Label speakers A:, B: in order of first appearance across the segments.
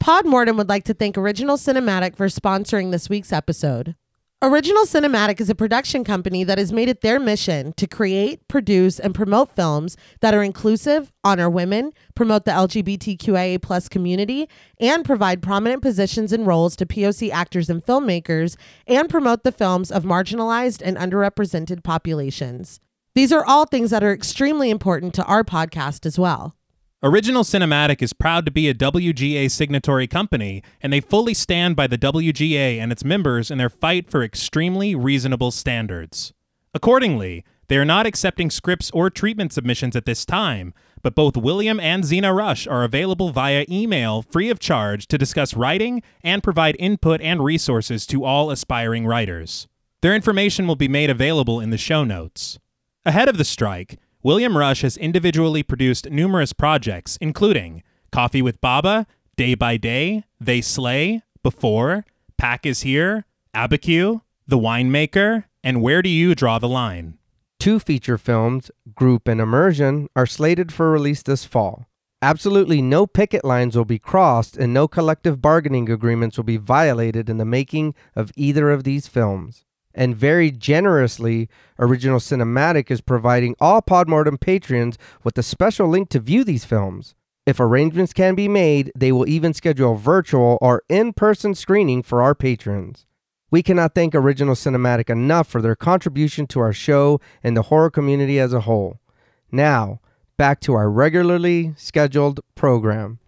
A: Todd Morton would like to thank Original Cinematic for sponsoring this week's episode. Original Cinematic is a production company that has made it their mission to create, produce, and promote films that are inclusive, honor women, promote the LGBTQIA plus community, and provide prominent positions and roles to POC actors and filmmakers, and promote the films of marginalized and underrepresented populations. These are all things that are extremely important to our podcast as well.
B: Original Cinematic is proud to be a WGA signatory company, and they fully stand by the WGA and its members in their fight for extremely reasonable standards. Accordingly, they are not accepting scripts or treatment submissions at this time, but both William and Zena Rush are available via email free of charge to discuss writing and provide input and resources to all aspiring writers. Their information will be made available in the show notes. Ahead of the strike, William Rush has individually produced numerous projects, including Coffee with Baba, Day by Day, They Slay, Before, Pack is Here, Abiquiu, The Winemaker, and Where Do You Draw the Line?
C: Two feature films, Group and Immersion, are slated for release this fall. Absolutely no picket lines will be crossed and no collective bargaining agreements will be violated in the making of either of these films. And very generously, Original Cinematic is providing all Podmortem patrons with a special link to view these films. If arrangements can be made, they will even schedule virtual or in person screening for our patrons. We cannot thank Original Cinematic enough for their contribution to our show and the horror community as a whole. Now, back to our regularly scheduled program.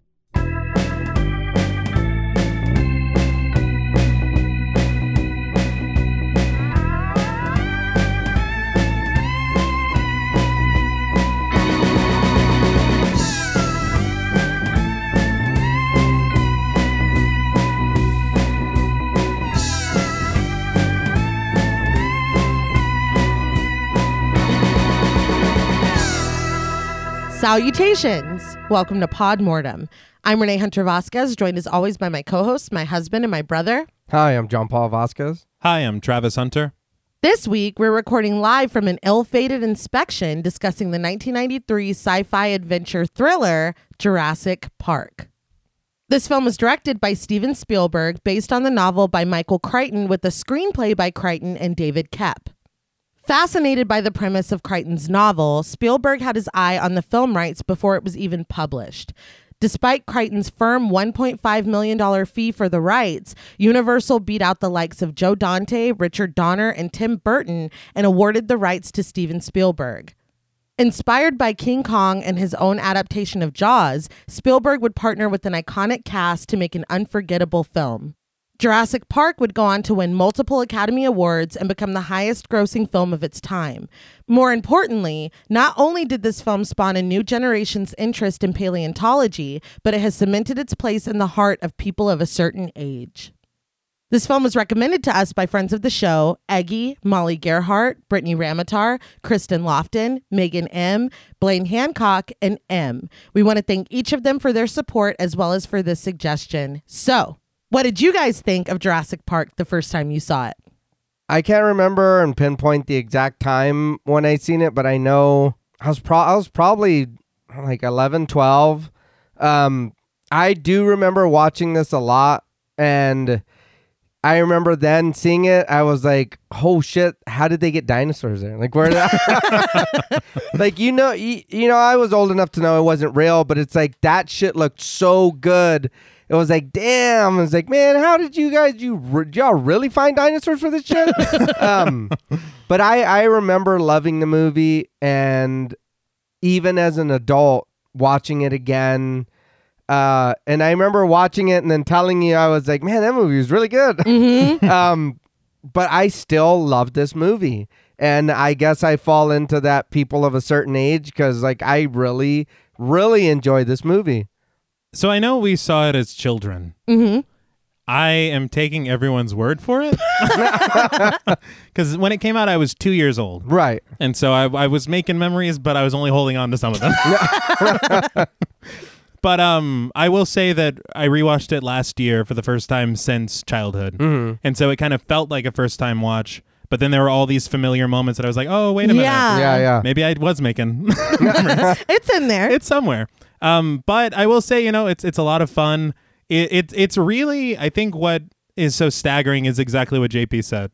A: Salutations! Welcome to Pod Mortem. I'm Renee Hunter Vasquez, joined as always by my co hosts, my husband, and my brother.
C: Hi, I'm John Paul Vasquez.
B: Hi, I'm Travis Hunter.
A: This week, we're recording live from an ill fated inspection discussing the 1993 sci fi adventure thriller Jurassic Park. This film was directed by Steven Spielberg, based on the novel by Michael Crichton, with a screenplay by Crichton and David Koepp. Fascinated by the premise of Crichton's novel, Spielberg had his eye on the film rights before it was even published. Despite Crichton's firm $1.5 million fee for the rights, Universal beat out the likes of Joe Dante, Richard Donner, and Tim Burton and awarded the rights to Steven Spielberg. Inspired by King Kong and his own adaptation of Jaws, Spielberg would partner with an iconic cast to make an unforgettable film. Jurassic Park would go on to win multiple Academy Awards and become the highest grossing film of its time. More importantly, not only did this film spawn a new generation's interest in paleontology, but it has cemented its place in the heart of people of a certain age. This film was recommended to us by friends of the show Eggy, Molly Gerhart, Brittany Ramatar, Kristen Lofton, Megan M., Blaine Hancock, and M. We want to thank each of them for their support as well as for this suggestion. So, what did you guys think of Jurassic Park the first time you saw it?
C: I can't remember and pinpoint the exact time when I seen it, but I know I was pro- I was probably like 11, 12. Um, I do remember watching this a lot and I remember then seeing it. I was like, "Oh shit! How did they get dinosaurs there? Like, where? Did like, you know, you, you know, I was old enough to know it wasn't real, but it's like that shit looked so good. It was like, damn. It was like, man, how did you guys? You re- did y'all really find dinosaurs for this shit? um, but I I remember loving the movie, and even as an adult, watching it again. Uh, and I remember watching it and then telling you, I was like, man, that movie was really good. um, but I still love this movie. And I guess I fall into that people of a certain age because, like, I really, really enjoy this movie.
B: So I know we saw it as children. Mm-hmm. I am taking everyone's word for it. Because when it came out, I was two years old.
C: Right.
B: And so I, I was making memories, but I was only holding on to some of them. but um, I will say that I rewatched it last year for the first time since childhood, and so it kind of felt like a first time watch. But then there were all these familiar moments that I was like, oh wait
A: Yeah.
B: a minute,
C: Yeah, yeah.
B: maybe I was making
A: It's in there.
B: it's somewhere. Um, but I will say, you know, it's it's a lot of fun. it, it it's really I think what is so staggering is exactly what JP said.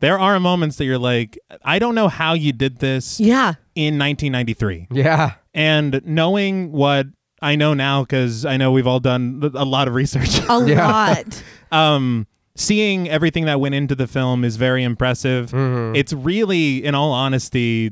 B: There are moments that you're like, I don't know how you did this
A: Yeah.
B: in 1993,
C: Yeah.
B: and knowing what I know now because I know we've all done a lot of research.
A: A
C: Yeah.
A: lot.
B: um seeing everything that went into the film is very impressive it's really in all honesty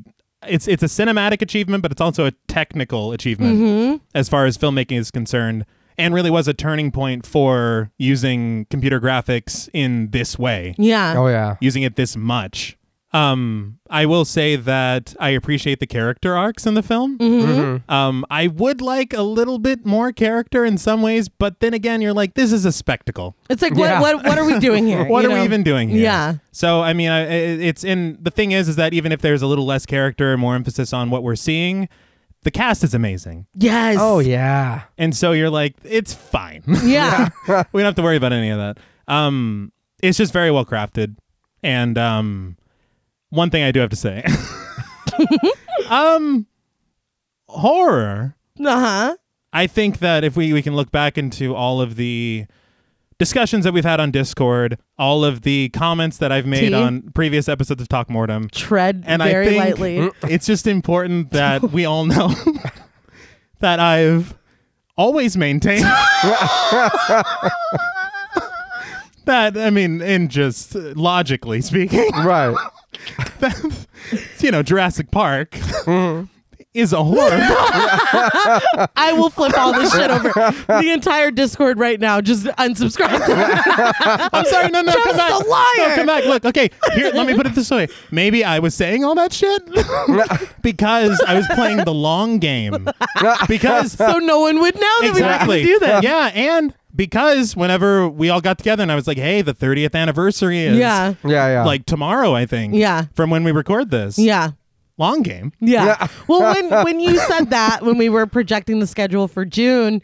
B: it's it's a cinematic achievement but it's also a technical achievement as far as filmmaking is concerned and really was a turning point for using computer graphics in this way
A: Yeah.
C: Oh yeah.
B: using it this much um i will say that i appreciate the character arcs in the film
A: Mm-hmm.
B: um i would like a little bit more character in some ways but then again you're like this is a spectacle
A: It's like what
C: Yeah.
A: what what are we doing here?
B: what
A: you
B: are
A: know?
B: we even doing here?
A: Yeah.
B: So I mean, I, i- it's in the thing is, is that even if there's a little less character and more emphasis on what we're seeing, the cast is amazing,
A: Yes.
C: Oh yeah.
B: and so you're like, it's fine.
A: Yeah.
B: we don't have to worry about any of that. Um, it's just very well crafted, and um, one thing I do have to say, um, horror.
A: Uh huh.
B: I think that if we, we can look back into all of the discussions that we've had on Discord, all of the comments that I've made
A: Tea.
B: on previous episodes of Talk Mortem,
A: Tread
B: and
A: very
B: I think
A: lightly.
B: it's just important that we all know that I've always maintained that, I mean, in just logically speaking,
C: Right.
B: that, you know, Jurassic Park
A: Mm-hmm.
B: is a horror.
A: I will flip all this shit over. The entire Discord right now. Just unsubscribe.
B: I'm sorry. No, no,
A: Just
B: come back.
A: a liar.
B: No, come back. Look, okay. Here, let me put it this way. Maybe I was saying all that shit because I was playing the long game. Because
A: so no one would know that
B: exactly.
A: we were gonna do that.
B: Yeah, and because whenever we all got together and I was like, "Hey, the 30th anniversary is
A: Yeah.
C: Yeah. Yeah.
B: like tomorrow, I think."
A: Yeah.
B: From when we record this.
A: Yeah.
B: Long game.
A: Yeah.
C: Yeah.
A: well, when when you said that, when we were projecting the schedule for June,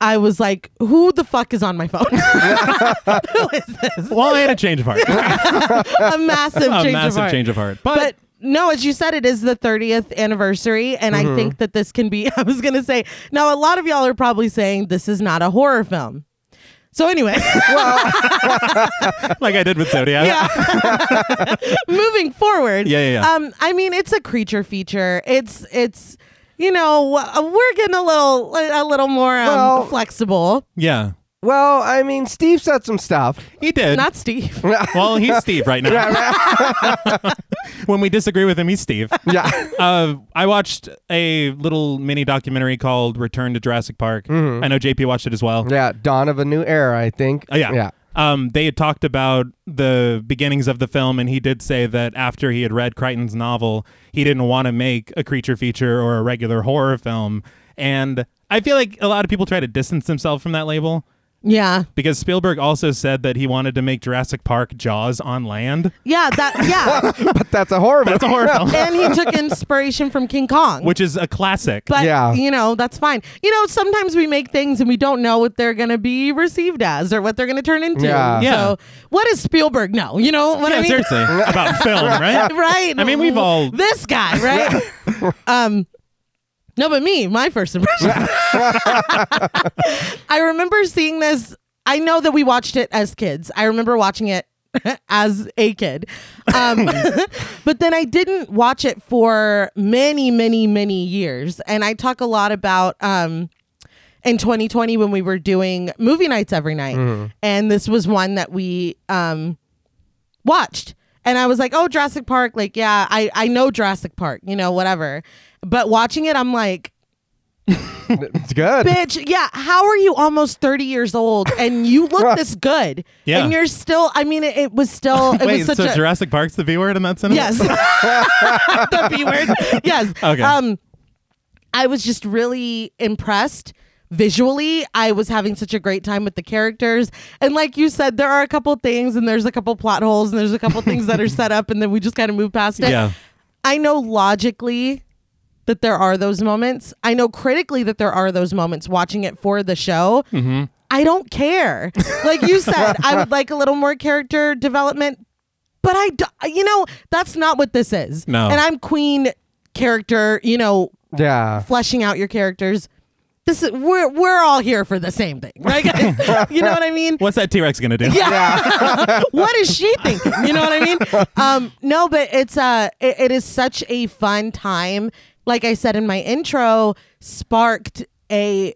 A: I was like, "Who the fuck is on my phone? Who is this?
B: Well, I had a change of heart. a
A: A massive change of
B: massive
A: heart."
B: change of heart.
A: but no, as you said, it is the 30th anniversary, and I think that this can be. I was gonna say now, a lot of y'all are probably saying this is not a horror film. So anyway,
B: like I did with Zodiac.
A: yeah. Moving forward,
B: Yeah, yeah, yeah.
A: Um, I mean, it's a creature feature. It's it's you know uh, we're getting a little a little more um,
C: Well-
A: flexible.
B: Yeah.
C: well, I mean, Steve said some stuff.
B: He did.
A: Not Steve.
B: well, he's Steve right now. when we disagree with him, he's Steve.
C: Yeah.
B: Uh, I watched a little mini documentary called Return to Jurassic Park.
C: Mm-hmm.
B: I know JP watched it as well.
C: yeah. Dawn of a new era. I think.
B: Uh, yeah.
C: Yeah.
B: Um, they had talked about the beginnings of the film, and he did say that after he had read Crichton's novel, he didn't want to make a creature feature or a regular horror film. And I feel like a lot of people try to distance themselves from that label
A: Yeah,
B: because Spielberg also said that he wanted to make Jurassic Park Jaws on land.
A: yeah, that yeah.
C: But that's a horror.
B: That's a
C: movie.
B: horror film.
A: and he took inspiration from King Kong.
B: which is a classic.
A: but
C: Yeah.
A: you know that's fine. You know sometimes we make things and we don't know what they're gonna be received as or what they're gonna turn into.
C: Yeah.
B: Yeah.
A: So what does Spielberg know? You know what
B: yeah,
A: I mean?
B: seriously, about film, right?
A: right?
B: I mean, we've all-
A: this guy, right? um, no, but me, my first impression. I remember seeing this. I know that we watched it as kids. I remember watching it as a kid, um, but then I didn't watch it for many, many, many years. And I talk a lot about. Um, in 2020 when we were doing movie nights every night
B: Mm-hmm.
A: and this was one that we um watched and i was like oh jurassic park like yeah i i know jurassic park you know whatever but watching it i'm like
C: It's good.
A: bitch yeah how are you almost 30 years old and you look this good
B: Yeah.
A: and you're still i mean it, it was still it
B: Wait,
A: was such
B: so
A: a
B: Jurassic Park's the V word in that
A: Yes.
B: sentence?
A: the B word. Yes.
B: Okay.
A: Um, I was just really impressed visually. I was having such a great time with the characters. And like you said, there are a couple things and there's a couple plot holes and there's a couple things that are set up and then we just kind of move past it.
B: Yeah.
A: I know logically that there are those moments. I know critically that there are those moments watching it for the show. I don't care. Like you said, I would like a little more character development, but I, do, you know, that's not what this is.
B: No.
A: And I'm queen character, you know,
C: Yeah.
A: fleshing out your characters. This is we're we're all here for the same thing. Like, you know what I mean?
B: What's that T Rex gonna do?
A: Yeah. what is she thinking? You know what I mean? Um, no, but it's uh it, it is such a fun time. Like I said in my intro, sparked a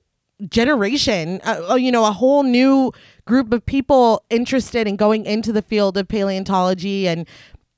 A: generation, uh, oh, you know, a whole new group of people interested in going into the field of paleontology and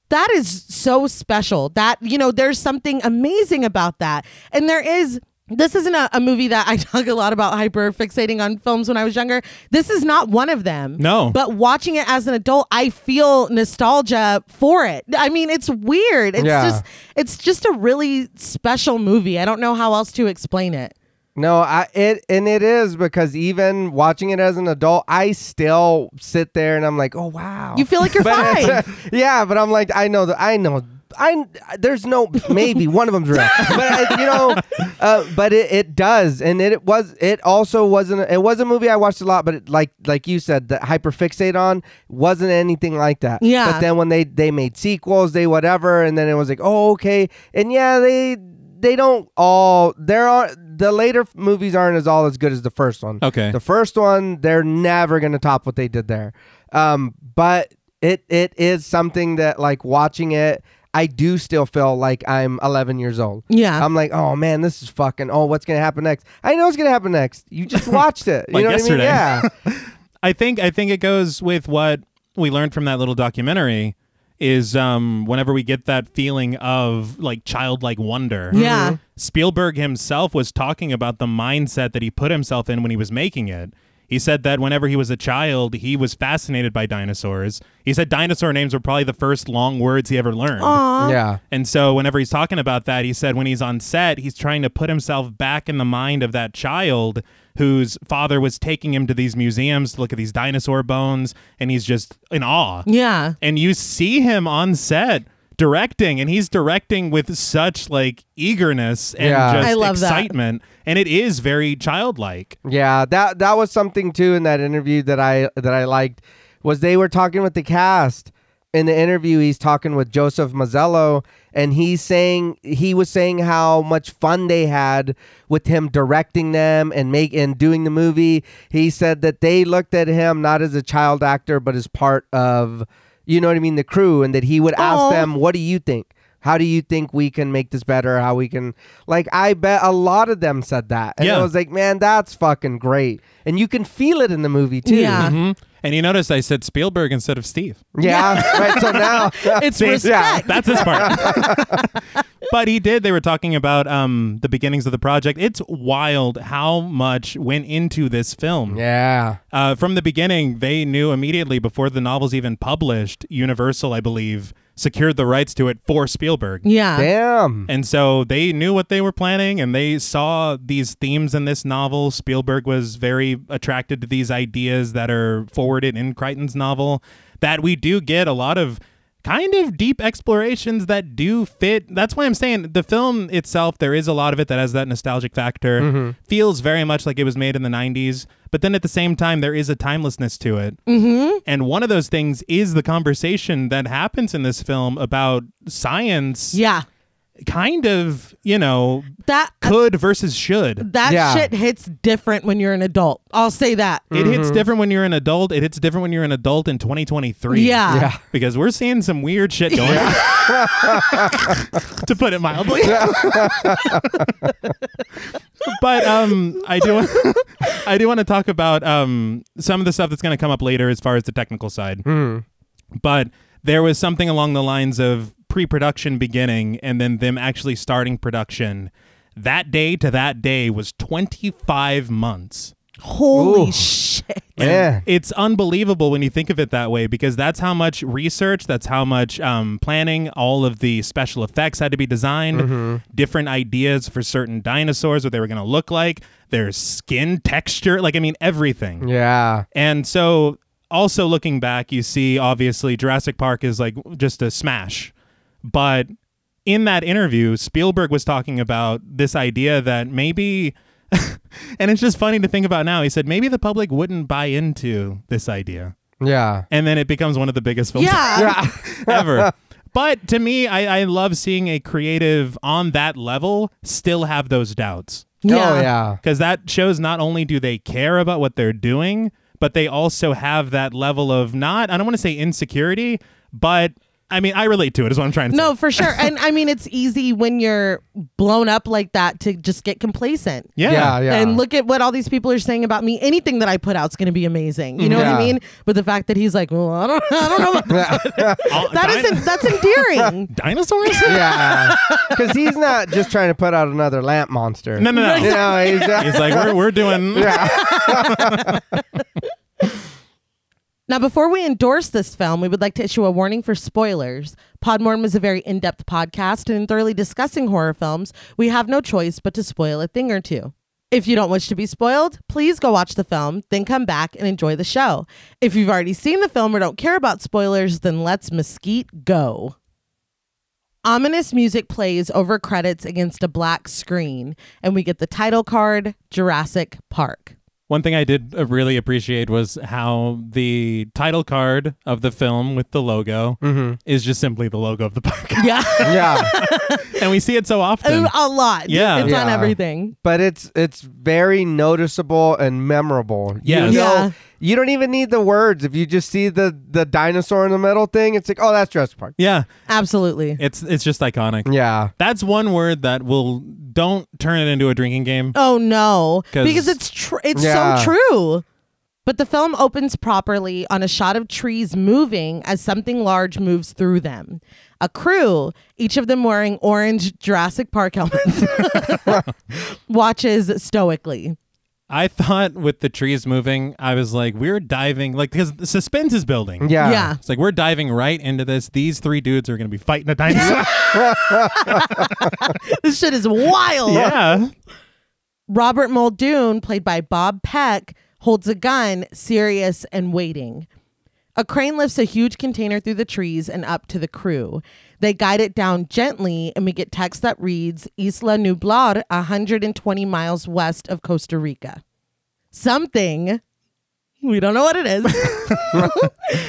A: that is so special. That you know, there's something amazing about that. And there is this isn't a, a movie that I talk a lot about hyper fixating on films when I was younger. This is not one of them.
B: No.
A: But watching it as an adult, I feel nostalgia for it. I mean, it's weird. It's
C: Yeah.
A: just it's just a really special movie. I don't know how else to explain it.
C: No, I it and it is because even watching it as an adult, I still sit there and I'm like, oh wow.
A: You feel like you're
C: But
A: fine.
C: it's- yeah, but I'm like, I know that I know. I there's no maybe one of them's right, but I, you know, uh, but it, it does, and it, was it also wasn't it was a movie I watched a lot, but it, like like you said, that hyper fixate on wasn't anything like that.
A: Yeah.
C: But then when they they made sequels, they whatever, and then it was like, oh okay, and yeah, they they don't all there are the later f- movies aren't as all as good as the first one.
B: Okay.
C: The first one, they're never gonna top what they did there. Um, but it it is something that like watching it, I do still feel like I'm 11 years old.
A: Yeah.
C: I'm like, oh man, this is fucking. Oh, what's gonna happen next? I know what's gonna happen next. You just watched it. You
B: Like
C: know
B: yesterday.
C: what I mean? Yeah.
B: I think I think it goes with what we learned from that little documentary is um whenever we get that feeling of like childlike wonder.
A: Yeah. Mhm.
B: Spielberg himself was talking about the mindset that he put himself in when he was making it. He said that whenever he was a child, he was fascinated by dinosaurs. He said dinosaur names were probably the first long words he ever learned.
C: yeah.
B: And so, whenever he's talking about that, he said when he's on set, he's trying to put himself back in the mind of that child whose father was taking him to these museums to look at these dinosaur bones, and he's just in awe.
A: Yeah.
B: And you see him on set directing, and he's directing with such like eagerness and
C: Yeah.
B: just
A: I love that.
B: excitement, and it is very childlike.
C: Yeah, that that was something too in that interview that I that I liked was they were talking with the cast. In the interview, he's talking with Joseph Mazzello, and he's saying he was saying how much fun they had with him directing them and make and doing the movie. He said that they looked at him not as a child actor, but as part of, you know what I mean, the crew, and that he would ask
A: Aw.
C: them, Um, "What do you think? How do you think we can make this better? How we can like?" I bet a lot of them said that, and
B: Yeah.
C: I was like, man, that's fucking great. And you can feel it in the movie too.
A: Yeah.
B: hmm And you notice I said Spielberg instead of Steve.
C: Yeah, right. So now
A: It's
B: See?
A: respect.
B: That's his part. but he did. They were talking about um, the beginnings of the project. It's wild how much went into this film.
C: Yeah.
B: Uh, from the beginning, they knew immediately before the novel's even published, Universal, I believe, secured the rights to it for Spielberg.
A: Yeah.
C: Damn.
B: And so they knew what they were planning and they saw these themes in this novel. Spielberg was very attracted to these ideas that are forwarded in Crichton's novel. That we do get a lot of kind of deep explorations that do fit. That's why I'm saying the film itself, there is a lot of it that has that nostalgic factor. Feels very much like it was made in the 90s. But then at the same time, there is a timelessness to it. And one of those things is the conversation that happens in this film about science
A: Yeah.
B: kind of, you know,
A: That
B: could versus should.
A: that
C: Yeah.
A: shit hits different when you're an adult. I'll say that.
B: It hits different when you're an adult. It hits different when you're an adult in 2023.
A: Yeah.
C: Yeah.
B: Because we're seeing some weird shit going on. to put it mildly. but um I do I do want to talk about um some of the stuff that's going to come up later as far as the technical side. but there was something along the lines of pre-production beginning and then them actually starting production that day to that day was 25 months
A: Holy
C: Ooh.
A: shit.
B: And
C: Yeah.
B: it's unbelievable when you think of it that way because that's how much research, that's how much um, planning, all of the special effects had to be designed, different ideas for certain dinosaurs, what they were going to look like, their skin texture, like, I mean, everything.
C: Yeah.
B: And so, also looking back, you see obviously Jurassic Park is like just a smash. But in that interview, Spielberg was talking about this idea that maybe, and it's just funny to think about now, he said maybe the public wouldn't buy into this idea.
C: Yeah.
B: And then it becomes one of the biggest films
A: Yeah.
C: Yeah.
B: ever. But to me, I, I love seeing a creative on that level still have those doubts.
C: Oh yeah.
B: because that shows not only do they care about what they're doing, but they also have that level of not, I don't want to say insecurity, but I mean, I relate to it, is what I'm trying to say.
A: No, for sure. and I mean, it's easy when you're blown up like that to just get complacent.
B: Yeah.
C: Yeah, yeah.
A: And look at what all these people are saying about me. Anything that I put out's going to be amazing. You know what I
C: Yeah.
A: mean? But the fact that he's like, well, I don't, I don't know. About this.
B: All-
A: That
B: dino-
A: isn't, that's endearing.
B: dinosaurs?
C: Yeah. Because he's not just trying to put out another lamp monster.
B: No, no, no.
C: You know, he's, uh,
B: He's like, we're, we're doing.
A: Now, before we endorse this film, we would like to issue a warning for spoilers. Podmorn was a very in depth podcast, and in thoroughly discussing horror films, we have no choice but to spoil a thing or two. If you don't wish to be spoiled, please go watch the film, then come back and enjoy the show. If you've already seen the film or don't care about spoilers, then let's mesquite go. Ominous music plays over credits against a black screen, and we get the title card Jurassic Park.
B: One thing I did uh, really appreciate was how the title card of the film with the logo is just simply the logo of the park.
A: Yeah.
C: yeah.
B: and we see it so often.
A: a lot.
B: Yeah.
A: It's on
C: Yeah.
A: everything.
C: but it's it's very noticeable and memorable.
B: Yes.
C: You know,
A: Yeah.
C: you don't even need the words. If you just see the the dinosaur in the middle thing, it's like, oh, that's Jurassic Park.
B: Yeah.
A: Absolutely.
B: It's it's just iconic.
C: Yeah.
B: That's one word that will don't turn it into a drinking game.
A: Oh no,
B: 'Cause-
A: because it's tr- it's
C: Yeah.
A: so true. But the film opens properly on a shot of trees moving as something large moves through them. A crew, each of them wearing orange Jurassic Park helmets, watches stoically.
B: I thought with the trees moving, I was like, we're diving like because the suspense is building.
C: Yeah.
A: yeah.
B: It's like we're diving right into this. These three dudes are gonna be fighting a dinosaur.
A: This shit is wild.
B: yeah.
A: Robert Muldoon, played by Bob Peck, holds a gun, serious and waiting. A crane lifts a huge container through the trees and up to the crew. They guide it down gently, and we get text that reads Isla Nublar, 120 miles west of Costa Rica. Something, we don't know what it is,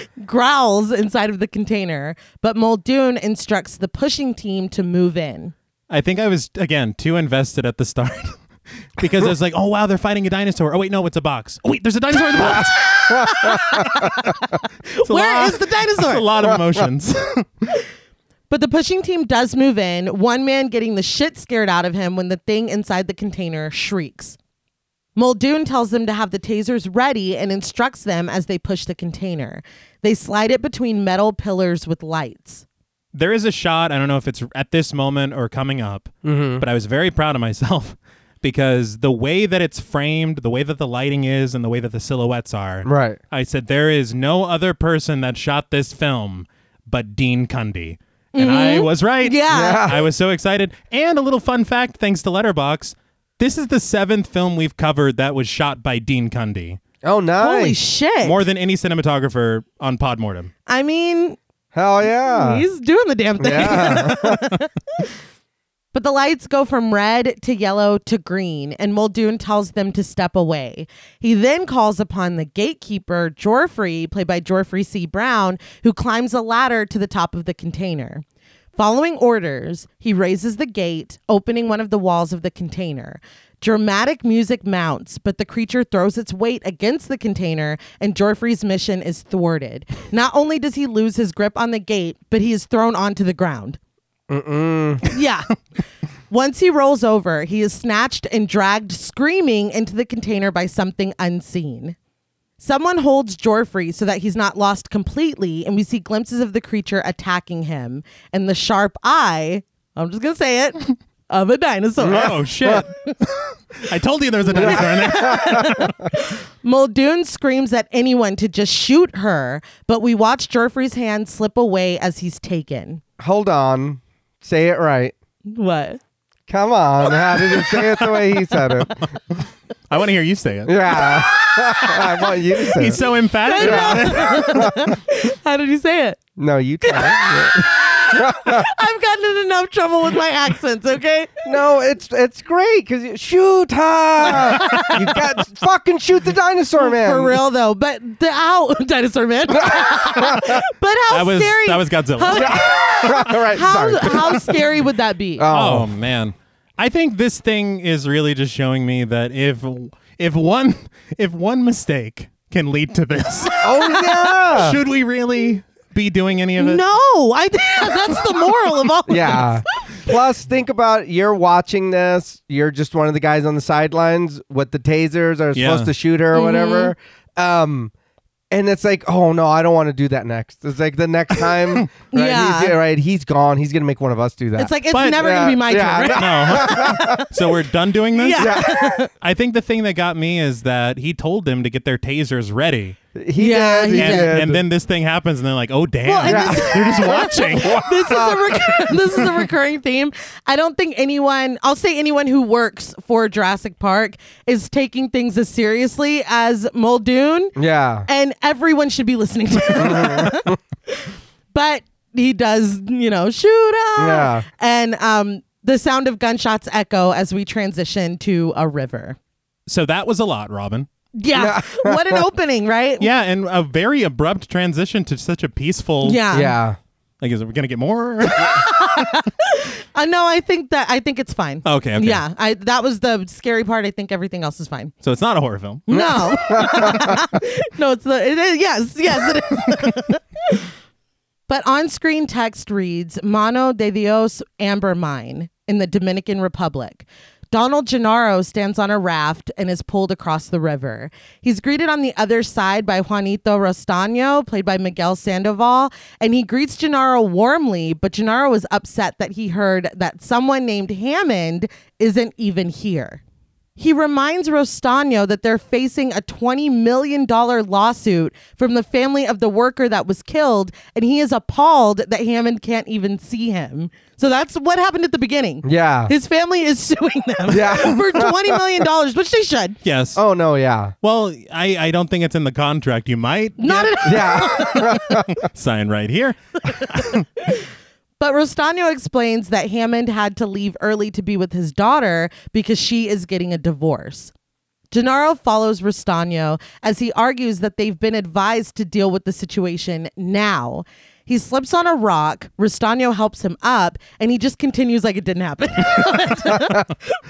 A: growls inside of the container, but Muldoon instructs the pushing team to move in.
B: I think I was again too invested at the start. Because I was like, oh wow, they're fighting a dinosaur. Oh wait, no, it's a box. Oh wait, there's a dinosaur in the box. It's a
A: Where
B: lot-
A: is the dinosaur?
B: It's a lot of emotions.
A: But the pushing team does move in, one man getting the shit scared out of him when the thing inside the container shrieks. Muldoon tells them to have the tasers ready and instructs them as they push the container. They slide it between metal pillars with lights.
B: there is a shot i don't know if it's at this moment or coming up but i was very proud of myself because the way that it's framed the way that the lighting is and the way that the silhouettes are
C: Right.
B: i said there is no other person that shot this film but dean cundy and i was right
A: Yeah.
B: i was so excited and a little fun fact thanks to letterbox this is the seventh film we've covered that was shot by dean cundy
C: Oh, nice.
A: Holy shit.
B: more than any cinematographer on podmortem
A: I mean,
C: Hell yeah.
A: he's doing the damn thing.
C: Yeah.
A: But the lights go from red to yellow to green, and Muldoon tells them to step away. He then calls upon the gatekeeper, Jorfrey, played by Jorfrey C. Brown, who climbs a ladder to the top of the container. Following orders, he raises the gate, opening one of the walls of the container. Dramatic music mounts, but the creature throws its weight against the container, and Jorfrey's mission is thwarted. Not only does he lose his grip on the gate, but he is thrown onto the ground. Yeah. Once he rolls over, he is snatched and dragged screaming into the container by something unseen. Someone holds Jorfrey so that he's not lost completely, and we see glimpses of the creature attacking him and the sharp eye, I'm just going to say it, of a dinosaur.
B: oh shit i told you there was a dinosaur in there
A: Muldoon screams at anyone to just shoot her, but we watch Jorfrey's hand slip away as he's taken.
C: Hold on. Say it right.
A: What?
C: Come on. How did you say it the way he said it?
B: i want to hear you say it
C: Yeah. I want you to say
B: He's
C: it.
B: so emphatic about it.
A: How did you say it?
C: No, you tell it.
A: I've gotten in enough trouble with my accents, okay?
C: No, it's it's great because you shoot her. you got fucking shoot the dinosaur man.
A: For real though, but the how dinosaur man. but how
B: That was
A: scary!
B: that was Godzilla.
C: All right,
A: how
C: sorry.
A: how scary would that be?
C: Oh,
B: Oh man. I think this thing is really just showing me that if if one if one mistake can lead to this,
C: Oh yeah.
B: should we really be doing any of it?
A: No, I think that's the moral of all. of
C: yeah. Plus, think about you're watching this. You're just one of the guys on the sidelines with the tasers or
B: Yeah.
C: supposed to shoot
A: Mm-hmm.
C: her or whatever. Um, and it's like, oh no, I don't want to do that next. It's like the next time, right?
A: Yeah.
C: He's, right. He's gone. He's gonna make one of us do that.
A: this. It's like it's
B: But,
A: never
C: yeah,
A: gonna be my
C: yeah,
A: turn.
C: no.
B: No. so we're done doing this.
A: Yeah.
B: I think the thing that got me is that he told them to get their tasers ready,
C: he
A: Yeah,
C: did.
A: he
C: He
B: and,
C: did.
B: and then this thing happens, and they're like, "Oh damn,
A: Well, and
C: this-
B: they're just watching."
A: This is a recur- this is a recurring theme. I don't think anyone, I'll say anyone who works for Jurassic Park is taking things as seriously as Muldoon,
C: yeah.
A: and everyone should be listening to him. but he does, you know, shoot up,
C: Yeah.
A: and um, the sound of gunshots echo as we transition to a river.
B: so that was a lot, Robin.
A: Yeah, what an opening, right?
B: Yeah, and a very abrupt transition to such a peaceful.
A: Yeah.
C: yeah.
B: Like, is it, we gonna get more?
A: Uh, no, I think that I think it's fine.
B: Okay, okay.
A: Yeah. I that was the scary part. I think everything else is fine.
B: so it's not a horror film.
A: No. no, it's the it is, yes, yes it is. but on-screen text reads Mano de Dios Amber Mine in the Dominican Republic. Donald Gennaro stands on a raft and is pulled across the river. He's greeted on the other side by Juanito Rostano, played by Miguel Sandoval, and he greets Gennaro warmly, but Gennaro is upset that he heard that someone named Hammond isn't even here. He reminds Rostano that they're facing a $20 million lawsuit from the family of the worker that was killed, and he is appalled that Hammond can't even see him. So that's what happened at the beginning.
C: Yeah.
A: His family is suing them
C: Yeah.
A: for $20 million, which they should.
B: Yes.
C: oh no. Yeah.
B: Well, I, I don't think it's in the contract. You might
A: Not at all.
C: Yeah.
B: sign right here.
A: But Rostano explains that Hammond had to leave early to be with his daughter because she is getting a divorce. Gennaro follows Rostano as he argues that they've been advised to deal with the situation now. He slips on a rock, Rostano helps him up, and he just continues like it didn't happen.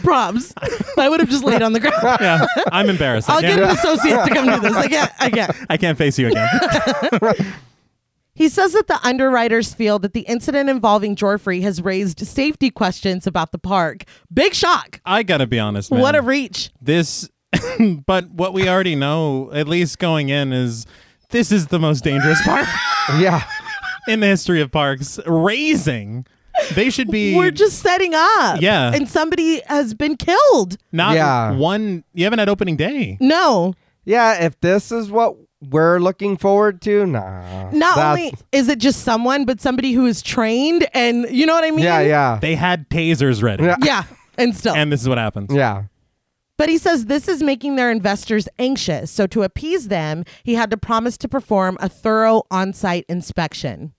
A: Props. I would have just laid on the ground.
B: Yeah, I'm embarrassed.
A: I'll
B: I
A: get
B: can't,
A: an associate to come do this. I can't. I can't.
B: I can't face you again.
A: He says that the underwriters feel that the incident involving Jorfrey has raised safety questions about the park. Big shock.
B: I gotta be honest, man.
A: What a reach.
B: this, but what we already know, at least going in, is this is the most dangerous park
C: yeah.
B: in the history of parks. Raising, they should be
A: We're just setting up.
B: Yeah.
A: And somebody has been killed.
B: not
C: Yeah.
B: one. You haven't had opening day.
A: No.
C: Yeah. If this is what we're looking forward to, nah.
A: Not
C: That's-
A: only is it just someone, but somebody who is trained and you know what I mean?
C: Yeah. Yeah.
B: They had tasers ready,
C: Yeah.
A: Yeah. And still.
B: and this is what happens.
C: Yeah.
A: But he says this is making their investors anxious. So, to appease them, he had to promise to perform a thorough on site inspection.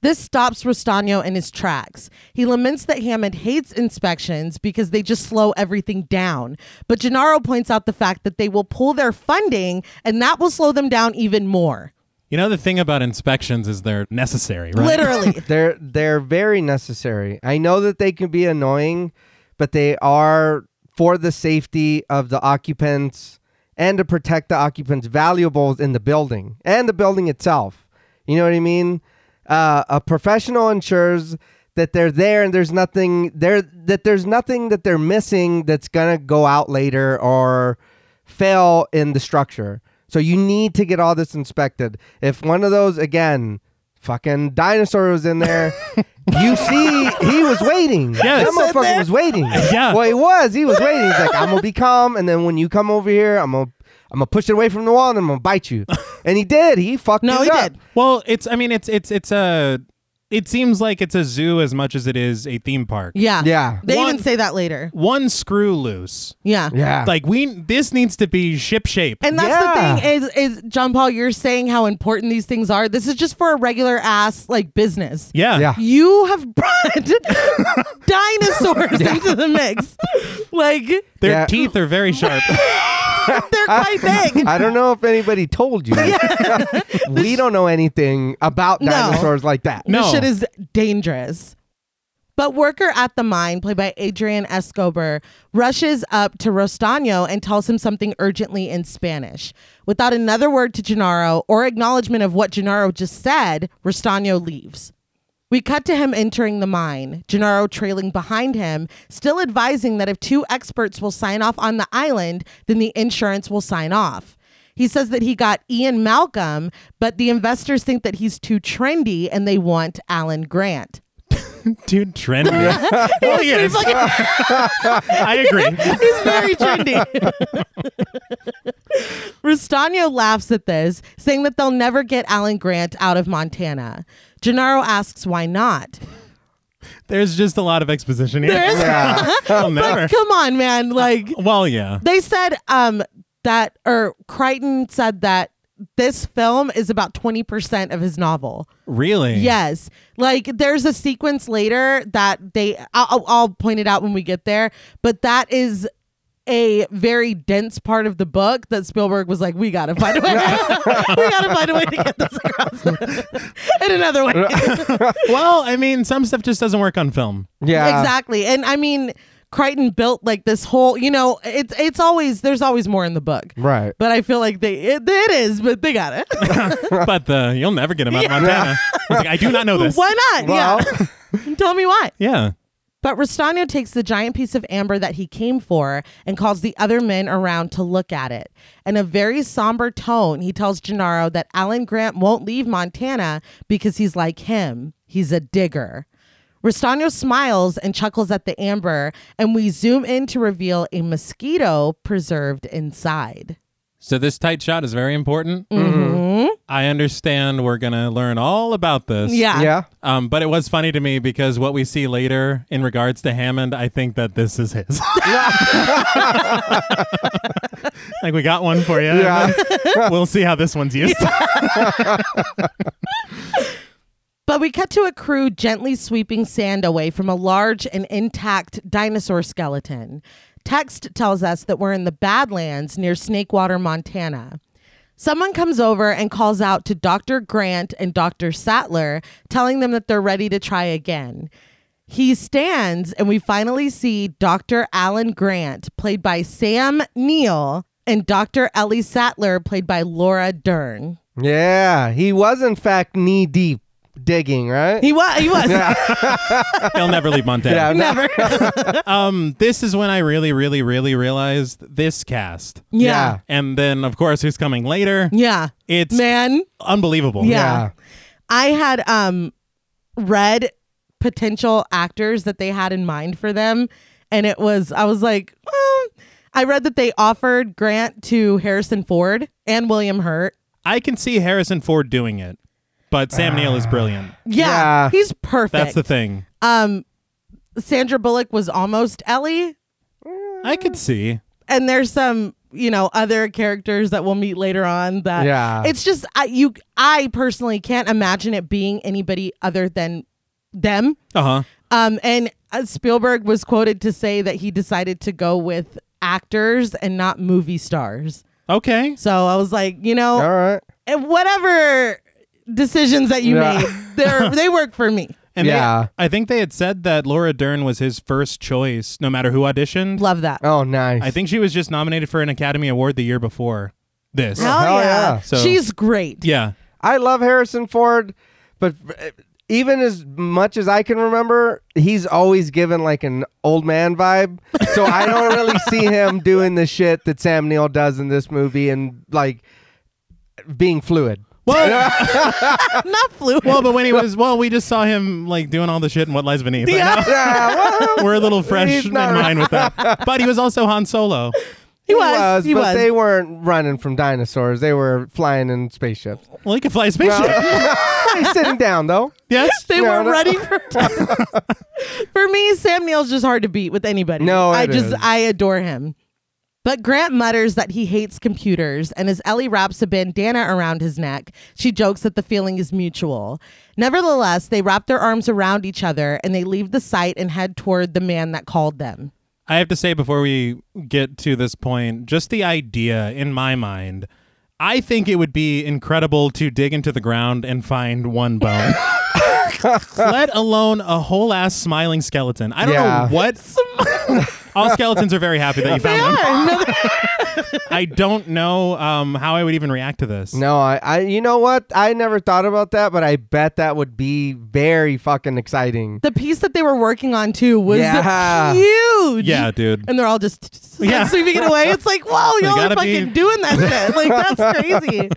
A: This stops Rostano in his tracks. He laments that Hammond hates inspections because they just slow everything down. But Gennaro points out the fact that they will pull their funding and that will slow them down even more.
B: You know the thing about inspections is they're necessary, right?
A: Literally.
C: They're they're very necessary. I know that they can be annoying, but they are for the safety of the occupants and to protect the occupants' valuables in the building and the building itself. You know what I mean? Uh, a professional ensures that they're there and there's nothing there that there's nothing that they're missing that's gonna go out later or fail in the structure. So you need to get all this inspected. If one of those again, fucking dinosaur was in there, you see he was waiting.
B: Yes.
C: that motherfucker was waiting.
B: Yeah.
C: well he was. He was waiting. He's like, I'm gonna be calm, and then when you come over here, I'm gonna. I'm gonna push it away from the wall and I'm gonna bite you, and he did. He fucked
A: No,
C: it
A: he
C: up.
A: did.
B: Well, it's. I mean, it's. It's. It's a. It seems like it's a zoo as much as it is a theme park.
A: Yeah.
C: Yeah.
A: They
B: One-
A: even say that later.
B: One screw loose.
A: Yeah.
C: Yeah,
B: Like we. This needs to be ship shape.
A: And that's
C: Yeah.
A: the thing is, is John Paul, you're saying how important these things are. This is just for a regular ass like business.
B: yeah.
C: yeah.
A: You have brought dinosaurs into the mix. Like
B: Their
C: Yeah.
B: teeth are very sharp.
A: they're quite big.
C: I don't know if anybody told you. we don't know anything about
A: No.
C: dinosaurs like that.
B: No.
A: This shit is dangerous. But worker at the mine, played by Adrian Escobar, rushes up to Rostano and tells him something urgently in Spanish. Without another word to Gennaro or acknowledgement of what Gennaro just said, Rostano leaves. We cut to him entering the mine, Gennaro trailing behind him, still advising that if two experts will sign off on the island, then the insurance will sign off. He says that he got Ian Malcolm, but the investors think that he's too trendy and they want Alan Grant.
B: Dude, trendy.
A: He's pretty fucking-
B: I agree.
A: he's very trendy. Rustano laughs at this, saying that they'll never get Alan Grant out of Montana. Gennaro asks why not.
B: There's just a lot of exposition here.
A: There is-
C: Yeah.
B: I'll never.
A: Come on, man. Like
B: Well, yeah.
A: they said um that or Crichton said that this film is about 20% of his novel.
B: Really?
A: Yes. Like there's a sequence later that they I'll- I'll, I'll point it out when we get there, but that is a very dense part of the book that Spielberg was like, we gotta find a way. we gotta find a way to get this across in another way.
B: Well, I mean, some stuff just doesn't work on film.
C: Yeah.
A: Exactly. And I mean, Crichton built like this whole, you know, it's it's always there's always more in the book.
C: Right.
A: But I feel like they it, it is, but they got it.
B: but the you'll never get him out of Montana. I, was like, I do not know this.
A: why not?
C: Well,
A: yeah. Tell me why.
B: Yeah.
A: But Rustano takes the giant piece of amber that he came for and calls the other men around to look at it. In a very somber tone, he tells Gennaro that Alan Grant won't leave Montana because he's like him. He's a digger. Rustano smiles and chuckles at the amber, and we zoom in to reveal a mosquito preserved inside.
B: So this tight shot is very important.
A: Mm-hmm.
B: Mm-hmm. I understand we're gonna learn all about this.
A: Yeah.
C: yeah.
B: Um, but it was funny to me because what we see later in regards to Hammond, I think that this is his. like we got one for you.
C: Yeah.
B: we'll see how this one's used.
A: But we cut to a crew gently sweeping sand away from a large and intact dinosaur skeleton. Text tells us that we're in the Badlands near Snakewater, Montana. Someone comes over and calls out to Dr. Grant and Dr. Sattler, telling them that they're ready to try again. He stands, and we finally see Dr. Alan Grant, played by Sam Neill, and Dr. Ellie Sattler, played by Laura Dern.
C: Yeah. He was, in fact, knee deep digging, right?
A: He was, he was,
B: He'll never leave Montana.
C: yeah. no-
A: never.
B: Um, this is when I really, really, really realized this cast.
A: yeah.
B: And then, of course, who's coming later?
A: Yeah.
B: It's
A: Man.
B: unbelievable.
A: Yeah.
C: Yeah.
A: I had um read potential actors that they had in mind for them and it was I was like, well, I read that they offered Grant to Harrison Ford and William Hurt.
B: I can see Harrison Ford doing it, but Sam Neill is brilliant.
A: Yeah.
C: Yeah.
A: He's perfect.
B: That's the thing.
A: um Sandra Bullock was almost Ellie
B: I could
C: Uh.
B: see.
A: and there's some, you know, other characters that we'll meet later on that
C: Yeah.
A: it's just I you I personally can't imagine it being anybody other than them.
B: Uh huh.
A: Um, and uh, Spielberg was quoted to say that he decided to go with actors and not movie stars.
B: Okay.
A: So I was like, you know,
C: All right.
A: and whatever decisions that you
C: Yeah.
A: made, they they work for me.
B: And they-
C: Yeah.
B: I think they had said that Laura Dern was his first choice, no matter who auditioned.
A: Love that.
C: Oh, nice.
B: I think she was just nominated for an Academy Award the year before this.
A: Hell,
C: Hell
A: yeah.
C: yeah.
B: So-
A: She's great.
B: Yeah.
C: I love Harrison Ford, but eh, even as much as I can remember, he's always given like an old man vibe. So I don't really see him doing the shit that Sam Neill does in this movie and like being fluid.
B: Well,
A: not fluid.
B: well, but when he was, well, we just saw him like doing all the shit in What Lies Beneath. I know.
C: Yeah, well,
B: We're a little fresh
C: He's
B: in
C: not-
B: mind with that. But he was also Han Solo.
A: he was. he
C: but
A: was.
C: they weren't running from dinosaurs. They were flying in spaceships.
B: Well, he could fly a spaceship.
C: He's sitting down though.
B: yes.
A: They
C: No,
A: were
C: no.
A: ready for. for me, Sam Neill's just hard to beat with anybody.
C: No,
A: I
C: it
A: just
C: is.
A: I adore him. But Grant mutters that he hates computers, and as Ellie wraps a bandana around his neck, she jokes that the feeling is mutual. Nevertheless, they wrap their arms around each other and they leave the site and head toward the man that called them.
B: I have to say before we get to this point, just the idea in my mind, I think it would be incredible to dig into the ground and find one bone. let alone a whole ass smiling skeleton. I don't
C: Yeah.
B: know what. All skeletons are very happy that you found them. I don't know um, how I would even react to this.
C: No, I, I, you know what? I never thought about that, but I bet that would be very fucking exciting.
A: the piece that they were working on too was
C: Yeah.
A: huge.
B: Yeah, dude.
A: And they're all just
B: Yeah.
A: sweeping it away. It's like, whoa, y'all are
B: gotta be-
A: fucking doing that shit. Like, that's crazy.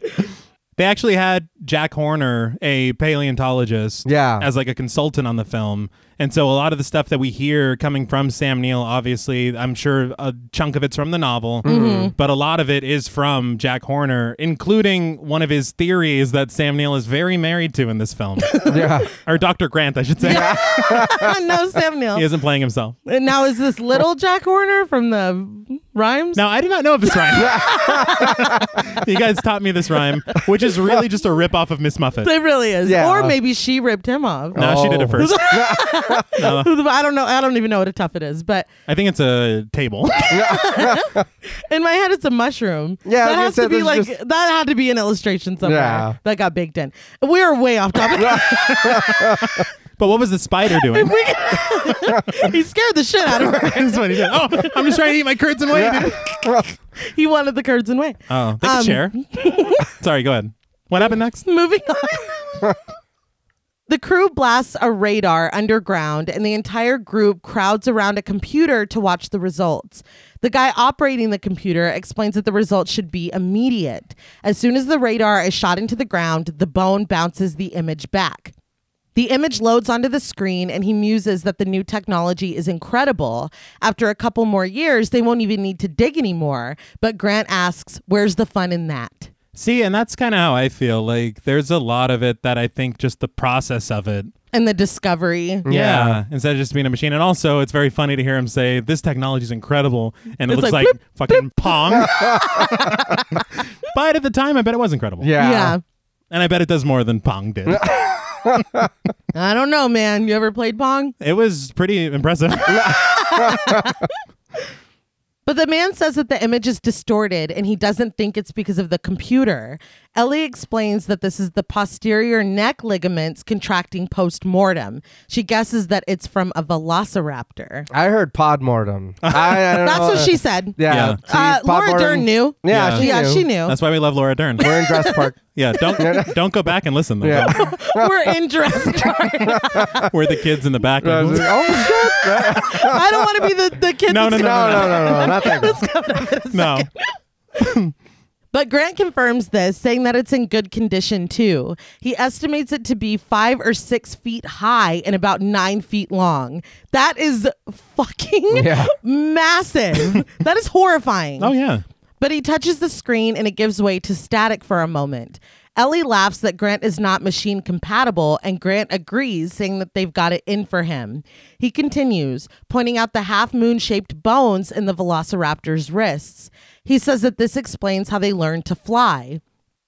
B: They actually had Jack Horner, a paleontologist,
C: Yeah.
B: as like a consultant on the film. And so a lot of the stuff that we hear coming from Sam Neill, obviously, I'm sure a chunk of it's from the novel, but a lot of it is from Jack Horner, including one of his theories that Sam Neill is very married to in this film,
C: yeah.
B: or Dr. Grant, I should say.
A: no, Sam Neill.
B: He isn't playing himself.
A: And now is this little Jack Horner from the rhymes?
B: Now, I did not know of this rhyme. you guys taught me this rhyme, which is really just a ripoff of Miss Muffet.
A: It really is.
C: Yeah.
A: Or maybe she ripped him off.
B: No, she did it
C: Oh.
B: first. No.
A: I don't know. I don't even know what a tuffet is, but
B: I think it's a table.
A: in my head, it's a mushroom.
C: Yeah, I was
A: that
C: gonna
A: has
C: say
A: to be
C: there's
A: like
C: just-
A: that had to be an illustration somewhere
C: Yeah.
A: that got baked in. We are way off topic.
B: but what was the spider doing?
A: he scared the shit out of her.
B: That's what he did. Oh, I'm just trying to eat my curds and whey. dude.
A: He wanted the curds and whey.
B: Oh, they can
A: Um,
B: share. Sorry, go ahead. What happened next?
A: Moving on. the crew blasts a radar underground, and the entire group crowds around a computer to watch the results. The guy operating the computer explains that the results should be immediate. As soon as the radar is shot into the ground, the bone bounces the image back. The image loads onto the screen, and he muses that the new technology is incredible. After a couple more years, they won't even need to dig anymore. But Grant asks, Where's the fun in that?
B: See, and that's kind of how I feel. Like, there's a lot of it that I think just the process of it.
A: And the discovery.
B: Yeah.
C: Yeah.
B: Instead of just being a machine. And also, it's very funny to hear him say, This technology is incredible. And it
A: It's
B: looks like,
A: like,
B: fucking Pong. but at the time, I bet it was incredible.
C: Yeah.
A: yeah.
B: And I bet it does more than Pong did.
A: I don't know, man. You ever played Pong?
B: it was pretty impressive.
A: But the man says that the image is distorted and he doesn't think it's because of the computer. Ellie explains that this is the posterior neck ligaments contracting post mortem. She guesses that it's from a velociraptor.
C: I heard Podmortem. I, I don't
A: That's
C: know.
A: what she said.
B: Yeah.
C: Yeah. See,
A: Uh, Laura
C: Podmortem-
A: Dern knew.
C: Yeah,
B: Yeah.
C: She
A: yeah,
C: knew.
A: she knew.
B: That's why we love Laura Dern.
C: We're in Dress Park.
B: Yeah, don't don't go back and listen though.
C: Yeah.
A: We're in Jurassic Park.
B: We're the kids in the back.
C: I was like, oh shit!
A: I don't want to be the, the kid
B: No,
A: that's
B: no,
C: No, no, no, no, not that. guy.
B: no.
A: But Grant confirms this, saying that it's in good condition too. He estimates it to be five or six feet high and about nine feet long. That is fucking
C: Yeah.
A: massive. that is horrifying.
B: Oh yeah.
A: But he touches the screen and it gives way to static for a moment. Ellie laughs that Grant is not machine compatible, and Grant agrees, saying that they've got it in for him. He continues, pointing out the half moon shaped bones in the velociraptor's wrists. He says that this explains how they learned to fly.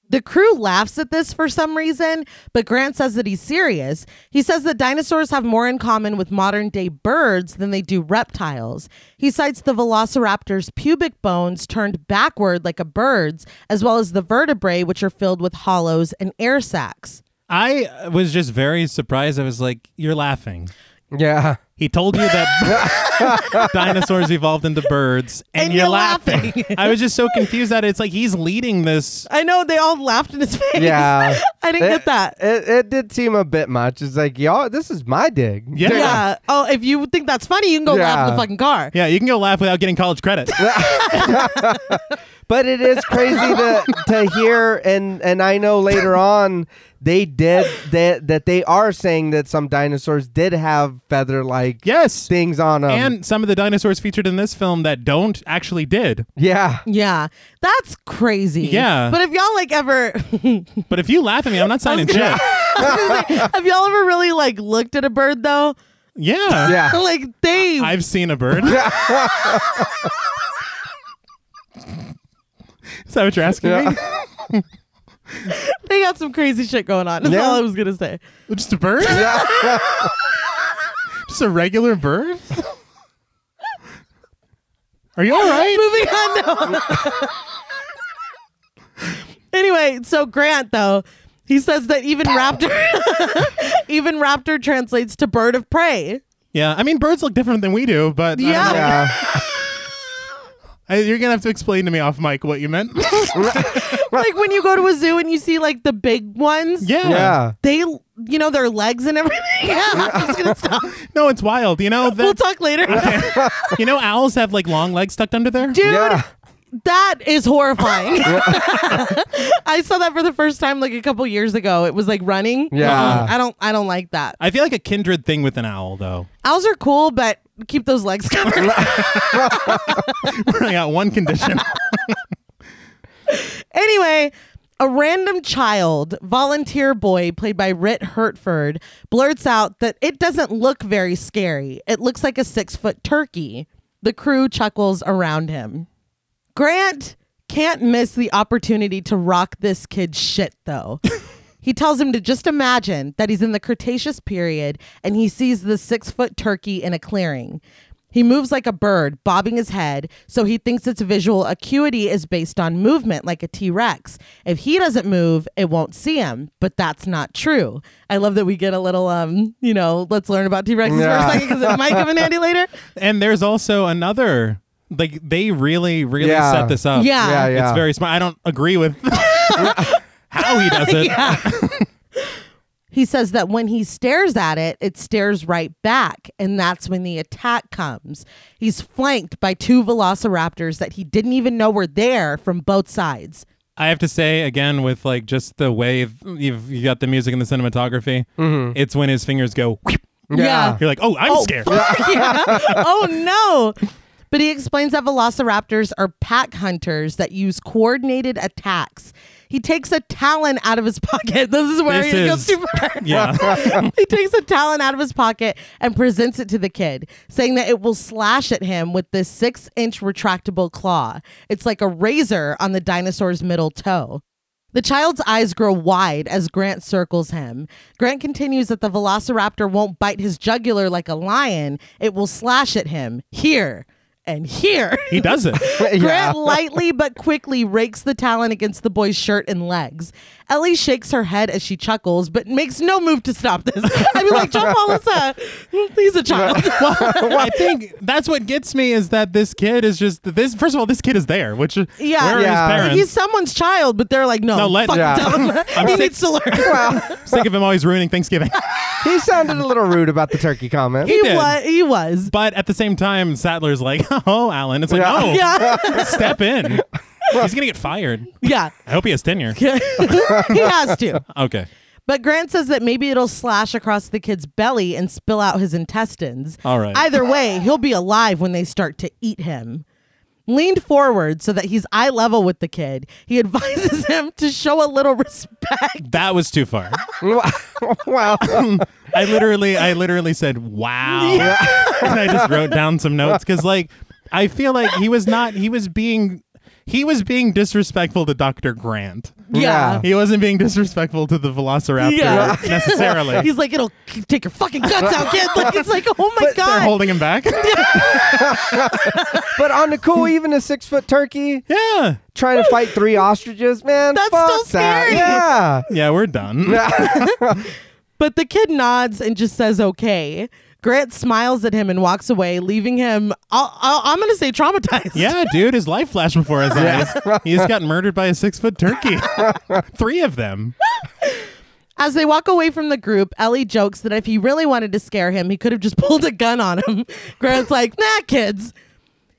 A: The crew laughs at this for some reason, but Grant says that he's serious. He says that dinosaurs have more in common with modern day birds than they do reptiles. He cites the velociraptor's pubic bones turned backward like a bird's, as well as the vertebrae, which are filled with hollows and air sacs.
B: I uh, was just very surprised. I was like, "You're laughing."
C: Yeah.
B: He told you that dinosaurs evolved into birds, and,
A: And
B: you're,
A: you're
B: laughing. I was just so confused that it's like he's leading this.
A: I know they all laughed in his face.
C: Yeah.
A: I didn't get that.
C: It, it did seem a bit much. It's like, y'all, this is my dig.
B: Yeah.
A: Yeah. Oh, if you think that's funny, you can go laugh in
C: Yeah.
A: the fucking car.
B: Yeah, you can go laugh without getting college credit.
C: But it is crazy to to hear, and and I know later on they did that that they are saying that some dinosaurs did have feather like
B: yes.
C: things on them.
B: And some of the dinosaurs featured in this film that don't actually did.
C: yeah,
A: Yeah. That's crazy.
B: Yeah.
A: But if y'all like ever
B: But if you laugh at me, I'm not signing check.
A: Have y'all ever really like looked at a bird though?
B: Yeah.
C: yeah.
A: Like they
B: I've seen a bird. Is that what you're asking me?
A: they got some crazy shit going on. That's
C: Yeah.
A: all I was gonna say.
B: Just a bird? Just a regular bird? Are you all right?
A: Moving on. now. anyway, so Grant though. He says that even raptor, even raptor translates to bird of prey.
B: Yeah, I mean, birds look different than we do, but I don't
A: Yeah.
B: know.
C: Yeah.
B: I- you're gonna have to explain to me off mic what you meant.
A: Like when you go to a zoo and you see like the big ones.
B: yeah.
C: yeah.
A: They, you know, their legs and everything. Yeah, I'm just gonna stop.
B: no, it's wild. You know
A: We'll
B: that.
A: talk later,
B: you know, owls have like long legs tucked under there.
A: dude.
C: Yeah.
A: That is horrifying. I saw that for the first time like a couple years ago. It was like running.
C: Yeah.
A: Uh-uh. I don't. I don't like that.
B: I feel like a kindred thing with an owl, though.
A: Owls are cool, but keep those legs covered.
B: I got one condition.
A: Anyway, a random child, volunteer boy played by Rit Hertford, blurts out that it doesn't look very scary. It looks like a six foot turkey. The crew chuckles around him. Grant can't miss the opportunity to rock this kid's shit, though. he tells him to just imagine that he's in the Cretaceous period and he sees the six foot turkey in a clearing. He moves like a bird, bobbing his head, so he thinks its visual acuity is based on movement, like a T Rex. If he doesn't move, it won't see him, but that's not true. I love that we get a little, um, you know, let's learn about T Rexes for
C: Yeah.
A: a second because it might come in handy later.
B: and there's also another. Like they really, really
C: Yeah.
B: set this up.
A: Yeah.
C: Yeah, yeah.
B: It's very smart. I don't agree with how he does it.
A: He says that when he stares at it, it stares right back, and that's when the attack comes. He's flanked by two velociraptors that he didn't even know were there from both sides.
B: I have to say again with like just the way you've you got the music and the cinematography. It's when his fingers go. wheep.
C: Mm-hmm. Yeah.
B: You're like, oh, I'm
A: Oh,
B: scared.
A: fuck yeah. oh no. But he explains that velociraptors are pack hunters that use coordinated attacks. He takes a talon out of his pocket. This is where
B: This
A: he
B: is-
A: goes too far.
B: Yeah.
A: he takes a talon out of his pocket and presents it to the kid, saying that it will slash at him with this six inch retractable claw. It's like a razor on the dinosaur's middle toe. The child's eyes grow wide as Grant circles him. Grant continues that the velociraptor won't bite his jugular like a lion, it will slash at him here and here.
B: he does it.
A: Grant lightly but quickly rakes the talon against the boy's shirt and legs. Ellie shakes her head as she chuckles, but makes no move to stop this. I mean, like, John Paul is a, he's a child.
B: well, I think that's what gets me is that this kid is just this. First of all, this kid is there, which yeah,
A: Yeah.
B: where are
C: Yeah.
B: his parents?
A: He's someone's child, but they're like, no,
B: No, let-
A: fuck
C: Yeah.
A: tell him.
B: I'm
A: he
B: sick-
A: needs to learn.
C: Well,
B: I'm sick of him always ruining Thanksgiving.
C: he sounded a little rude about the turkey comment.
A: He,
B: did.
A: was. He was.
B: but at the same time, Sattler's like, oh, Alan, it's like,
C: Yeah.
B: no,
A: Yeah.
B: step in. He's gonna get fired.
A: Yeah.
B: I hope he has tenure.
A: he has to.
B: Okay.
A: But Grant says that maybe it'll slash across the kid's belly and spill out his intestines.
B: All right.
A: Either way, he'll be alive when they start to eat him. Leaned forward so that he's eye level with the kid, he advises him to show a little respect.
B: That was too far.
C: well,
B: I literally, I literally said, "Wow," and I just wrote down some notes because, like, I feel like he was not. He was being, he was being disrespectful to Doctor Grant.
C: Yeah.
B: He wasn't being disrespectful to the Velociraptor
A: Yeah.
B: necessarily.
A: He's like, it'll k- take your fucking guts out, kid. Like, it's like, oh my
B: They're
A: God.
B: holding him back.
C: but on the cool, even a six foot turkey
B: yeah,
C: trying to fight three ostriches, man.
A: That's
C: fuck
A: still
C: that.
A: scary.
C: Yeah.
B: yeah, we're done.
A: But the kid nods and just says, okay. Grant smiles at him and walks away, leaving him, I'll, I'll, I'm going to say traumatized.
B: Yeah, dude, his life flashed before his eyes. He just got murdered by a six foot turkey. Three of them.
A: As they walk away from the group, Ellie jokes that if he really wanted to scare him, he could have just pulled a gun on him. Grant's like, nah, kids.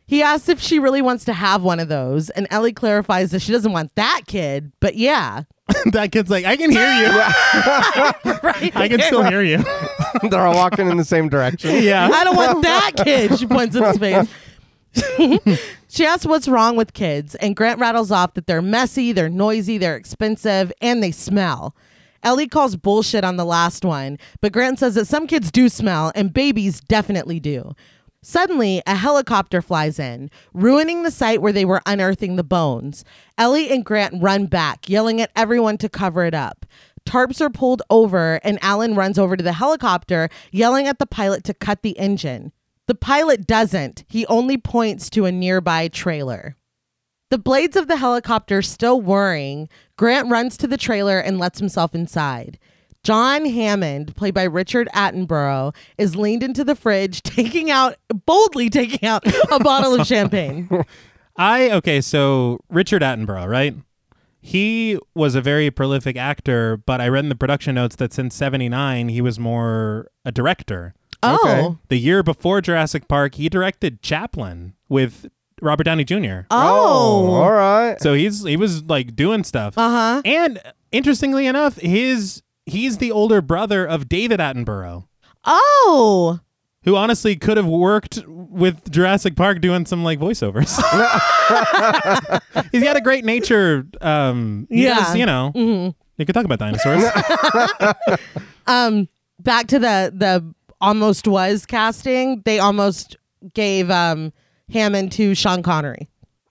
A: He asks if she really wants to have one of those, and Ellie clarifies that she doesn't want that kid, but yeah.
B: that kid's like, I can hear you.
A: Right?
B: I can still hear you.
C: They're all walking in the same direction.
B: yeah.
A: I don't want that kid. She points in his face. she asks what's wrong with kids, and Grant rattles off that they're messy, they're noisy, they're expensive, and they smell. Ellie calls bullshit on the last one, but Grant says that some kids do smell, and babies definitely do. Suddenly, a helicopter flies in, ruining the site where they were unearthing the bones. Ellie and Grant run back, yelling at everyone to cover it up. Tarps are pulled over, and Alan runs over to the helicopter, yelling at the pilot to cut the engine. The pilot doesn't, he only points to a nearby trailer. The blades of the helicopter still whirring, Grant runs to the trailer and lets himself inside. John Hammond, played by Richard Attenborough, is leaned into the fridge, taking out boldly taking out a bottle of champagne.
B: I okay, so Richard Attenborough, right? He was a very prolific actor, but I read in the production notes that since 79 he was more a director.
A: Oh,
C: Okay.
B: The year before Jurassic Park, he directed Chaplin with Robert Downey Jr.
A: oh,
C: all right.
B: So he's he was like doing stuff.
A: uh huh.
B: And interestingly enough, his he's the older brother of David Attenborough,
A: Oh,
B: who honestly could have worked with Jurassic Park doing some like voiceovers. he's got a great nature. Um, he
A: Yeah. Mm-hmm.
B: does, you know, you could talk about dinosaurs.
A: um, back to the the almost was casting. They almost gave um Hammond to Sean Connery.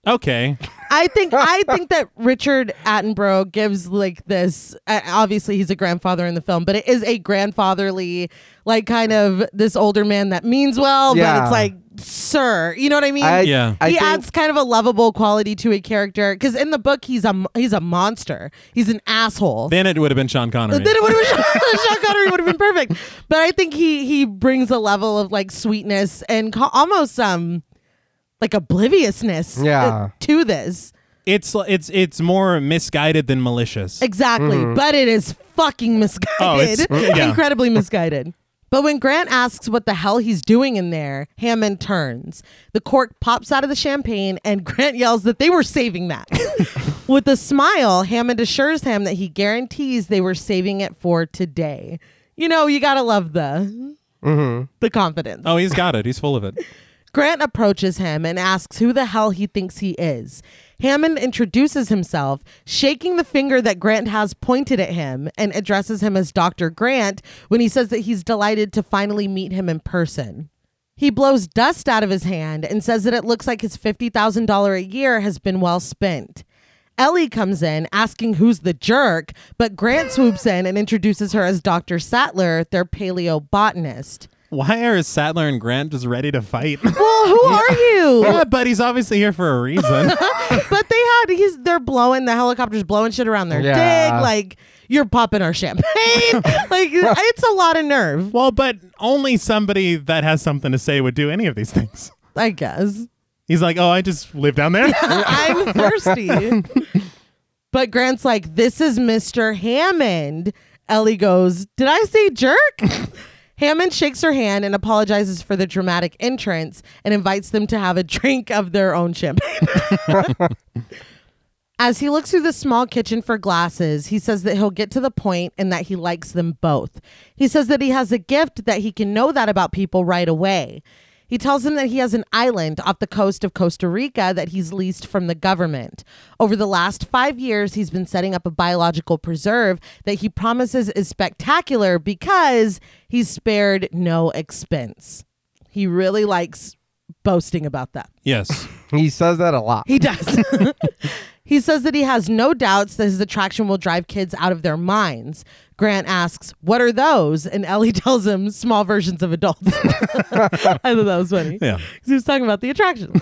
B: okay,
A: I think I think that Richard Attenborough gives like this. Uh, obviously, he's a grandfather in the film, but it is a grandfatherly, like kind of this older man that means well, but
C: Yeah.
A: it's like, sir, you know what I mean?
C: I,
B: Yeah.
C: I
A: he
C: think-
A: adds kind of a lovable quality to a character because in the book he's a m- he's a monster. He's an asshole.
B: then it would have been Sean Connery.
A: Then it would have been Sean Connery would have been perfect. But I think he he brings a level of like sweetness and co- almost um like obliviousness uh,
C: Yeah.
A: to this.
B: it's it's it's more misguided than malicious.
A: Exactly. But it is fucking
B: Mm-hmm. Oh,
A: misguided.
B: it's- yeah.
A: Incredibly misguided. But when Grant asks what the hell he's doing in there, Hammond turns. The cork pops out of the champagne, and Grant yells that they were saving that. With a smile, Hammond assures him that he guarantees they were saving it for today. You know, you gotta love the
B: Mm-hmm.
A: the confidence.
B: Oh, he's got it. He's full of it.
A: Grant approaches him and asks who the hell he thinks he is. Hammond introduces himself, shaking the finger that Grant has pointed at him, and addresses him as Dr. Grant when he says that he's delighted to finally meet him in person. He blows dust out of his hand and says that it looks like his $50,000 a year has been well spent. Ellie comes in asking who's the jerk, but Grant swoops in and introduces her as Dr. Sattler, their paleobotanist.
B: Why are Sattler and Grant just ready to fight?
A: Well, who are you?
B: yeah, but he's obviously here for a reason.
A: but they had he's they're blowing the helicopters blowing shit around their
C: Yeah.
A: dick like you're popping our champagne like it's a lot of nerve
B: well, but only somebody that has something to say would do any of these things.
A: i guess
B: He's like, oh, I just live down there.
A: i'm thirsty but grant's like this is mr hammond ellie goes did i say jerk hammond shakes her hand and apologizes for the dramatic entrance and invites them to have a drink of their own champagne As he looks through the small kitchen for glasses, he says that he'll get to the point and that he likes them both. He says that he has a gift that he can know that about people right away. He tells him that he has an island off the coast of Costa Rica that he's leased from the government. Over the last five years, he's been setting up a biological preserve that he promises is spectacular because he's spared no expense. He really likes boasting about that.
B: yes.
C: he says that a lot.
A: He does. he says that he has no doubts that his attraction will drive kids out of their minds. Grant asks, What are those? And Ellie tells him, Small versions of adults. I thought that was funny.
B: Yeah.
A: 'Cause he was talking about the attraction.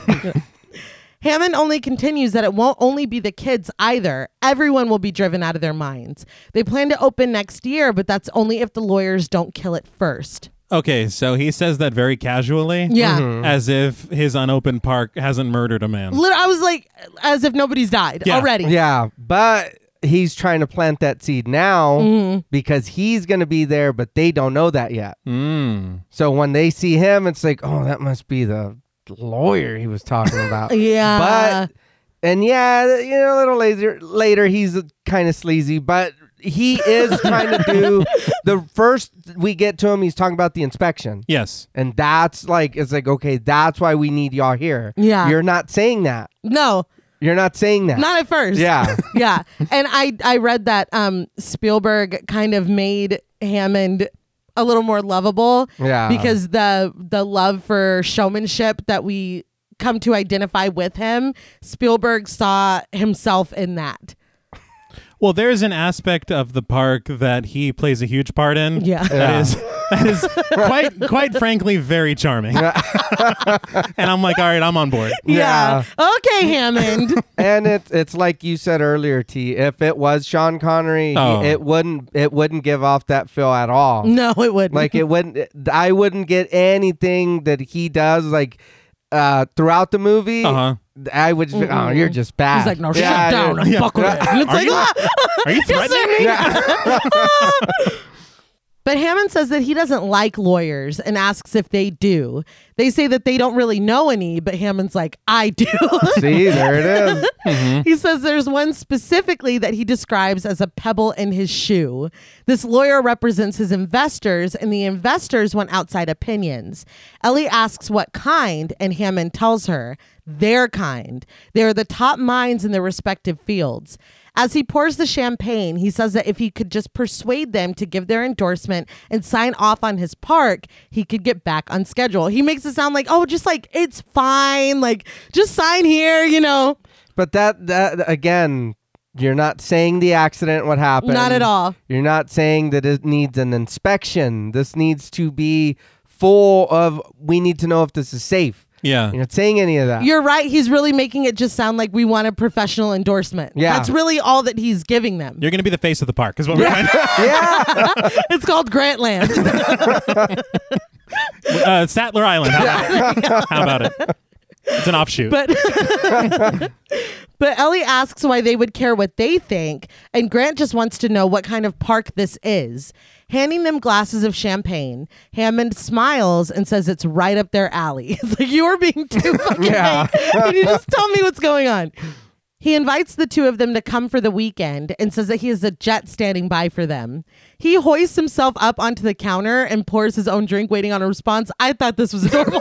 A: Hammond only continues that it won't only be the kids either. Everyone will be driven out of their minds. They plan to open next year, but that's only if the lawyers don't kill it first.
B: Okay, so he says that very casually.
A: Yeah.
B: As if his unopened park hasn't murdered a man.
A: Lit- I was like, as if nobody's died
B: Yeah.
A: already.
C: Yeah, but he's trying to plant that seed now
A: Mm-hmm.
C: because he's going to be there, but they don't know that yet.
B: Mm.
C: So when they see him, it's like, oh, that must be the lawyer he was talking about.
A: Yeah.
C: But and yeah, you know, a little later later he's kind of sleazy, but he is trying to do the first we get to him, he's talking about the inspection.
B: Yes.
C: And that's like it's like, okay, that's why we need y'all here.
A: Yeah.
C: You're not saying that.
A: no,
C: You're not saying that.
A: not at first.
C: yeah.
A: yeah and i i read that um spielberg kind of made hammond a little more lovable
C: Yeah.
A: because the the love for showmanship that we come to identify with him spielberg saw himself in that
B: Well, there's an aspect of the park that he plays a huge part in.
A: Yeah.
B: That
C: Yeah.
B: is That is quite, quite frankly, very charming. and I'm like, all right, I'm on board.
A: Yeah. Okay, Hammond.
C: and it's it's like you said earlier, T. If it was Sean Connery,
B: Oh.
C: it wouldn't it wouldn't give off that feel at all.
A: no, it wouldn't.
C: Like it wouldn't. I wouldn't get anything that he does like uh throughout the movie.
B: Uh-huh.
C: I would. Just, be, oh, you're just bad.
A: He's like, no, shut
C: Yeah,
A: down.
C: you're-
A: I'm
B: yeah.
A: buckled in. And it's
B: Are
A: like,
B: you-
A: ah,
B: Are you
A: yes,
B: threatening?
A: sir. But Hammond says that he doesn't like lawyers and asks if they do. They say that they don't really know any, but Hammond's like, I do.
C: See, there it is.
A: he says there's one specifically that he describes as a pebble in his shoe. This lawyer represents his investors, and the investors want outside opinions. Ellie asks what kind, and Hammond tells her their kind. They are the top minds in their respective fields. As he pours the champagne, he says that if he could just persuade them to give their endorsement and sign off on his park, he could get back on schedule. He makes it sound like, oh, just like, it's fine. Like, just sign here, you know.
C: But that that again, you're not saying the accident what happened.
A: Not at all.
C: You're not saying that it needs an inspection. This needs to be full of. We need to know if this is safe.
B: Yeah.
C: You're not saying any of that.
A: You're right. He's really making it just sound like we want a professional endorsement.
C: Yeah.
A: That's really all that he's giving them.
B: You're going to be the face of the park, is what we're trying
C: yeah.
A: it's called Grantland.
B: Uh, Sattler Island. How about, it? How about it? It's an offshoot.
A: but But Ellie asks why they would care what they think, and Grant just wants to know what kind of park this is. Handing them glasses of champagne, Hammond smiles and says it's right up their alley. It's like you are being too fucking
C: Yeah.
A: vague. Can you just tell me what's going on? He invites the two of them to come for the weekend and says that he has a jet standing by for them. He hoists himself up onto the counter and pours his own drink, waiting on a response. I thought this was adorable.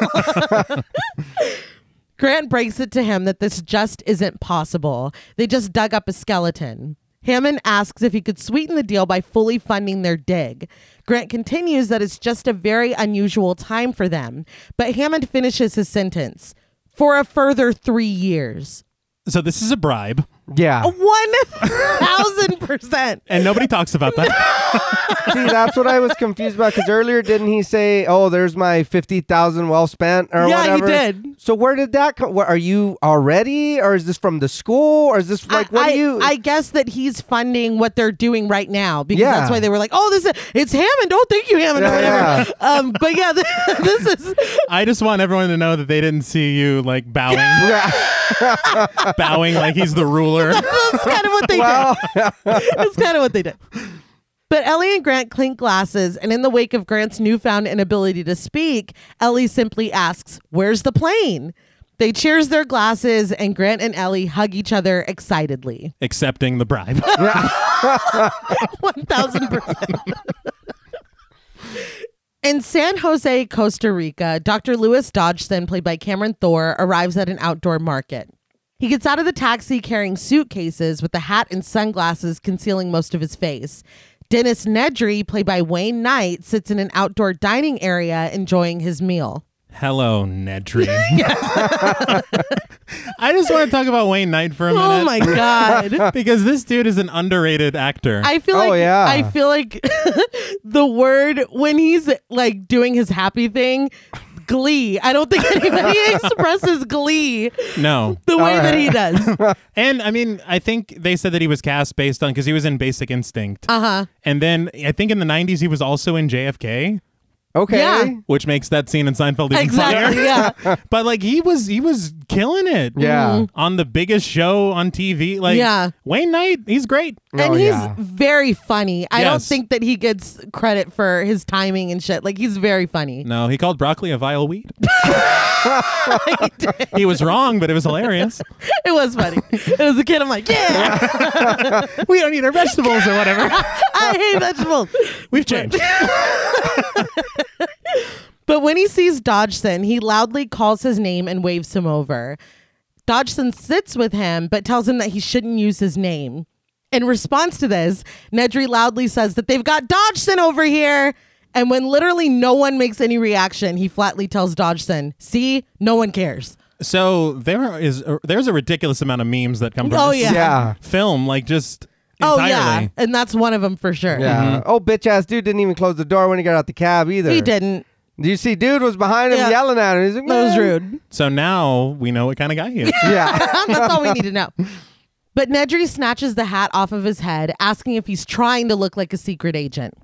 A: Grant breaks it to him that this just isn't possible. They just dug up a skeleton. Hammond asks if he could sweeten the deal by fully funding their dig. Grant continues that it's just a very unusual time for them, but Hammond finishes his sentence for a further three years.
B: so this is a bribe,
C: Yeah.
A: One thousand percent.
B: and nobody talks about that.
C: See, that's what I was confused about because earlier didn't he say, "Oh, there's my fifty thousand well spent" or
A: Yeah, he
C: whatever?
A: did.
C: So where did that come? What, are you already, or is this from the school, or is this like what
A: I,
C: do you?
A: I guess that he's funding what they're doing right now because
C: Yeah.
A: that's why they were like, "Oh, this is it's Hammond. Oh, thank you, Hammond." or
C: Yeah,
A: whatever. Um, but yeah, this is
B: I just want everyone to know that they didn't see you like bowing,
C: Yeah.
B: bowing like he's the ruler.
A: that's kind of what they
C: well,
A: did. That's kind of what they did. But Ellie and Grant clink glasses, and in the wake of Grant's newfound inability to speak, Ellie simply asks, Where's the plane? They cheers their glasses, and Grant and Ellie hug each other excitedly.
B: Accepting the bribe.
A: 1000%. In San Jose, Costa Rica, Dr. Lewis Dodgson, played by Cameron Thor, arrives at an outdoor market. He gets out of the taxi carrying suitcases with the hat and sunglasses concealing most of his face. Dennis Nedry, played by Wayne Knight, sits in an outdoor dining area enjoying his meal.
B: Hello, Nedry. I just want to talk about Wayne Knight for a minute.
A: Oh my God.
B: Because this dude is an underrated actor.
A: I feel
C: Oh,
A: like
C: yeah.
A: I feel like the word when he's like doing his happy thing, glee. I don't think anybody expresses glee
B: no.
A: the way that
C: right.
A: he does. Uh
B: And I mean, I think they said that he was cast based on because he was in Basic Instinct.
A: huh.
B: And then I think in the 90s, he was also in JFK,
C: okay.
A: Yeah.
B: which makes that scene in Seinfeld even
A: Exactly.
B: funnier.
A: Yeah.
B: But like he was he was killing it.
C: Yeah. Mhm.
B: On the biggest show on TV. Like
A: Yeah.
B: Wayne Knight, he's great.
A: and
C: Oh,
A: he's
C: yeah.
A: very funny. I don't
B: Yes.
A: think that he gets credit for his timing and shit. Like he's very funny.
B: No, he called broccoli a vile weed. he was wrong, but it was hilarious.
A: It was funny. it was a kid. I'm like, yeah,
B: we don't eat our vegetables or whatever.
A: I hate vegetables.
B: We've changed.
A: But when he sees Dodgson, he loudly calls his name and waves him over. Dodgson sits with him, but tells him that he shouldn't use his name. In response to this, Nedry loudly says that they've got Dodgson over here. And when literally no one makes any reaction, he flatly tells Dodgson, See, no one cares.
B: uh, So there is there's a ridiculous amount of memes that come from
A: Oh,
B: this
A: yeah.
C: Yeah.
B: film. Like just
A: Oh
B: entirely.
A: yeah, and that's one of them for sure.
C: Yeah. Oh, bitch ass dude didn't even close the door when he got out the cab either.
A: Mm-hmm. he didn't.
C: Do you see, dude was behind him
A: Yeah.
C: yelling at him. He's like,
A: That was
C: "Man."
A: rude.
B: So now we know what kind of guy he is.
C: Yeah.
A: That's all we need to know. But Nedry snatches the hat off of his head, asking if he's trying to look like a secret agent.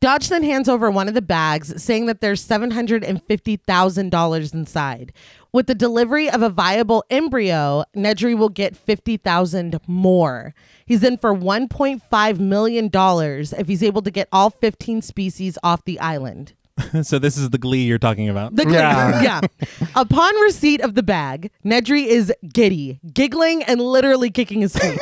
A: Dodge then hands over one of the bags, saying that there's $750,000 inside. With the delivery of a viable embryo, Nedry will get 50,000 more. He's in for 1.5 million dollars if he's able to get all 15 species off the island.
B: so this is the glee you're talking about.
A: The
C: Yeah.
A: yeah. Upon receipt of the bag, Nedry is giddy, giggling and literally kicking his feet.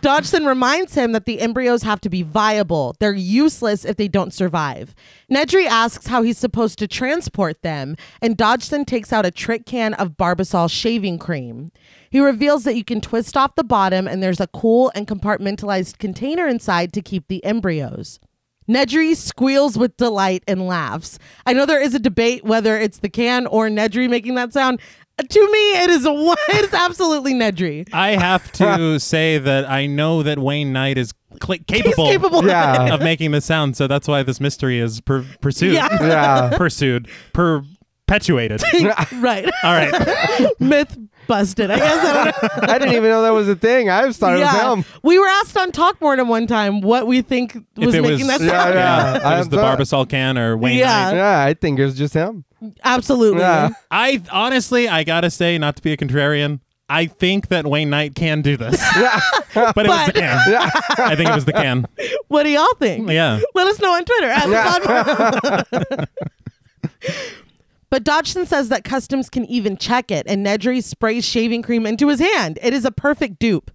A: Dodgson reminds him that the embryos have to be viable. They're useless if they don't survive. Nedry asks how he's supposed to transport them, and Dodgson takes out a trick can of Barbasol shaving cream. He reveals that you can twist off the bottom, and there's a cool and compartmentalized container inside to keep the embryos. Nedry squeals with delight and laughs. I know there is a debate whether it's the can or Nedry making that sound. Uh, To me, it is one. It is absolutely Nedry.
B: I have to say that I know that Wayne Knight is cl-
A: He's
B: capable,
A: capable. of it.
C: Yeah.
B: of making this sound, so that's why this mystery is per- pursued.
A: Yeah.
C: Yeah.
B: Pursued. Perpetuated.
A: right.
B: All right.
A: Myth busted. I guess. I would-
C: I didn't even know that was a thing. I started
A: yeah.
C: with him.
A: We were asked on Talkmortem one time what we think was
B: if it
A: making
B: was,
A: that sound.
C: Yeah, yeah.
B: if it
C: I
B: was the
C: thought-
B: Barbasol can or Wayne
A: Yeah. Mm-hmm.
B: Knight.
C: Yeah, I think it was just him.
A: Absolutely.
C: Yeah.
B: I honestly, I gotta say, not to be a contrarian, I think that Wayne Knight can do this, but it was the
A: But-
B: can. I think it was the can.
A: What do y'all think?
B: Yeah.
A: Let us know on Twitter. At the Podmore. but Dodgson says that customs can even check it, and Nedry sprays shaving cream into his hand. It is a perfect dupe.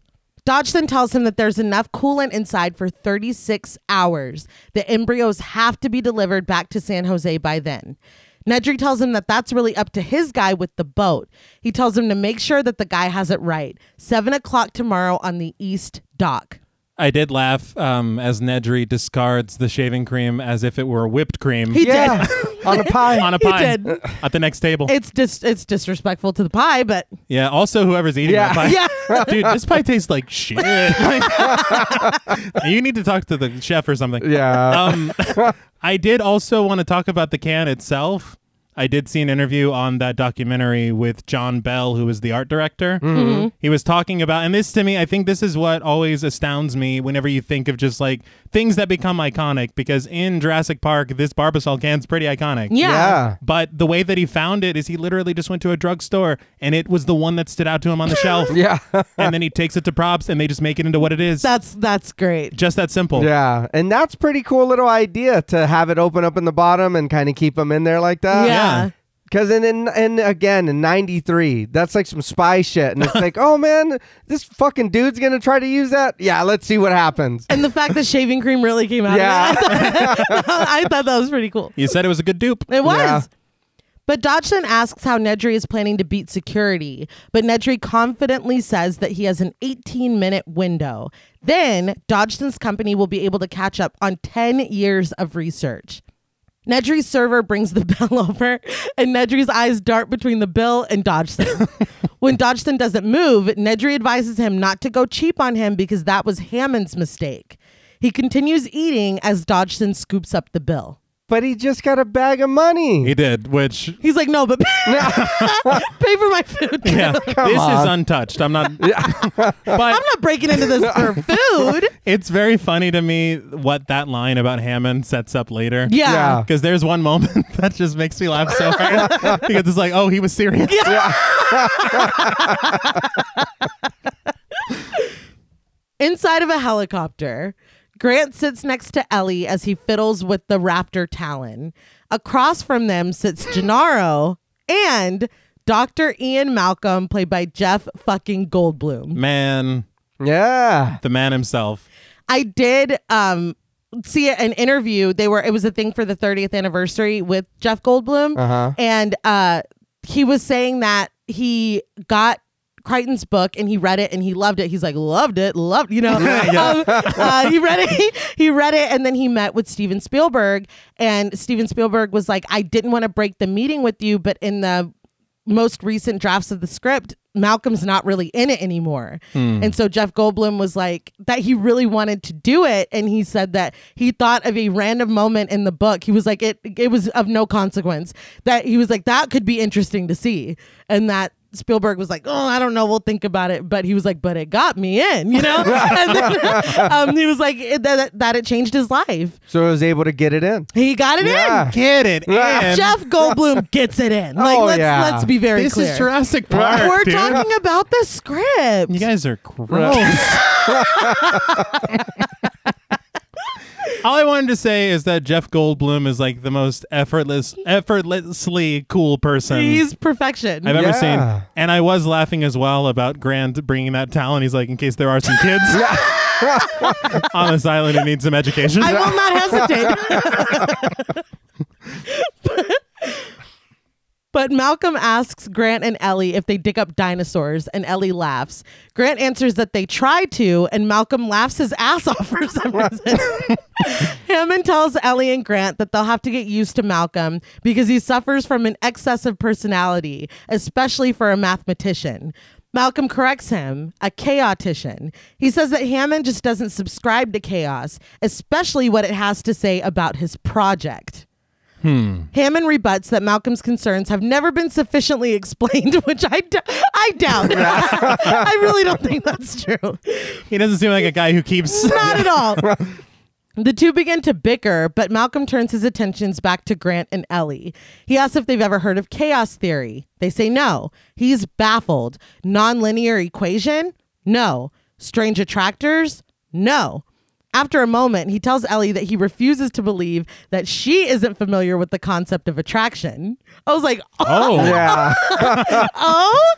A: Dodgson tells him that there's enough coolant inside for 36 hours. The embryos have to be delivered back to San Jose by then. Nedry tells him that that's really up to his guy with the boat. He tells him to make sure that the guy has it right. Seven o'clock tomorrow on the East Dock.
B: I did laugh um, as Nedry discards the shaving cream as if it were whipped cream
A: He
C: Yeah.
A: did.
C: On a pie.
B: on a pie
A: did.
B: at the next table.
A: It's dis- it's disrespectful to the pie, but
B: yeah. Also, whoever's eating
C: Yeah.
B: that pie,
A: yeah.
B: dude, this pie tastes like shit. you need to talk to the chef or something.
C: yeah.
B: um, I did also want to talk about the can itself. I did see an interview on that documentary with John Bell, who was the art director.
C: Mm-hmm.
B: He was talking about, and this to me, I think this is what always astounds me whenever you think of just like things that become iconic. Because in Jurassic Park, this Barbasol can's pretty iconic.
A: yeah.
C: yeah.
B: But the way that he found it is he literally just went to a drugstore and it was the one that stood out to him on the shelf.
C: Yeah.
B: And then he takes it to props and they just make it into what it is.
A: That's that's great.
B: just that simple.
C: Yeah, and that's pretty cool little idea to have it open up in the bottom and kind of keep them in there like that.
A: yeah.
C: Cause in, in and again in '93, that's like some spy shit, and it's like, oh man, this fucking dude's gonna try to use that. Yeah, let's see what happens.
A: And the fact that shaving cream really came out
C: Yeah.
A: of that, I thought, I thought that was pretty cool.
B: You said it was a good dupe.
A: It was.
C: Yeah.
A: But Dodgson asks how Nedry is planning to beat security, but Nedry confidently says that he has an 18 minute window. Then Dodgson's company will be able to catch up on 10 years of research. Nedry's server brings the bill over, and Nedry's eyes dart between the bill and Dodgson. when Dodgson doesn't move, Nedry advises him not to go cheap on him because that was Hammond's mistake. He continues eating as Dodgson scoops up the bill.
C: But he just got a bag of
B: He
C: money.
B: did, which
A: He's like, no, but pay for my food.
B: yeah, this is
C: on.
B: untouched. I'm not, but
A: I'm not breaking into this for food.
B: it's very funny to me what that line about Hammond sets up later.
A: Yeah.
C: Yeah.
B: because there's one moment that just makes me laugh so hard because it's like, oh, he was serious.
A: Inside of a helicopter, Grant sits next to Ellie as he fiddles with the raptor talon. Across from them sits Gennaro and Dr. Ian Malcolm, played by Jeff fucking Goldblum.
B: Man,
C: Yeah,
B: the man himself.
A: I did um see an interview. They were it was a thing for the 30th anniversary with Jeff Goldblum,
C: Uh-huh.
A: and uh, he was saying that he got. Crichton's book, and he read it, and he loved it. He's like, loved it, loved, you know. Um, uh, he read it, he, read it, and then he met with Steven Spielberg, and Steven Spielberg was like, I didn't want to break the meeting with you, but in the most recent drafts of the script, Malcolm's not really in it anymore.
C: Hmm.
A: And so Jeff Goldblum was like, that he really wanted to do it. And he said that he thought of a random moment in the book. He was like, it, it was of no consequence. That he was like, that could be interesting to see. And that Spielberg was like, oh, I don't know, we'll think about it. But he was like, but it got me in, you know? and then, um, he was like, it, that, that it changed his life.
C: So I was able to get it in.
A: He got it in.
C: Yeah.
B: Get it in.
A: Jeff Goldblum gets it in. Like
C: Oh,
A: let's
C: yeah.
A: let's be very
B: this
A: clear.
B: is Jurassic Park.
A: We're
B: dude.
A: talking about the script.
B: You guys are gross. All I wanted to say is that Jeff Goldblum is like the most effortless, effortlessly cool person
A: He's perfection.
B: I've ever
C: Yeah.
B: seen. And I was laughing as well about Grant bringing that talent. He's like, in case there are some kids on this island who need some education.
A: I will not hesitate. But Malcolm asks Grant and Ellie if they dig up dinosaurs, and Ellie laughs. Grant answers that they try to, and Malcolm laughs his ass off for some reason. Hammond tells Ellie and Grant that they'll have to get used to Malcolm because he suffers from an excessive personality, especially for a mathematician. Malcolm corrects him, a chaotician. He says that Hammond just doesn't subscribe to chaos, especially what it has to say about his project. Hammond rebuts that Malcolm's concerns have never been sufficiently explained, which I, d- I doubt. I really don't think that's true.
B: he doesn't seem like a guy who keeps.
A: Not at all. The two begin to bicker, but Malcolm turns his attentions back to Grant and Ellie. He asks if they've ever heard of chaos theory. They say no. He's baffled. Nonlinear equation? No. Strange attractors? No. After a moment, he tells Ellie that he refuses to believe that she isn't familiar with the concept of attraction. I was like, oh,
B: Oh,
C: Yeah.
A: oh?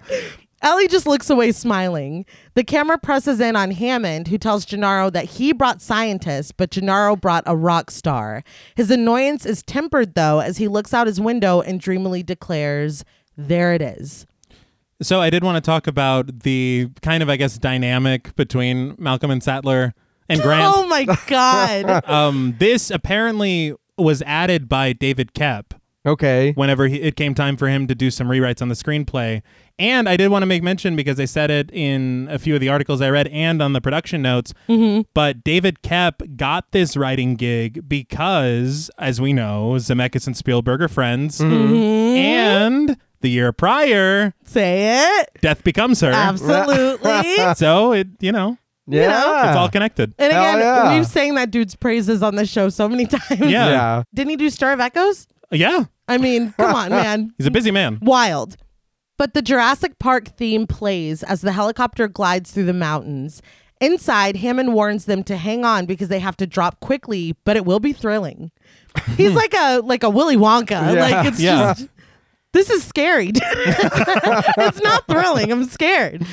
A: Ellie just looks away smiling. The camera presses in on Hammond, who tells Gennaro that he brought scientists, but Gennaro brought a rock star. His annoyance is tempered, though, as he looks out his window and dreamily declares, There it is.
B: So I did want to talk about the kind of, I guess, dynamic between Malcolm and Sattler and Grant.
A: Oh my God.
B: um, this apparently was added by David Kep
C: Okay.
B: whenever he, it came time for him to do some rewrites on the screenplay. And I did want to make mention because I said it in a few of the articles I read and on the production notes. But David Kep got this writing gig because, as we know, Zemeckis and Spielberg are friends. And the year prior,
A: Say it.
B: Death Becomes Her.
A: Absolutely.
B: So it, you know,
C: Yeah.
B: it's
C: Ah.
B: all connected.
A: And
C: Hell
A: again,
C: yeah.
A: we've sang that dude's praises on the show so many times.
B: Yeah.
C: yeah.
A: Didn't he do Star of Echoes?
B: Yeah.
A: I mean, come on, man.
B: He's a busy man.
A: Wild. But the Jurassic Park theme plays as the helicopter glides through the mountains. Inside, Hammond warns them to hang on because they have to drop quickly, but it will be thrilling. He's like a like a Willy Wonka.
C: Yeah.
A: Like it's
B: Yeah.
A: just this is scary. dude. it's not thrilling. I'm scared.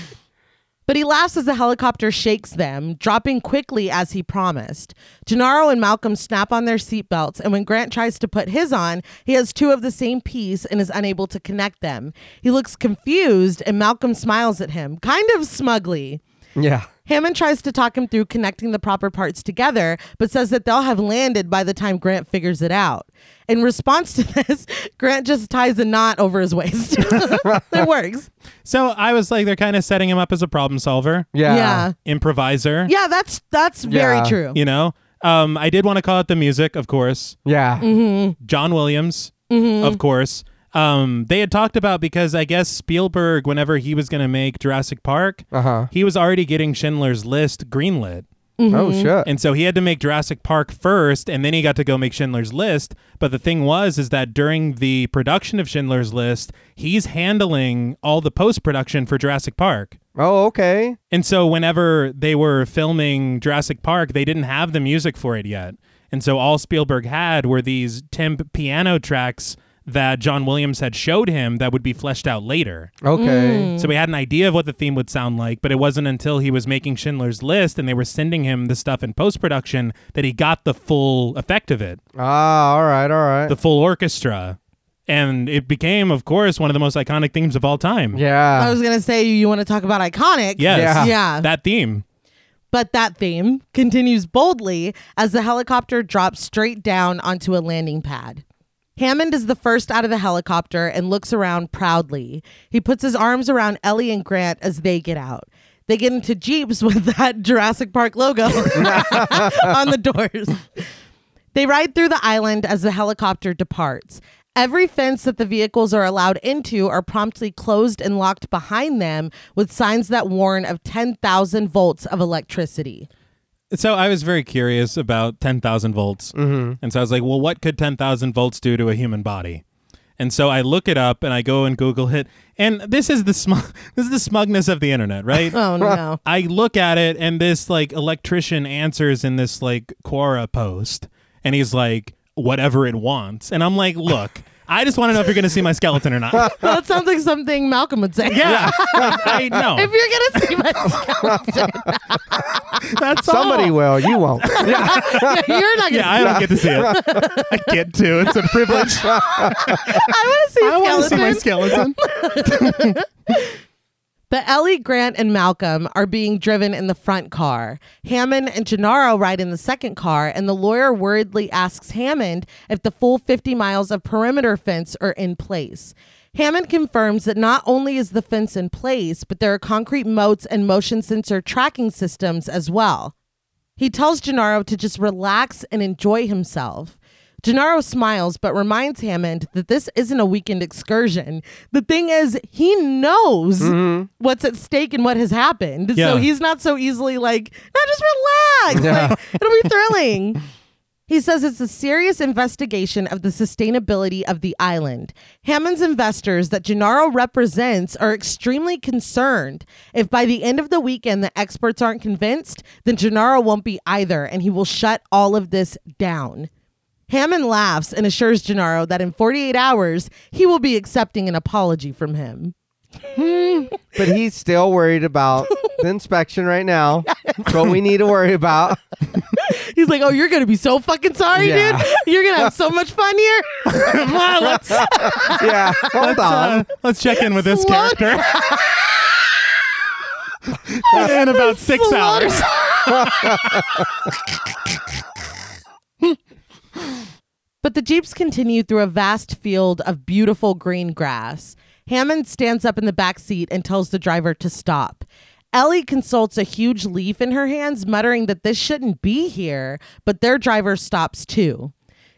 A: But he laughs as the helicopter shakes them, dropping quickly as he promised. Gennaro and Malcolm snap on their seatbelts, and when Grant tries to put his on, he has two of the same piece and is unable to connect them. He looks confused, and Malcolm smiles at him, kind of smugly.
C: Yeah.
A: Hammond tries to talk him through connecting the proper parts together, but says that they'll have landed by the time Grant figures it out. In response to this, Grant just ties a knot over his waist. it works.
B: So I was like, they're kind of setting him up as a problem solver,
C: Yeah.
A: yeah.
B: improviser.
A: Yeah, that's that's very
C: Yeah.
A: true.
B: You know, um, I did want to call out the music, of course.
C: Yeah.
B: Mm-hmm. John Williams, of course. Um, they had talked about because I guess Spielberg, whenever he was going to make Jurassic Park,
C: Uh-huh.
B: he was already getting Schindler's List greenlit.
C: Oh shit.
B: And so he had to make Jurassic Park first, and then he got to go make Schindler's List. But the thing was, is that during the production of Schindler's List, he's handling all the post production for Jurassic Park.
C: oh, okay.
B: And so whenever they were filming Jurassic Park, they didn't have the music for it yet. And so all Spielberg had were these temp piano tracks that John Williams had showed him that would be fleshed out later.
C: Okay.
B: So we had an idea of what the theme would sound like, but it wasn't until he was making Schindler's List and they were sending him the stuff in post production that he got the full effect of it,
C: Ah, all right, all right.
B: the full orchestra. And it became, of course, one of the most iconic themes of all time.
C: yeah.
A: I was gonna say you want to talk about iconic.
B: Yes.
C: Yeah.
A: Yeah.
B: That theme.
A: But that theme continues boldly as the helicopter drops straight down onto a landing pad. Hammond is the first out of the helicopter and looks around proudly. He puts his arms around Ellie and Grant as they get out. They get into Jeeps with that Jurassic Park logo on the doors. They ride through the island as the helicopter departs. Every fence that the vehicles are allowed into are promptly closed and locked behind them with signs that warn of 10,000 volts of electricity.
B: So I was very curious about 10,000 volts. Mm-hmm. And so I was like, well, what could 10,000 volts do to a human body? And so I look it up and I go and Google it. And this is the smug- this is the smugness of the internet, right?
A: Oh no.
B: I look at it and this like electrician answers in this like Quora post and he's like whatever it wants. And I'm like, look, I just want to know if you're going to see my skeleton or not.
A: that sounds like something Malcolm would say.
B: Yeah. I know.
A: If you're gonna see my skeleton,
B: That's
C: Somebody
B: all.
C: will. You won't. yeah.
A: you're not gonna.
B: Yeah, I don't get to see it. I get to. It's a privilege.
A: I want to see a
B: I want to see
A: skeleton.
B: my skeleton.
A: But Ellie, Grant, and Malcolm are being driven in the front car. Hammond and Gennaro ride in the second car, and the lawyer worriedly asks Hammond if the full 50 miles of perimeter fence are in place. Hammond confirms that not only is the fence in place, but there are concrete moats and motion sensor tracking systems as well. He tells Gennaro to just relax and enjoy himself. Gennaro smiles but reminds Hammond that this isn't a weekend excursion. The thing is, he knows what's at stake and what has happened. So
B: Yeah.
A: he's not so easily like, no, just relax.
C: Yeah.
A: Like, it'll be thrilling. He says it's a serious investigation of the sustainability of the island. Hammond's investors that Gennaro represents are extremely concerned. If by the end of the weekend the experts aren't convinced, then Gennaro won't be either, and he will shut all of this down. Hammond laughs and assures Gennaro that in 48 hours, he will be accepting an apology from him.
C: But he's still worried about the inspection right now. It's what we need to worry about.
A: He's like, Oh, you're going to be so fucking sorry,
C: Yeah.
A: dude. You're going to have so much fun here.
B: Come on, let's,
C: Yeah. Hold on.
B: uh, let's check in with this
A: Slow
B: character. in about six hours.
A: but the jeeps continue through a vast field of beautiful green grass. Hammond stands up in the back seat and tells the driver to stop. Ellie consults a huge leaf in her hands, muttering that this shouldn't be here, but their driver stops too.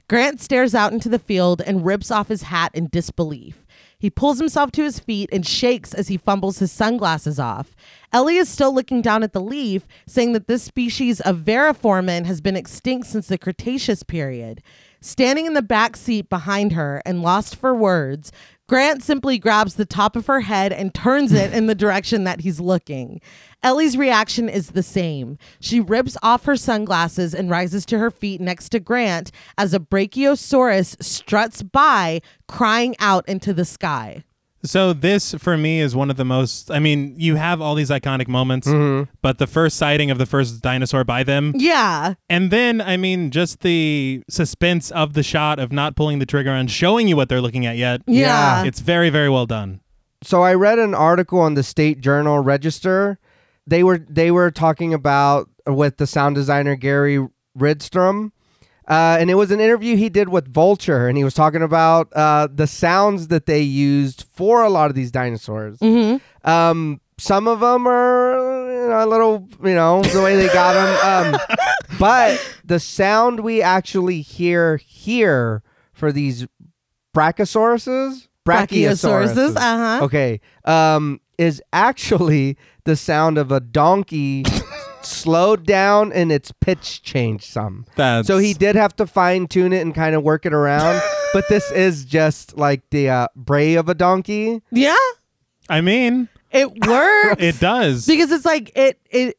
A: Grant stares out into the field and rips off his hat in disbelief. He pulls himself to his feet and shakes as he fumbles his sunglasses off. Ellie is still looking down at the leaf, saying that this species of variformin has been extinct since the Cretaceous period. Standing in the back seat behind her and lost for words, Grant simply grabs the top of her head and turns it in the direction that he's looking. Ellie's reaction is the same. She rips off her sunglasses and rises to her feet next to Grant as a brachiosaurus struts by, crying out into the sky.
B: So this for me is one of the most. I mean, you have all these iconic moments, but the first sighting of the first dinosaur by them,
A: Yeah.
B: and then I mean, just the suspense of the shot of not pulling the trigger and showing you what they're looking at yet.
A: Yeah.
B: it's very very well done.
C: So I read an article on the State Journal Register. They were they were talking about with the sound designer Gary Ridstrom. Uh, and it was an interview he did with Vulture, and he was talking about uh, the sounds that they used for a lot of these dinosaurs.
A: Mm-hmm.
C: Um, some of them are you know, a little, you know, the way they got them. Um, but the sound we actually hear here for these brachiosauruses,
A: Brachiosauruses, uh-huh.
C: Okay, um, is actually the sound of a donkey slowed down and its pitch changed some.
B: That's
C: So he did have to fine tune it and kind of work it around. but this is just like the uh, bray of a donkey.
A: Yeah.
B: I mean,
A: It works.
B: it does.
A: because it's like it it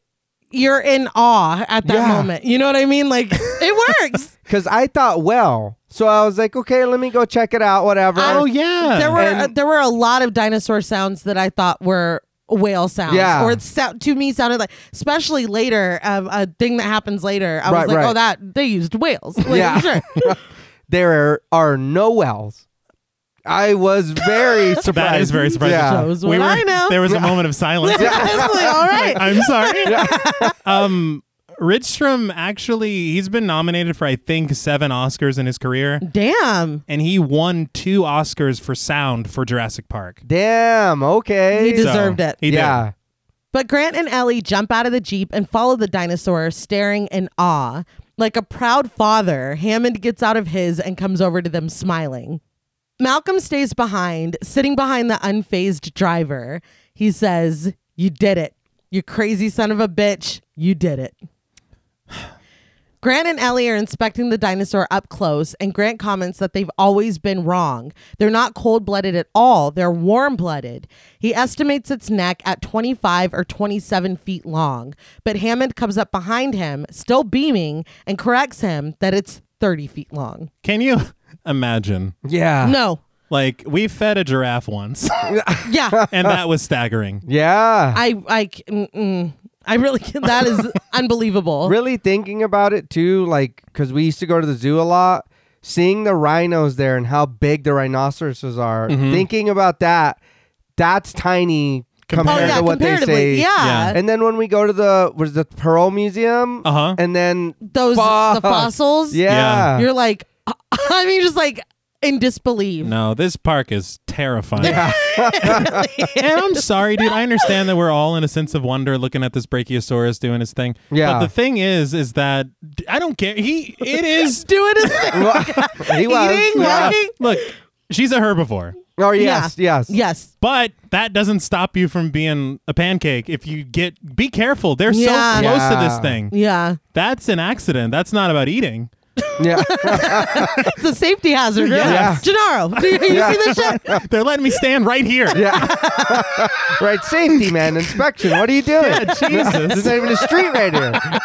A: you're in awe at that
C: Yeah.
A: moment. You know what I mean? Like it works.
C: Because I thought, well, so I was like, okay, let me go check it out, whatever.
B: oh yeah,
A: There were uh,
C: And-
A: there were a lot of dinosaur sounds that I thought were whale sounds,
C: Yeah.
A: or it sou- to me sounded like, especially later, um, a thing that happens later. I
C: Right,
A: was like,
C: right.
A: oh, that they used whales. Like,
C: Yeah.
A: sure.
C: there are no wells. I was very surprised.
B: that is very surprising.
C: Yeah.
A: Shows what
B: were,
A: I know.
B: There was a moment of silence.
A: It's like, all right.
B: I'm sorry. um, Ridstrom actually he's been nominated for I think 7 Oscars in his career
A: Damn.
B: and he won 2 Oscars for sound for Jurassic Park.
C: Damn. Okay.
A: He deserved it.
B: He did.
C: yeah.
A: But Grant and Ellie jump out of the Jeep and follow the dinosaur, staring in awe. Like a proud father, Hammond gets out of his and comes over to them smiling. Malcolm stays behind, sitting behind the unfazed driver. He says, You did it. You crazy son of a bitch. You did it. Grant and Ellie are inspecting the dinosaur up close, and Grant comments that they've always been wrong. They're not cold blooded at all, they're warm blooded. He estimates its neck at 25 or 27 feet long, but Hammond comes up behind him, still beaming, and corrects him that it's 30 feet long.
B: Can you imagine?
C: Yeah.
A: No.
B: Like we fed a giraffe once
A: Yeah.
B: and that was staggering.
C: Yeah.
A: I, I, c- mm-mm. I really, can- that is unbelievable.
C: really thinking about it too, like because we used to go to the zoo a lot. Seeing the rhinos there and how big the rhinoceroses are, thinking about that, that's tiny compared
A: Oh, yeah,
C: to what they
A: comparatively.
C: say.
A: yeah.
B: Yeah.
C: And then when we go to the was the Pearl Museum,
B: Uh-huh.
C: and then
A: Those, the
C: Fuck.
A: fossils.
C: yeah,
A: You're like, I mean, just like in disbelief.
B: No, this park is terrifying. and I'm sorry, dude. I understand that we're all in a sense of wonder looking at this Brachiosaurus doing his thing.
C: Yeah.
B: But the thing is, is that I don't care. He it is
A: Do it as
C: he was.
A: Eating,
C: yeah.
A: walking.
B: look, she's a herbivore.
C: Oh yes, yes,
A: Yes.
B: But that doesn't stop you from being a pancake if you get be careful. They're
A: Yeah.
B: so close to
C: Yeah.
B: this thing.
A: Yeah.
B: That's an accident. That's not about eating.
C: yeah.
A: It's a safety hazard. Really.
C: Yeah.
A: Gennaro, do you, you see this shit?
B: They're letting me stand right here.
C: right. Safety man, inspection. What are you doing? There's
B: Jesus.
C: not even a street right here.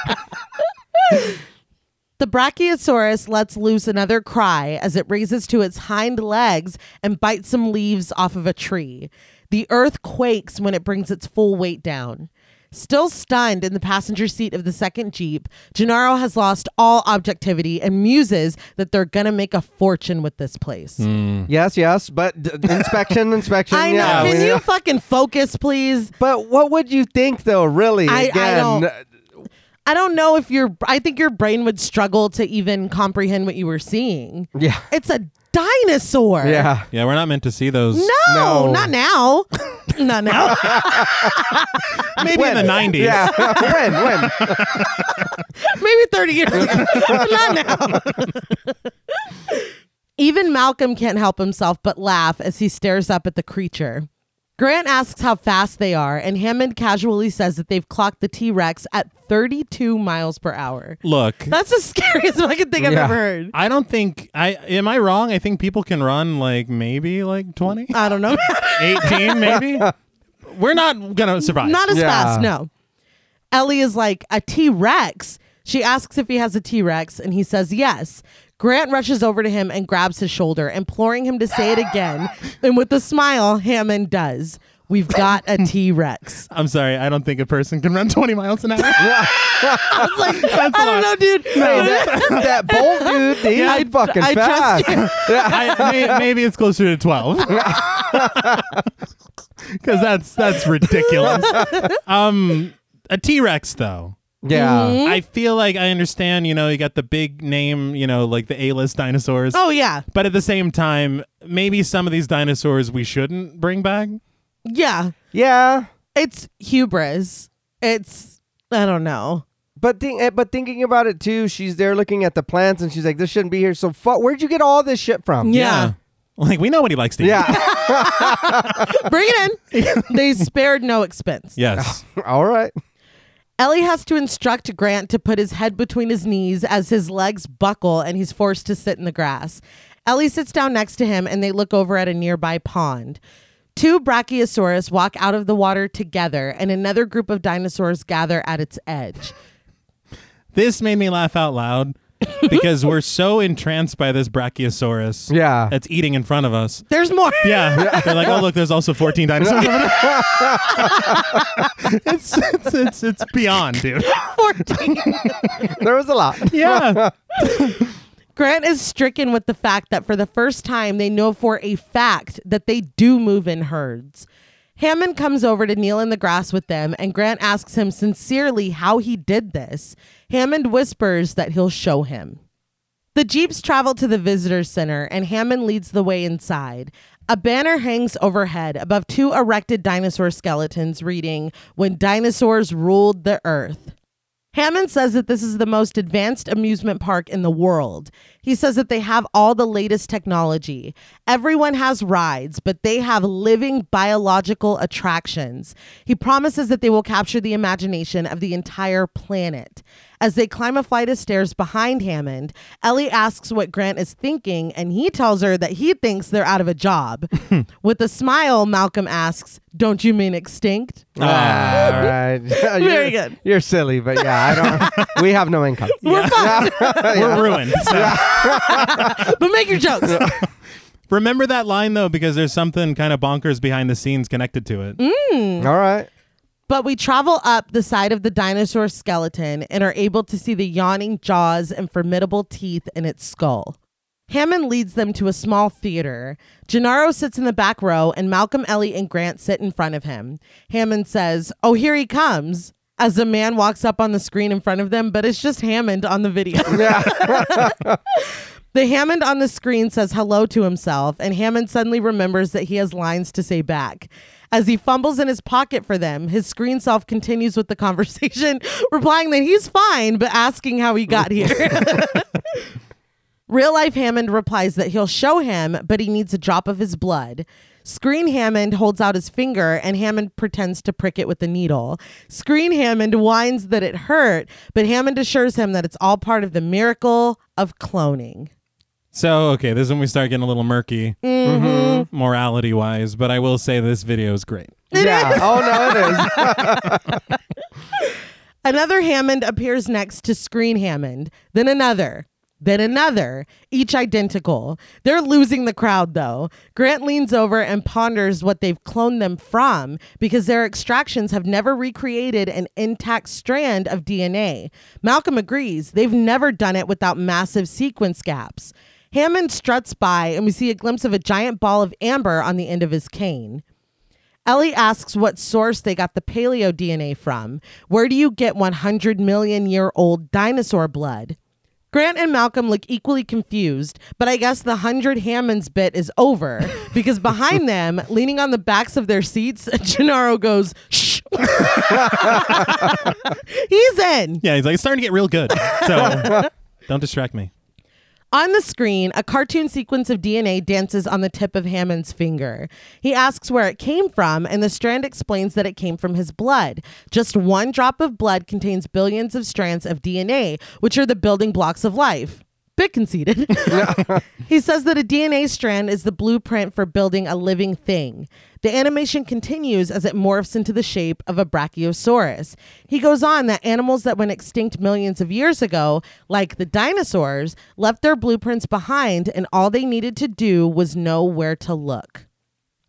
A: The Brachiosaurus lets loose another cry as it raises to its hind legs and bites some leaves off of a tree. The earth quakes when it brings its full weight down. Still stunned in the passenger seat of the second Jeep, Gennaro has lost all objectivity and muses that they're going to make a fortune with this place.
C: Yes, yes, but d- inspection, inspection.
A: I know.
C: yeah, we
A: Can you fucking focus, please?
C: But what would you think, though? Really?
A: I- I
C: Again, uh,
A: don't- I don't know if your I think your brain would struggle to even comprehend what you were seeing.
C: Yeah.
A: It's a dinosaur.
C: Yeah.
B: Yeah, we're not meant to see those.
A: No,
C: No.
A: not now. not now.
B: Maybe in the 90s.
C: Yeah. when? When?
A: Maybe 30 years ago. not now. Even Malcolm can't help himself but laugh as he stares up at the creature. Grant asks how fast they are, and Hammond casually says that they've clocked the T Rex at 32 miles per hour.
B: Look.
A: That's the scariest fucking thing I've
C: Yeah.
A: ever heard.
B: I don't think I am I wrong? I think people can run like maybe like 20,
A: I don't know.
B: 18 maybe. We're not going to survive.
A: Not as
C: Yeah.
A: fast, no. Ellie is like, a T Rex. She asks if he has a T Rex, and he says yes. Grant rushes over to him and grabs his shoulder, imploring him to say it again. and with a smile, Hammond does. We've got a T Rex.
B: I'm sorry. I don't think a person can run 20 miles an hour. I was like, that's
A: I don't
B: a
A: know,
B: lot.
A: dude.
C: that bold dude, he's
A: I-
C: fucking
A: I
C: fast.
A: trust you.
B: I, may, maybe it's closer to 12. Cuz that's that's ridiculous. Um a T-Rex though.
A: Mm-hmm.
C: Yeah.
B: I feel like I understand, you know, you got the big name, you know, like the A-list dinosaurs.
A: Oh, yeah.
B: But at the same time, maybe some of these dinosaurs we shouldn't bring back.
A: Yeah.
C: Yeah.
A: It's hubris. It's, I don't know.
C: But think, eh, but thinking about it too, she's there looking at the plants and she's like, "This shouldn't be here." So, fuck, where'd you get all this shit from?
A: Yeah.
B: Like we know what he likes to eat.
C: Yeah.
A: Bring it in. they spared no expense.
B: Yes.
C: all right.
A: Ellie has to instruct Grant to put his head between his knees as his legs buckle and he's forced to sit in the grass. Ellie sits down next to him and they look over at a nearby pond. Two brachiosaurus walk out of the water together and another group of dinosaurs gather at its edge.
B: This made me laugh out loud because we're so entranced by this Brachiosaurus
C: Yeah.
B: that's eating in front of us.
A: There's more.
B: Yeah. They're like, oh, look, there's also 14 dinosaurs. it's, it's, it's, it's beyond, dude.
A: 14.
C: there was a lot.
B: Yeah.
A: Grant is stricken with the fact that for the first time, they know for a fact that they do move in herds. Hammond comes over to kneel in the grass with them, and Grant asks him sincerely how he did this. Hammond whispers that he'll show him. The Jeeps travel to the visitor center, and Hammond leads the way inside. A banner hangs overhead above two erected dinosaur skeletons reading, When Dinosaurs Ruled the Earth. Hammond says that this is the most advanced amusement park in the world. He says that they have all the latest technology. Everyone has rides, but they have living biological attractions. He promises that they will capture the imagination of the entire planet. As they climb a flight of stairs behind Hammond, Ellie asks what Grant is thinking, and he tells her that he thinks they're out of a job. With a smile, Malcolm asks, Don't you mean extinct?
C: Ah, all right. Very
A: good.
C: You're silly, but yeah, I don't. we have no income.
A: We're fucked,
B: We're ruined. So.
A: but make your jokes.
B: Remember that line though, because there's something kind of bonkers behind the scenes connected to it.
C: All right.
A: But we travel up the side of the dinosaur skeleton and are able to see the yawning jaws and formidable teeth in its skull. Hammond leads them to a small theater. Gennaro sits in the back row, and Malcolm, Ellie, and Grant sit in front of him. Hammond says, Oh, here he comes, as the man walks up on the screen in front of them, but it's just Hammond on the video. The Hammond on the screen says hello to himself, and Hammond suddenly remembers that he has lines to say back. As he fumbles in his pocket for them, his screen self continues with the conversation, replying that he's fine, but asking how he got here. Real life Hammond replies that he'll show him, but he needs a drop of his blood. Screen Hammond holds out his finger and Hammond pretends to prick it with a needle. Screen Hammond whines that it hurt, but Hammond assures him that it's all part of the miracle of cloning.
B: So okay, this is when we start getting a little murky, Mm-hmm. morality wise. But I will say this video is great.
C: yeah. Oh no, it is.
A: Another Hammond appears next to Screen Hammond, then another, then another, each identical. They're losing the crowd though. Grant leans over and ponders what they've cloned them from because their extractions have never recreated an intact strand of DNA. Malcolm agrees, they've never done it without massive sequence gaps. Hammond struts by, and we see a glimpse of a giant ball of amber on the end of his cane. Ellie asks what source they got the paleo DNA from. Where do you get 100 million year old dinosaur blood? Grant and Malcolm look equally confused, but I guess the 100 Hammonds bit is over because behind them, leaning on the backs of their seats, Gennaro goes, shh. He's in.
B: Yeah, he's like it's starting to get real good. So don't distract me.
A: On the screen, a cartoon sequence of DNA dances on the tip of Hammond's finger. He asks where it came from, and the strand explains that it came from his blood. Just one drop of blood contains billions of strands of DNA, which are the building blocks of life. Bit conceited. he says that a DNA strand is the blueprint for building a living thing. The animation continues as it morphs into the shape of a brachiosaurus. He goes on that animals that went extinct millions of years ago, like the dinosaurs, left their blueprints behind and all they needed to do was know where to look.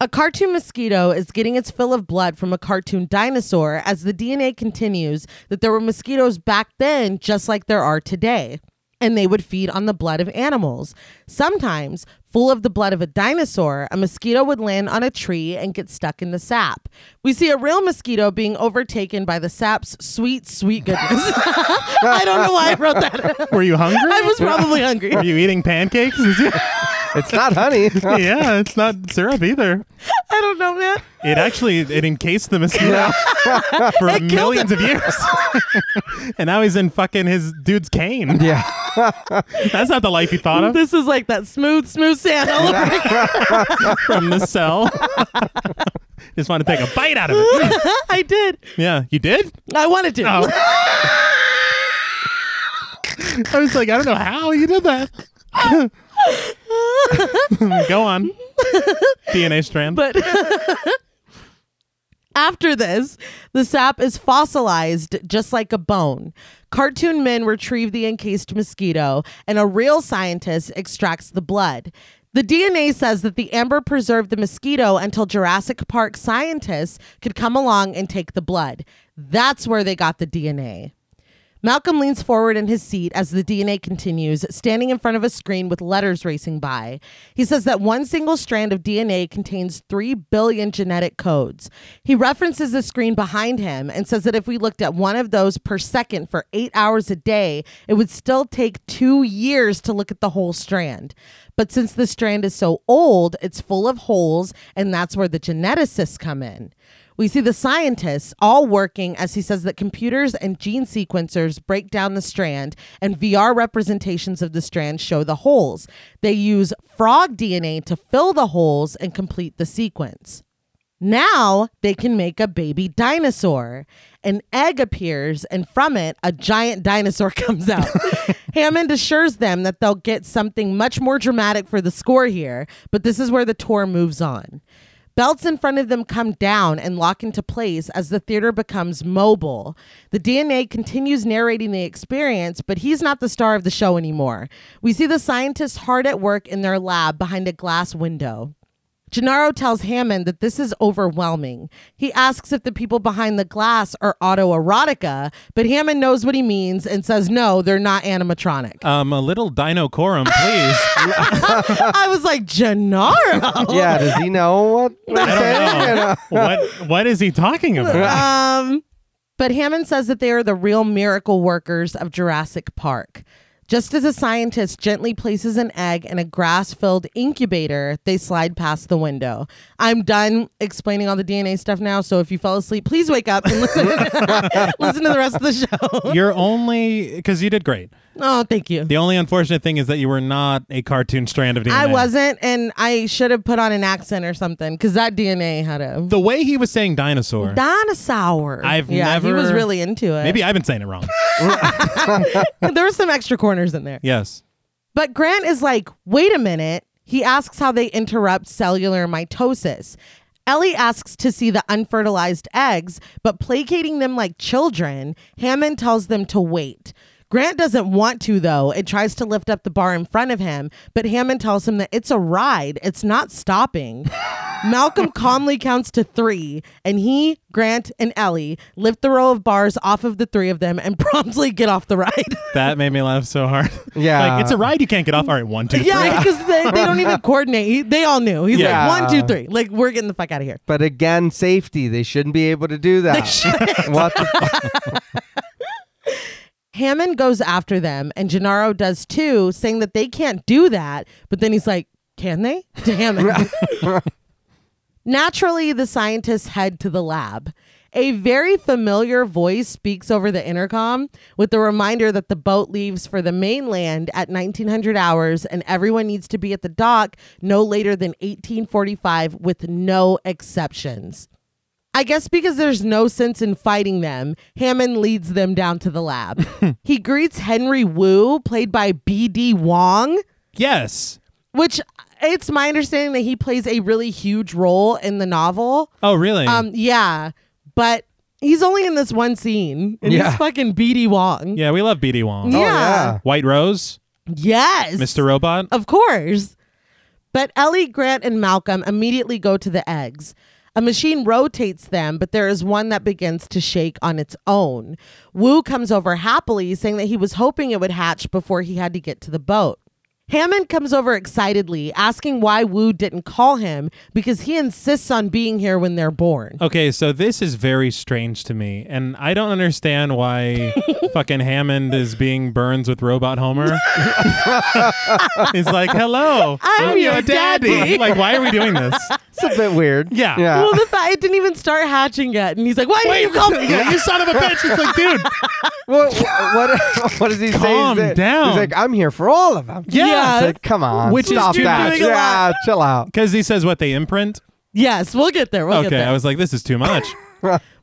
A: A cartoon mosquito is getting its fill of blood from a cartoon dinosaur as the DNA continues that there were mosquitoes back then just like there are today. And they would feed on the blood of animals. Sometimes, full of the blood of a dinosaur, a mosquito would land on a tree and get stuck in the sap. We see a real mosquito being overtaken by the sap's sweet, sweet goodness. I don't know why I wrote that.
B: Were you hungry?
A: I was probably hungry.
B: Were you eating pancakes?
C: It's not honey.
B: yeah, it's not syrup either.
A: I don't know, man.
B: It actually it encased the mosquito for millions of years, and now he's in fucking his dude's cane.
C: yeah.
B: That's not the life he thought of
A: This is like that smooth, smooth sand. all over again.
B: from the cell. Just want to take a bite out of it.
A: I did.
B: Yeah, you did.
A: I wanted to.
B: Oh. I was like, I don't know how you did that. Go on. DNA strand.
A: But after this, the sap is fossilized just like a bone. Cartoon men retrieve the encased mosquito, and a real scientist extracts the blood. The DNA says that the amber preserved the mosquito until Jurassic Park scientists could come along and take the blood. That's where they got the DNA. Malcolm leans forward in his seat as the DNA continues, standing in front of a screen with letters racing by. He says that one single strand of DNA contains 3 billion genetic codes. He references the screen behind him and says that if we looked at one of those per second for eight hours a day, it would still take two years to look at the whole strand. But since the strand is so old, it's full of holes, and that's where the geneticists come in. We see the scientists all working as he says that computers and gene sequencers break down the strand, and VR representations of the strand show the holes. They use frog DNA to fill the holes and complete the sequence. Now they can make a baby dinosaur. An egg appears, and from it, a giant dinosaur comes out. Hammond assures them that they'll get something much more dramatic for the score here, but this is where the tour moves on. Belts in front of them come down and lock into place as the theater becomes mobile. The DNA continues narrating the experience, but he's not the star of the show anymore. We see the scientists hard at work in their lab behind a glass window. Gennaro tells Hammond that this is overwhelming. He asks if the people behind the glass are autoerotica, but Hammond knows what he means and says, no, they're not animatronic.
B: Um, a little dinocorum, please.
A: I was like, Gennaro?
C: Yeah, does he know what we're
B: I don't
C: saying?
B: know. what what is he talking about?
A: Um, but Hammond says that they are the real miracle workers of Jurassic Park. Just as a scientist gently places an egg in a grass filled incubator, they slide past the window. I'm done explaining all the DNA stuff now, so if you fell asleep, please wake up and listen, listen to the rest of the show.
B: You're only because you did great.
A: Oh, thank you.
B: The only unfortunate thing is that you were not a cartoon strand of DNA.
A: I wasn't, and I should have put on an accent or something because that DNA had a
B: The way he was saying dinosaur.
A: dinosaur.
B: I've
A: yeah, He was
B: never-
A: really into it.
B: maybe I've been saying it wrong.
A: there were some extra corners in there.
B: yes.
A: But Grant is like, wait a minute. He asks how they interrupt cellular mitosis. Ellie asks to see the unfertilized eggs, but placating them like children, Hammond tells them to wait. Grant doesn't want to, though, and tries to lift up the bar in front of him, but Hammond tells him that it's a ride, it's not stopping. Malcolm calmly counts to three, and he, Grant, and Ellie lift the row of bars off of the three of them and promptly get off the ride.
B: That made me laugh so hard.
C: Yeah.
B: like it's a ride you can't get off. All right, one, two, three.
A: Yeah, because they, they don't even coordinate. He, they all knew. He's
B: Yeah.
A: like, one, two, three. Like, we're getting the fuck out of here.
C: But again, safety. They shouldn't be able to do that. what the fuck?
A: Hammond goes after them, and Gennaro does too, saying that they can't do that. But then he's like, can they? To Hammond. Naturally, the scientists head to the lab. A very familiar voice speaks over the intercom with the reminder that the boat leaves for the mainland at 1900 hours and everyone needs to be at the dock no later than 1845 with no exceptions. I guess because there's no sense in fighting them, Hammond leads them down to the lab. he greets Henry Wu, played by B.D. Wong,
B: Yes.
A: which it's my understanding that he plays a really huge role in the novel.
B: Oh, really?
A: Um, yeah, but he's only in this one scene, and
C: Yeah.
A: he's fucking B.D. Wong.
B: yeah, we love BD Wong.
A: Yeah.
C: Oh, yeah.
B: White Rose,
A: Yes,
B: Mr. Robot.
A: Of course. But Ellie, Grant, and Malcolm immediately go to the eggs. A machine rotates them, but there is one that begins to shake on its own. Wu comes over happily, saying that he was hoping it would hatch before he had to get to the boat. Hammond comes over excitedly, asking why Wu didn't call him because he insists on being here when they're born.
B: Okay, so this is very strange to me, and I don't understand why fucking Hammond is being Burns with Robot Homer. He's like, "Hello,
A: I'm your daddy.
B: Like, why are we doing this?
C: It's a bit weird.
B: Yeah.
C: Yeah.
A: Well, the fact it didn't even start hatching yet, and he's like, "Why didn't you call me?"
B: Yeah, you son of a bitch! It's like, dude,
C: what, what, what does he say?
B: Calm
C: He's like-
B: down.
C: He's like, I'm here for all of them.
B: Yeah.
C: It's like, come on.
B: Which is
C: stop
B: too
C: that.
B: big a
C: yeah,
A: lot.
C: chill out.
B: because he says what they imprint.
A: Yes, we'll get there. We'll get
B: okay,
A: there.
B: I was like, this is too much.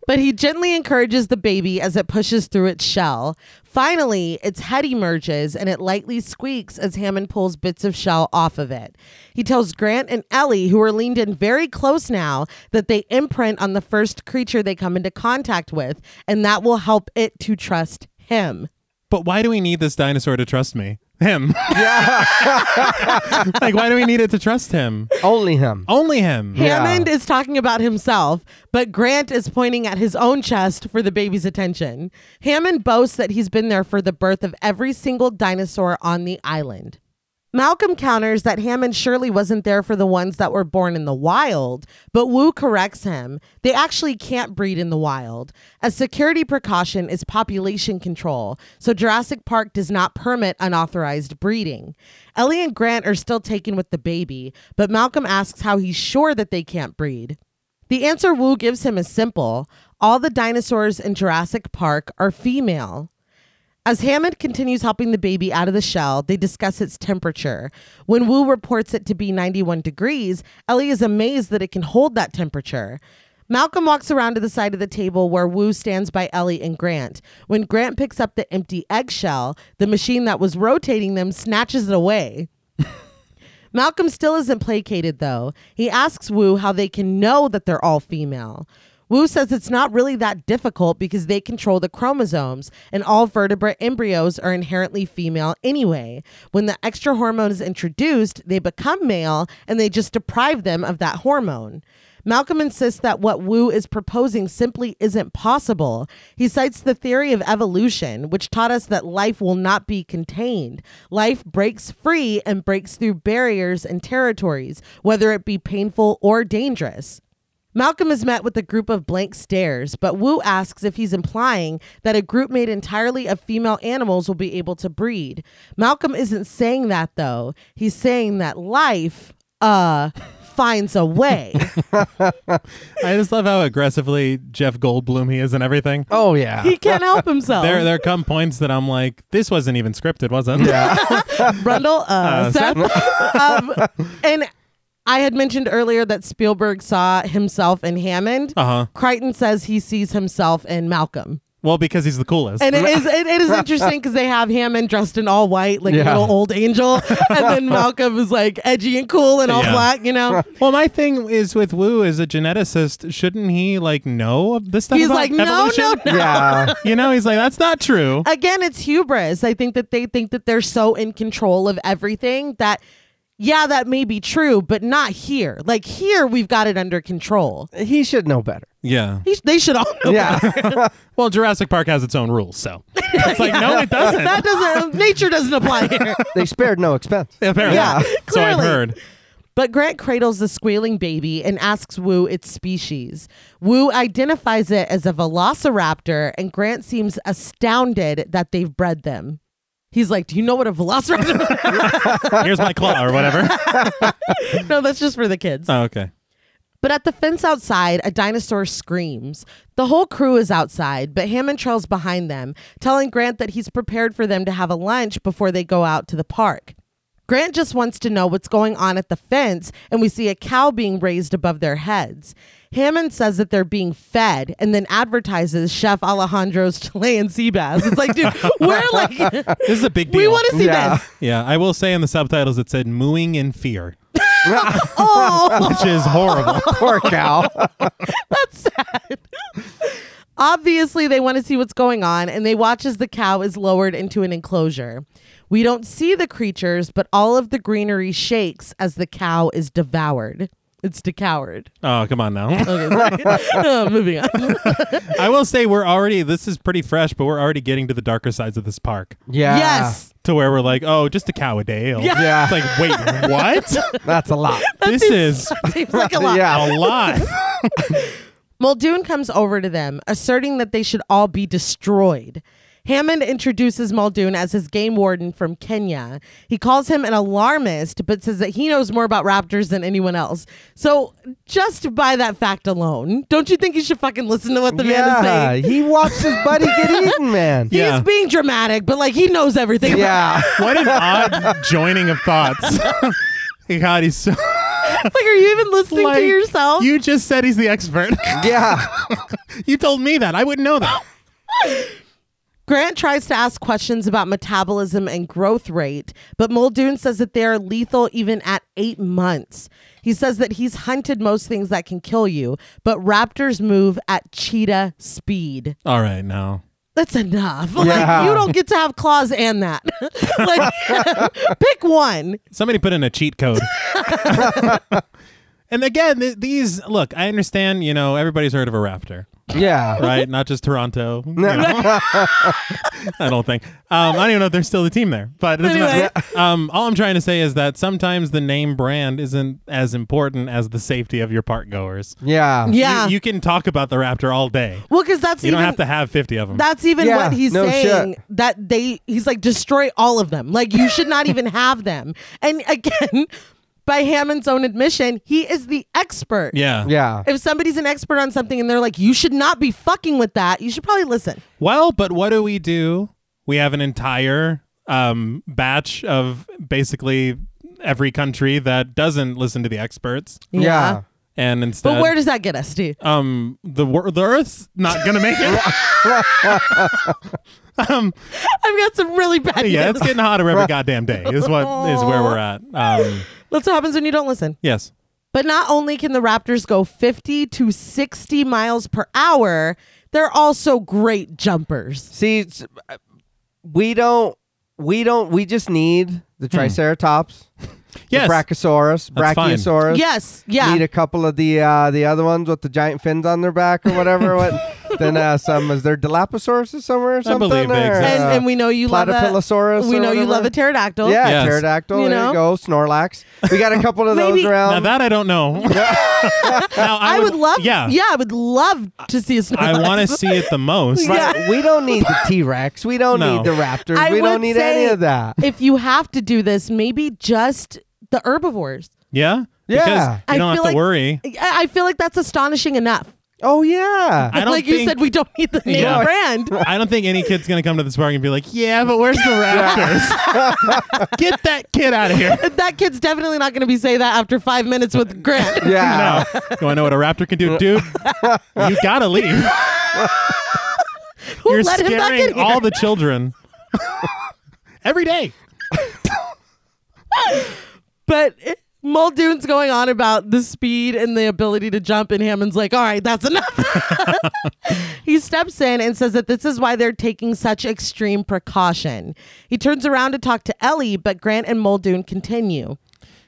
A: But he gently encourages the baby as it pushes through its shell. Finally, its head emerges and it lightly squeaks as Hammond pulls bits of shell off of it. He tells Grant and Ellie, who are leaned in very close now, that they imprint on the first creature they come into contact with, and that will help it to trust him.
B: But why do we need this dinosaur to trust me? Him. Yeah. like, why do we need it to trust him?
C: Only him.
B: Only him.
A: Hammond is talking about himself, but Grant is pointing at his own chest for the baby's attention. Hammond boasts that he's been there for the birth of every single dinosaur on the island. Malcolm counters that Hammond surely wasn't there for the ones that were born in the wild, but Wu corrects him. They actually can't breed in the wild. A security precaution is population control, so Jurassic Park does not permit unauthorized breeding. Ellie and Grant are still taken with the baby, but Malcolm asks how he's sure that they can't breed. The answer Wu gives him is simple all the dinosaurs in Jurassic Park are female. As Hammond continues helping the baby out of the shell, they discuss its temperature. When Wu reports it to be 91 degrees, Ellie is amazed that it can hold that temperature. Malcolm walks around to the side of the table where Wu stands by Ellie and Grant. When Grant picks up the empty eggshell, the machine that was rotating them snatches it away. Malcolm still isn't placated, though. He asks Wu how they can know that they're all female. Wu says it's not really that difficult because they control the chromosomes, and all vertebrate embryos are inherently female anyway. When the extra hormone is introduced, they become male, and they just deprive them of that hormone. Malcolm insists that what Wu is proposing simply isn't possible. He cites the theory of evolution, which taught us that life will not be contained. Life breaks free and breaks through barriers and territories, whether it be painful or dangerous. Malcolm is met with a group of blank stares, but Wu asks if he's implying that a group made entirely of female animals will be able to breed. Malcolm isn't saying that though. He's saying that life uh finds a way.
B: I just love how aggressively Jeff Goldblum he is and everything.
C: Oh yeah.
A: he can't help himself.
B: There, there come points that I'm like, this wasn't even scripted, was it? Yeah.
A: Brundle, uh, Seth. um, and I had mentioned earlier that Spielberg saw himself in Hammond.
B: Uh huh.
A: Crichton says he sees himself in Malcolm.
B: Well, because he's the coolest.
A: And it is it, it is interesting because they have Hammond dressed in all white, like a
C: Yeah.
A: little old angel, and then Malcolm is like edgy and cool and all
B: Yeah.
A: black, you know.
B: well, my thing is with Wu as a geneticist, shouldn't he like know of this stuff?
A: He's
B: about
A: like, no,
B: evolution?
A: no, no.
C: yeah.
B: You know, he's like, that's not true.
A: Again, it's hubris. I think that they think that they're so in control of everything that, yeah, that may be true, but not here. Like here, we've got it under control.
C: He should know better.
B: Yeah.
A: He- They should all know.
C: Yeah.
B: Well, Jurassic Park has its own rules, so it's like, no, it doesn't.
A: That doesn't. Nature doesn't apply here.
C: they spared no expense.
B: Apparently.
A: Yeah,
B: so I've
A: clearly.
B: heard.
A: But Grant cradles the squealing baby and asks Wu its species. Wu identifies it as a velociraptor, and Grant seems astounded that they've bred them. He's like, Do you know what a velociraptor
B: Here's my claw or whatever.
A: is? no, that's just for the kids.
B: Oh, okay.
A: But at the fence outside, a dinosaur screams. The whole crew is outside, but Hammond trails behind them, telling Grant that he's prepared for them to have a lunch before they go out to the park. Grant just wants to know what's going on at the fence, and we see a cow being raised above their heads. Hammond says that they're being fed and then advertises Chef Alejandro's Chilean sea bass. It's like, dude, we're like,
B: This is a big deal.
A: we want to see
C: Yeah.
A: this.
B: Yeah, I will say in the subtitles it said mooing in fear,
A: Oh,
B: which is horrible.
C: Poor cow.
A: Obviously, they want to see what's going on, and they watch as the cow is lowered into an enclosure. We don't see the creatures, but all of the greenery shakes as the cow is devoured. It's decoured.
B: Oh, come on now.
A: Okay, sorry. Uh, moving on.
B: I will say we're already, this is pretty fresh, but we're already getting to the darker sides of this park
C: Yeah.
A: Yes.
B: to where we're like, oh, just a cow a day.
A: Yeah.
C: Yeah.
B: It's like, wait, what?
C: That's a lot.
B: this is
A: Seems like a lot.
C: Yeah.
B: a lot.
A: Muldoon comes over to them, asserting that they should all be destroyed. Hammond introduces Muldoon as his game warden from Kenya. He calls him an alarmist, but says that he knows more about raptors than anyone else. So, just by that fact alone, don't you think you should fucking listen to what the man is
C: yeah.
A: saying?
C: He watched his buddy get eaten, man.
B: Yeah.
A: He's being dramatic, but like he knows everything. about-
C: Yeah.
B: What an odd joining of thoughts. God, he's so.
A: like, are you even listening
B: like,
A: to yourself?
B: You just said he's the expert.
C: Yeah.
B: you told me that. I wouldn't know that.
A: Grant tries to ask questions about metabolism and growth rate, but Muldoon says that they are lethal even at eight months. He says that he's hunted most things that can kill you, but raptors move at cheetah speed.
B: All right, now.
A: that's enough.
C: Yeah.
A: Like you don't get to have claws and that. like pick one.
B: Somebody put in a cheat code. and again, th- these look. I understand. You know, everybody's heard of a raptor,
C: Yeah.
B: right? Not just Toronto. you know? I don't think. Um, I don't even know if there's still the team there. But it doesn't
A: Anyway.
B: matter. um, all I'm trying to say is that sometimes the name brand isn't as important as the safety of your park goers.
C: Yeah.
B: You-
A: Yeah.
B: You, can talk about the raptor all day.
A: well, because that's
B: You
A: even
B: don't have to have 50 of them.
A: that's even
C: Yeah,
A: what he's
C: no
A: saying.
C: shit.
A: That they he's like destroy all of them. Like you should not even have them. And again, by Hammond's own admission, he is the expert.
B: yeah.
C: Yeah.
A: If somebody's an expert on something and they're like, you should not be fucking with that, you should probably listen.
B: Well, but what do we do? We have an entire um, batch of basically every country that doesn't listen to the experts,
C: Yeah.
B: and
A: But
B: instead,
A: where does that get us, Steve?
B: um, the wor- the Earth's not gonna make it.
A: I've got some really bad
B: yeah,
A: news.
B: it's getting hotter every goddamn day. Is what is where we're at. Um,
A: That's what happens when you don't listen.
B: yes.
A: But not only can the Raptors go 50 to 60 miles per hour, they're also great jumpers.
C: See, it's- uh, we don't. We don't. We just need the Triceratops,
B: Hmm. Yes.
C: the Brachiosaurus,
B: That's fine.
C: Brachiosaurus.
A: Yes, yeah.
C: Need a couple of the uh, the other ones with the giant fins on their back or whatever. what? Then uh, some is there Dilophosaurus somewhere or something?
B: believe they
C: or,
B: exist.
A: and,
C: uh,
A: and we know you love a,
C: Platypilosaurus
A: We
C: or
A: know you
C: whatever.
A: love a pterodactyl.
C: yeah,
B: Yes.
C: pterodactyl.
A: You
C: there
A: know?
C: you go, Snorlax. We got a couple of those
A: Maybe-
B: Now
C: around.
B: that I don't know. now
A: I, would, love
B: Yeah.
A: yeah, I would love to see a Snorlax.
B: I want to see it the most.
A: Yeah.
C: Right, We don't need the T Rex. We don't
B: No.
C: need the Raptors.
A: I
C: we
A: would
C: don't need any
A: say-
C: of that.
A: if you have to do this, maybe just the herbivores.
B: Yeah.
C: Yeah.
B: Because
A: I
B: you don't
A: feel
B: have
A: like-
B: to worry.
A: I, I feel like that's astonishing enough.
C: Oh yeah.
B: I don't
A: like you
B: think-
A: said, we don't need the name
B: Yeah.
A: brand.
B: I don't think any kid's gonna come to this park and be like, "Yeah, but where's the Raptors? Get that kid out of here!"
A: that kid's definitely not going to be saying that after five minutes with Grant.
C: yeah.
B: No, you want to know what a raptor can do, dude? You gotta leave.
A: Who
B: You're
A: let him back in
B: scaring
A: here?
B: all the children every day.
A: but it- Muldoon's going on about the speed and the ability to jump, and Hammond's like, all right, that's enough. he steps in and says that this is why they're taking such extreme precaution. He turns around to talk to Ellie, but Grant and Muldoon continue.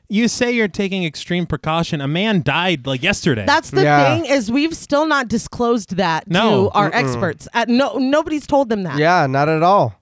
B: You say you're taking extreme precaution. A man died like yesterday.
A: That's the
C: Yeah.
A: thing is we've still not disclosed that
B: No.
A: to our experts. Uh, no, nobody's told them that.
C: Yeah, not at all.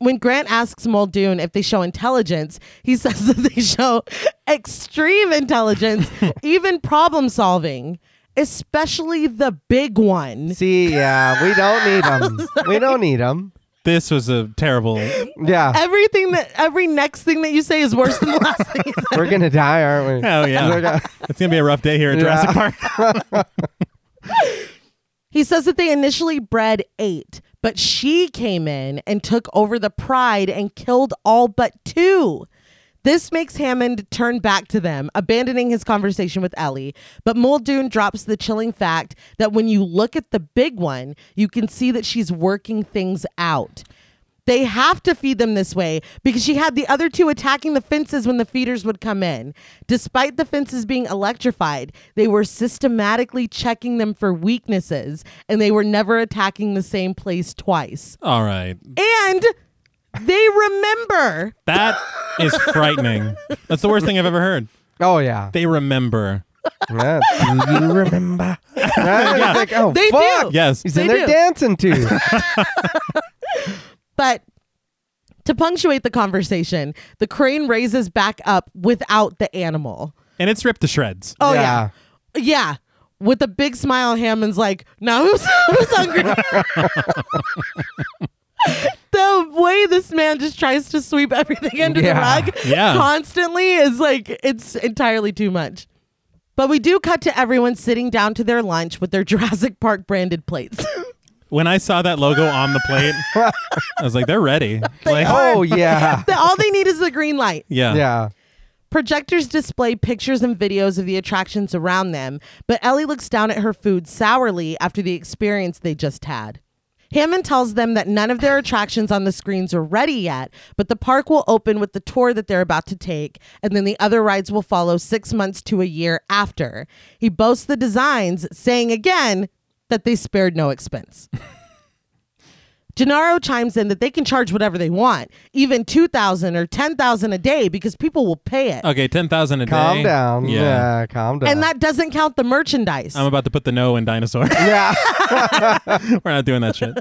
A: when Grant asks Muldoon if they show intelligence, he says that they show extreme intelligence, even problem solving, especially the big one.
C: See, yeah, we don't need them. we don't need them.
B: this was a terrible. oh,
C: Yeah,
A: Everything that every next thing that you say is worse than the last thing you said.
C: we're gonna die, aren't we?
B: Oh yeah, it's gonna be a rough day here at Jurassic Park.
A: He says that they initially bred eight, but she came in and took over the pride and killed all but two. This makes Hammond turn back to them, abandoning his conversation with Ellie. But Muldoon drops the chilling fact that when you look at the big one, you can see that she's working things out. They have to feed them this way because she had the other two attacking the fences when the feeders would come in. Despite the fences being electrified, they were systematically checking them for weaknesses and they were never attacking the same place twice.
B: All right,
A: And they remember.
B: that is frightening. That's the worst thing I've ever heard.
C: Oh yeah.
B: They remember.
C: yeah. Do you remember? Right? It's like, oh,
A: They
C: fuck.
A: do.
B: Yes.
C: He's
A: They
C: in there
A: do.
C: dancing too.
A: But to punctuate the conversation, the crane raises back up without the animal.
B: And it's ripped to shreds.
A: Oh,
C: Yeah.
A: yeah. Yeah. With a big smile, Hammond's like, now who's, who's hungry? the way this man just tries to sweep everything under
C: Yeah.
A: the rug
B: Yeah.
A: constantly is like, it's entirely too much. But we do cut to everyone sitting down to their lunch with their Jurassic Park branded plates.
B: when I saw that logo on the plate, I was like, they're ready. like,
C: Oh yeah.
A: The- All they need is the green light.
B: yeah.
C: Yeah.
A: Projectors display pictures and videos of the attractions around them, but Ellie looks down at her food sourly after the experience they just had. Hammond tells them that none of their attractions on the screens are ready yet, but the park will open with the tour that they're about to take, and then the other rides will follow six months to a year after. He boasts the designs, saying again that they spared no expense. Gennaro chimes in that they can charge whatever they want, even 2000 or 10000 a day, because people will pay it.
B: Okay, ten thousand a day.
C: Calm down. Yeah.
B: yeah.
C: calm down.
A: and that doesn't count the merchandise.
B: I'm about to put the no in dinosaur.
C: yeah.
B: We're not doing that shit.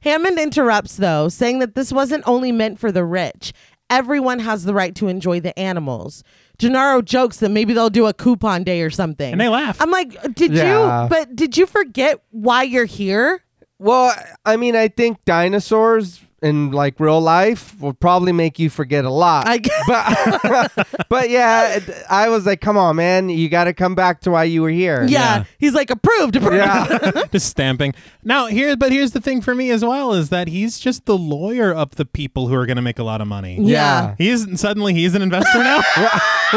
A: Hammond interrupts, though, saying that this wasn't only meant for the rich. Everyone has the right to enjoy the animals. Gennaro jokes that maybe they'll do a coupon day or something.
B: And they laugh.
A: I'm like, did
C: Yeah.
A: you? But did you forget why you're here?
C: Well, I mean, I think dinosaurs in like real life will probably make you forget a lot.
A: I guess.
C: but but yeah, it- I was like, come on, man, you got to come back to why you were here.
A: Yeah.
B: Yeah.
A: He's like, approved. approved.
C: Yeah.
B: just stamping. Now here, but here's the thing for me as well is that he's just the lawyer of the people who are going to make a lot of money.
A: Yeah.
B: He isn't suddenly he's an investor now.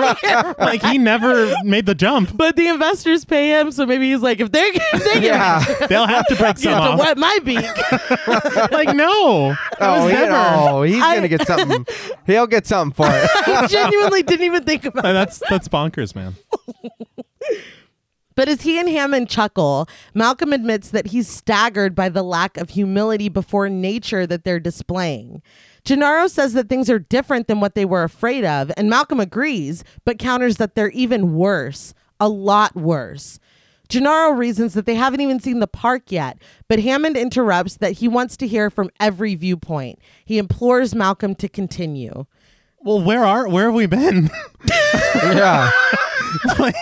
B: like he never made the jump.
A: But the investors pay him, so maybe he's like, if they're, if they're
C: Yeah.
B: They'll have to break some
A: gonna
B: off.
A: wet my beak,
B: Like no, that
C: Oh,
B: was
C: he,
B: never.
C: oh, he's
A: I-
C: gonna get something. He'll get something for it.
A: I genuinely didn't even think about
B: Uh, That's that's bonkers, man.
A: But as he and Hammond chuckle, Malcolm admits that he's staggered by the lack of humility before nature that they're displaying. Gennaro says that things are different than what they were afraid of, and Malcolm agrees, but counters that they're even worse, a lot worse. Gennaro reasons that they haven't even seen the park yet, but Hammond interrupts that he wants to hear from every viewpoint. He implores Malcolm to continue.
B: Well, where are where have we been?
C: yeah.
B: like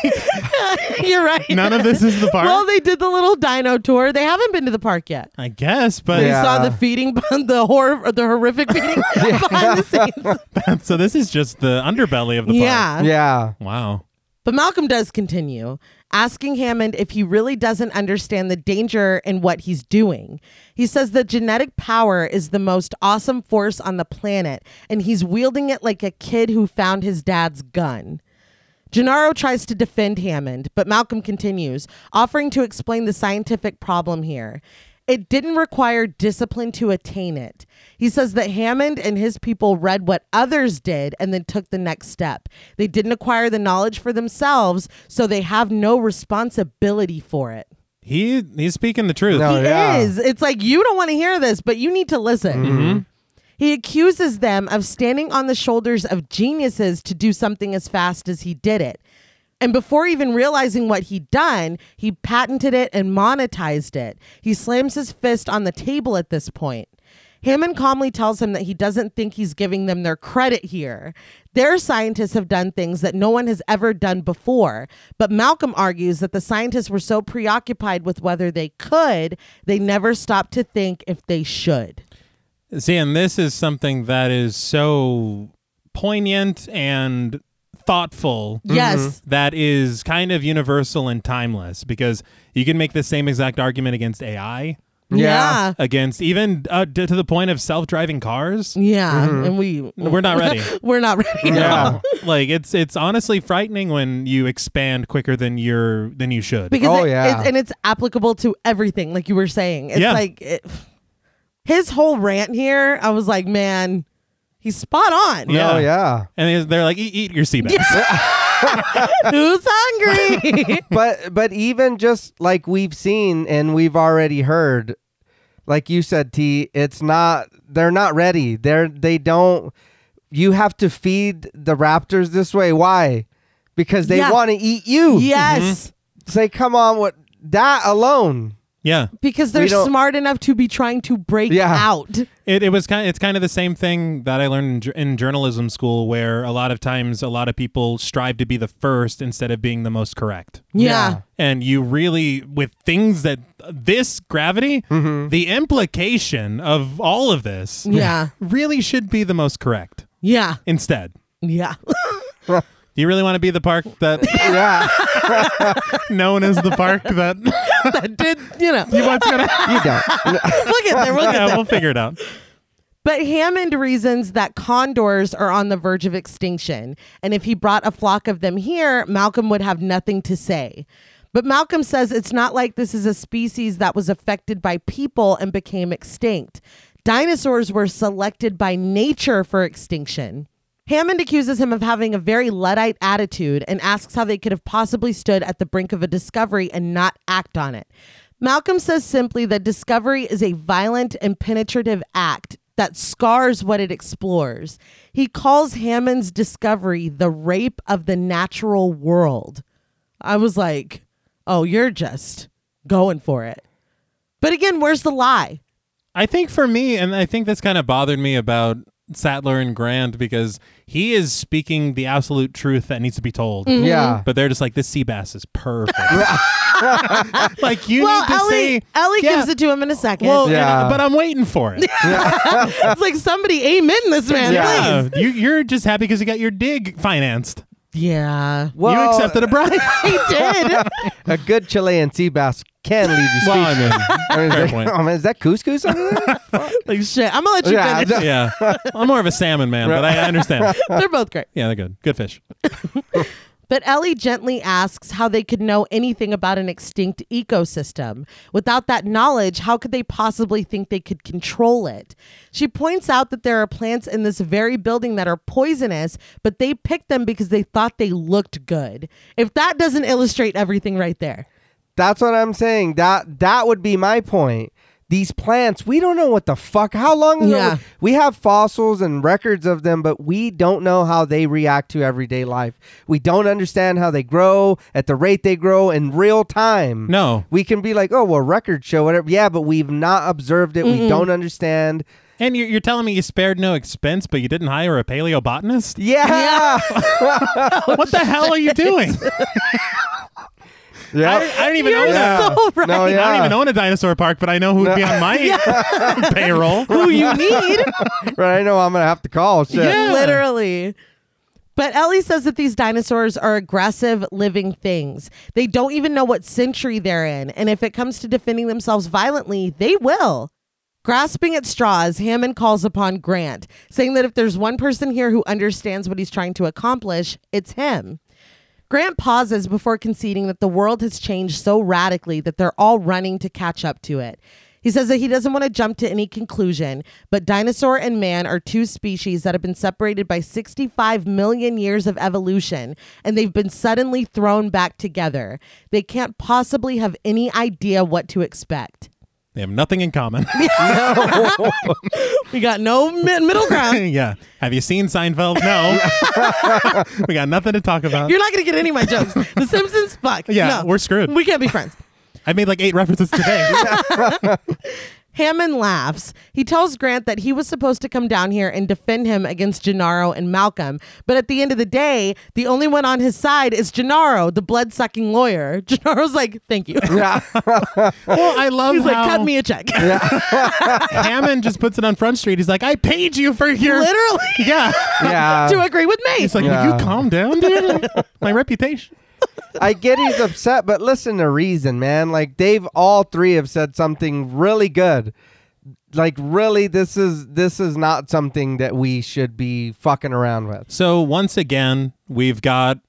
A: You're right.
B: none of this is the park.
A: Well, they did the little dino tour. They haven't been to the park yet.
B: I guess, but
C: Yeah.
A: We saw the feeding, the horror, the horrific feeding behind the scenes.
B: so this is just the underbelly of the park.
A: Yeah.
C: Yeah.
B: Wow.
A: But Malcolm does continue, asking Hammond if he really doesn't understand the danger in what he's doing. He says that genetic power is the most awesome force on the planet, and he's wielding it like a kid who found his dad's gun. Gennaro tries to defend Hammond, but Malcolm continues, offering to explain the scientific problem here. It didn't require discipline to attain it. He says that Hammond and his people read what others did and then took the next step. They didn't acquire the knowledge for themselves, so they have no responsibility for it.
B: He he's speaking the truth.
C: No. Oh,
A: he
C: yeah.
A: is. It's like you don't want to hear this, but you need to listen. He accuses them of standing on the shoulders of geniuses to do something as fast as he did it. And before even realizing what he'd done, he patented it and monetized it. He slams his fist on the table at this point. Hammond calmly tells him that he doesn't think he's giving them their credit here. Their scientists have done things that no one has ever done before, but Malcolm argues that the scientists were so preoccupied with whether they could, they never stopped to think if they should.
B: See, and this is something that is so poignant and thoughtful.
A: Yes.
B: That is kind of universal and timeless because you can make the same exact argument against AI,
A: Yeah.
C: Yeah.
B: against even uh, d- to the point of self-driving cars.
A: Yeah,
C: Mm-hmm.
A: and we
B: We're not ready.
A: we're not ready.
C: Yeah.
B: like it's it's honestly frightening when you expand quicker than you're than you should.
A: because
C: Oh,
A: it-
C: yeah.
A: it's, and it's applicable to everything like you were saying it's
B: Yeah.
A: like it, his whole rant here i was like man he's spot on
B: Yeah.
C: Oh yeah.
B: and they're like, "E, eat, eat your sea bass.
A: who's hungry
C: But but even just like we've seen and we've already heard, like you said, T, it's not they're not ready. They're they don't you have to feed the raptors this way. Why? Because they
A: Yeah.
C: want to eat you.
A: yes
C: Say, come on, what that alone.
B: Yeah.
A: because
C: We
A: they're
C: don't-
A: smart enough to be trying to break
C: Yeah.
A: out
B: It, it was kind. it's kind of the same thing that I learned in, jour- in journalism school, where a lot of times a lot of people strive to be the first instead of being the most correct.
A: yeah,
B: And you really, with things that this gravity, the implication of all of this,
A: Mm-hmm. Yeah.
B: really should be the most correct.
A: yeah
B: Instead,
A: yeah
B: do you really want to be the park that
C: Yeah.
B: known as the park that
A: that did you know
B: you want to?
C: you don't.
A: look at there look at
B: Yeah, we'll figure it out.
A: But Hammond reasons that condors are on the verge of extinction, and if he brought a flock of them here, Malcolm would have nothing to say. But Malcolm says it's not like this is a species that was affected by people and became extinct. Dinosaurs were selected by nature for extinction. Hammond accuses him of having a very Luddite attitude and asks how they could have possibly stood at the brink of a discovery and not act on it. Malcolm says simply that discovery is a violent and penetrative act that scars what it explores. He calls Hammond's discovery the rape of the natural world. I was like, oh, you're just going for it. But again, where's the lie?
B: I think for me, and I think that's kind of bothered me about Sattler and Grand because he is speaking the absolute truth that needs to be told.
A: Mm-hmm.
C: Yeah.
B: But they're just like, this sea bass is perfect. like, you
A: well,
B: need to
A: Ellie,
B: say.
A: Ellie
B: Yeah.
A: gives it to him in a second.
B: Well, and-
C: Yeah.
B: but I'm waiting for it.
A: it's like somebody amen this man,
C: Yeah.
A: please.
B: Yeah. you, you're just happy because you got your dig financed.
A: Yeah,
B: you
C: Well,
B: accepted a bribe.
A: he did.
C: A good Chilean sea bass can leave you
B: well, I
C: speechless.
B: mean,
C: I mean, is
B: fair
C: that-
B: point.
C: I mean, is that couscous under there?
A: like shit. I'm gonna let you
C: Yeah,
A: finish.
C: just-
B: yeah. I'm more of a salmon man, but I I understand.
A: They're both great.
B: Yeah, they're good. Good fish.
A: But Ellie gently asks how they could know anything about an extinct ecosystem. Without that knowledge, how could they possibly think they could control it? She points out that there are plants in this very building that are poisonous, but they picked them because they thought they looked good. If that doesn't illustrate everything right there.
C: That's what I'm saying. That that would be my point. These plants, we don't know what the fuck. How long ago?
A: Yeah.
C: We have fossils and records of them, but we don't know how they react to everyday life. We don't understand how they grow at the rate they grow in real time.
B: No.
C: We can be like, oh, well, record show, whatever. Yeah, but we've not observed it. We don't understand.
B: And you're, you're telling me you spared no expense, but you didn't hire a paleobotanist?
C: Yeah. Yeah.
B: what the hell are you doing? I, don't- I don't even
A: You're
B: own that.
A: so right.
C: No,
B: I don't even
C: yeah.
B: own a dinosaur park, but I know who would be on my payroll.
A: Who you need.
C: Right. I know I'm going to have to call. Shit.
B: Yeah.
A: Literally. But Ellie says that these dinosaurs are aggressive living things. They don't even know what century they're in, and if it comes to defending themselves violently, they will. Grasping at straws, Hammond calls upon Grant, saying that if there's one person here who understands what he's trying to accomplish, it's him. Grant pauses before conceding that the world has changed so radically that they're all running to catch up to it. He says that he doesn't want to jump to any conclusion, but dinosaur and man are two species that have been separated by 65 million years of evolution, and they've been suddenly thrown back together. They can't possibly have any idea what to expect.
B: They have nothing in common.
A: We got no mid- middle ground.
B: yeah. Have you seen Seinfeld? No. we got nothing to talk about.
A: You're not going to get any of my jokes. The Simpsons, fuck.
B: Yeah,
A: No.
B: we're screwed.
A: We can't be friends.
B: I made like eight references today.
A: Hammond laughs. He tells Grant that he was supposed to come down here and defend him against Gennaro and Malcolm, but at the end of the day, the only one on his side is Gennaro, the blood sucking lawyer. Gennaro's like, thank you.
C: Yeah.
B: well, I love
A: He's like,
B: how
A: cut me a check.
B: Hammond just puts it on Front Street. He's like, I paid you for your.
A: Literally
B: Yeah.
C: Yeah.
A: to agree with me.
B: It's Uh, like, will
C: Yeah.
B: you calm down? dude? My reputation.
C: I get he's upset, but listen to reason, man. Like they've all three have said something really good. Like really, this is this is not something that we should be fucking around with.
B: So once again, we've got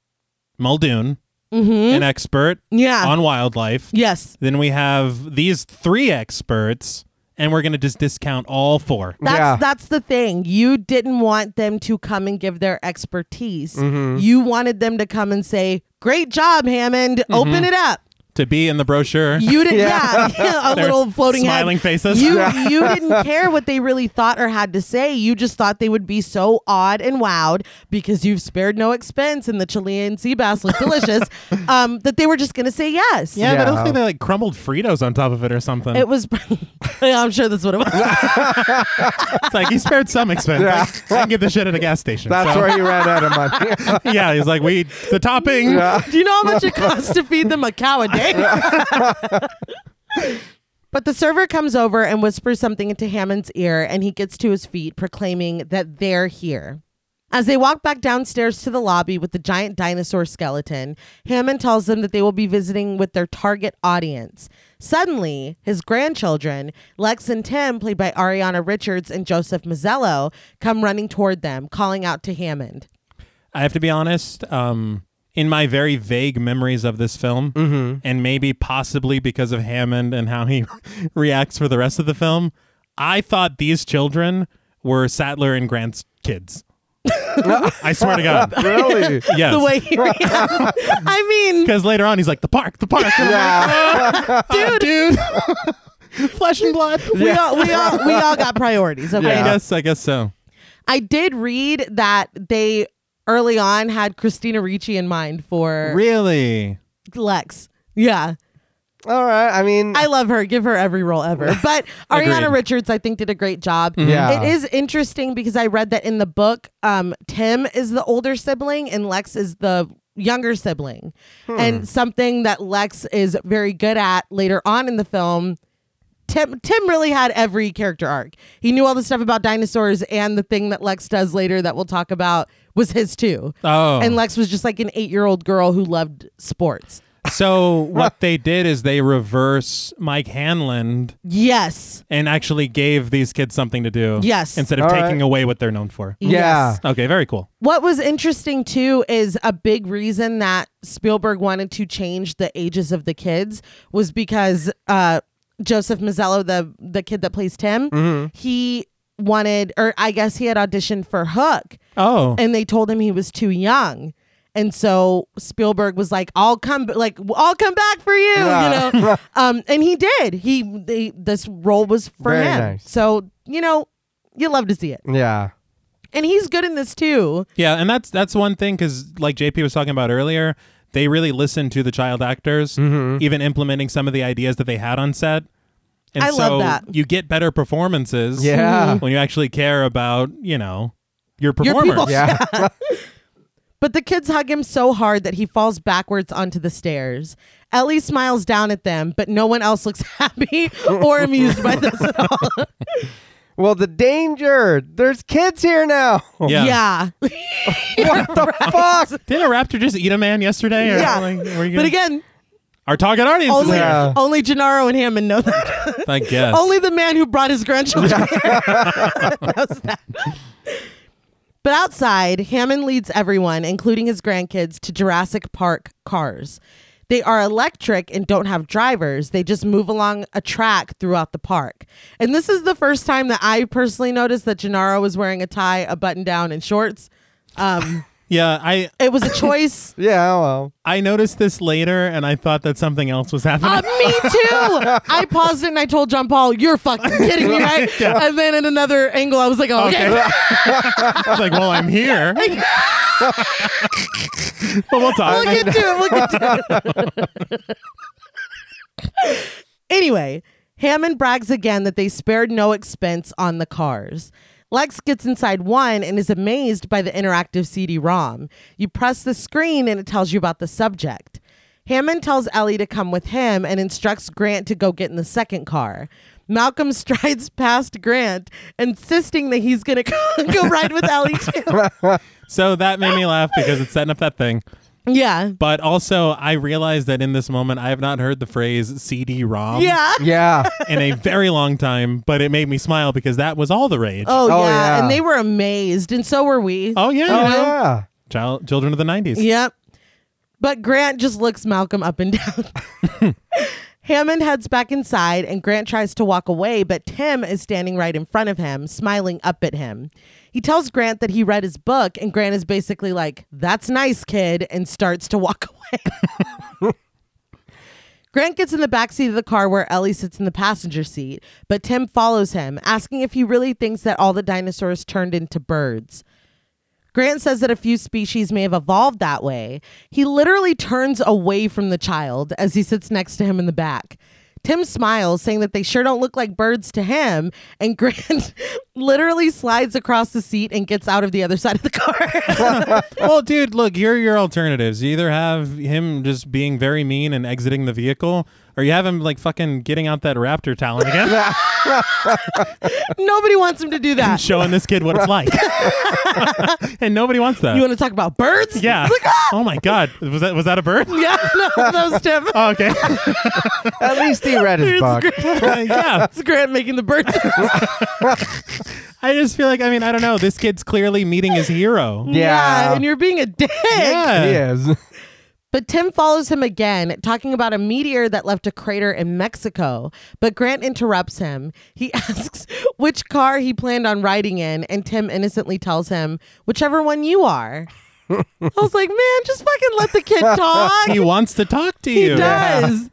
B: Muldoon, an expert
A: Mm-hmm. yeah.
B: on wildlife.
A: yes.
B: Then we have these three experts, and we're going to just discount all four.
A: That's
C: Yeah.
A: that's the thing. You didn't want them to come and give their expertise.
B: Mm-hmm.
A: You wanted them to come and say, "Great job, Hammond.
B: Mm-hmm.
A: Open it up."
B: To be in the brochure.
A: You didn't, yeah,
C: Yeah.
A: a
B: Their
A: little floating head.
B: smiling faces.
A: You you didn't care what they really thought or had to say. You just thought they would be so odd and wowed because you've spared no expense and the Chilean sea bass look delicious. um, that they were just gonna say yes.
B: yeah, but I don't
C: Yeah.
B: think they like crumbled Fritos on top of it or something.
A: It was. I'm sure that's what it was.
B: it's like he spared some expense. Like, I can get this shit at a gas station.
C: That's
B: so-
C: where you ran out of money.
B: Yeah, he's like, we the topping.
A: Do you know how much it costs to feed them a cow a day? But the server comes over and whispers something into Hammond's ear, and he gets to his feet, proclaiming that they're here. As they walk back downstairs to the lobby with the giant dinosaur skeleton, Hammond tells them that they will be visiting with their target audience. Suddenly, his grandchildren, Lex and Tim, played by Ariana Richards and Joseph Mazzello, come running toward them, calling out to Hammond.
B: I have to be honest. Um, in my very vague memories of this film,
C: Mm-hmm.
B: and maybe possibly because of Hammond and how he reacts for the rest of the film, I thought these children were Sattler and Grant's kids. I swear to God.
C: really?
B: Yes.
A: the way he reacts. I mean,
B: Because later on, he's like, the park, the park. And I'm like, dude. Flesh and blood.
A: we all we all we all got priorities. Okay.
B: I
C: Yeah.
B: guess, I guess so.
A: I did read that they early on had Christina Ricci in mind for
B: Really?
A: Lex. Yeah.
C: All right. I mean,
A: I love her. Give her every role ever. But
B: Agreed. Mm-hmm.
A: Ariana Richards, I think, did a great job.
C: Yeah.
A: It is interesting because I read that in the book, um, Tim is the older sibling and Lex is the younger sibling.
B: Hmm.
A: And something that Lex is very good at later on in the film. Tim, Tim really had every character arc. He knew all the stuff about dinosaurs, and the thing that Lex does later that we'll talk about was his too.
B: Oh.
A: And Lex was just like an eight year old girl who loved sports.
B: so what they did is they reverse Mike Hanlon
A: Yes.
B: and actually gave these kids something to do.
A: Yes.
B: Instead of
C: All
B: taking
C: right.
B: away what they're known for.
C: yeah.
A: Yes.
B: Okay, very cool.
A: What was interesting too is a big reason that Spielberg wanted to change the ages of the kids was because uh, Joseph Mazzello, the the kid that plays Tim,
C: Mm-hmm.
A: he wanted, or I guess he had auditioned for Hook,
B: Oh.
A: and they told him he was too young. And so Spielberg was like, "I'll come, like I'll come back for you,"
C: Yeah.
A: you know. um, and he did. He they, this role was for
C: Very
A: him.
C: nice.
A: So you know, you love to see it,
C: Yeah.
A: and he's good in this too.
B: Yeah, and that's that's one thing because like JP was talking about earlier, they really listened to the child actors, even implementing some of the ideas that they had on set. And
A: I
B: so
A: love that. Mm-hmm.
B: you get better performances
C: Yeah.
B: when you actually care about, you know, your performers.
A: people.
C: Yeah.
A: But the kids hug him so hard that he falls backwards onto the stairs. Ellie smiles down at them, but no one else looks happy or amused by this at all.
C: Well, the danger. There's kids here now.
B: Yeah.
A: Yeah. Yeah.
C: what the fuck?
B: Didn't a raptor just eat a man yesterday? Or like, were you
A: But
B: gonna-
A: again,
B: our target audience is
A: only
B: there.
C: Yeah.
A: only Gennaro and Hammond know that.
B: I guess.
A: Only the man who brought his grandchildren here knows that. But outside, Hammond leads everyone, including his grandkids, to Jurassic Park cars. They are electric and don't have drivers. They just move along a track throughout the park. And this is the first time that I personally noticed that Gennaro was wearing a tie, a button down, and shorts. Um,
B: yeah, I
A: it was a choice.
C: Yeah. Well.
B: I noticed this later, and I thought that something else was happening.
A: Uh, me too. I paused it and I told John Paul, "You're fucking kidding me, right?" And then in another angle, I was like, oh, "Okay,
B: I was like, well, I'm here. but we'll talk.
A: look into it. Look into it." anyway, Hammond brags again that they spared no expense on the cars. Lex gets inside one and is amazed by the interactive CD-ROM. You press the screen and it tells you about the subject. Hammond tells Ellie to come with him and instructs Grant to go get in the second car. Malcolm strides past Grant, insisting that he's going to go ride with Ellie too.
B: So that made me laugh because it's setting up that thing.
A: Yeah.
B: But also, I realized that in this moment, I have not heard the phrase CD-ROM
A: Yeah.
C: Yeah.
B: in a very long time, but it made me smile because that was all the rage.
A: Oh,
C: Oh,
A: yeah.
C: yeah.
A: And they were amazed, and so were we.
B: Oh, yeah. you
C: Oh
B: know,
C: yeah.
B: Child, children of the 90s.
A: Yep. But Grant just looks Malcolm up and down. Hammond heads back inside, and Grant tries to walk away, but Tim is standing right in front of him, smiling up at him. He tells Grant that he read his book, and Grant is basically like, That's nice, kid, and starts to walk away. Grant gets in the backseat of the car where Ellie sits in the passenger seat, but Tim follows him, asking if he really thinks that all the dinosaurs turned into birds. Grant says that a few species may have evolved that way. He literally turns away from the child as he sits next to him in the back. Tim smiles, saying that they sure don't look like birds to him, and Grant literally slides across the seat and gets out of the other side of the car.
B: Well, dude, look, here are your alternatives. You either have him just being very mean and exiting the vehicle, or you have him like fucking getting out that raptor talent again,
A: Nobody wants him to do that.
B: showing this kid what it's like. and nobody wants that.
A: You want to talk about birds?
B: yeah. oh my god, was that was that a bird?
A: Yeah, no, that was Tim.
B: Oh, okay.
C: At least he read his book.
A: It's Grant,
B: yeah.
A: it's Grant making the birds.
B: I just feel like I mean I don't know. This kid's clearly meeting his hero.
C: Yeah.
A: and you're being a dick.
B: Yeah.
C: He is.
A: But Tim follows him again, talking about a meteor that left a crater in Mexico. But Grant interrupts him. He asks which car he planned on riding in, and Tim innocently tells him, whichever one you are. I was like, man, just fucking let the kid talk.
B: He wants to talk to
A: He
B: you.
A: does.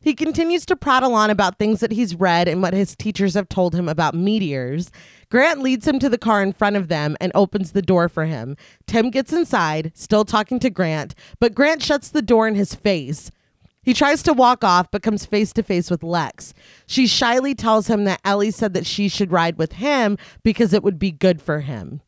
A: He continues to prattle on about things that he's read and what his teachers have told him about meteors. Grant leads him to the car in front of them and opens the door for him. Tim gets inside, still talking to Grant, but Grant shuts the door in his face. He tries to walk off, but comes face to face with Lex. She shyly tells him that Ellie said that she should ride with him because it would be good for him.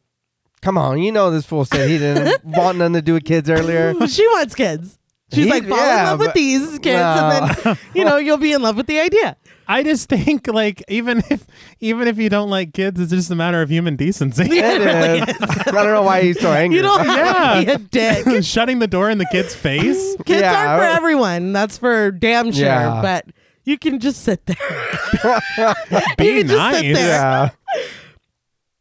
C: Come on, you know this fool said he didn't want nothing to do with kids earlier.
A: Well, she wants kids. She's
C: He-
A: like, fall in
C: yeah,
A: love with
C: but-
A: these kids, and then, you know, you'll be in love with the idea.
B: I just think like even if even if you don't like kids, it's just a matter of human decency.
C: It is. I don't know why he's so angry.
A: You don't
B: Yeah.
A: have to be a dick.
B: Shutting the door in the kid's face.
A: Kids
C: Yeah,
A: aren't for
C: I-
A: everyone. That's for damn sure.
C: Yeah.
A: But you can just sit there.
B: Be
A: can just sit
B: nice.
A: there.
C: yeah.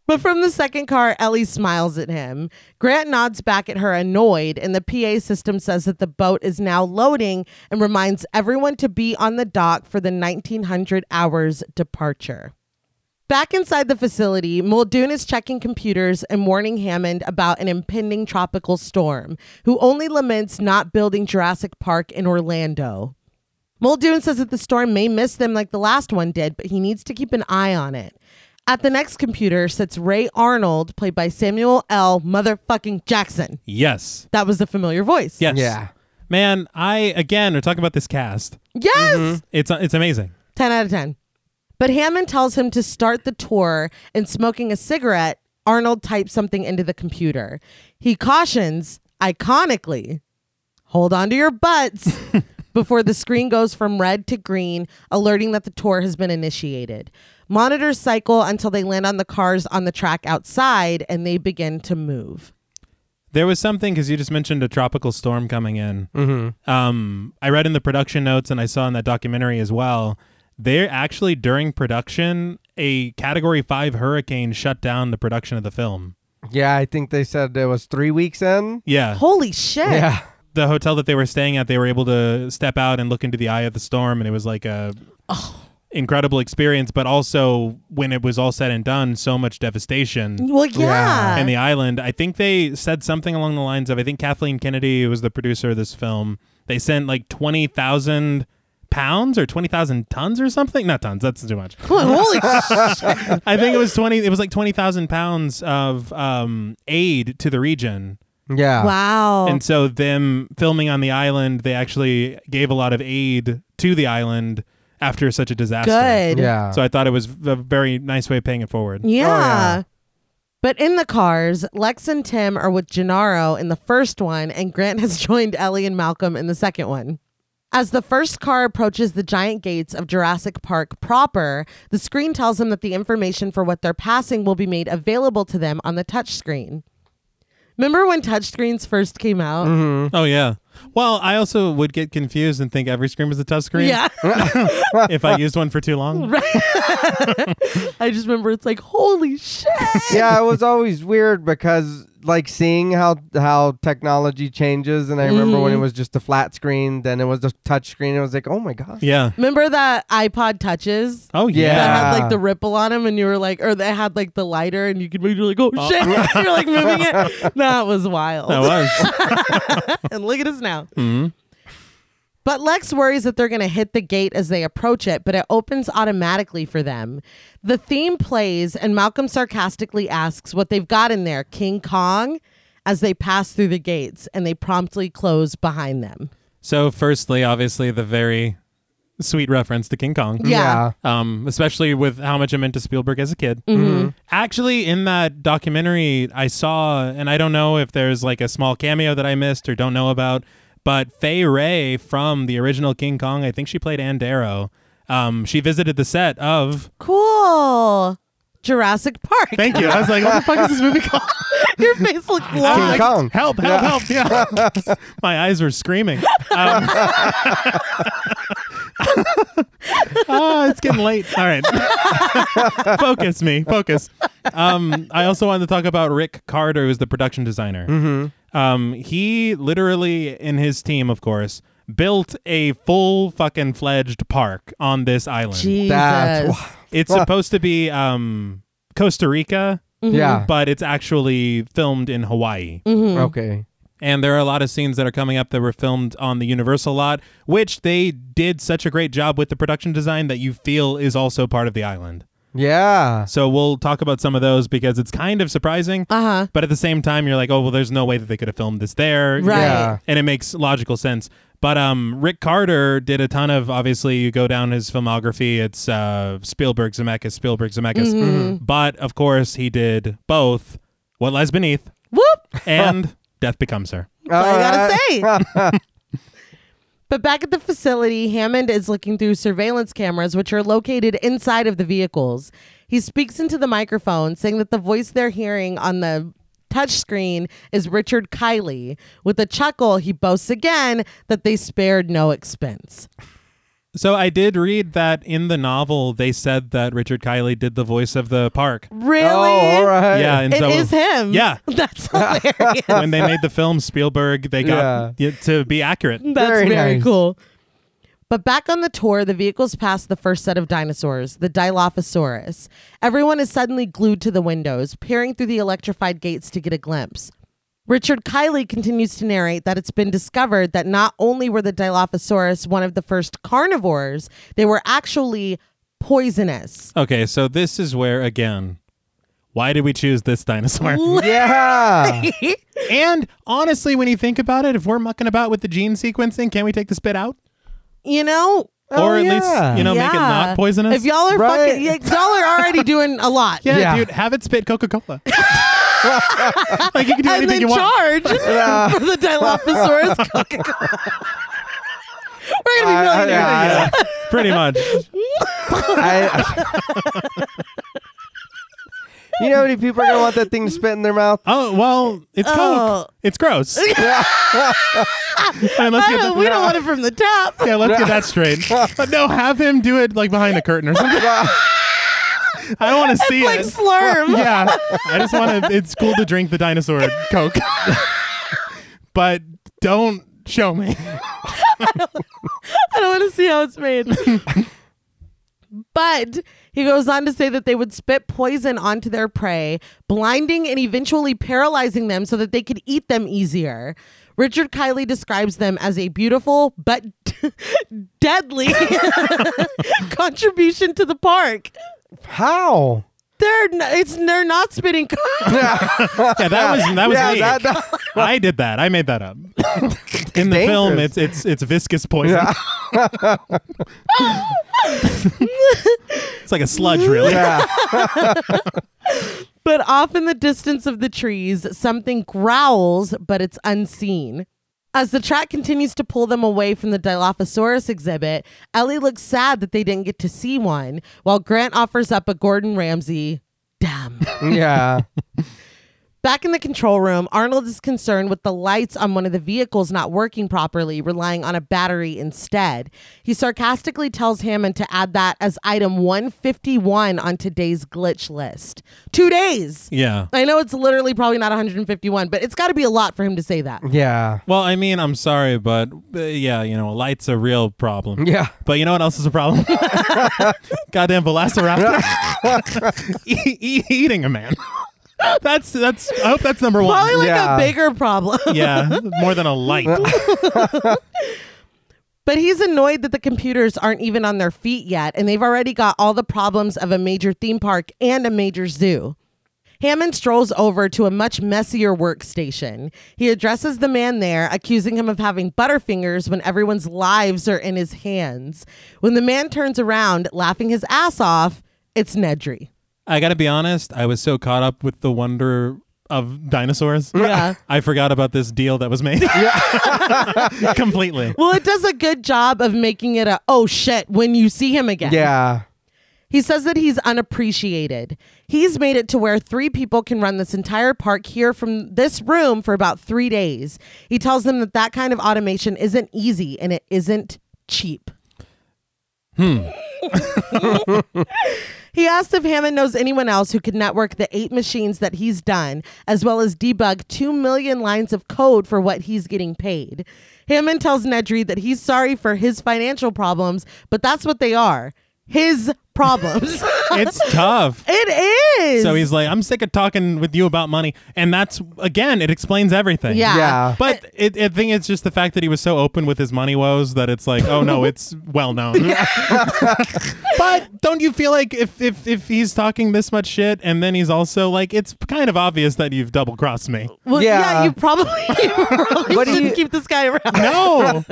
A: But from the second car, Ellie smiles at him. Grant nods back at her, annoyed, and the PA system says that the boat is now loading and reminds everyone to be on the dock for the 1900 hours departure. Back inside the facility, Muldoon is checking computers and warning Hammond about an impending tropical storm, who only laments not building Jurassic Park in Orlando. Muldoon says that the storm may miss them like the last one did, but he needs to keep an eye on it. At the next computer sits Ray Arnold, played by Samuel L. Motherfucking Jackson.
B: Yes.
A: That was the familiar voice.
B: Yes.
C: Yeah.
B: Man, I again are talking about this cast.
A: Yes.
B: It's it's amazing.
A: 10 out of 10. But Hammond tells him to start the tour and smoking a cigarette, Arnold types something into the computer. He cautions, iconically, hold on to your butts before the screen goes from red to green, alerting that the tour has been initiated. Monitors cycle until they land on the cars on the track outside and they begin to move.
B: There was something because you just mentioned a tropical storm coming in. Mm-hmm. Um, I read in the production notes and I saw in that documentary as well. They're actually during production, a Category Five hurricane shut down the production of the film.
C: Yeah, I think they said it was three weeks in.
B: Yeah,
A: Holy shit.
C: Yeah.
B: the hotel that they were staying at, they were able to step out and look into the eye of the storm, and it was like a incredible experience. But also, when it was all said and done, so much devastation.
A: Well, yeah.
C: Yeah,
B: and the island. I think they said something along the lines of I think Kathleen Kennedy who was the producer of this film. They sent like twenty thousand pounds or twenty thousand tons or something. Not tons. That's too much.
A: Holy
B: I think it was twenty. It was like twenty thousand pounds of um, aid to the region.
C: Yeah.
A: Wow.
B: And so them filming on the island, they actually gave a lot of aid to the island after such a disaster.
A: Good.
C: Yeah.
B: So I thought it was a very nice way of paying it forward.
A: Oh, Yeah.
C: yeah.
A: But in the cars, Lex and Tim are with Gennaro in the first one, and Grant has joined Ellie and Malcolm in the second one. As the first car approaches the giant gates of Jurassic Park proper, the screen tells them that the information for what they're passing will be made available to them on the touchscreen. Remember when touchscreens first came out?
B: Oh yeah. Well, I also would get confused and think every screen was a touchscreen.
A: Yeah.
B: if I used one for too long.
A: I just remember it's like, holy shit.
C: yeah, it was always weird because like seeing how how technology changes and I remember when it
A: Mm-hmm.
C: was just a flat screen, then it was a touch screen, it was like, Oh my gosh.
B: Yeah.
A: Remember that iPod touches?
B: Oh yeah.
A: that had
C: Yeah.
A: like the ripple on them, and you were like, or that had like the lighter, and you could move. You're like, oh shit! you're like moving it. That was wild.
B: That was.
A: and look at us now. But Lex worries that they're going to hit the gate as they approach it, but it opens automatically for them. The theme plays, and Malcolm sarcastically asks what they've got in there, King Kong, as they pass through the gates, and they promptly close behind them.
B: so firstly, obviously the very sweet reference to King Kong.
A: Yeah.
B: Um, especially with how much I meant to Spielberg as a kid.
A: Mm-hmm.
B: Actually, in that documentary, I saw, and I don't know if there's like a small cameo that I missed or don't know about, but Faye Ray from the original King Kong, I think she played Ann Darrow. Um, she visited the set of.
A: Cool. Jurassic Park.
B: Thank you. I was like, what the fuck is this movie called?
A: Your face looked long.
C: King Kong.
B: Help, help, help. Yeah. My eyes were screaming. Um, ah, it's getting late. All right. focus me. Focus. Um, I also wanted to talk about Rick Carter, who's the production designer. Mm-hmm. Um, he literally, in his team, of course, built a full fucking fledged park on this island.
A: Jesus.
C: That's
B: It's
C: Wow. Uh-huh.
B: supposed to be um, Costa Rica,
C: yeah.
B: but it's actually filmed in Hawaii.
A: Mm-hmm.
C: Okay.
B: And there are a lot of scenes that are coming up that were filmed on the Universal lot, which they did such a great job with the production design that you feel is also part of the island.
C: Yeah.
B: So we'll talk about some of those because it's kind of surprising.
A: Uh-huh.
B: But at the same time, you're like, oh, well, there's no way that they could have filmed this there.
A: Right.
C: Yeah.
B: And it makes logical sense. But um, Rick Carter did a ton of, obviously, you go down his filmography, it's uh, Spielberg, Zemeckis, Spielberg, Zemeckis. But of course, he did both What Lies Beneath
A: Whoop.
B: and Death Becomes Her.
A: That's all I gotta say.
C: Alright.
A: But back at the facility, Hammond is looking through surveillance cameras, which are located inside of the vehicles. He speaks into the microphone, saying that the voice they're hearing on the touchscreen is Richard Kiley. With a chuckle, he boasts again that they spared no expense.
B: So I did read that in the novel, they said that Richard Kiley did the voice of the park.
A: Really?
C: Oh, all right.
B: Yeah, and
A: It
B: so
A: is him.
B: Yeah.
A: That's hilarious.
B: when they made the film Spielberg, they got it to be accurate.
A: That's very,
C: Very nice.
A: cool. But back on the tour, the vehicles pass the first set of dinosaurs, the Dilophosaurus. Everyone is suddenly glued to the windows, peering through the electrified gates to get a glimpse. Richard Kiley continues to narrate that it's been discovered that not only were the Dilophosaurus one of the first carnivores, they were actually poisonous.
B: Okay, so this is where again, why did we choose this dinosaur?
C: Yeah.
B: and honestly, when you think about it, if we're mucking about with the gene sequencing, can we take this bit out?
A: You know?
B: or at
C: yeah.
B: least you know make it
A: Yeah.
B: not poisonous.
A: If y'all are
C: Right.
A: fucking, y'all are already doing a lot.
B: yeah,
C: Yeah.
B: dude, have it spit Coca Cola. like you can do
A: and
B: anything
A: then
B: you want.
A: charge for the Dilophosaurus Coca-Cola. We're gonna be
C: I- I-
A: millionaires.
C: yeah, I-
B: Pretty much.
C: I- you know how many people are gonna want that thing to spit in their mouth?
B: Oh well, it's
A: Oh.
B: Coke. It's gross. All
C: Oh,
B: right, let's
A: I don't-
B: get the-
A: Oh, we don't want it from the top.
B: Yeah, let's get that straight. But no, have him do it like behind a curtain or something. I don't want to see
A: Like
B: it.
A: slurm.
B: yeah, I just want to. It's cool to drink the dinosaur Coke, but don't show me.
A: I don't want to see how it's made. but he goes on to say that they would spit poison onto their prey, blinding and eventually paralyzing them so that they could eat them easier. Richard Kiley describes them as a beautiful but deadly contribution to the park.
C: How?
A: They're n- it's they're not spitting. coke.
B: Yeah, that was that was
C: yeah,
B: me.
C: that- that-
B: I did that. I made that up. In the
C: dangerous.
B: film, it's it's it's viscous poison.
C: Yeah.
B: it's like a sludge, really.
C: yeah.
A: But off in the distance of the trees, something growls, but it's unseen. As the track continues to pull them away from the Dilophosaurus exhibit, Ellie looks sad that they didn't get to see one, while Grant offers up a Gordon Ramsay. Damn.
C: Yeah.
A: Back in the control room, Arnold is concerned with the lights on one of the vehicles not working properly, relying on a battery instead. He sarcastically tells Hammond to add that as item 151 on today's glitch list. Two days!
B: Yeah.
A: I know it's literally probably not 151, but it's got to be a lot for him to say that.
C: Yeah.
B: Well, I mean, I'm sorry, but uh, yeah, you know, light's a real problem.
C: Yeah.
B: But you know what else is a problem? Goddamn Velociraptor e- e- eating a man. That's that's. I hope that's number one.
A: Probably like a
C: Yeah.
A: bigger problem.
B: yeah, more than a light.
A: But he's annoyed that the computers aren't even on their feet yet, and they've already got all the problems of a major theme park and a major zoo. Hammond strolls over to a much messier workstation. He addresses the man there, accusing him of having butterfingers when everyone's lives are in his hands. When the man turns around, laughing his ass off, it's Nedry.
B: I gotta be honest, I was so caught up with the wonder of dinosaurs.
A: Yeah.
B: I forgot about this deal that was made. Completely.
A: Well, it does a good job of making it a oh shit when you see him again.
C: Yeah.
A: He says that he's unappreciated. He's made it to where three people can run this entire park here from this room for about three days. He tells them that that kind of automation isn't easy and it isn't cheap. He asked if Hammond knows anyone else who could network the eight machines that he's done, as well as debug 2 million lines of code for what he's getting paid. Hammond tells Nedry that he's sorry for his financial problems, but that's what they are his problems.
B: It's tough.
A: it is.
B: So he's like, I'm sick of talking with you about money. And that's, again, it explains everything.
A: Yeah.
C: Yeah.
B: But it, I think it's just the fact that he was so open with his money woes that it's like, oh no, it's well known. but don't you feel like if, if if he's talking this much shit and then he's also like, it's kind of obvious that you've double crossed me.
A: Well, yeah.
C: Yeah.
A: you probably, you probably
C: What do
A: shouldn't
C: you-
A: keep this guy around.
B: No,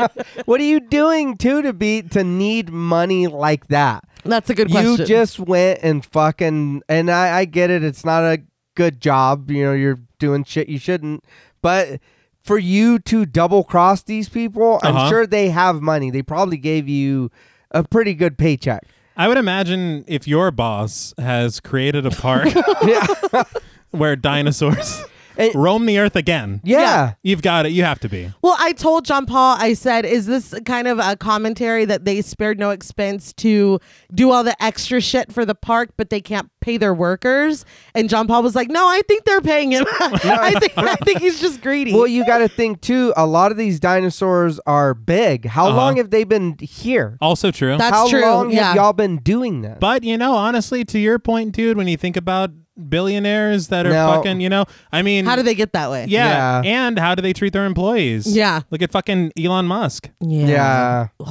C: What are you doing too to be to need money like that?
A: That's a good
C: You
A: question.
C: just went and fucking and I, I get it, it's not a good job, you know, you're doing shit you shouldn't. But for you to double cross these people,
B: Uh-huh.
C: I'm sure they have money. They probably gave you a pretty good paycheck.
B: I would imagine if your boss has created a park
C: Yeah.
B: where dinosaurs
C: And-
B: roam the earth again,
C: Yeah.
B: you've got it. You have to be.
A: Well, I told John Paul, I said, is this kind of a commentary that they spared no expense to do all the extra shit for the park, but they can't pay their workers? And John Paul was like, no, I think they're paying him. I think I think he's just greedy.
C: Well, you got to think too. A lot of these dinosaurs are big. How long have they been here?
B: Also true.
A: That's
C: How
A: true.
C: long
A: yeah.
C: have y'all been doing this?
B: But you know, honestly, to your point, dude, when you think about billionaires that are
C: No.
B: fucking, you know, I mean,
A: How do they get that way?
B: yeah,
C: Yeah.
B: and how do they treat their employees?
A: Yeah.
B: look at fucking Elon Musk.
A: Yeah.
C: yeah.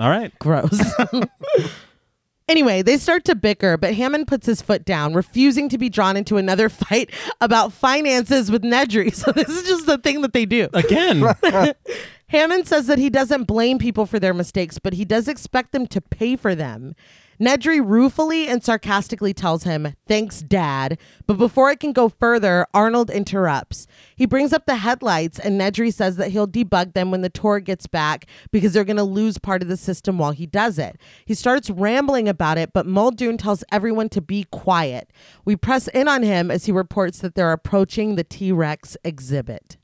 B: All right,
A: Gross. Anyway, they start to bicker, but Hammond puts his foot down, refusing to be drawn into another fight about finances with Nedry. So this is just the thing that they do.
B: again,
A: Hammond says that he doesn't blame people for their mistakes, but he does expect them to pay for them. Nedry ruefully and sarcastically tells him, Thanks, Dad. But before it can go further, Arnold interrupts. He brings up the headlights, and Nedry says that he'll debug them when the tour gets back because they're going to lose part of the system while he does it. He starts rambling about it, but Muldoon tells everyone to be quiet. We press in on him as he reports that they're approaching the T Rex exhibit.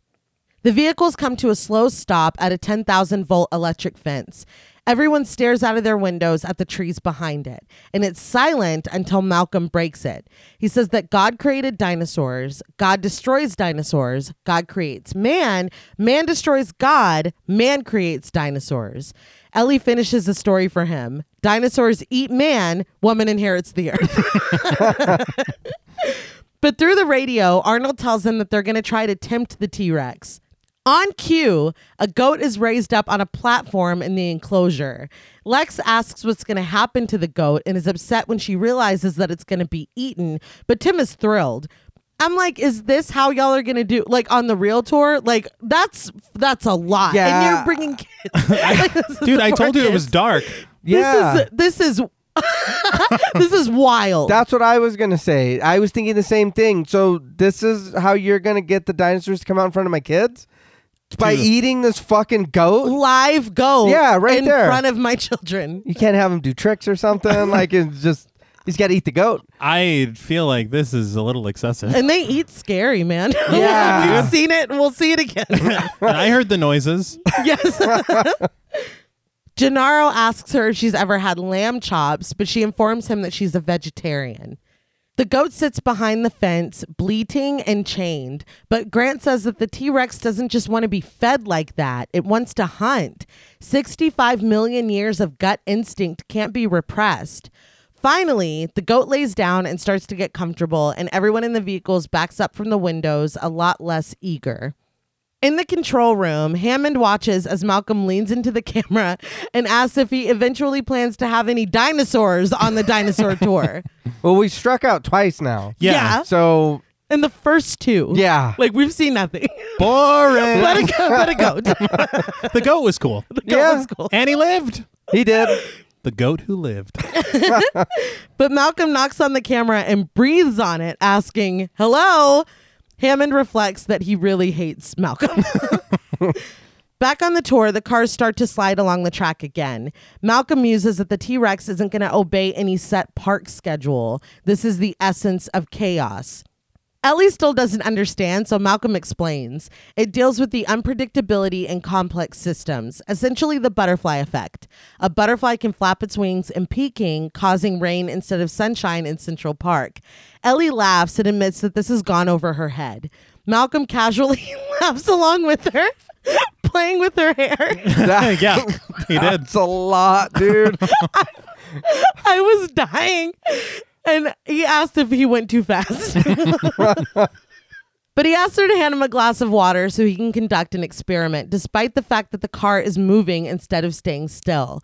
A: The vehicles come to a slow stop at a 10,000 volt electric fence. Everyone stares out of their windows at the trees behind it, and it's silent until Malcolm breaks it. He says that God created dinosaurs, God destroys dinosaurs, God creates man, man destroys God, man creates dinosaurs. Ellie finishes the story for him. Dinosaurs eat man, woman inherits the earth. But through the radio, Arnold tells them that they're going to try to tempt the T Rex. On cue, a goat is raised up on a platform in the enclosure. Lex asks what's going to happen to the goat and is upset when she realizes that it's going to be eaten, but Tim is thrilled. I'm like, is this how y'all are gonna do? Like on the real tour, like that's that's a lot,
C: Yeah.
A: and you're bringing kids. Like, this is
B: dude, I
A: for
B: told you it was
A: kids.
B: dark.
C: Yeah.
A: This is this is this is wild.
C: That's what I was gonna say. I was thinking the same thing. So this is how you're gonna get the dinosaurs to come out in front of my kids? It's by
B: Dude.
C: eating this fucking goat?
A: live goat.
C: Yeah, right
A: in
C: there.
A: front of my children.
C: You can't have him do tricks or something. like it's just he's gotta eat the goat.
B: I feel like this is a little excessive.
A: And they eat scary, man.
C: Yeah.
A: We've seen it and we'll see it again.
B: And I heard the noises.
A: yes. Gennaro asks her if she's ever had lamb chops, but she informs him that she's a vegetarian. The goat sits behind the fence, bleating and chained, but Grant says that the T Rex doesn't just want to be fed like that, it wants to hunt. 65 million years of gut instinct can't be repressed. Finally, the goat lays down and starts to get comfortable, and everyone in the vehicles backs up from the windows, a lot less eager. In the control room, Hammond watches as Malcolm leans into the camera and asks if he eventually plans to have any dinosaurs on the dinosaur tour.
C: Well, we struck out twice now.
B: Yeah.
C: So
A: In the first two.
C: yeah.
A: Like we've seen nothing.
B: Boring.
A: but a go but a goat. the
B: the goat was cool.
A: goat
C: Yeah.
A: was cool.
B: And he lived.
C: He did.
B: The goat who lived.
A: But Malcolm knocks on the camera and breathes on it, asking, Hello? Hammond reflects that he really hates Malcolm. Back on the tour, the cars start to slide along the track again. Malcolm muses that the T Rex isn't going to obey any set park schedule. This is the essence of chaos. Ellie still doesn't understand, so Malcolm explains. It deals with the unpredictability in complex systems, essentially the butterfly effect. A butterfly can flap its wings in Peking, causing rain instead of sunshine in Central Park. Ellie laughs and admits that this has gone over her head. Malcolm casually laughs along with her, playing with her hair.
C: That-
B: yeah, he did.
C: That's a lot, dude.
A: I was dying. And he asked if he went too fast. But he asks her to hand him a glass of water so he can conduct an experiment, despite the fact that the car is moving instead of staying still.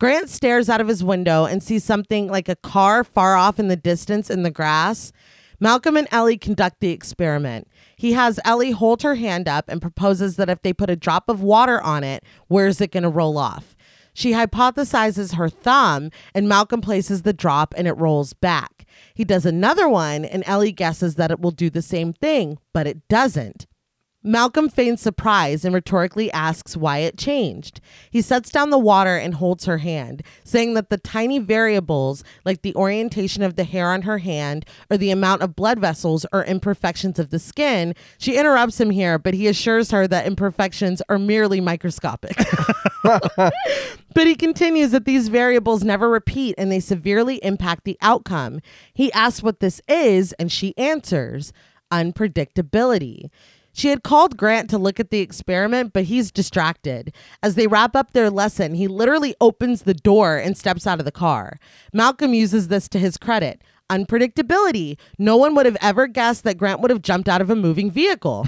A: Grant stares out of his window and sees something like a car far off in the distance in the grass. Malcolm and Ellie conduct the experiment. He has Ellie hold her hand up and proposes that if they put a drop of water on it, where is it going to roll off? She hypothesizes her thumb, and Malcolm places the drop and it rolls back. He does another one, and Ellie guesses that it will do the same thing, but it doesn't. Malcolm feigns surprise and rhetorically asks why it changed. He sets down the water and holds her hand, saying that the tiny variables, like the orientation of the hair on her hand or the amount of blood vessels or imperfections of the skin, she interrupts him here, but he assures her that imperfections are merely microscopic. But he continues that these variables never repeat and they severely impact the outcome. He asks what this is, and she answers unpredictability. She had called Grant to look at the experiment, but he's distracted. As they wrap up their lesson, he literally opens the door and steps out of the car. Malcolm uses this to his credit. Unpredictability. No one would have ever guessed that Grant would have jumped out of a moving vehicle.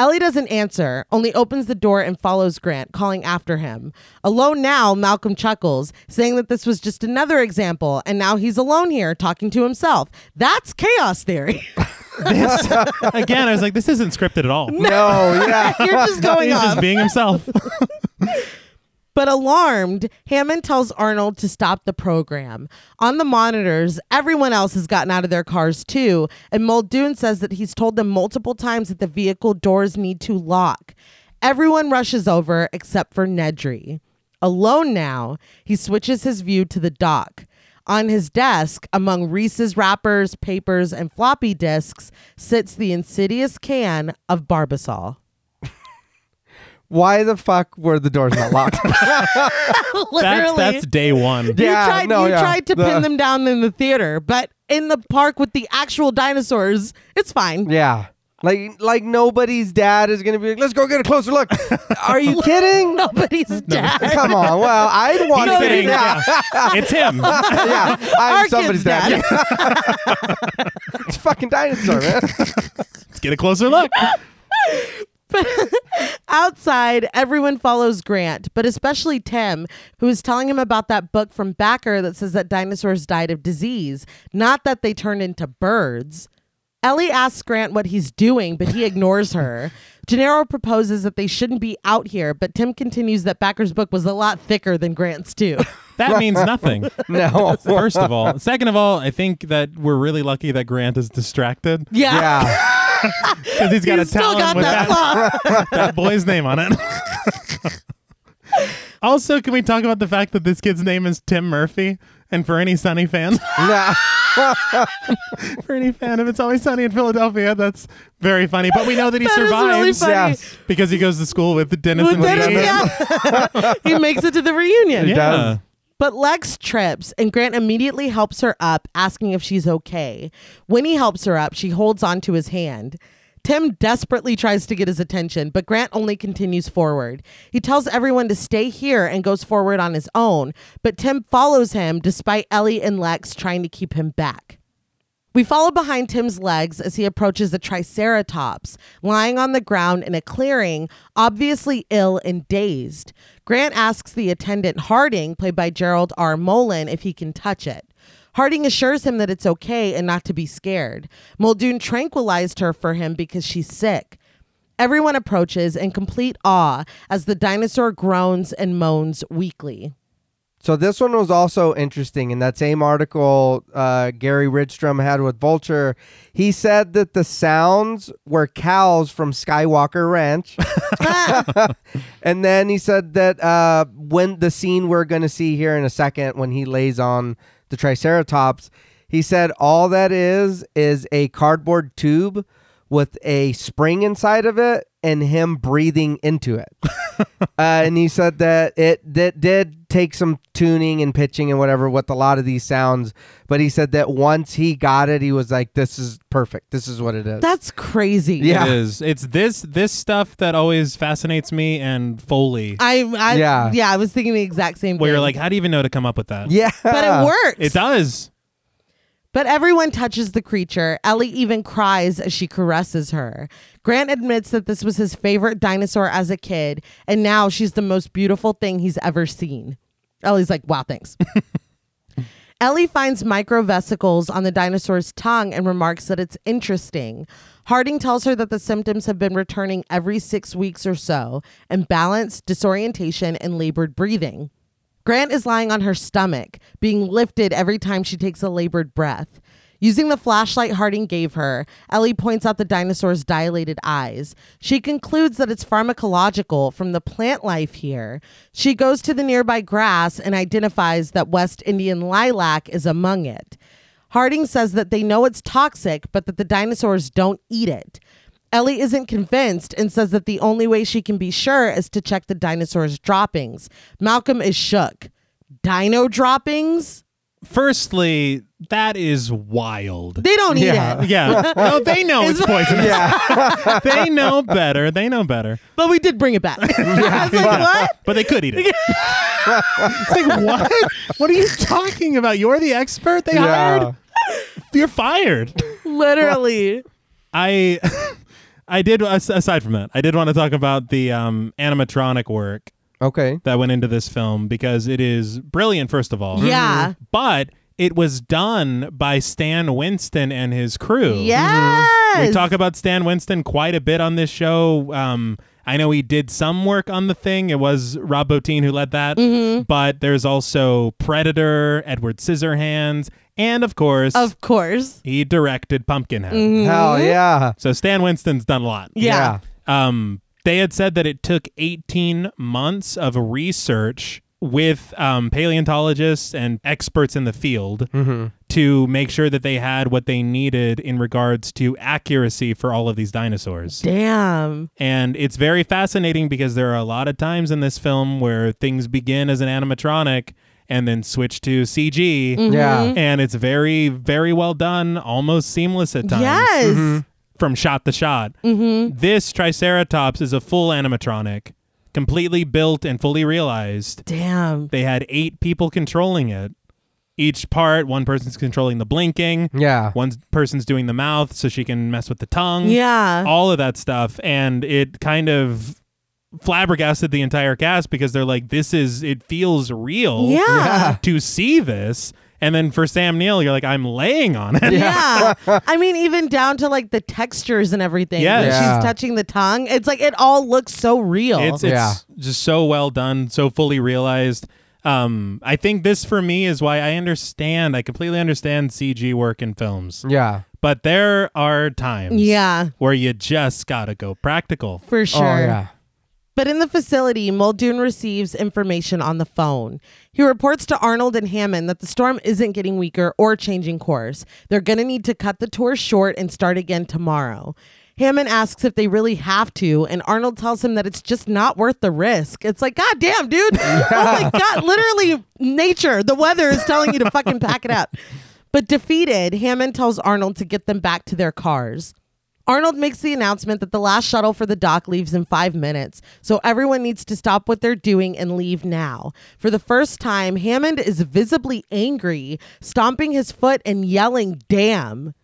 A: Ellie doesn't answer, only opens the door and follows Grant, calling after him. Alone now, Malcolm chuckles, saying that this was just another example, and now he's alone here talking to himself. That's chaos theory.
B: This- again, I was like, this isn't scripted at all.
C: no, yeah.
A: You're just going
B: He's
A: off.
B: just being himself.
A: But alarmed, Hammond tells Arnold to stop the program. On the monitors, everyone else has gotten out of their cars too, and Muldoon says that he's told them multiple times that the vehicle doors need to lock. Everyone rushes over except for Nedry. Alone now, he switches his view to the dock. On his desk, among Reese's wrappers, papers, and floppy disks, sits the insidious can of Barbasol.
C: Why the fuck were the doors not locked?
B: That's that's day one.
A: You
C: Yeah,
A: tried,
C: no,
A: you
C: yeah.
A: tried to
C: The-
A: pin them down in the theater, but in the park with the actual dinosaurs, it's fine.
C: yeah. Like like nobody's dad is gonna be like, let's go get a closer look. Are you kidding?
A: Nobody's dead.
C: Come on. Well, I'd want
B: He's
C: to
B: saying,
C: yeah.
B: yeah, it's him.
C: yeah.
A: Our
C: I'm
A: kid's
C: somebody's
A: dead.
C: dad. Yeah. it's a fucking dinosaur, man.
B: Let's get a closer look.
A: Outside, everyone follows Grant, but especially Tim, who is telling him about that book from Backer that says that dinosaurs died of disease, not that they turned into birds. Ellie asks Grant what he's doing, but he ignores her. Gennaro proposes that they shouldn't be out here, but Tim continues that Backer's book was a lot thicker than Grant's, too.
B: That means nothing.
C: No.
B: First of all, second of all, I think that we're really lucky that Grant is distracted
C: Yeah.
B: because he's got
A: You
B: a
A: still
B: talent
A: got
B: with
A: that,
B: that,
A: flaw.
B: that boy's name on it. also, can we talk about the fact that this kid's name is Tim Murphy? And for any Sunny fans,
C: Nah.
B: for any fan of It's Always Sunny in Philadelphia, that's very funny. But we know that he
A: That is really
B: survives
A: funny.
C: Yes.
B: because he goes to school with Dennis
A: Well,
B: and
A: Dennis,
B: Lee.
A: yeah. he makes it to the reunion.
B: Yeah.
C: does.
A: But Lex trips, and Grant immediately helps her up, asking if she's okay. When he helps her up, she holds onto his hand. Tim desperately tries to get his attention, but Grant only continues forward. He tells everyone to stay here and goes forward on his own, but Tim follows him despite Ellie and Lex trying to keep him back. We follow behind Tim's legs as he approaches a triceratops, lying on the ground in a clearing, obviously ill and dazed. Grant asks the attendant Harding, played by Gerald R. Mullen, if he can touch it. Harding assures him that it's okay and not to be scared. Muldoon tranquilized her for him because she's sick. Everyone approaches in complete awe as the dinosaur groans and moans weakly.
C: So this one was also interesting in that same article uh, Gary Ridstrom had with Vulture. He said that the sounds were cows from Skywalker Ranch, and then he said that uh, when the scene we're going to see here in a second, when he lays on the Triceratops, He said all that is is a cardboard tube with a spring inside of it and him breathing into it. uh, and he said that it that did take some tuning and pitching and whatever with a lot of these sounds, but he said that once he got it, he was like, "This is perfect. This is what it is."
A: That's crazy.
C: Yeah.
B: It is. It's this this stuff that always fascinates me and Foley.
A: I, I yeah.
C: Yeah.
A: yeah, I was thinking the exact same
B: Where
A: thing.
B: you're like, how do you even know to come up with that?
C: yeah,
A: but it works.
B: It does.
A: But everyone touches the creature. Ellie even cries as she caresses her. Grant admits that this was his favorite dinosaur as a kid, and now she's the most beautiful thing he's ever seen. Ellie's like, wow, thanks. Ellie finds microvesicles on the dinosaur's tongue and remarks that it's interesting. Harding tells her that the symptoms have been returning every six weeks or so imbalance, disorientation, and labored breathing. Grant is lying on her stomach, being lifted every time she takes a labored breath. Using the flashlight Harding gave her, Ellie points out the dinosaur's dilated eyes. She concludes that it's pharmacological from the plant life here. She goes to the nearby grass and identifies that West Indian lilac is among it. Harding says that they know it's toxic, but that the dinosaurs don't eat it. Ellie isn't convinced and says that the only way she can be sure is to check the dinosaurs' droppings. Malcolm is shook. Dino droppings?
B: Firstly, that is wild.
A: They don't eat
C: Yeah.
A: it.
B: Yeah. no, they know it's poisonous. they know better. They know better.
A: But we did bring it back. I was like, what?
B: But they could eat it. it's like, what? What are you talking about? You're the expert they
C: Yeah.
B: hired? You're fired.
A: Literally.
B: I I did as- aside from that, I did want to talk about the um, animatronic work
C: Okay.
B: that went into this film because it is brilliant first of all.
A: Yeah.
B: But it was done by Stan Winston and his crew.
A: Yes.
B: Mm-hmm. We talk about Stan Winston quite a bit on this show. Um, I know he did some work on the thing. It was Rob Bottin who led that.
A: Mm-hmm.
B: But there's also Predator, Edward Scissorhands, and of course,
A: of Mm-hmm. course.
B: he directed Pumpkinhead.
C: Hell yeah.
B: So Stan Winston's done a lot.
A: Yeah.
B: Um, they had said that it took 18 months of research with um, paleontologists and experts in the field to make sure that they had what they needed in regards to accuracy for all of these dinosaurs.
A: Damn.
B: And it's very fascinating because there are a lot of times in this film where things begin as an animatronic and then switch to CG.
C: Yeah.
B: And it's very, very well done, almost seamless at times Mm-hmm.
A: Yes.
B: from shot to shot.
A: Mm-hmm.
B: This Triceratops is a full animatronic, completely built and fully realized.
A: Damn.
B: They had eight people controlling it. Each part, one person's controlling the blinking,
A: Mm-hmm.
C: Yeah.
B: one person's doing the mouth so she can mess with the tongue,
A: Yeah.
B: all of that stuff. And it kind of flabbergasted the entire cast because they're like, this is, it feels real
A: Yeah.
B: to see this. And then for Sam Neill, you're like, I'm laying on it.
A: Yeah. I mean, even down to like the textures and everything.
B: Yes.
A: When
C: Yeah.
A: She's touching the tongue. It's like it all looks so real.
B: It's it's
C: Yeah.
B: just so well done, so fully realized. Um, I think this for me is why I understand. I completely understand CG work in films,
C: Yeah.
B: but there are times,
A: Yeah.
B: where you just gotta go practical.
A: for sure.
C: Oh yeah.
A: But in the facility, Muldoon receives information on the phone. He reports to Arnold and Hammond that the storm isn't getting weaker or changing course. They're going to need to cut the tour short and start again tomorrow. Hammond asks if they really have to, and Arnold tells him that it's just not worth the risk. It's like, God damn, dude. Oh my God, literally, nature, the weather is telling you to fucking pack it up. But defeated, Hammond tells Arnold to get them back to their cars. Arnold makes the announcement that the last shuttle for the dock leaves in five minutes, so everyone needs to stop what they're doing and leave now. For the first time, Hammond is visibly angry, stomping his foot and yelling, Damn.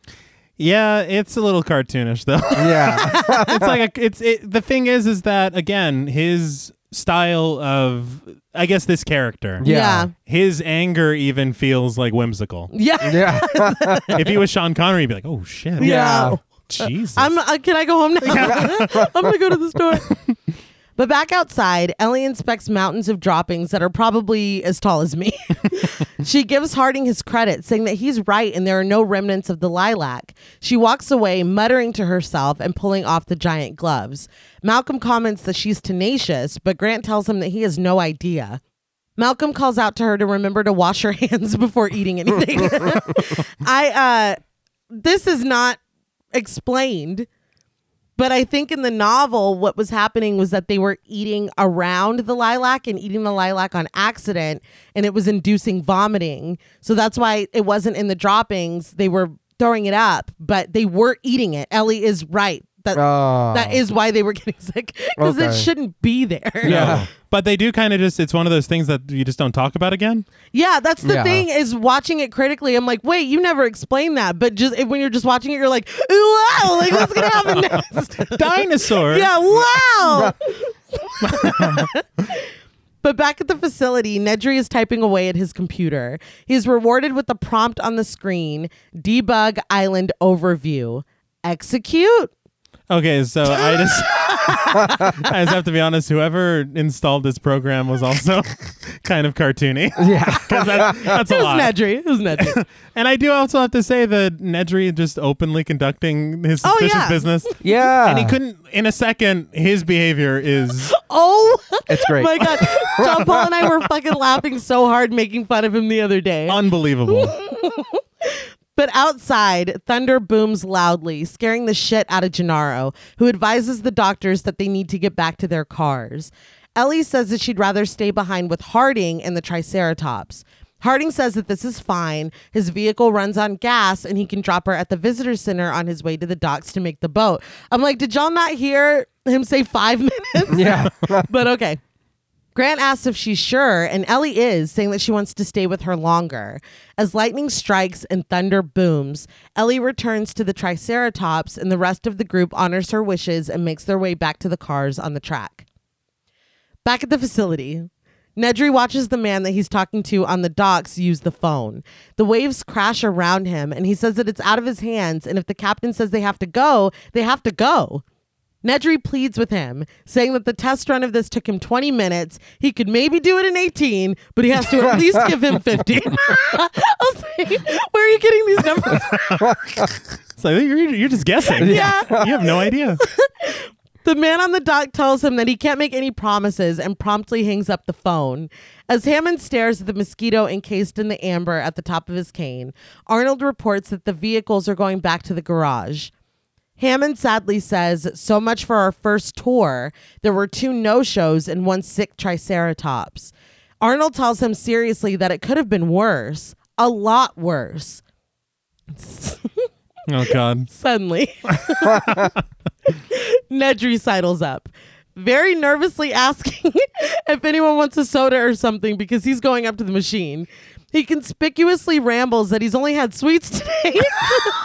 B: Yeah, it's a little cartoonish though.
C: Yeah.
B: it's like a, it's it, the thing is is that again his style of I guess this character,
C: Yeah.
B: his anger even feels like whimsical.
A: Yeah. Yeah.
C: yeah.
B: if he was Sean Connery, he'd be like, oh shit,
A: Yeah.
B: Jesus.
A: I'm, uh, can I go home now? I'm going to go to the store. But back outside, Ellie inspects mountains of droppings that are probably as tall as me. she gives Harding his credit, saying that he's right and there are no remnants of the lilac. She walks away, muttering to herself and pulling off the giant gloves. Malcolm comments that she's tenacious, but Grant tells him that he has no idea. Malcolm calls out to her to remember to wash her hands before eating anything. I uh this is not explained, but I think in the novel what was happening was that they were eating around the lilac and eating the lilac on accident and it was inducing vomiting. So that's why it wasn't in the droppings. They were throwing it up, but they were eating it. Ellie is right. That
C: Oh.
A: that is why they were getting sick because it
C: Okay.
A: shouldn't be there.
B: Yeah. But they do kind of just, it's one of those things that you just don't talk about again.
A: Yeah, that's the
C: Yeah.
A: thing is watching it critically. I'm like, wait, you never explained that. But just if, when you're just watching it, you're like, wow, like what's gonna happen next?
B: Dinosaur.
A: yeah, wow. but back at the facility, Nedry is typing away at his computer. He's rewarded with the prompt on the screen: debug island overview, execute.
B: Okay, so I just I just have to be honest. Whoever installed this program was also kind of cartoony. Yeah, that, that's a
A: Who's
B: lot.
A: Nedry? Who's Nedry?
B: and I do also have to say that Nedry just openly conducting his
A: Oh,
B: suspicious
A: yeah.
B: business,
C: Yeah.
B: and he couldn't. In a second, his behavior is
A: oh.
C: It's great.
A: My God, John Paul and I were fucking laughing so hard making fun of him the other day.
B: unbelievable.
A: But outside, thunder booms loudly, scaring the shit out of Gennaro, who advises the doctors that they need to get back to their cars. Ellie says that she'd rather stay behind with Harding and the Triceratops. Harding says that this is fine. His vehicle runs on gas and he can drop her at the visitor center on his way to the docks to make the boat. I'm like, did y'all not hear him say five minutes?
C: yeah.
A: but okay. Grant asks if she's sure, and Ellie is, saying that she wants to stay with her longer. As lightning strikes and thunder booms, Ellie returns to the Triceratops, and the rest of the group honors her wishes and makes their way back to the cars on the track. Back at the facility, Nedry watches the man that he's talking to on the docks use the phone. The waves crash around him, and he says that it's out of his hands, and if the captain says they have to go, they have to go. Nedry pleads with him, saying that the test run of this took him 20 minutes. He could maybe do it in 18, but he has to at least give him 15. I was like, where are you getting these numbers?
B: so you're, you're just guessing.
A: Yeah.
B: you have no idea.
A: The man on the dock tells him that he can't make any promises and promptly hangs up the phone. As Hammond stares at the mosquito encased in the amber at the top of his cane, Arnold reports that the vehicles are going back to the garage. Hammond sadly says, So much for our first tour. There were two no shows and one sick Triceratops. Arnold tells him seriously that it could have been worse, a lot worse.
B: Oh God.
A: Suddenly, Nedry sidles up, very nervously asking if anyone wants a soda or something because he's going up to the machine. He conspicuously rambles that he's only had sweets today.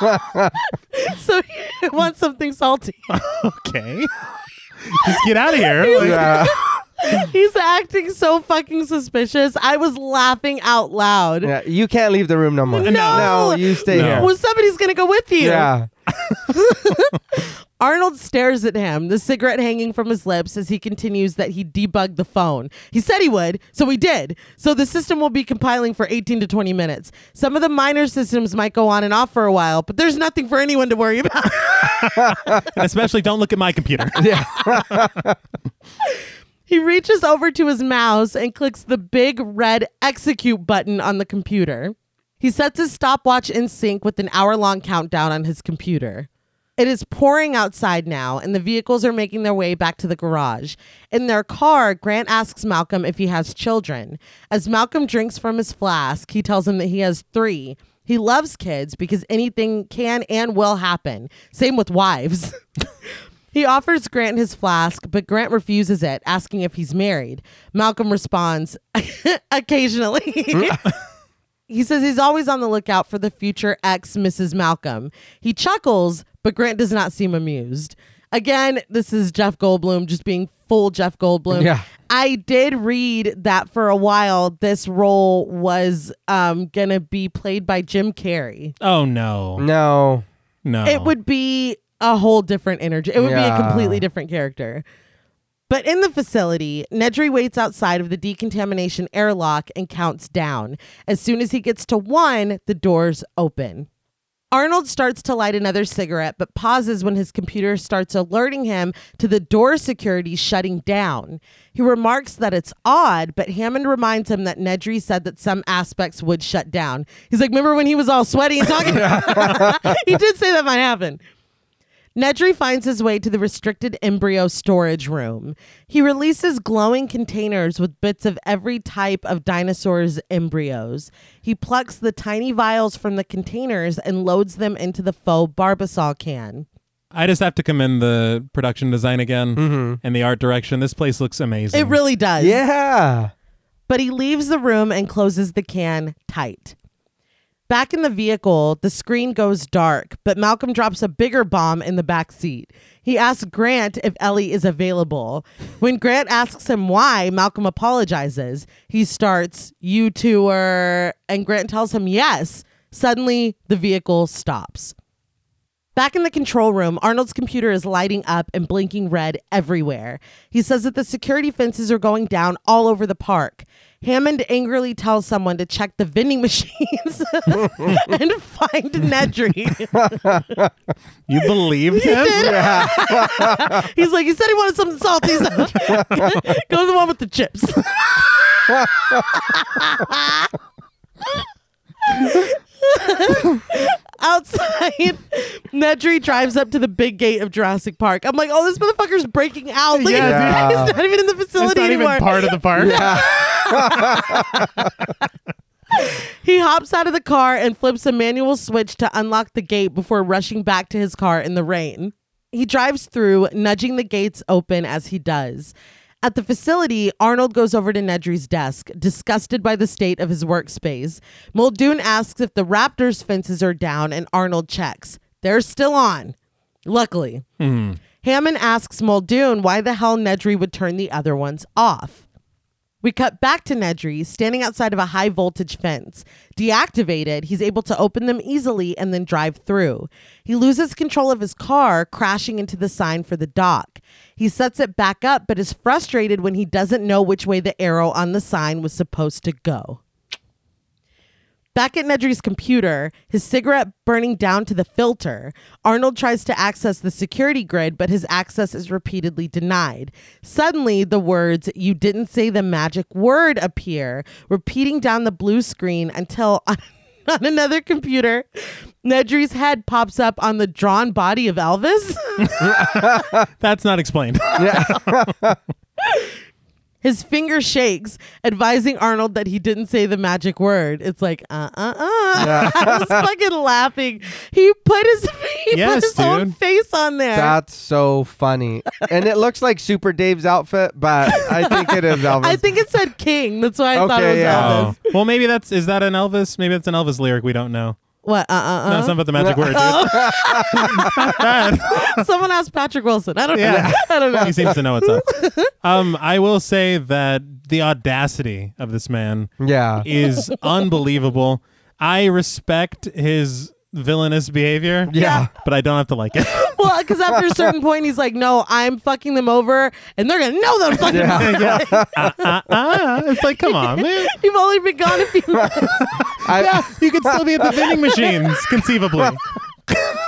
A: so he wants something salty.
B: Okay. Just get out of here. Like,
C: Yeah.
A: He's acting so fucking suspicious. I was laughing out loud.
C: Yeah. You can't leave the room no more.
A: No.
C: No, you stay
B: No.
C: here.
A: Well, somebody's going to go with you.
C: Yeah.
A: Arnold stares at him, the cigarette hanging from his lips, as he continues that he debugged the phone. He said he would, so he did. So the system will be compiling for 18 to 20 minutes. Some of the minor systems might go on and off for a while, but there's nothing for anyone to worry about.
B: and especially don't look at my computer. Yeah.
A: He reaches over to his mouse and clicks the big red execute button on the computer. He sets his stopwatch in sync with an hour long countdown on his computer. It is pouring outside now, and the vehicles are making their way back to the garage. In their car, Grant asks Malcolm if he has children. As Malcolm drinks from his flask, he tells him that he has three. He loves kids because anything can and will happen. Same with wives. He offers Grant his flask, but Grant refuses it, asking if he's married. Malcolm responds, occasionally. he says he's always on the lookout for the future ex Mrs. Malcolm. He chuckles, but Grant does not seem amused. Again, this is Jeff Goldblum just being full Jeff Goldblum.
C: Yeah.
A: I did read that for a while this role was um, going to be played by Jim Carrey.
B: Oh no.
C: No.
B: No.
A: It would be a whole different energy. It would be a
C: Yeah.
A: completely different character. But in the facility, Nedry waits outside of the decontamination airlock and counts down. As soon as he gets to one, the doors open. Arnold starts to light another cigarette, but pauses when his computer starts alerting him to the door security shutting down. He remarks that it's odd, but Hammond reminds him that Nedry said that some aspects would shut down. He's like, Remember when he was all sweaty and talking? he did say that might happen. Nedry finds his way to the restricted embryo storage room. He releases glowing containers with bits of every type of dinosaur's embryos. He plucks the tiny vials from the containers and loads them into the faux barbasol can.
B: I just have to commend the production design again and the art direction. This place looks amazing.
A: It really does.
C: Yeah.
A: But he leaves the room and closes the can tight. Back in the vehicle, the screen goes dark, but Malcolm drops a bigger bomb in the back seat. He asks Grant if Ellie is available. When Grant asks him why, Malcolm apologizes. He starts, You two are, and Grant tells him yes. Suddenly, the vehicle stops. Back in the control room, Arnold's computer is lighting up and blinking red everywhere. He says that the security fences are going down all over the park. Hammond angrily tells someone to check the vending machines and find Nedry.
B: you believed him?
A: He's like, he said he wanted something salty, so go to the one with the chips. Outside, Nedry drives up to the big gate of Jurassic Park. I'm like, oh, this motherfucker's breaking out. Like,
B: Yeah,
C: dude.
A: He's not even in the facility
B: It's not
A: anymore.
B: even part of the park.
A: He hops out of the car and flips a manual switch to unlock the gate before rushing back to his car in the rain. He drives through, nudging the gates open as he does. At the facility, Arnold goes over to Nedry's desk, disgusted by the state of his workspace. Muldoon asks if the Raptors' fences are down, and Arnold checks. They're still on, luckily. Hammond asks Muldoon why the hell Nedry would turn the other ones off. We cut back to Nedry standing outside of a high voltage fence. Deactivated, he's able to open them easily and then drive through. He loses control of his car, crashing into the sign for the dock. He sets it back up, but is frustrated when he doesn't know which way the arrow on the sign was supposed to go. Back at Nedry's computer, his cigarette burning down to the filter, Arnold tries to access the security grid, but his access is repeatedly denied. Suddenly, the words, You didn't say the magic word, appear, repeating down the blue screen until on, on another computer, Nedry's head pops up on the drawn body of Elvis.
B: That's not explained.
A: His finger shakes, advising Arnold that he didn't say the magic word. It's like, uh, uh, uh. I was fucking laughing. He put his, he
B: Yes,
A: put his own
B: dude.
A: face on there.
C: That's so funny. and it looks like Super Dave's outfit, but I think it is Elvis.
A: I think it said king. That's why I thought it
C: Okay,
A: was
C: yeah.
A: Elvis.
B: Oh. Well, maybe that's is that an Elvis? Maybe that's an Elvis lyric we don't know.
A: What? Uh, uh,
B: No,
A: uh.
B: it's not about the magic word.
A: Someone asked Patrick Wilson. I don't
B: Yeah.
A: know. I don't
B: dude.
A: know.
B: He seems to know what's up. Um, I will say that the audacity of this man
C: yeah.
B: is unbelievable. I respect his villainous behavior.
C: Yeah.
B: But I don't have to like it.
A: Well, because after a certain point, he's like, no, I'm fucking them over, and they're going to know that I'm fucking them over.
B: Yeah. Uh, uh, uh. It's like, come on, man.
A: You've only been gone a few minutes.
C: I,
B: Yeah, you could still be at the vending machines, conceivably.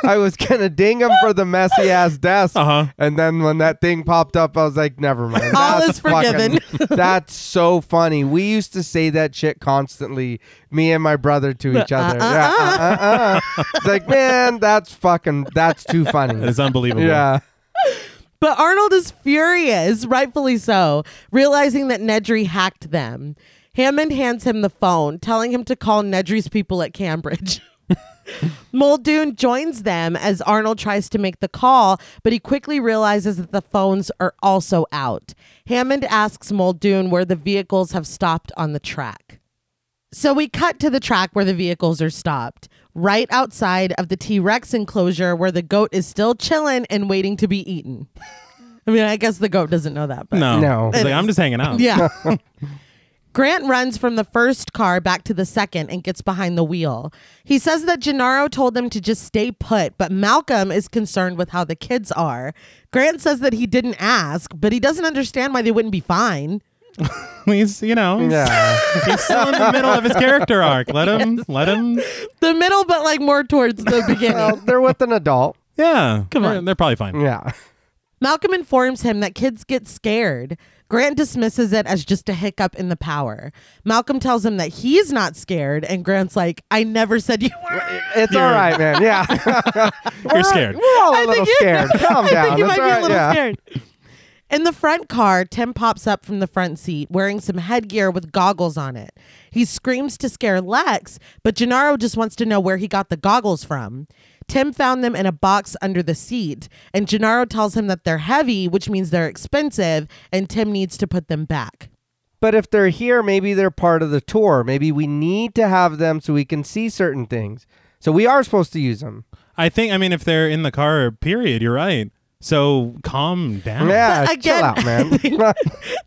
C: I was going to ding him for the messy ass desk.
B: Uh-huh.
C: And then when that thing popped up, I was like, never mind.
A: All
C: That's
A: is forgiven.
C: fucking- that's so funny. We used to say that shit constantly, me and my brother to
A: Uh-uh.
C: each other. Yeah, uh, uh, uh. It's like, man, that's fucking, that's too
B: It
C: funny.
B: is unbelievable.
C: Yeah.
A: But Arnold is furious, rightfully so, realizing that Nedry hacked them. Hammond hands him the phone, telling him to call Nedry's people at Cambridge. Muldoon joins them as Arnold tries to make the call, but he quickly realizes that the phones are also out. Hammond asks Muldoon where the vehicles have stopped on the track. So we cut to the track where the vehicles are stopped, right outside of the T Rex enclosure where the goat is still chilling and waiting to be eaten. I mean, I guess the goat doesn't know that, but
B: No.
C: No.
B: It's like, I'm just hanging out.
A: yeah. Grant runs from the first car back to the second and gets behind the wheel. He says that Gennaro told them to just stay put, but Malcolm is concerned with how the kids are. Grant says that he didn't ask, but he doesn't understand why they wouldn't be fine.
B: He's, you know, he's,
C: Yeah.
B: he's still in the middle of his character arc. Let him, let him.
A: The middle, but like more towards the
C: well,
A: beginning.
C: they're with an adult.
B: Yeah,
A: Come
B: They're-
A: on.
B: they're probably fine.
C: Yeah.
A: Malcolm informs him that kids get scared. Grant dismisses it as just a hiccup in the power. Malcolm tells him that he's not scared, and Grant's like, I never said you were.
C: It's all right, man. Yeah.
B: You're scared.
C: We're all a
A: I
C: little
A: think you-
C: scared. Calm
A: I
C: down.
A: think you
C: It's
A: might
C: all
A: be a
C: right,
A: little
C: yeah.
A: scared. In the front car, Tim pops up from the front seat wearing some headgear with goggles on it. He screams to scare Lex, but Gennaro just wants to know where he got the goggles from. Tim found them in a box under the seat, and Gennaro tells him that they're heavy, which means they're expensive, and Tim needs to put them back.
C: But if they're here, maybe they're part of the tour. Maybe we need to have them so we can see certain things. So we are supposed to use them.
B: I think. I mean, if they're in the car, period. You're right. So calm down.
C: Yeah.
A: But again,
C: chill out,
A: I
C: man.
A: think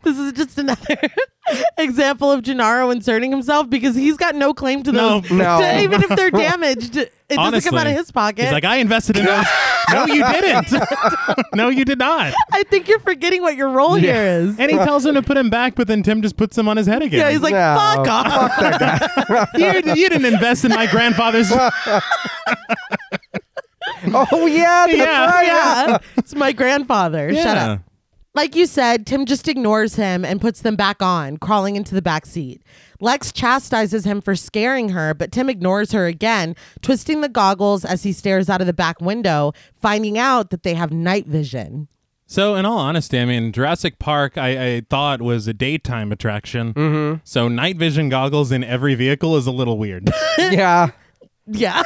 A: this is just another example of Gennaro inserting himself because he's got no claim to
B: No.
A: those.
C: No.
A: Even if they're damaged, it doesn't come out of his pocket.
B: He's like, I invested in those. no, you didn't. no, you did not.
A: I think you're forgetting what your role here is.
B: And he tells him to put him back, but then Tim just puts him on his head again.
A: yeah, he's like,
C: No.
A: fuck off.
B: you, you didn't invest in my grandfather's.
C: oh yeah, that's
B: Yeah.
C: right.
A: yeah, it's my grandfather. Shut
B: Yeah.
A: up. Like you said, Tim just ignores him and puts them back on, crawling into the back seat. Lex chastises him for scaring her, but Tim ignores her again, twisting the goggles as he stares out of the back window, finding out that they have night vision.
B: So, in all honesty, I mean, Jurassic Park, I, I thought was a daytime attraction. Mm-hmm. So, night vision goggles in every vehicle is a little weird.
C: Yeah.
A: Yeah.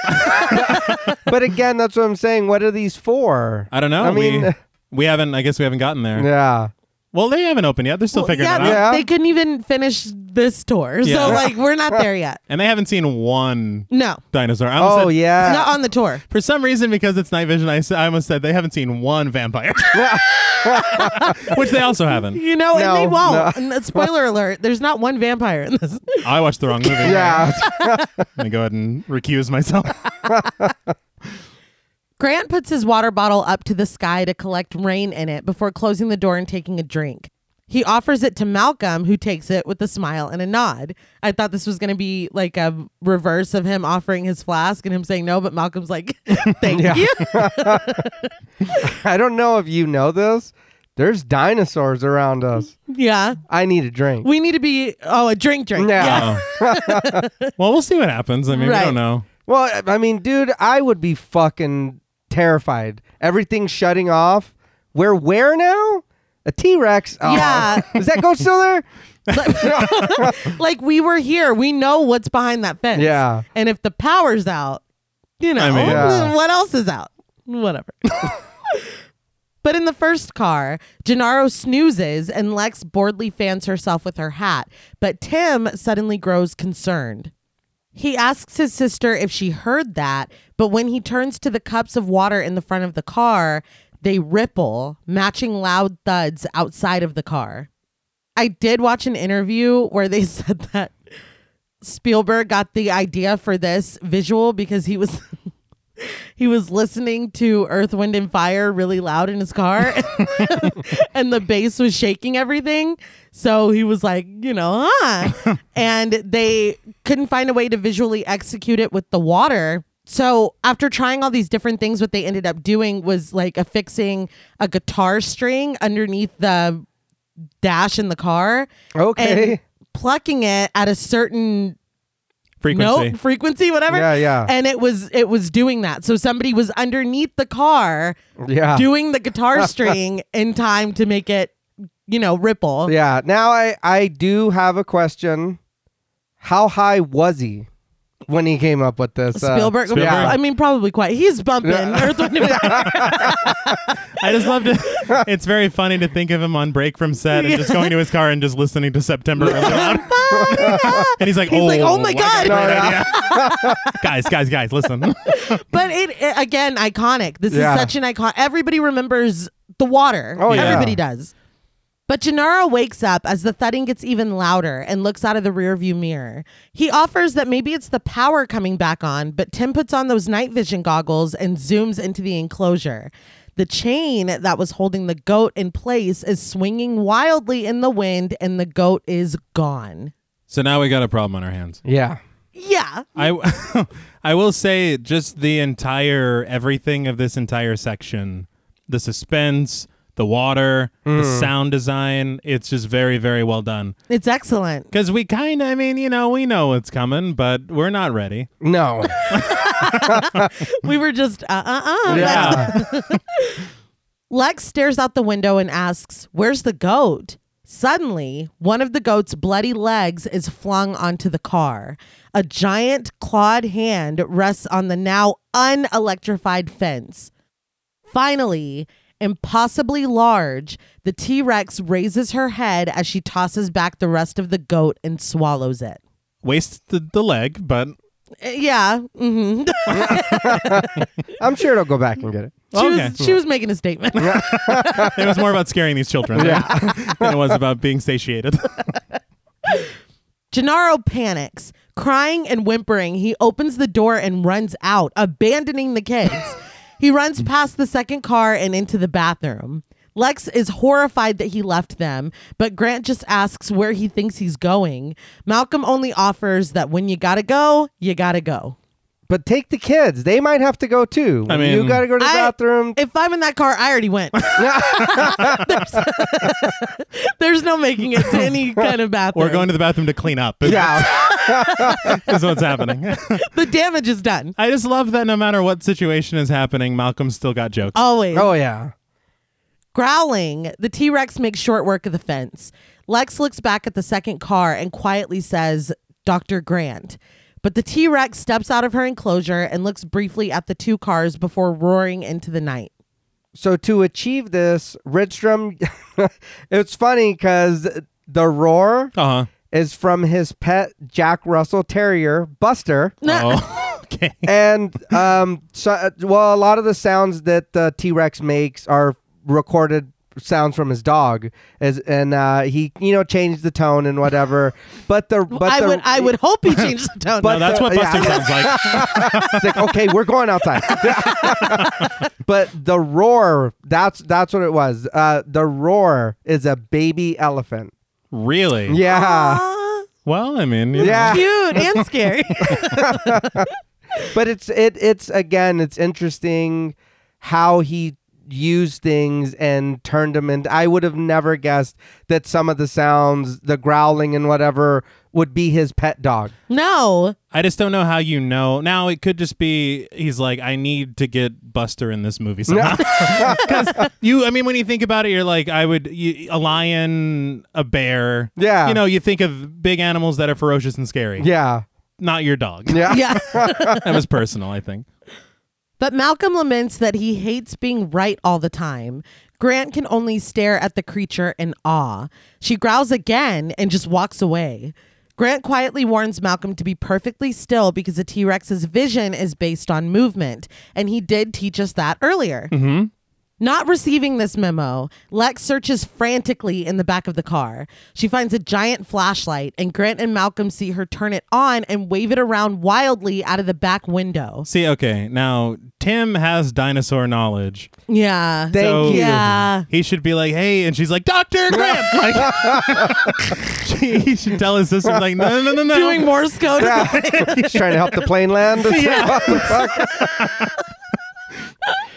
C: But again, that's what I'm saying. What are these for?
B: I don't know.
C: I mean,
B: we, we haven't. I guess we haven't gotten there.
C: yeah.
B: Well, they haven't opened yet. They're still figuring
A: yeah,
B: it out,
C: Yeah.
A: they couldn't even finish this tour.
B: Yeah.
A: So, like, we're not there yet.
B: and they haven't seen one
A: No,
B: dinosaur. I almost
C: Oh
B: said-
C: yeah.
A: not on the tour.
B: For some reason, because it's night vision, I, s- I almost said they haven't seen one vampire, which they also haven't.
A: You know,
C: No,
A: and they won't.
C: no.
A: And, uh, spoiler alert, there's not one vampire in this.
B: I watched the wrong movie.
C: yeah.
B: Let me go ahead and recuse myself.
A: Grant puts his water bottle up to the sky to collect rain in it before closing the door and taking a drink. He offers it to Malcolm, who takes it with a smile and a nod. I thought this was going to be like a reverse of him offering his flask and him saying no, but Malcolm's like, thank you.
C: I don't know if you know this. There's dinosaurs around us.
A: yeah.
C: I need a drink.
A: We need to be, oh, a drink drink.
C: Yeah.
B: Oh. well, we'll see what happens. I mean, we
A: Right.
B: don't know.
C: Well, I mean, dude, I would be fucking terrified. Everything's shutting off. We're where now? A T Rex. Oh.
A: Yeah.
C: Is that goat still there?
A: Like we were here. We know what's behind that fence.
C: Yeah.
A: And if the power's out, you know,
B: I mean-
C: Yeah.
A: what else is out? Whatever. but in the first car, Gennaro snoozes and Lex boredly fans herself with her hat. But Tim suddenly grows concerned. He asks his sister if she heard that, but when he turns to the cups of water in the front of the car, they ripple, matching loud thuds outside of the car. I did watch an interview where they said that Spielberg got the idea for this visual because he was he was listening to Earth, Wind and Fire really loud in his car and the bass was shaking everything. So he was like, you know, huh. and they couldn't find a way to visually execute it with the water. So after trying all these different things, what they ended up doing was like affixing a guitar string underneath the dash in the car
C: Okay.
A: and plucking it at a certain
B: Frequency.
A: note frequency whatever
C: Yeah, yeah.
A: and it was it was doing that so somebody was underneath the car
C: yeah.
A: doing the guitar string in time to make it you know ripple
C: yeah. Now I, I do have a question. How high was he when he came up with this? uh,
A: Spielberg,
B: Spielberg.
A: I mean, probably quite. He's bumping Earth, Wind, and Fire.
B: I just loved it. It's very funny to think of him on break from set and just going to his car and just listening to September really loud. and he's like,
A: He's
B: oh,
A: like, "Oh my
B: I
A: God."
B: got a
A: No,
B: great idea." guys, guys, guys, listen.
A: But it, it- again, iconic. This
C: Yeah.
A: is such an icon. Everybody remembers the water.
C: Oh, yeah.
A: Everybody does. But Gennaro wakes up as the thudding gets even louder and looks out of the rearview mirror. He offers that maybe it's the power coming back on, but Tim puts on those night vision goggles and zooms into the enclosure. The chain that was holding the goat in place is swinging wildly in the wind, and the goat is gone.
B: So now we got a problem on our hands.
C: Yeah.
A: Yeah.
B: I I will say just the entire everything of this entire section, the suspense, the water, the
C: Mm.
B: sound design, it's just very very well done.
A: It's excellent.
B: Cuz we kind of I mean, you know, we know what's coming, but we're not ready.
C: No.
A: We were just, uh uh uh.
C: yeah.
A: Lex stares out the window and asks, Where's the goat? Suddenly, one of the goat's bloody legs is flung onto the car. A giant clawed hand rests on the now unelectrified fence. Finally, impossibly large, the T Rex raises her head as she tosses back the rest of the goat and swallows it.
B: Wasted the leg, but
A: Uh, Yeah. hmm
C: I'm sure it'll go back and get it.
A: she,
B: Okay.
A: was, she was making a statement.
B: it was more about scaring these children than it was about being satiated.
A: Gennaro panics. Crying and whimpering, he opens the door and runs out, abandoning the kids. he runs past the second car and into the bathroom. Lex is horrified that he left them, but Grant just asks where he thinks he's going. Malcolm only offers that when you gotta go, you gotta go.
C: But take the kids. They might have to go too.
B: I mean-
C: you got to go to the
A: I-
C: bathroom.
A: If I'm in that car, I already went. there's, there's no making it to any kind of bathroom.
B: We're going to the bathroom to clean up. Is,
C: yeah.
B: is what's happening.
A: the damage is done.
B: I just love that no matter what situation is happening, Malcolm's still got jokes.
A: Always.
C: Oh yeah.
A: Growling, the T Rex makes short work of the fence. Lex looks back at the second car and quietly says, Dr. Grant. But the T Rex steps out of her enclosure and looks briefly at the two cars before roaring into the night.
C: So to achieve this, Ridstrom, it's funny because the roar
B: Uh-huh.
C: is from his pet Jack Russell Terrier, Buster.
B: Oh, okay.
C: and um, so, well, a lot of the sounds that the T Rex makes are recorded sounds from his dog, as and uh, he you know changed the tone and whatever. But the but
A: I
C: the,
A: would I would hope he changed the tone.
B: No, that's what
C: Yeah.
B: Buster sounds like.
C: it's like okay, we're going outside. but the roar that's that's what it was. Uh, the roar is a baby elephant.
B: Really?
C: Yeah,
A: Ah,
B: Well, I mean, you know.
C: yeah.
A: cute and scary.
C: but it's it it's again it's interesting how he used things and turned them into i would have never guessed that some of the sounds the growling and whatever would be his pet dog
A: no.
B: I just don't know how you know. Now it could just be he's like, I need to get Buster in this movie somehow. 'Cause you, I mean, when you think about it, you're like, I would you, a lion, a bear.
C: Yeah.
B: You know, you think of big animals that are ferocious and scary.
C: yeah
B: Not your dog.
C: yeah
A: Yeah.
B: that was personal, I think.
A: But Malcolm laments that he hates being right all the time. Grant can only stare at the creature in awe. She growls again and just walks away. Grant quietly warns Malcolm to be perfectly still because the T Rex's vision is based on movement, and he did teach us that earlier. Not receiving this memo, Lex searches frantically in the back of the car. She finds a giant flashlight, and Grant and Malcolm see her turn it on and wave it around wildly out of the back window.
B: See, okay, now Tim has dinosaur knowledge.
A: Yeah.
C: thank
B: So-
C: you
A: Yeah.
B: He should be like, hey, and she's like, Dr. Grant. Like, she, he should tell his sister, like, no, no, no, no.
A: Doing Morse code.
C: he's trying to help the plane land yeah.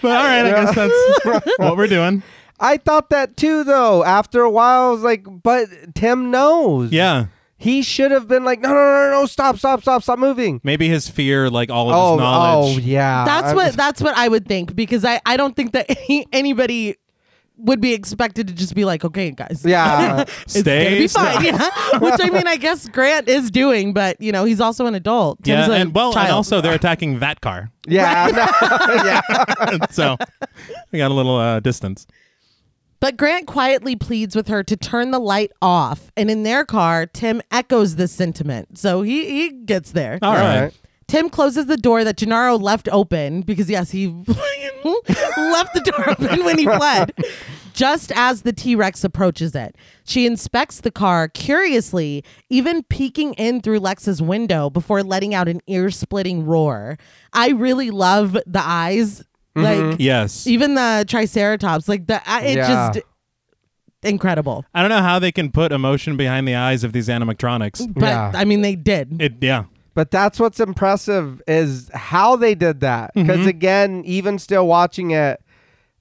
B: But all right, I guess that's what we're doing.
C: i thought that too though after a while i was like but tim knows
B: Yeah.
C: he should have been like no no no no, no stop stop stop stop moving
B: Maybe his fear, like all of
C: oh
B: his knowledge.
C: oh yeah
A: That's
C: I'm-
A: what that's what I would think because I I don't think that any, anybody would be expected to just be like, okay, guys,
C: yeah
A: it's gonna be
B: Stay still.
A: fine. Yeah. Which I mean, I guess Grant is doing, but you know, he's also an adult. Tim's
B: Yeah,
A: a
B: and well,
A: child.
B: and also they're attacking that car,
C: yeah yeah
B: so we got a little uh, distance.
A: But Grant quietly pleads with her to turn the light off, and in their car, Tim echoes this sentiment, so he he gets there.
B: All right.
C: right.
A: Tim closes the door that Gennaro left open because, yes, he left the door open when he fled. Just as the T Rex approaches it, she inspects the car curiously, even peeking in through Lex's window before letting out an ear splitting roar. I really love the eyes Like
B: Yes.
A: even the Triceratops, like the I- it
C: Mm-hmm. Yeah.
A: just incredible.
B: I don't know how they can put emotion behind the eyes of these animatronics.
A: But
C: Yeah.
A: I mean, they did.
B: It yeah.
C: But that's what's impressive is how they did that.
B: Mm-hmm.
C: Because again, even still watching it,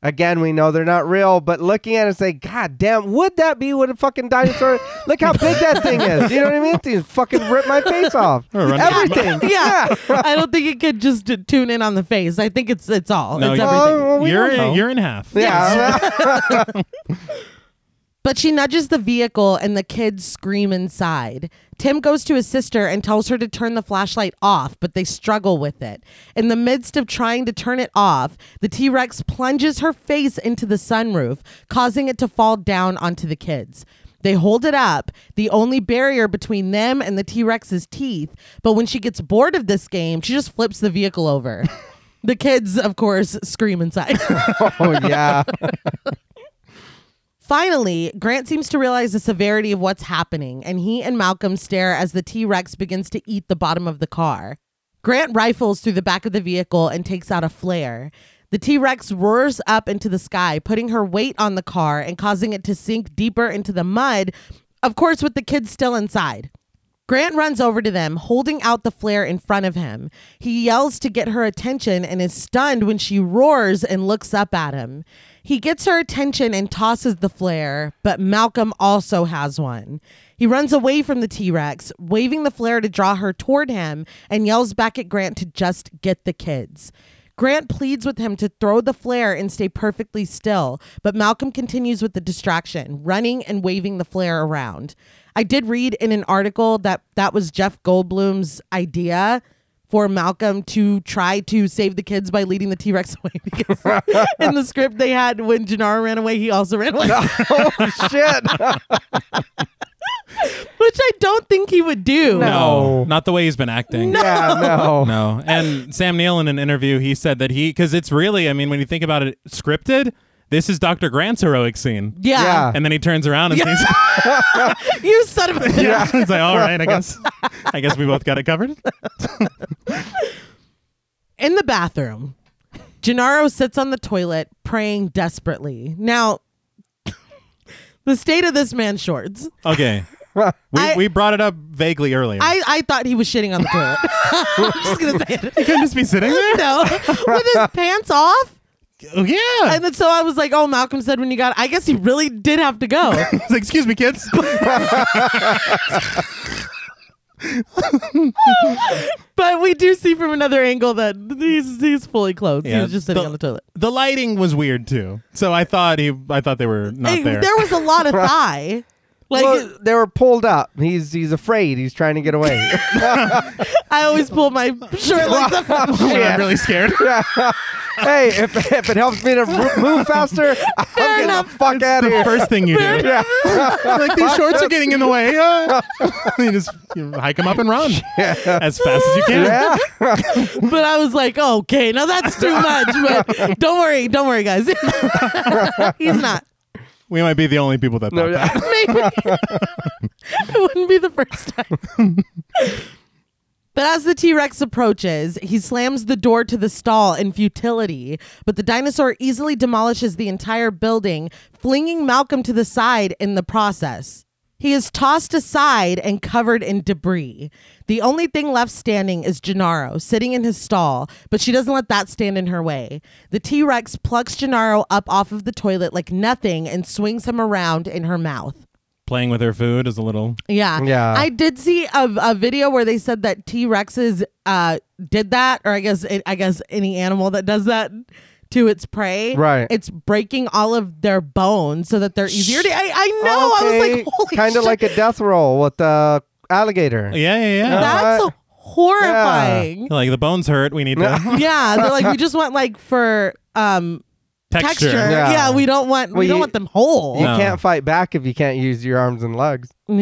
C: again we know they're not real. But looking at it, say, God damn, would that be what a fucking dinosaur? look how big that thing is. You know what I mean? They fucking rip my face off.
B: Or run-
C: Everything.
A: yeah, I don't think it could just d- tune in on the face. I think it's it's all.
B: No,
A: it's
B: you-
A: everything.
C: Oh, well, we
B: you're
C: don't know.
B: in, you're in half.
C: Yeah.
A: But she nudges the vehicle and the kids scream inside. Tim goes to his sister and tells her to turn the flashlight off, but they struggle with it. In the midst of trying to turn it off, the T Rex plunges her face into the sunroof, causing it to fall down onto the kids. They hold it up, the only barrier between them and the T Rex's teeth. But when she gets bored of this game, she just flips the vehicle over. the kids, of course, scream inside.
C: oh yeah.
A: Finally, Grant seems to realize the severity of what's happening, and he and Malcolm stare as the T Rex begins to eat the bottom of the car. Grant rifles through the back of the vehicle and takes out a flare. The T Rex roars up into the sky, putting her weight on the car and causing it to sink deeper into the mud, of course, with the kids still inside. Grant runs over to them, holding out the flare in front of him. He yells to get her attention and is stunned when she roars and looks up at him. He gets her attention and tosses the flare, but Malcolm also has one. He runs away from the T Rex, waving the flare to draw her toward him, and yells back at Grant to just get the kids. Grant pleads with him to throw the flare and stay perfectly still, but Malcolm continues with the distraction, running and waving the flare around. I did read in an article that that was Jeff Goldblum's idea for Malcolm to try to save the kids by leading the T Rex away because in the script they had when Gennaro ran away, he also ran away,
C: oh shit.
A: which I don't think he would do.
B: No,
C: No.
B: not the way he's been acting.
C: Yeah. No.
B: No. And Sam Neill in an interview, he said that he, because it's really, I mean, when you think about it, scripted, this is Dr. Grant's heroic scene.
A: Yeah.
C: Yeah.
B: And then he turns around and sees,
A: You son of a bitch.
B: yeah. it's like, all right, I guess, I guess we both got it covered.
A: In the bathroom, Gennaro sits on the toilet praying desperately. Now, the state of this man's shorts.
B: Okay. We,
A: I-
B: we brought it up vaguely earlier.
A: I, I thought he was shitting on the toilet. I'm just gonna say it.
B: couldn't just be sitting there.
A: No, with his pants off.
B: Oh, yeah.
A: And then so I was like, oh, Malcolm said when you got, I guess he really did have to go.
B: It's like, excuse me, kids.
A: but we do see from another angle that he's he's fully clothed. He
B: Yeah.
A: was just sitting
B: The-
A: on the toilet.
B: the lighting was weird too. So I thought he, I thought they were not
A: Hey,
B: there.
A: was a lot of thigh. Like
C: Well, they were pulled up. He's he's afraid. He's trying to get away.
A: I always pull my short legs up.
B: When I'm really scared.
C: hey, if, if it helps me to r- move faster, I'm getting
A: enough.
C: the fuck out of
B: the
C: here.
B: first thing you do.
C: yeah.
B: like these shorts are getting in the way. Uh, you just you hike them up and run as fast as you can.
C: yeah.
A: but I was like, okay, now that's too much. But don't worry, don't worry, guys. He's not.
B: We might be the only people that.
C: No,
B: thought that.
A: Maybe it wouldn't be the first time. But as the T Rex approaches, he slams the door to the stall in futility. But the dinosaur easily demolishes the entire building, flinging Malcolm to the side in the process. He is tossed aside and covered in debris. The only thing left standing is Gennaro, sitting in his stall, but she doesn't let that stand in her way. The T Rex plucks Gennaro up off of the toilet like nothing and swings him around in her mouth.
B: Playing with her food is a little.
A: Yeah.
C: Yeah.
A: I did see a, a video where they said that T Rexes uh, did that, or I guess it, I guess any animal that does that to its prey.
C: Right.
A: It's breaking all of their bones so that they're easier to. I, I know. I was like, holy
C: kind of
A: shit,
C: like a death roll with the alligator.
B: Yeah, yeah, yeah.
A: That's
C: What?
A: horrifying. Yeah.
B: Like the bones hurt. We need to
A: They're like, we just want like for um
B: texture.
A: texture. Yeah.
C: Yeah.
A: we don't want we
C: Well,
A: don't
C: you-
A: want them whole.
C: You
A: Yeah.
B: No.
C: can't fight back if you can't use your arms and legs
A: um,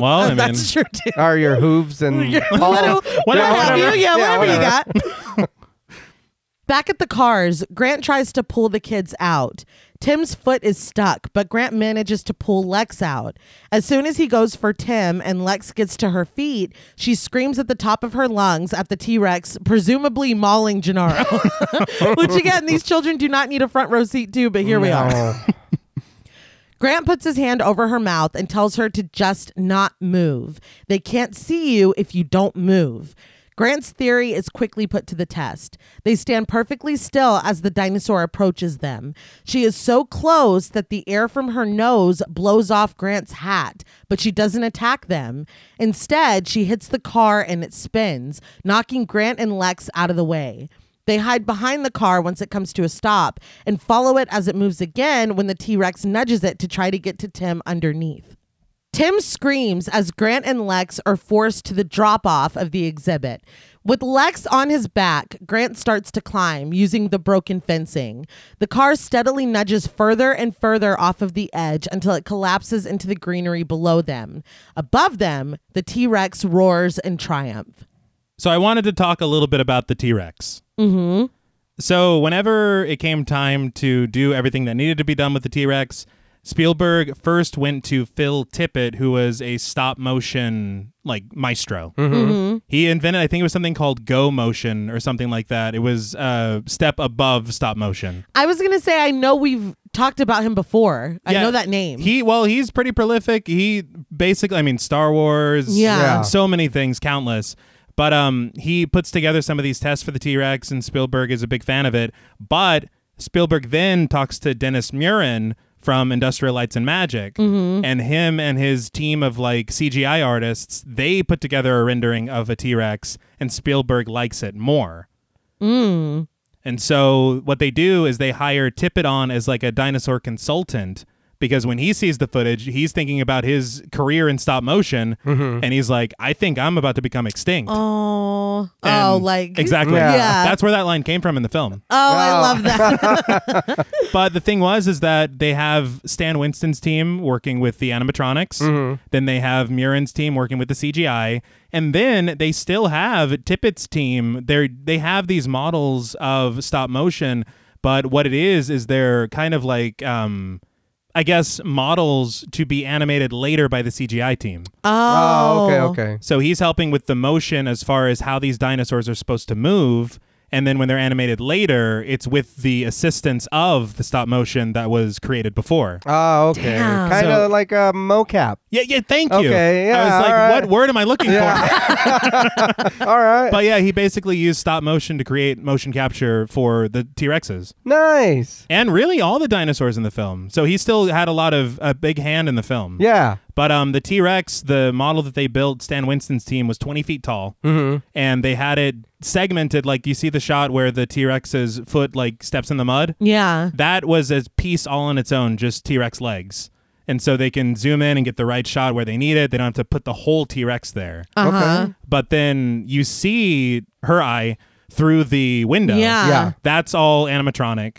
B: Well, I
A: that's true too.
C: or your hooves and
A: Whatever,
C: paws.
A: whatever,
B: whatever.
A: you- yeah,
C: Yeah,
A: whatever you got. Back at the cars, Grant tries to pull the kids out. Tim's foot is stuck, but Grant manages to pull Lex out. As soon as he goes for Tim and Lex gets to her feet, she screams at the top of her lungs at the T Rex, presumably mauling Gennaro. Which, again, these children do not need a front row seat to, but here we are. Grant puts his hand over her mouth and tells her to just not move. They can't see you if you don't move. Grant's theory is quickly put to the test. They stand perfectly still as the dinosaur approaches them. She is so close that the air from her nose blows off Grant's hat, but she doesn't attack them. Instead, she hits the car and it spins, knocking Grant and Lex out of the way. They hide behind the car once it comes to a stop and follow it as it moves again when the T Rex nudges it to try to get to Tim underneath. Tim screams as Grant and Lex are forced to the drop off of the exhibit. With Lex on his back, Grant starts to climb using the broken fencing. The car steadily nudges further and further off of the edge until it collapses into the greenery below them. Above them, the T Rex roars in triumph.
B: So I wanted to talk a little bit about the T Rex. Mm-hmm. So whenever it came time to do everything that needed to be done with the T Rex, Spielberg first went to Phil Tippett, who was a stop motion like maestro.
C: Mm-hmm.
B: He invented, I think it was something called Go Motion or something like that. It was a uh, step above stop motion.
A: I was gonna say I know we've talked about him before. I
B: Yeah.
A: know that name.
B: He well, he's pretty prolific. He basically, I mean, Star Wars,
A: Yeah.
C: Yeah.
B: so many things, countless. But um, he puts together some of these tests for the T Rex, and Spielberg is a big fan of it. But Spielberg then talks to Dennis Murin from Industrial Lights and Magic,
A: Mm-hmm.
B: and him and his team of like CGI artists, they put together a rendering of a T Rex, and Spielberg likes it more. And so what they do is they hire Tippett on as like a dinosaur consultant because when he sees the footage, he's thinking about his career in stop motion and he's like, I think I'm about to become extinct.
A: Oh,
B: And-
A: oh, like
B: Exactly.
C: Yeah.
A: Yeah.
B: That's where that line came from in the film.
A: Oh, I love that.
B: But the thing was is that they have Stan Winston's team working with the animatronics, then they have Murin's team working with the CGI, and then they still have Tippett's team. They they have these models of stop motion, but what it is is they're kind of like um I guess models to be animated later by the CGI team.
A: Oh,
C: Oh, okay, okay.
B: So he's helping with the motion as far as how these dinosaurs are supposed to move. And then when they're animated later, it's with the assistance of the stop motion that was created before.
C: Oh, okay.
A: Damn.
C: Kind of
B: So-
C: like a mocap.
B: Yeah, yeah, thank you.
C: Okay,
B: I
C: yeah,
B: was like,
C: all right.
B: what word am I looking for?
C: All right.
B: but yeah, he basically used stop motion to create motion capture for the T Rexes
C: nice.
B: and really all the dinosaurs in the film. So he still had a lot of a big hand in the film.
C: Yeah.
B: But um, the T Rex, the model that they built, Stan Winston's team was 20 feet tall, and they had it segmented. Like you see the shot where the T Rex's foot like steps in the mud.
A: Yeah.
B: That was a piece all on its own, just T Rex legs, and so they can zoom in and get the right shot where they need it. They don't have to put the whole T Rex there.
A: Uh-huh.
B: But then you see her eye through the window.
A: Yeah.
C: Yeah.
B: That's all animatronic.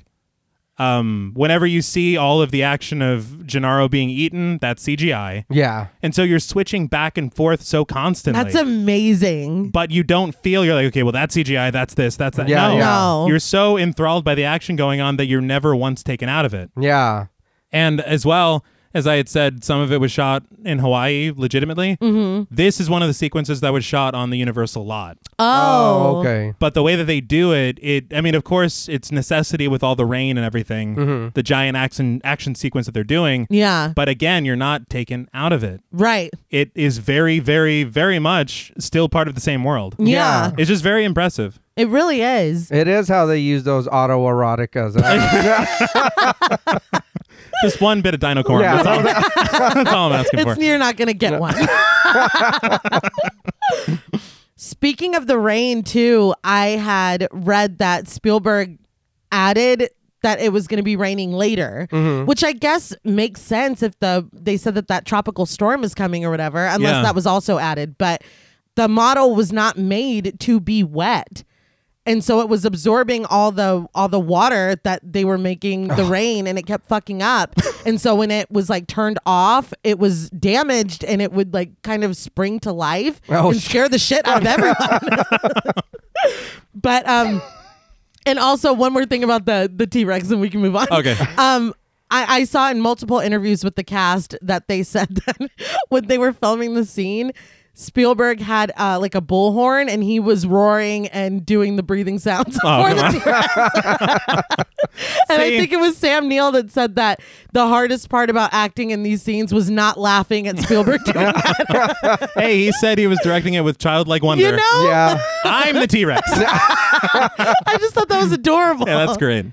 B: Um, whenever you see all of the action of Gennaro being eaten, that's CGI.
C: Yeah.
B: And so you're switching back and forth so constantly.
A: That's amazing.
B: but you don't feel you're like, okay, well, that's CGI, that's this, that's that.
C: Yeah,
B: no.
C: yeah.
A: No.
B: You're so enthralled by the action going on that you're never once taken out of it.
C: Yeah.
B: And as well, as I had said, some of it was shot in Hawaii legitimately.
A: Mm-hmm.
B: This is one of the sequences that was shot on the Universal lot.
A: Oh.
C: Oh, okay.
B: But the way that they do it, it I mean, of course, it's necessity with all the rain and everything,
C: Mm-hmm.
B: the giant action action sequence that they're doing.
A: Yeah.
B: But again, you're not taken out of it
A: Right.
B: it is very, very, very much still part of the same world.
A: Yeah.
C: Yeah.
B: It's just very impressive.
A: It really is.
C: It is how they use those autoeroticas.
B: Just one bit of dino corn.
C: Yeah.
B: That's, all, that's all I'm asking
A: It's
B: for.
A: you're not gonna get one. Speaking of the rain too, I had read that Spielberg added that it was going to be raining later,
B: Mm-hmm.
A: which I guess makes sense if the they said that that tropical storm is coming or whatever, unless
B: Yeah.
A: that was also added, but the model was not made to be wet. And so it was absorbing all the all the water that they were making the rain and it kept fucking up. and so when it was like turned off, it was damaged and it would like kind of spring to life
C: Oh,
A: and
C: sh-
A: scare the shit out of everyone. but um and also one more thing about the the T Rex, and we can move on.
B: Okay.
A: Um, I, I saw in multiple interviews with the cast that they said that when they were filming the scene, Spielberg had uh, like a bullhorn and he was roaring and doing the breathing sounds
B: Oh,
A: for the
B: wow.
A: T-Rex. and I
B: See?
A: think it was Sam Neill that said that the hardest part about acting in these scenes was not laughing at Spielberg doing that.
B: hey, he said he was directing it with childlike wonder.
A: You know?
C: Yeah.
B: I'm the T Rex. yeah,
A: I just thought that was adorable.
B: that's great.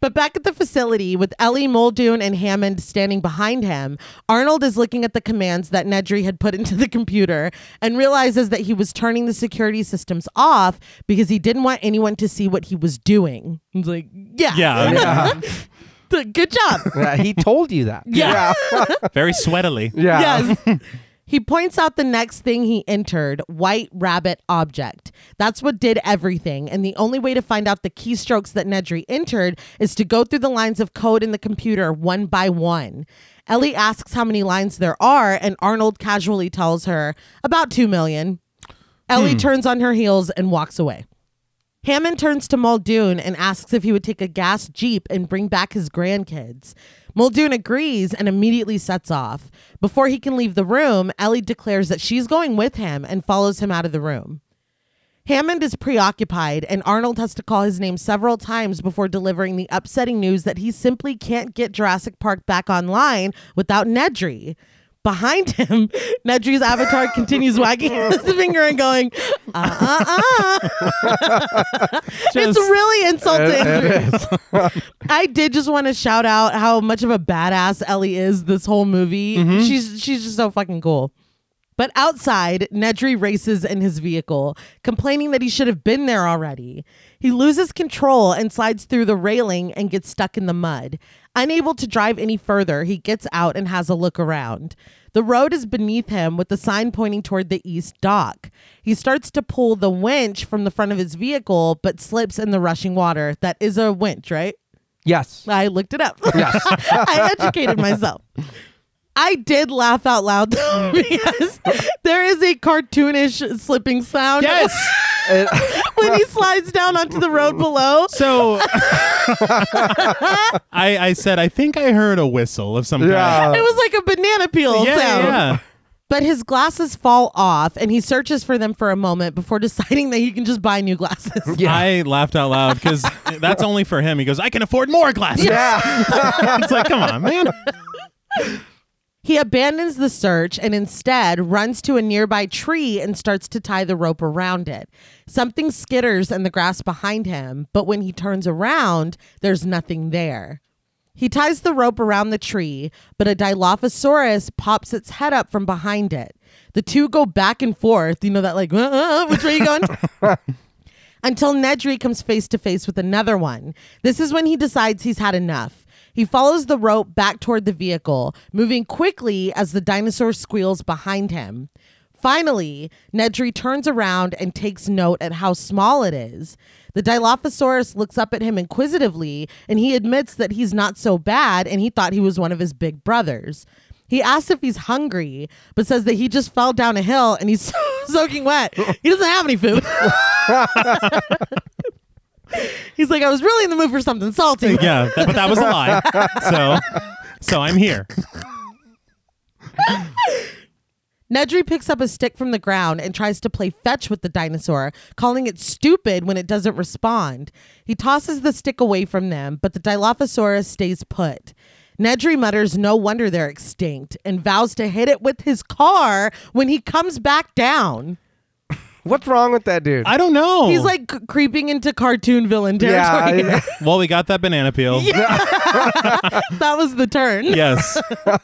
A: But back at the facility, with Ellie Muldoon and Hammond standing behind him, Arnold is looking at the commands that Nedry had put into the computer and realizes that he was turning the security systems off because he didn't want anyone to see what he was doing. He's like, yeah,
B: Yeah,
A: good job.
C: Yeah, he told you that.
A: Yeah.
B: very sweatily.
C: Yeah.
A: Yes. He points out the next thing he entered, white rabbit object. That's what did everything. And the only way to find out the keystrokes that Nedry entered is to go through the lines of code in the computer one by one. Ellie asks how many lines there are, and Arnold casually tells her about 2 million. Ellie turns on her heels and walks away. Hammond turns to Muldoon and asks if he would take a gas jeep and bring back his grandkids. Muldoon agrees and immediately sets off. Before he can leave the room, Ellie declares that she's going with him and follows him out of the room. Hammond is preoccupied, and Arnold has to call his name several times before delivering the upsetting news that he simply can't get Jurassic Park back online without Nedry. Behind him, Nedry's avatar continues wagging his finger and going, uh uh uh.
B: Just-
A: It's really insulting. I did just want to shout out how much of a badass Ellie is this whole movie. She's she's just so fucking cool. But outside, Nedry races in his vehicle, complaining that he should have been there already. He loses control and slides through the railing and gets stuck in the mud. Unable to drive any further, he gets out and has a look around. The road is beneath him with the sign pointing toward the east dock. He starts to pull the winch from the front of his vehicle, but slips in the rushing water. That is a winch, right?
C: Yes.
A: I looked it up. I educated myself. I did laugh out loud
B: Mm.
A: though, because there is a cartoonish slipping sound
B: Yes.
C: It-
A: when he slides down onto the road below.
B: So I, I said, I think I heard a whistle of some
A: It
C: Yeah.
A: was like a banana peel
B: kind. Uh, Yeah,
A: sound.
B: yeah.
A: But his glasses fall off and he searches for them for a moment before deciding that he can just buy new glasses.
C: Yeah.
B: I laughed out loud because that's only for him. He goes, I can afford more glasses.
C: yeah.
B: It's like, come on, man.
A: He abandons the search and instead runs to a nearby tree and starts to tie the rope around it. Something skitters in the grass behind him, but when he turns around, there's nothing there. He ties the rope around the tree, but a Dilophosaurus pops its head up from behind it. The two go back and forth, you know, that like, "Uh, uh, which way you going? until Nedry comes face to face with another one. This is when he decides he's had enough. He follows the rope back toward the vehicle, moving quickly as the dinosaur squeals behind him. Finally, Nedry turns around and takes note at how small it is. The Dilophosaurus looks up at him inquisitively, and he admits that he's not so bad and he thought he was one of his big brothers. He asks if he's hungry, but says that he just fell down a hill and he's soaking wet. He doesn't have any food. He's like, I was really in the mood for something salty.
B: Yeah, that- but that was a lie. So, so I'm here.
A: Nedry picks up a stick from the ground and tries to play fetch with the dinosaur, calling it stupid when it doesn't respond. He tosses the stick away from them, but the Dilophosaurus stays put. Nedry mutters, No wonder they're extinct, and vows to hit it with his car when he comes back down.
C: What's wrong with that dude?
B: I don't know.
A: He's like c- creeping into cartoon villain
C: yeah.
A: territory.
C: I-
B: well, we got that banana peel.
A: that was the turn.
B: Yes,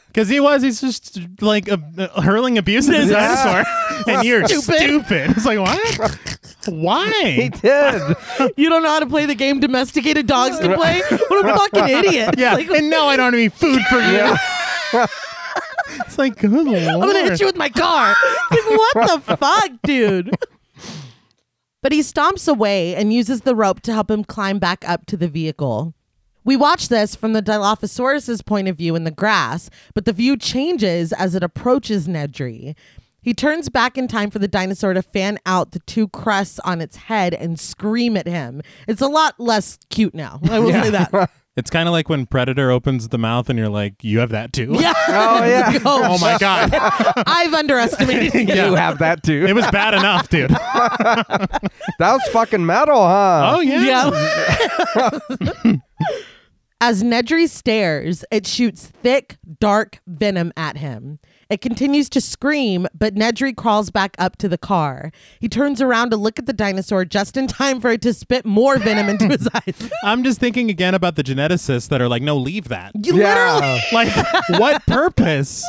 B: because he was. He's just like a, hurling abuse at his dinosaur, and you're
A: Stupid.
B: stupid. It's like what?
C: he
B: Why?
C: did.
A: You don't know how to play the game domesticated dogs can play? What a fucking idiot.
B: Yeah,
A: Like,
B: and now I don't have any food for you.
C: Yeah.
B: It's like good lord.
A: I'm gonna hit you with my car. Like, what the fuck, dude? But he stomps away and uses the rope to help him climb back up to the vehicle. We watch this from the Dilophosaurus's point of view in the grass, but the view changes as it approaches Nedry. He turns back in time for the dinosaur to fan out the two crusts on its head and scream at him. It's a lot less cute now. I will say that.
B: It's kind of like when Predator opens the mouth and you're like, you have that too.
A: Yeah. Um,
C: Oh, yeah.
B: oh my God.
A: I've underestimated you.
B: Yeah.
C: You have that too.
B: It was bad enough, dude.
C: that was fucking metal, huh?
B: Oh, yeah.
A: Yeah. As Nedry stares, it shoots thick, dark venom at him. It continues to scream, but Nedry crawls back up to the car. He turns around to look at the dinosaur just in time for it to spit more venom into his eyes.
B: I'm just thinking again about the geneticists that are like, no, leave that.
A: You Oh, Literally,
C: yeah.
B: Like, what purpose?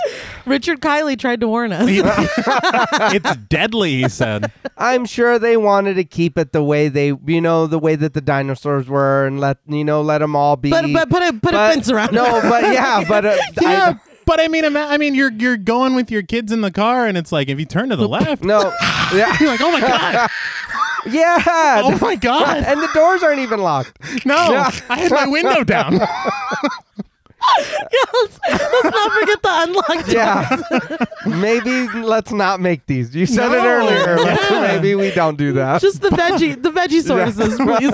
A: Richard Kiley tried to warn us.
B: it's deadly, he said.
C: I'm sure they wanted to keep it the way they, you know, the way that the dinosaurs were, and let you know, let them all be.
A: But, but put a put a
C: But-
A: fence around. it.
C: No, but yeah, but uh,
B: Yeah,
C: I,
B: but I mean, ima- I mean, you're you're going with your kids in the car, and it's like if you turn to the left,
C: no, yeah,
B: you're like, oh my god,
C: yeah.
B: oh my god,
C: and the doors aren't even locked.
B: no, I had my window down.
A: let's, let's not forget the unlocked.
C: Yeah, maybe let's not make these. You said it
B: No.
C: earlier. Let's-
B: Yeah.
C: Maybe we don't do that.
A: Just the veggie the veggie sources, please.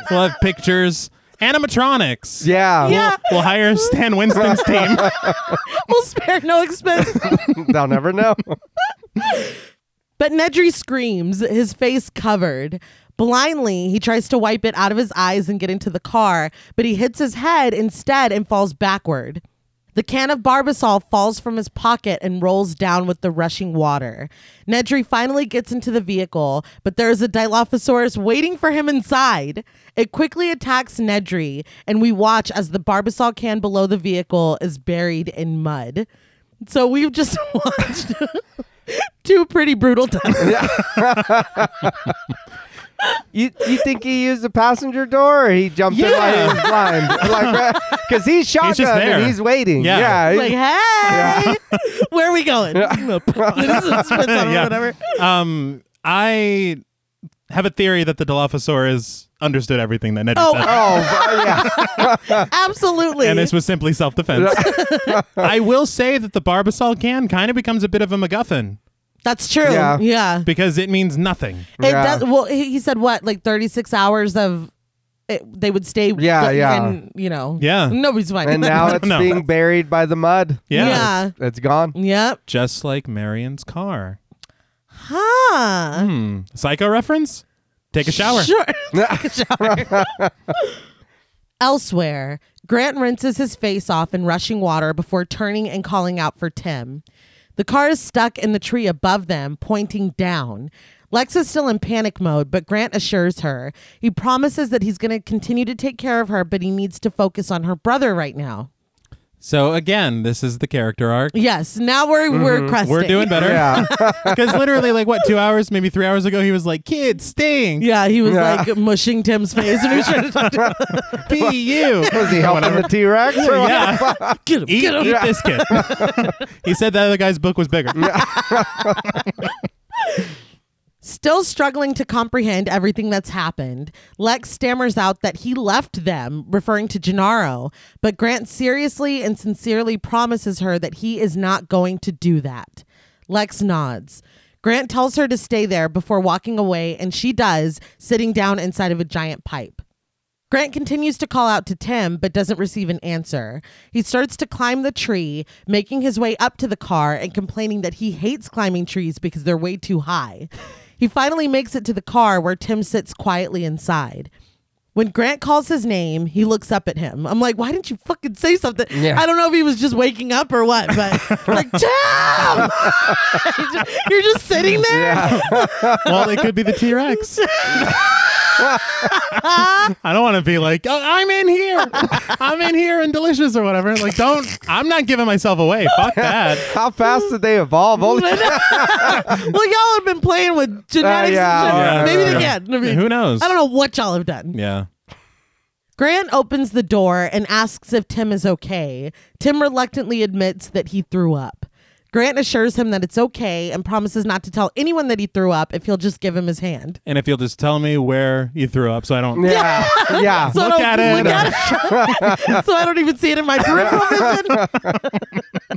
B: We'll have pictures, animatronics.
C: yeah,
A: Yeah.
B: We'll hire Stan Winston's team.
A: we'll spare no expense.
C: they'll never know.
A: But Nedry screams, his face covered. Blindly, he tries to wipe it out of his eyes and get into the car, but he hits his head instead and falls backward. The can of Barbasol falls from his pocket and rolls down with the rushing water. Nedry finally gets into the vehicle, but there is a Dilophosaurus waiting for him inside. It quickly attacks Nedry, and we watch as the Barbasol can below the vehicle is buried in mud. So we've just watched two pretty brutal times.
C: You you think he used the passenger door or he jumped in while
B: Yeah.
C: he was blind? Like, because he's shotgun
B: just there.
C: and he's waiting.
B: Yeah.
C: Yeah,
A: like, hey, where are we going? This is- spits on him or
B: Yeah.
A: whatever.
B: Um, I have a theory that the Dilophosaurus understood everything that Ned
A: Oh.
B: said.
C: oh but- yeah.
A: Absolutely.
B: And this was simply self defense. I will say that the Barbasol can kind of becomes a bit of a MacGuffin
A: That's true. Yeah.
C: Yeah.
B: because it means nothing.
A: It
C: Yeah.
A: does. Well, he he said what, like 36 hours of. It, they would stay.
C: Yeah,
A: th-
C: yeah.
A: And, you know.
B: Yeah.
A: Nobody's finding
C: And
A: that.
C: now it's
B: No.
C: being buried by the mud.
B: Yeah.
A: Yeah.
C: It's gone.
A: Yep.
B: Just like Marion's car.
A: Huh.
B: Hmm. Psycho reference? Take a shower.
A: Sure. Take a shower. Elsewhere, Grant rinses his face off in rushing water before turning and calling out for Tim. The car is stuck in the tree above them, pointing down. Lex is still in panic mode, but Grant assures her. He promises that he's going to continue to take care of her, but he needs to focus on her brother right now.
B: So again, this is the character arc.
A: Yes, now we're we're cresting.
B: Mm-hmm. We're doing better.
C: Yeah.
B: Because literally, like, what, two hours, maybe three hours ago, he was like, kids stink.
A: Yeah, he was
C: Yeah.
A: like mushing Tim's face and he was trying to talk to him.
B: Be you.
C: Was he helping the T Rex?
B: yeah.
A: Get him,
B: Eat,
A: get him.
B: eat this kid. he said that other guy's book was bigger.
A: Still struggling to comprehend everything that's happened, Lex stammers out that he left them, referring to Gennaro, but Grant seriously and sincerely promises her that he is not going to do that. Lex nods. Grant tells her to stay there before walking away, and she does, sitting down inside of a giant pipe. Grant continues to call out to Tim, but doesn't receive an answer. He starts to climb the tree, making his way up to the car and complaining that he hates climbing trees because they're way too high. He finally makes it to the car where Tim sits quietly inside. When Grant calls his name, he looks up at him. I'm like, why didn't you fucking say something?
C: Yeah.
A: I don't know if he was just waking up or what, but like, Tim! You're just sitting there?
B: well, it could be the T Rex. I don't want to be like, oh, I'm in here. I'm in here and delicious or whatever. Like, don't, I'm not giving myself away. Fuck that.
C: How fast did they evolve? Holy
A: well, y'all have been playing with genetics.
C: yeah,
A: and
B: Uh, yeah,
A: shit. Maybe they
B: yeah.
A: can. I mean,
B: Who knows?
A: I don't know what y'all have done.
B: Yeah.
A: Grant opens the door and asks if Tim is okay. Tim reluctantly admits that he threw up. Grant assures him that it's okay and promises not to tell anyone that he threw up if he'll just give him his hand.
B: And if you'll just tell me where you threw up so I don't.
C: Yeah. Yeah.
A: So I
B: Look
A: don't-
B: at it.
A: look at it. so I don't even see it in my peripheral vision.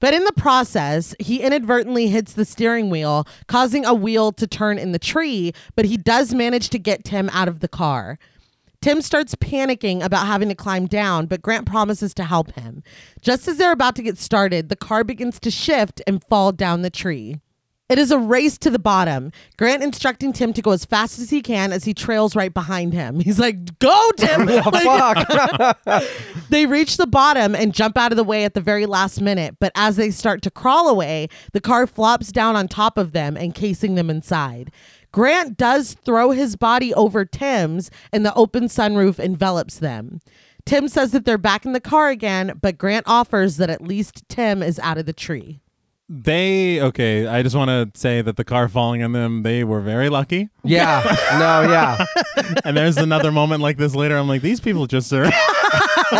A: but in the process, he inadvertently hits the steering wheel, causing a wheel to turn in the tree, but he does manage to get Tim out of the car. Tim starts panicking about having to climb down, but Grant promises to help him. Just as they're about to get started, the car begins to shift and fall down the tree. It is a race to the bottom, Grant instructing Tim to go as fast as he can as he trails right behind him. He's like, Go, Tim! Like,
C: Fuck.
A: they reach the bottom and jump out of the way at the very last minute, but as they start to crawl away, the car flops down on top of them, encasing them inside. Grant does throw his body over Tim's, and the open sunroof envelops them. Tim says that they're back in the car again, but Grant offers that at least Tim is out of the tree.
B: They okay. I just want to say that the car falling on them, they were very lucky.
C: yeah. No, yeah.
B: And there's another moment like this later. I'm like, these people just are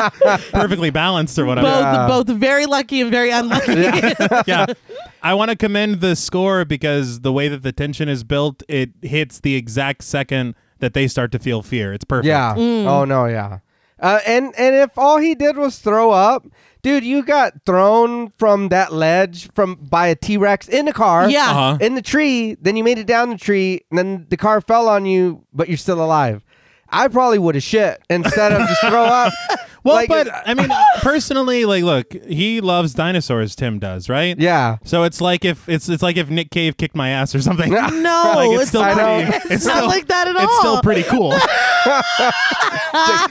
B: perfectly balanced or whatever.
A: Both, both very lucky and very unlucky.
B: uh, yeah. I want to commend the score because the way that the tension is built, it hits the exact second that they start to feel fear. It's perfect.
C: Yeah.
A: Mm.
C: Oh no, yeah. Uh, and and if all he did was throw up, dude, you got thrown from that ledge from by a T Rex in the car.
A: Yeah.
B: Uh-huh.
C: In the tree, then you made it down the tree, and then the car fell on you, but you're still alive. I probably would have shit instead of just throw up.
B: Well,
C: Like,
B: but
A: uh,
B: I mean, personally, like, look, he loves dinosaurs. Tim does, right?
C: yeah.
B: So it's like if it's it's like if Nick Cave kicked my ass or something.
A: No,
B: Like,
A: it's,
B: it's still
A: not,
B: pretty-
A: it's
B: it's
A: not
B: still-
A: like that at all.
B: It's still pretty cool.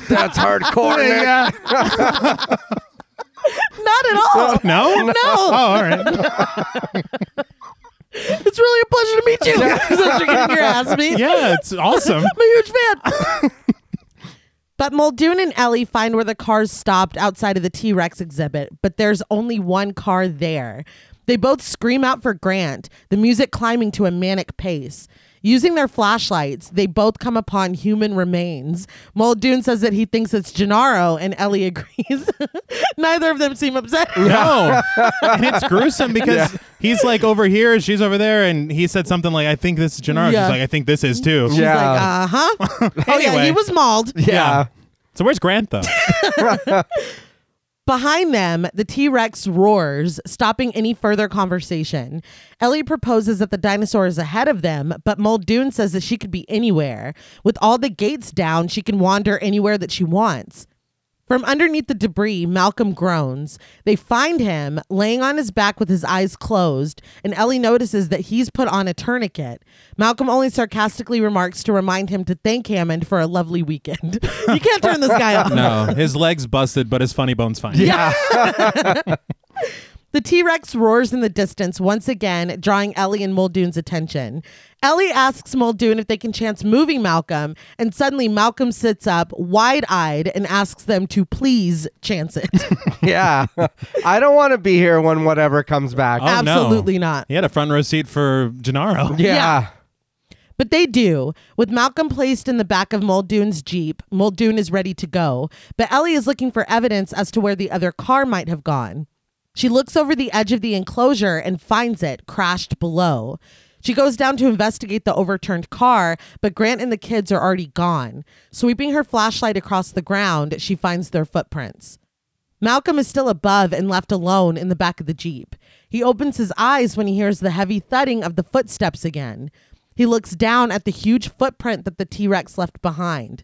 C: That's hardcore. Nick.
B: yeah.
A: not at all.
B: No?
A: No.
B: Oh, all right.
A: It's really a pleasure to meet you. Since you're getting your ass beat.
B: Yeah, it's awesome.
A: I'm a huge fan. but Muldoon and Ellie find where the cars stopped outside of the T Rex exhibit, but there's only one car there. They both scream out for Grant, the music climbing to a manic pace. Using their flashlights, they both come upon human remains. Muldoon says that he thinks it's Gennaro, and Ellie agrees. Neither of them seem upset.
B: No. and it's gruesome because he's like over here, she's over there, and he said something like, I think this is Gennaro.
A: Yeah.
B: She's like, I think this is too.
A: She's
C: Yeah.
A: like, uh huh. Oh, yeah,
B: Anyway.
A: he was mauled.
C: Yeah.
B: So where's Grant though?
A: Behind them, the T Rex roars, stopping any further conversation. Ellie proposes that the dinosaur is ahead of them, but Muldoon says that she could be anywhere. With all the gates down, she can wander anywhere that she wants. From underneath the debris, Malcolm groans. They find him laying on his back with his eyes closed, and Ellie notices that he's put on a tourniquet. Malcolm only sarcastically remarks to remind him to thank Hammond for a lovely weekend. you can't turn this guy off.
B: No. His leg's busted, but his funny bone's fine.
C: Yeah.
A: The T Rex roars in the distance once again, drawing Ellie and Muldoon's attention. Ellie asks Muldoon if they can chance moving Malcolm, and suddenly Malcolm sits up, wide eyed, and asks them to please chance it.
C: Yeah. I don't want to be here when whatever comes back.
B: Oh,
A: Um,
B: no.
A: Absolutely not.
B: He had a front row seat for Gennaro.
C: yeah.
A: But they do. With Malcolm placed in the back of Muldoon's Jeep, Muldoon is ready to go, but Ellie is looking for evidence as to where the other car might have gone. She looks over the edge of the enclosure and finds it crashed below. She goes down to investigate the overturned car, but Grant and the kids are already gone. Sweeping her flashlight across the ground, she finds their footprints. Malcolm is still above and left alone in the back of the Jeep. He opens his eyes when he hears the heavy thudding of the footsteps again. He looks down at the huge footprint that the T Rex left behind.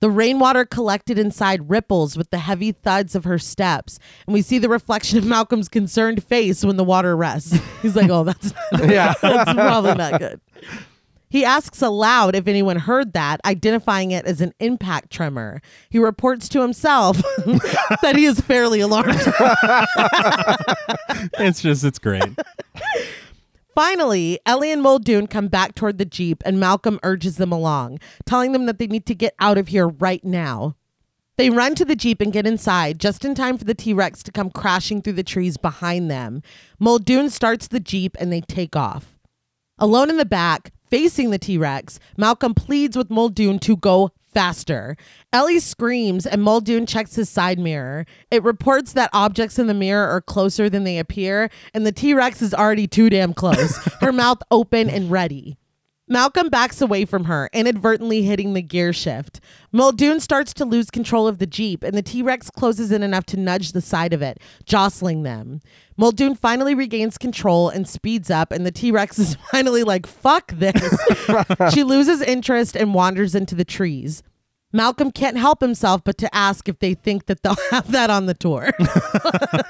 A: The rainwater collected inside ripples with the heavy thuds of her steps, and we see the reflection of Malcolm's concerned face when the water rests. He's like, oh, that's,
C: Yeah.
A: that's probably not good. He asks aloud if anyone heard that, identifying it as an impact tremor. He reports to himself that he is fairly alarmed.
B: It's just it's great.
A: Finally, Ellie and Muldoon come back toward the Jeep, and Malcolm urges them along, telling them that they need to get out of here right now. They run to the Jeep and get inside, just in time for the T Rex to come crashing through the trees behind them. Muldoon starts the Jeep and they take off. Alone in the back, facing the T Rex, Malcolm pleads with Muldoon to go faster. Ellie screams, and Muldoon checks his side mirror. It reports that objects in the mirror are closer than they appear, and the T Rex is already too damn close, her mouth open and ready. Malcolm backs away from her, inadvertently hitting the gear shift. Muldoon starts to lose control of the Jeep, and the T Rex closes in enough to nudge the side of it, jostling them. Muldoon finally regains control and speeds up, and the T Rex is finally like, fuck this. she loses interest and wanders into the trees. Malcolm can't help himself but to ask if they think that they'll have that on the tour.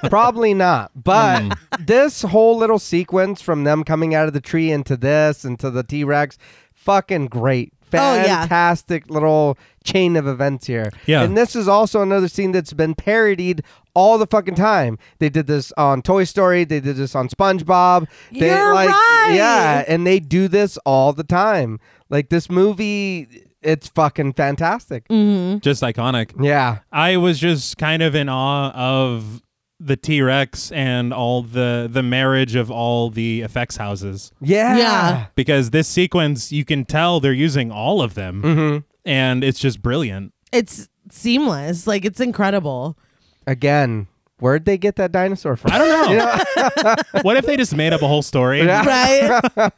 C: Probably not. But
B: Hmm.
C: this whole little sequence from them coming out of the tree into this into the T Rex, fucking great.
A: Oh, yeah.
C: Fantastic little chain of events here.
B: Yeah.
C: And this is also another scene that's been parodied all the fucking time. They did this on Toy Story. They did this on SpongeBob. They
A: You're
C: like
A: right.
C: yeah, and they do this all the time. Like this movie, it's fucking fantastic.
A: Mm.
B: Just iconic.
C: Yeah.
B: I was just kind of in awe of the T Rex and all the the marriage of all the effects houses
C: Yeah.
A: Yeah.
B: because this sequence you can tell they're using all of them and it's just brilliant.
A: it's seamless. Like it's incredible.
C: Again, where'd they get that dinosaur from?
B: I don't know. what if they just made up a whole story?
C: Yeah.
A: Right?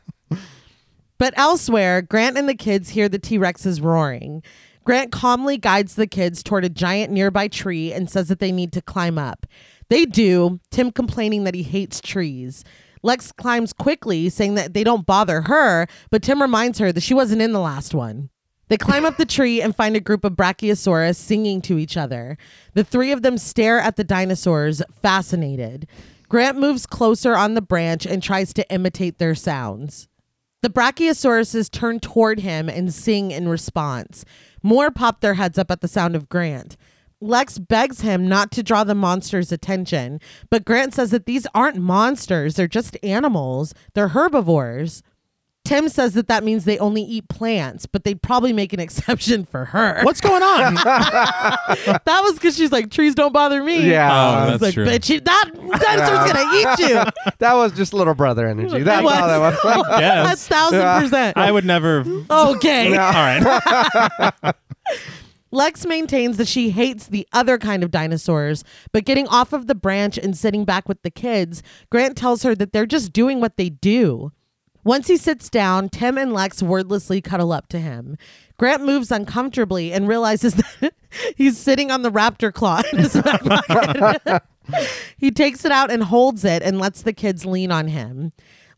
A: but elsewhere, Grant and the kids hear the T Rex's roaring. Grant calmly guides the kids toward a giant nearby tree and says that they need to climb up. They do, Tim complaining that he hates trees. Lex climbs quickly, saying that they don't bother her, but Tim reminds her that she wasn't in the last one. They climb up the tree and find a group of brachiosaurus singing to each other. The three of them stare at the dinosaurs, fascinated. Grant moves closer on the branch and tries to imitate their sounds. The brachiosauruses turn toward him and sing in response. More pop their heads up at the sound of Grant. Lex begs him not to draw the monster's attention, but Grant says that these aren't monsters, they're just animals, they're herbivores. Tim says that that means they only eat plants, but they'd probably make an exception for her.
B: What's going on?
A: That was because she's like, trees don't bother me.
C: Yeah.
B: Oh,
A: I was
B: that's
A: like,
B: true.
A: bitch, you, that dinosaur's gonna eat you.
C: That was just little brother energy. That's
A: was.
C: all that was.
A: A
B: yes.
A: thousand percent.
B: I would never.
A: okay.
B: All right.
A: Lex maintains that she hates the other kind of dinosaurs, but getting off of the branch and sitting back with the kids, Grant tells her that they're just doing what they do. Once he sits down, Tim and Lex wordlessly cuddle up to him. Grant moves uncomfortably and realizes that he's sitting on the raptor claw in his back pocket. he takes it out and holds it and lets the kids lean on him.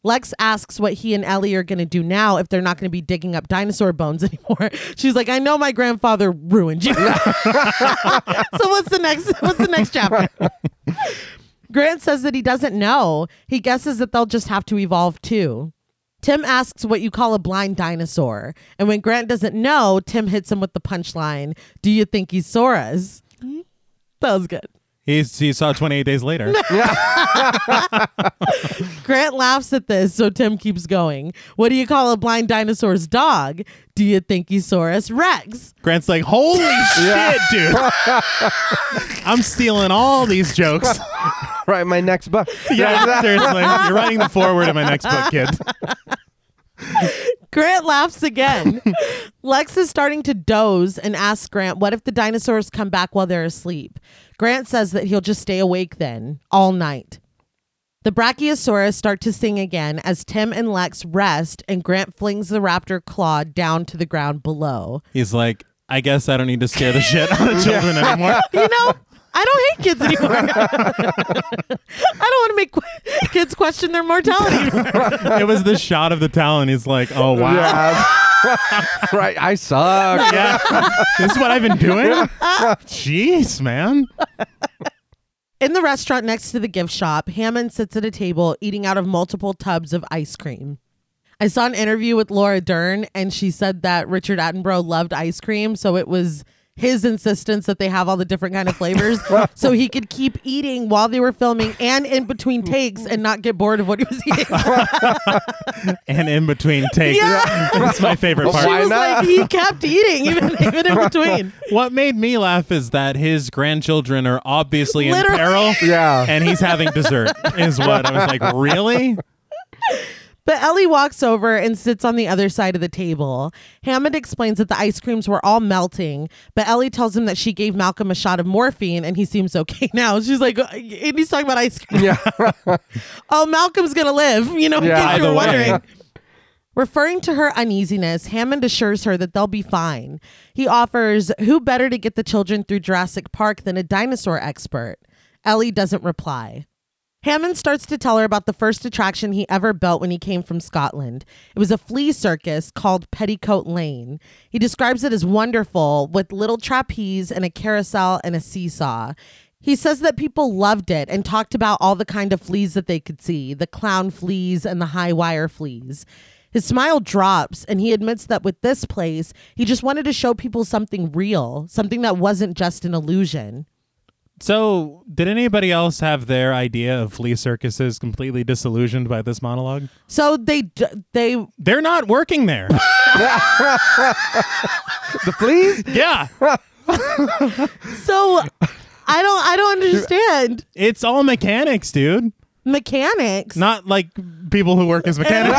A: Lex asks what he and Ellie are going to do now if they're not going to be digging up dinosaur bones anymore. She's like, "I know my grandfather ruined you." so what's the next what's the next chapter? Grant says that he doesn't know. He guesses that they'll just have to evolve too. Tim asks what you call a blind dinosaur. And when Grant doesn't know, Tim hits him with the punchline Do you think he saw us? That was good.
B: He's, he saw 28 days later.
A: Grant laughs at this, so Tim keeps going. What do you call a blind dinosaur's dog? Do you think he saw us, Rex?
B: Grant's like, holy shit, dude. I'm stealing all these jokes.
C: Right, my next book.
B: Yeah, seriously. You're writing the foreword of my next book, kid.
A: Grant laughs again. Lex is starting to doze and asks Grant, What if the dinosaurs come back while they're asleep? Grant says that he'll just stay awake then, all night. The Brachiosaurus start to sing again as Tim and Lex rest and Grant flings the raptor claw down to the ground below.
B: He's like, I guess I don't need to scare the shit out of children anymore.
A: You know, I don't hate kids anymore. I don't want to make qu- kids question their mortality.
B: It was the shot of the talon. He's like, oh, wow. Yeah.
C: Yeah. right, I suck.
B: this is what I've been doing? Jeez, man.
A: In the restaurant next to the gift shop, Hammond sits at a table eating out of multiple tubs of ice cream. I saw an interview with Laura Dern, and she said that Richard Attenborough loved ice cream, so it was his insistence that they have all the different kind of flavors, so he could keep eating while they were filming and in between takes, and not get bored of what he was eating.
B: And in between takes.
A: Yeah.
B: That's my favorite part.
A: She
C: Why
A: was
C: not?
A: like, he kept eating even even in between.
B: What made me laugh is that his grandchildren are obviously
A: Literally.
B: in peril.
C: Yeah.
B: And he's having dessert, is what I was like, really?
A: But Ellie walks over and sits on the other side of the table. Hammond explains that the ice creams were all melting, but Ellie tells him that she gave Malcolm a shot of morphine and he seems okay now. She's like, and he's talking about ice cream.
C: Yeah.
A: Oh, Malcolm's going to live, you know, in
C: Yeah,
A: case you
B: either
A: were
B: way.
A: wondering. Referring to her uneasiness, Hammond assures her that they'll be fine. He offers, Who better to get the children through Jurassic Park than a dinosaur expert? Ellie doesn't reply. Hammond starts to tell her about the first attraction he ever built when he came from Scotland. It was a flea circus called Petticoat Lane. He describes it as wonderful, with little trapeze and a carousel and a seesaw. He says that people loved it and talked about all the kind of fleas that they could see the clown fleas and the high wire fleas. His smile drops, and he admits that with this place, he just wanted to show people something real, something that wasn't just an illusion.
B: So, did anybody else have their idea of flea circuses completely disillusioned by this monologue?
A: So they d- they
B: They're not working there.
C: The fleas?
B: yeah.
A: so I don't I don't understand
B: It's all mechanics, dude.
A: mechanics.
B: Not like people who work as mechanics.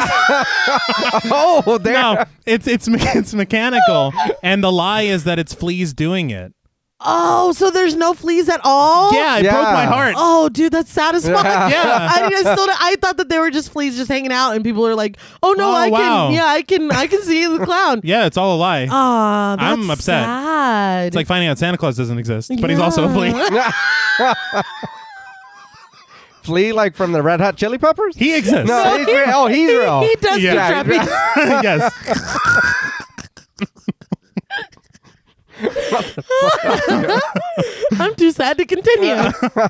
C: Oh, there.
B: no, it's it's me- it's mechanical, and the lie is that it's fleas doing it.
A: oh, so there's no fleas at all?
B: Yeah, it broke my
C: Yeah.
B: heart.
A: Oh, dude, that's satisfying.
B: Yeah.
A: I mean, I still I thought that they were just fleas just hanging out, and people are like, "Oh no,
B: Oh,
A: I
B: wow.
A: can, yeah, I can, I can see the clown."
B: Yeah, it's all a lie.
A: Oh, Aw,
B: I'm
A: that's
B: upset.
A: sad.
B: it's like finding out Santa Claus doesn't exist, but he's also a flea.
C: Flea like from the Red Hot Chili Peppers?
B: He exists.
C: no, he's real. Oh, he's real.
A: he does
B: Yeah.
A: yeah. trapeze.
B: yes.
A: I'm too sad to continue.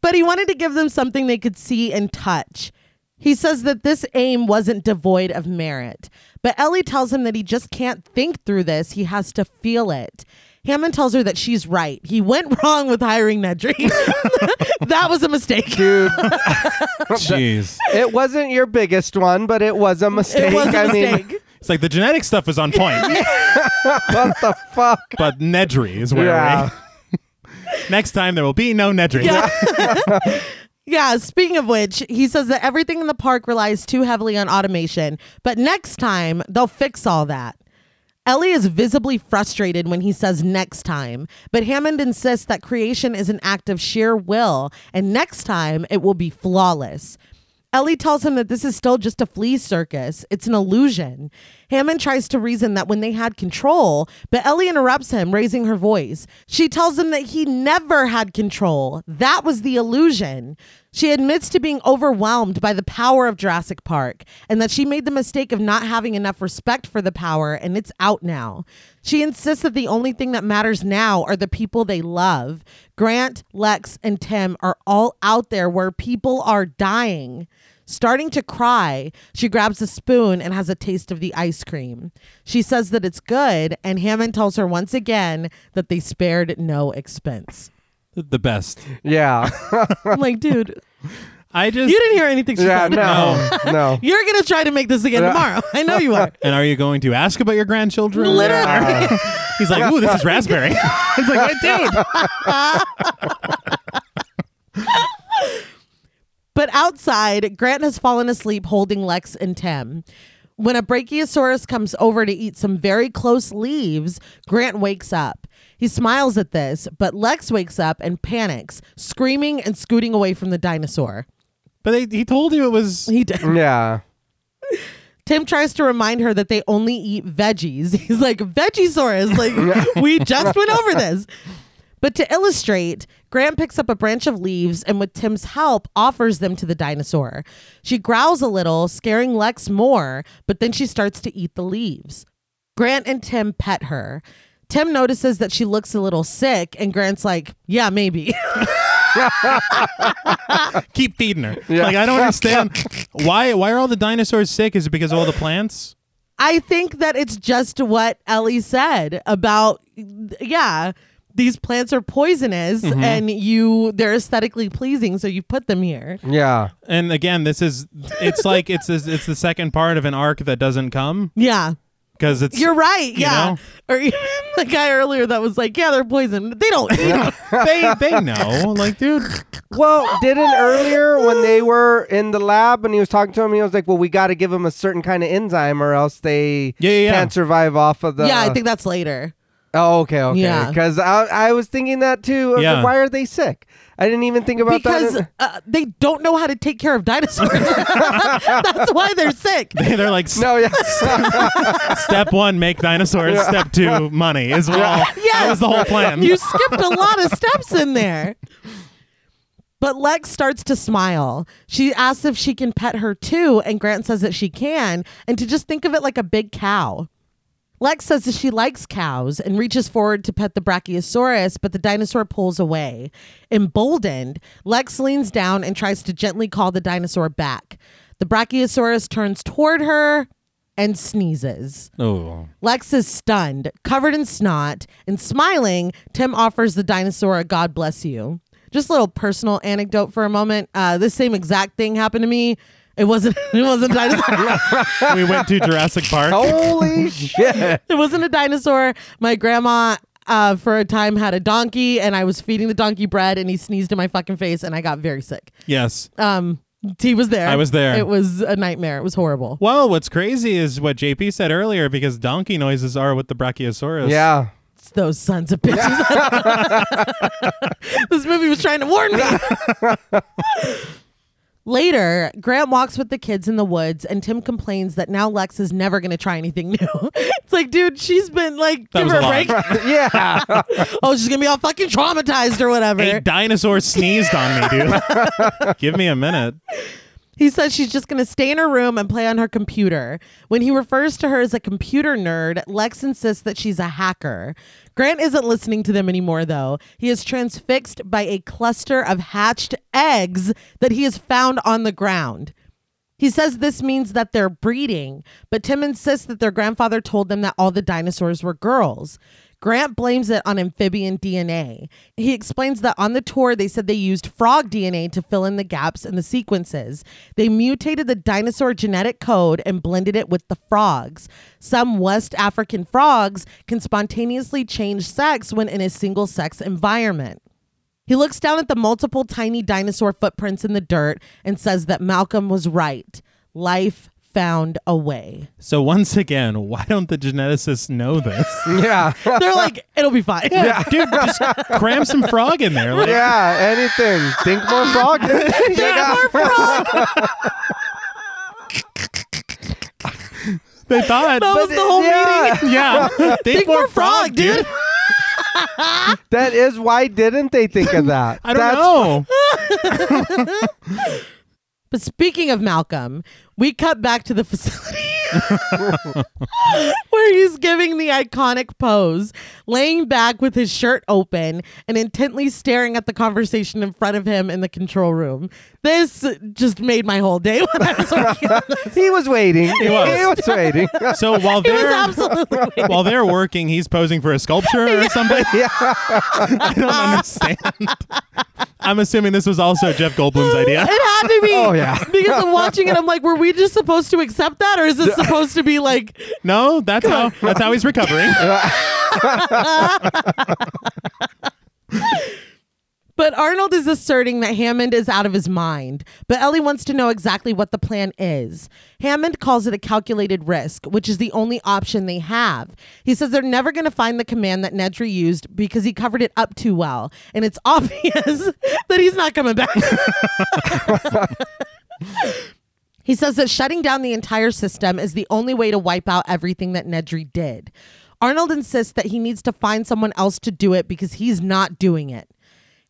A: but he wanted to give them something they could see and touch. He says that this aim wasn't devoid of merit, but Ellie tells him that he just can't think through this. He has to feel it. Hammond tells her that she's right. He went wrong with hiring Nedry. that was a mistake.
C: Dude,
B: Jeez.
C: it wasn't your biggest one, but it was a mistake.
A: It was a
C: I
A: mistake.
C: mean,
B: It's like the genetic stuff was on point,
C: what the fuck?
B: but Nedry is where
C: Yeah.
B: we. Next time there will be no Nedry.
A: Yeah. Yeah, speaking of which, he says that everything in the park relies too heavily on automation, but next time they'll fix all that. Ellie is visibly frustrated when he says next time, but Hammond insists that creation is an act of sheer will, and next time it will be flawless. Ellie tells him that this is still just a flea circus. It's an illusion. Hammond tries to reason that when they had control, but Ellie interrupts him, raising her voice. She tells him that he never had control. That was the illusion. She admits to being overwhelmed by the power of Jurassic Park and that she made the mistake of not having enough respect for the power, and it's out now. She insists that the only thing that matters now are the people they love. Grant, Lex, and Tim are all out there where people are dying. Starting to cry, she grabs a spoon and has a taste of the ice cream. She says that it's good, and Hammond tells her once again that they spared no expense.
B: The best.
C: Yeah.
A: I'm like, dude,
B: I just
A: you didn't hear anything she
C: Yeah,
A: said.
C: no. No.
A: You're gonna try to make this again tomorrow. I know you are.
B: And are you going to ask about your grandchildren?
A: Literally.
B: Or- He's like, ooh, this is raspberry. it's like, what, dude?
A: But outside, Grant has fallen asleep holding Lex and Tim. When a brachiosaurus comes over to eat some very close leaves, Grant wakes up. He smiles at this, but Lex wakes up and panics, screaming and scooting away from the dinosaur.
B: But they, he told you it was.
A: He did.
C: Yeah.
A: Tim tries to remind her that they only eat veggies. He's like, Vegisaurus, like, we just went over this. But to illustrate, Grant picks up a branch of leaves and, with Tim's help, offers them to the dinosaur. She growls a little, scaring Lex more, but then she starts to eat the leaves. Grant and Tim pet her. Tim notices that she looks a little sick, and Grant's like, Yeah, maybe.
B: Keep feeding her. Like, I don't understand. why Why are all the dinosaurs sick? Is it because of all the plants?
A: I think that it's just what Ellie said about yeah, these plants are poisonous and you they're aesthetically pleasing, so you put them here.
C: Yeah.
B: And again, this is. It's like it's this, it's the second part of an arc that doesn't come
A: Yeah.
B: because it's.
A: You're right.
B: You
A: yeah.
B: know?
A: Or even the guy earlier that was like, yeah, they're poison. They don't eat them.
B: they they know like dude
C: Well, didn't earlier when they were in the lab and he was talking to him, he was like, "Well, we got to give them a certain kind of enzyme, or else they
B: Yeah, yeah, yeah.
C: can't survive off of the."
A: yeah, I think that's later.
C: Oh, okay, okay.
A: Yeah.
C: Because I, I was thinking that too. I was
B: Yeah.
C: like, Why are they sick? I didn't even think about
A: Because
C: that.
A: uh, they don't know how to take care of dinosaurs. that's why they're sick.
B: they're like "S-
C: No, yeah,
B: step one make dinosaurs step two money is all
A: Yes.
B: that was the whole plan
A: You skipped a lot of steps in there. But Lex starts to smile. She asks if she can pet her too, and Grant says that she can, and to just think of it like a big cow. Lex says that she likes cows and reaches forward to pet the Brachiosaurus, but the dinosaur pulls away. Emboldened, Lex leans down and tries to gently call the dinosaur back. The Brachiosaurus turns toward her and sneezes.
B: Oh.
A: Lex is stunned, covered in snot, and smiling, Tim offers the dinosaur a God bless you. Just a little personal anecdote for a moment. Uh, this same exact thing happened to me. It wasn't it wasn't a dinosaur.
B: we went to Jurassic Park.
A: Oh.
C: Holy shit.
A: it wasn't a dinosaur. My grandma uh, for a time had a donkey and I was feeding the donkey bread and he sneezed in my fucking face and I got very sick.
B: Yes.
A: Um he was there.
B: I was there.
A: It was a nightmare. It was horrible.
B: Well, what's crazy is what JP said earlier because donkey noises are with the Brachiosaurus.
C: Yeah.
A: It's those sons of bitches. this movie was trying to warn me. Later, Grant walks with the kids in the woods, and Tim complains that now Lex is never going to try anything new. it's like, dude, she's been like, give
B: That was
A: her
B: a
A: a
B: lot.
A: break.
C: Yeah.
A: oh, she's going to be all fucking traumatized or whatever.
B: A dinosaur sneezed on me, dude. Give me a minute.
A: He says she's just going to stay in her room and play on her computer. When he refers to her as a computer nerd, Lex insists that she's a hacker. Grant isn't listening to them anymore, though. He is transfixed by a cluster of hatched eggs that he has found on the ground. He says this means that they're breeding, but Tim insists that their grandfather told them that all the dinosaurs were girls. Grant blames it on amphibian DNA. He explains that on the tour, they said they used frog DNA to fill in the gaps in the sequences. They mutated the dinosaur genetic code and blended it with the frogs. Some West African frogs can spontaneously change sex when in a single sex environment. He looks down at the multiple tiny dinosaur footprints in the dirt and says that Malcolm was right. Life found a way.
B: So once again, why don't the geneticists know this?
C: Yeah.
A: They're like, it'll be fine.
B: Dude, just cram some frog in there. Like,
C: Yeah. Anything. Think more frog. yeah.
B: They thought.
A: That was the whole meeting.
C: yeah.
B: yeah. Think
A: more frog, dude.
C: That is why didn't they think of that?
B: I don't
C: That's-
B: know.
A: But speaking of Malcolm, we cut back to the facility where he's giving the iconic pose, laying back with his shirt open and intently staring at the conversation in front of him in the control room. This just made my whole day when I was working on this.
C: He was waiting. He
B: was.
C: waiting.
B: So while
A: It was
B: they're
A: absolutely
B: while they're working, he's posing for a sculpture or something.
C: Yeah.
B: I don't understand. I'm assuming this was also Jeff Goldblum's idea.
A: It had to be.
C: Oh, yeah.
A: Because I'm watching it, I'm like, were we just supposed to accept that, or is this supposed to be like?
B: No, that's how that's how he's recovering.
A: But Arnold is asserting that Hammond is out of his mind. But Ellie wants to know exactly what the plan is. Hammond calls it a calculated risk, which is the only option they have. He says they're never going to find the command that Nedry used because he covered it up too well, and it's obvious that he's not coming back. He says that shutting down the entire system is the only way to wipe out everything that Nedry did. Arnold insists that he needs to find someone else to do it because he's not doing it.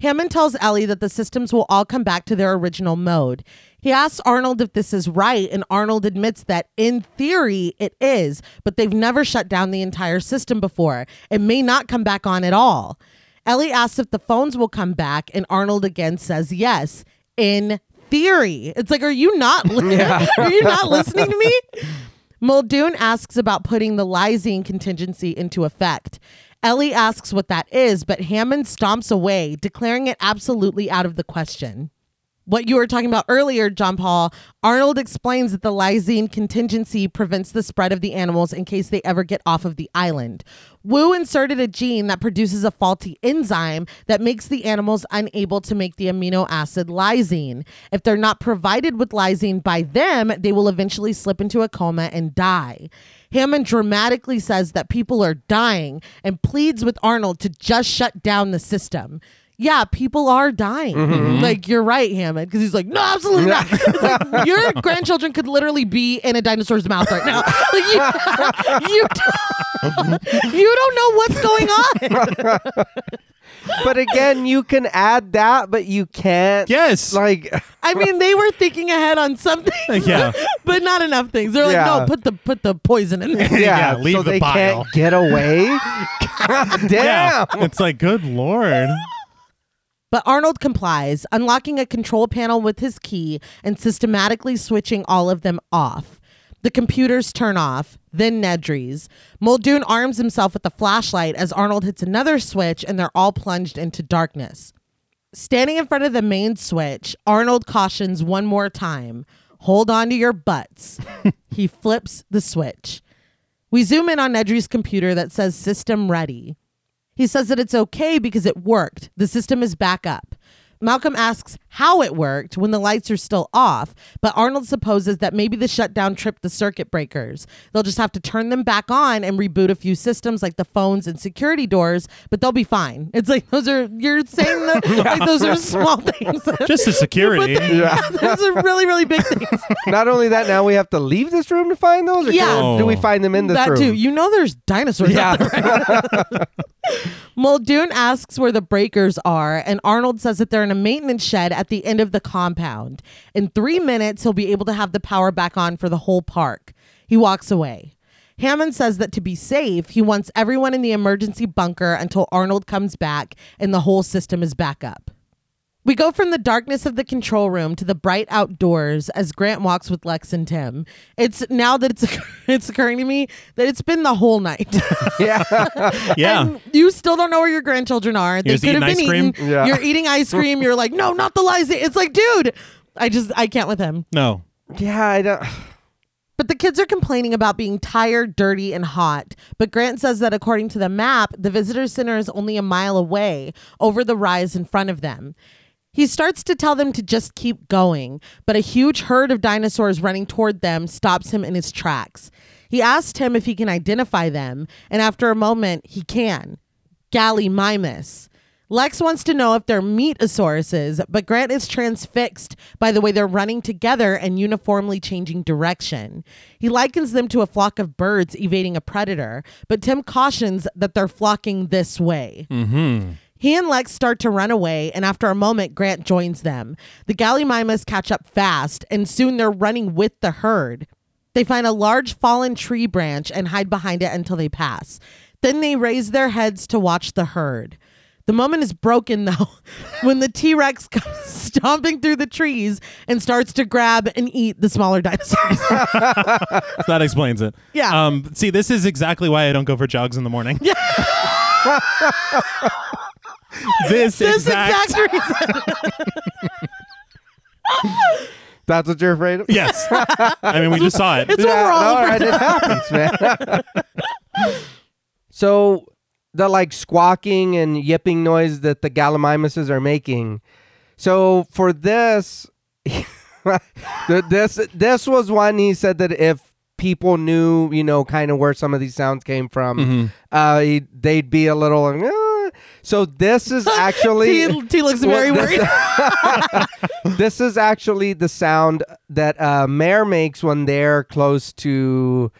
A: Hammond tells Ellie that the systems will all come back to their original mode. He asks Arnold if this is right, and Arnold admits that in theory it is, but they've never shut down the entire system before. It may not come back on at all. Ellie asks if the phones will come back, and Arnold again says yes. In theory. It's like, are you not li- are you not listening to me? Muldoon asks about putting the lysine contingency into effect. Ellie asks what that is, but Hammond stomps away, declaring it absolutely out of the question. What you were talking about earlier, John Paul, Arnold explains that the lysine contingency prevents the spread of the animals in case they ever get off of the island. Wu inserted a gene that produces a faulty enzyme that makes the animals unable to make the amino acid lysine. If they're not provided with lysine by them, they will eventually slip into a coma and die. Hammond dramatically says that people are dying and pleads with Arnold to just shut down the system. yeah, people are dying. Like, you're right, Hammond. Because he's like, no, absolutely not. It's like, your grandchildren could literally be in a dinosaur's mouth right now. Like, you, you, don't, you don't know what's going on.
C: But again, you can add that, but you can't.
B: Yes.
C: Like,
A: I mean, they were thinking ahead on some things,
B: Yeah.
A: but not enough things. They're like,
C: Yeah.
A: no, put the put the poison in there.
C: yeah,
B: Yeah, leave
C: so
B: the
C: they
B: bile.
C: can't get away. God
B: Yeah.
C: damn.
B: It's like, good lord.
A: But Arnold complies, unlocking a control panel with his key and systematically switching all of them off. The computers turn off, then Nedry's. Muldoon arms himself with a flashlight as Arnold hits another switch and they're all plunged into darkness. Standing in front of the main switch, Arnold cautions one more time hold on to your butts. he flips the switch. We zoom in on Nedry's computer that says system ready. He says that it's okay because it worked. The system is back up. Malcolm asks how it worked when the lights are still off, but Arnold supposes that maybe the shutdown tripped the circuit breakers. They'll just have to turn them back on and reboot a few systems like the phones and security doors, but they'll be fine. It's like those are you're saying that like those are small things.
B: Just the security.
A: yeah. those are really really big things.
C: Not only that, now we have to leave this room to find those. Or
A: Yeah.
C: can- do we find them in this
A: Mm, that
C: room?
A: too. You know there's dinosaurs out there.
C: Yeah,
A: Muldoon asks where the breakers are, and Arnold says that they're in a maintenance shed at the end of the compound. In three minutes, he'll be able to have the power back on for the whole park. He walks away. Hammond says that to be safe, he wants everyone in the emergency bunker until Arnold comes back and the whole system is back up. We go from the darkness of the control room to the bright outdoors as Grant walks with Lex and Tim. It's now that it's it's occurring to me that it's been the whole night.
C: yeah.
B: Yeah.
A: And you still don't know where your grandchildren are. They
B: You're just
A: could have
B: eating
A: been
B: ice cream?
A: eaten.
C: Yeah.
A: You're eating ice cream. You're like, no, not the Liza. It's like, dude, I just I can't with him.
B: no.
C: yeah, I don't.
A: But the kids are complaining about being tired, dirty, and hot. But Grant says that according to the map, the visitor center is only a mile away over the rise in front of them. He starts to tell them to just keep going, but a huge herd of dinosaurs running toward them stops him in his tracks. He asks Tim if he can identify them, and after a moment, he can. Gallimimus. Lex wants to know if they're meatasauruses, but Grant is transfixed by the way they're running together and uniformly changing direction. He likens them to a flock of birds evading a predator, but Tim cautions that they're flocking this way. He and Lex start to run away, and after a moment, Grant joins them. The Gallimimus catch up fast, and soon they're running with the herd. They find a large fallen tree branch and hide behind it until they pass. Then they raise their heads to watch the herd. The moment is broken, though, when the T Rex comes stomping through the trees and starts to grab and eat the smaller dinosaurs.
B: That explains it.
A: Yeah.
B: Um, see, this is exactly why I don't go for jogs in the morning. Yeah. this,
A: this
B: exact,
A: exact reason.
C: That's what you're afraid of.
B: Yes. I mean, we just saw it.
A: It's what we're all
C: no,
A: afraid
C: right, it happens, man. so the like squawking and yipping noise that the gallimimuses are making. So for this, th- this this was one he said that if people knew, you know, kind of where some of these sounds came from, uh, he- they'd be a little. "Ah." So this is actually
A: T, T looks
C: Well,
A: very
C: this-
A: worried.
C: this is actually the sound that uh, mare makes when they're close to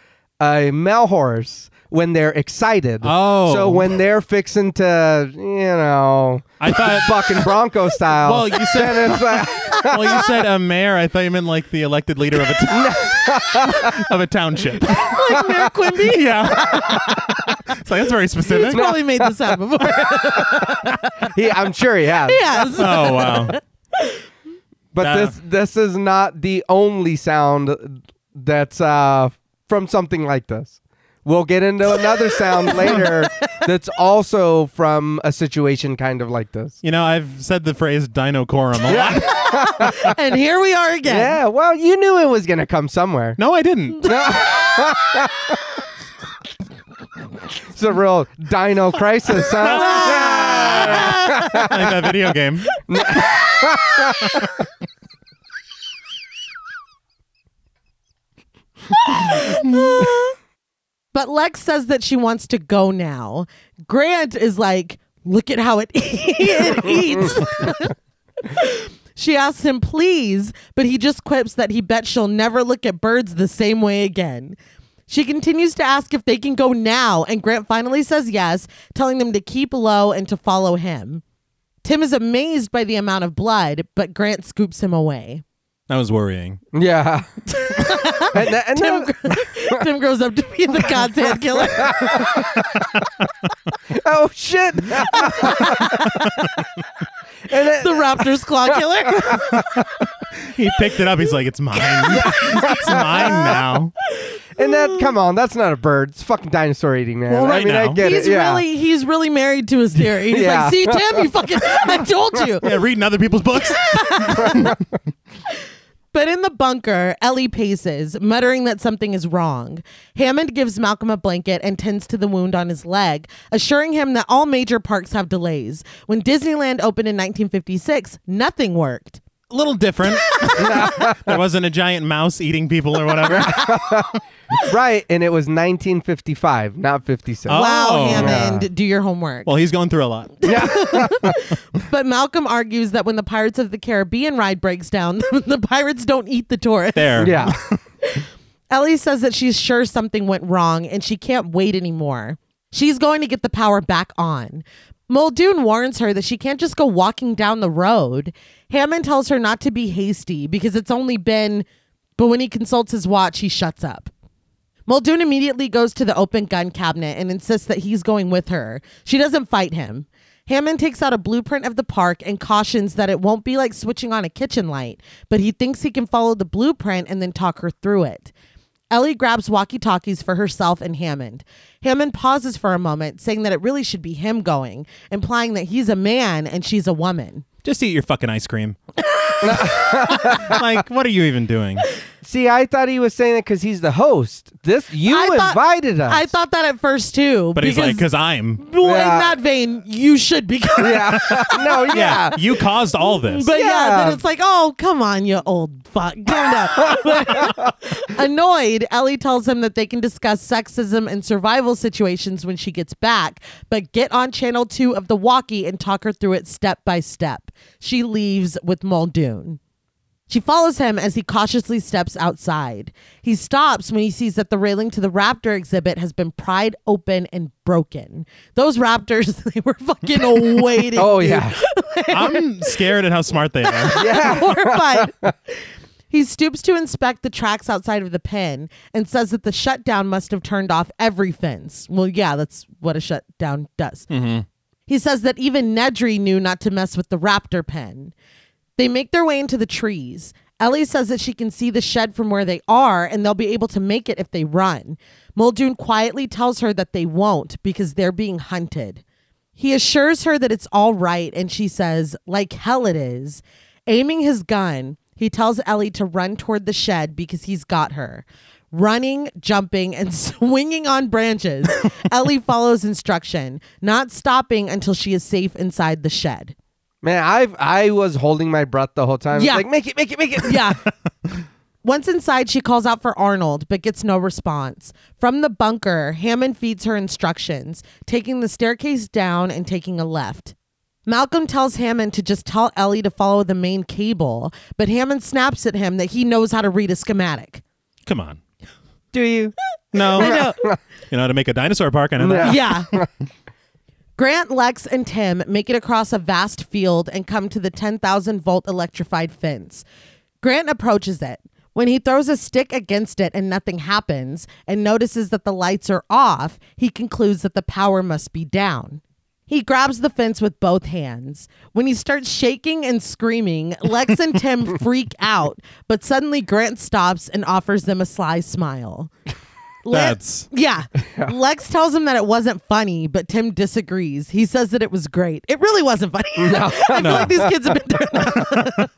C: a male horse when they're excited.
B: Oh.
C: so when they're fixing to you know
B: I thought.
C: bucking bronco style.
B: Well, you said
C: and it's like,
B: well, you said a mayor. I thought you meant like the elected leader of a t- of a township.
A: like Mayor Quimby.
B: Yeah. it's like that's very
A: He's
B: specific.
A: probably made this up before.
C: he, I'm sure he has.
A: yes.
B: Oh wow.
C: But
B: Uh.
C: this this is not the only sound that's uh, from something like this. We'll get into another sound later that's also from a situation kind of like this.
B: You know, I've said the phrase dinocorum a lot.
A: and here we are again.
C: Yeah, well, you knew it was going to come somewhere.
B: No, I didn't.
C: It's a real dino crisis, huh?
B: like that video game.
A: But Lex says that she wants to go now. Grant is like, look at how it, it eats. she asks him, please, but he just quips that he bets she'll never look at birds the same way again. She continues to ask if they can go now, and Grant finally says yes, telling them to keep low and to follow him. Tim is amazed by the amount of blood, but Grant scoops him away.
B: That was worrying.
C: Yeah. and that, and
A: Tim,
C: that,
A: Tim grows up to be the God's hand killer.
C: oh shit. and that,
A: the Raptors claw killer.
B: He picked it up. He's like, it's mine. it's mine now.
C: and that come on, that's not a bird. It's a fucking dinosaur eating man.
B: Well, right
C: I mean,
B: now.
C: I get
A: He's
C: it. Yeah.
A: really he's really married to his theory. He's
C: Yeah.
A: like, see Tim, you fucking I told you.
B: Yeah, reading other people's books.
A: But in the bunker, Ellie paces, muttering that something is wrong. Hammond gives Malcolm a blanket and tends to the wound on his leg, assuring him that all major parks have delays. When Disneyland opened in 1956, nothing worked.
B: A little different. there wasn't a giant mouse eating people or whatever.
C: right, and it was 1955, not 56.
B: Oh.
A: Wow, Hammond,
C: Yeah.
A: do your homework.
B: Well, he's going through a lot.
A: But Malcolm argues that when the Pirates of the Caribbean ride breaks down, the pirates don't eat the tourists.
B: There.
C: Yeah.
A: Ellie says that she's sure something went wrong and she can't wait anymore. She's going to get the power back on. Muldoon warns her that she can't just go walking down the road. Hammond tells her not to be hasty because it's only been, but when he consults his watch, he shuts up. Muldoon immediately goes to the open gun cabinet and insists that he's going with her. She doesn't fight him. Hammond takes out a blueprint of the park and cautions that it won't be like switching on a kitchen light, but he thinks he can follow the blueprint and then talk her through it. Ellie grabs walkie talkies for herself and Hammond. Hammond pauses for a moment, saying that it really should be him going, implying that he's a man and she's a woman.
B: Just eat your fucking ice cream. like, what are you even doing?
C: See, I thought he was saying it because he's the host. This you
A: I thought-
C: invited us.
A: I thought that at first too.
B: But he's like, because I'm.
A: well,
C: Yeah.
A: in that vein, you should be.
C: Yeah. no.
B: Yeah.
C: Yeah.
B: You caused all this.
A: But yeah.
C: Yeah.
A: then it's like, oh, come on, you old fuck. Calm down. Annoyed, Ellie tells him that they can discuss sexism and survival situations when she gets back, but get on channel two of the walkie and talk her through it step by step. She leaves with Muldoon. She follows him as he cautiously steps outside. He stops when he sees that the railing to the raptor exhibit has been pried open and broken. Those raptors, they were fucking waiting.
C: Oh
A: dude
C: yeah.
B: I'm scared at how smart they are.
A: horrified. He stoops to inspect the tracks outside of the pen and says that the shutdown must have turned off every fence. Well, yeah, that's what a shutdown does. He says that even Nedry knew not to mess with the raptor pen. They make their way into the trees. Ellie says that she can see the shed from where they are and they'll be able to make it if they run. Muldoon quietly tells her that they won't because they're being hunted. He assures her that it's all right, and she says, like hell it is. Aiming his gun, he tells Ellie to run toward the shed because he's got her. Running, jumping, and swinging on branches, Ellie follows instruction, not stopping until she is safe inside the shed.
C: Man, I've I was holding my breath the whole time.
A: Yeah.
C: Like make it, make it, make it.
A: Yeah. Once inside, she calls out for Arnold, but gets no response. From the bunker, Hammond feeds her instructions, taking the staircase down and taking a left. Malcolm tells Hammond to just tell Ellie to follow the main cable, but Hammond snaps at him that he knows how to read a schematic.
B: Come on.
C: Do you?
B: No.
A: know.
B: You know how to make a dinosaur park? I know that.
A: yeah. Grant, Lex, and Tim make it across a vast field and come to the 10,000 volt electrified fence. Grant approaches it. When he throws a stick against it and nothing happens, and notices that the lights are off, he concludes that the power must be down. He grabs the fence with both hands. When he starts shaking and screaming, Lex and Tim freak out, but suddenly Grant stops and offers them a sly smile.
B: That's-
A: yeah. Lex tells him that it wasn't funny, but Tim disagrees. He says that it was great. It really wasn't funny. I feel like these kids have been doing that.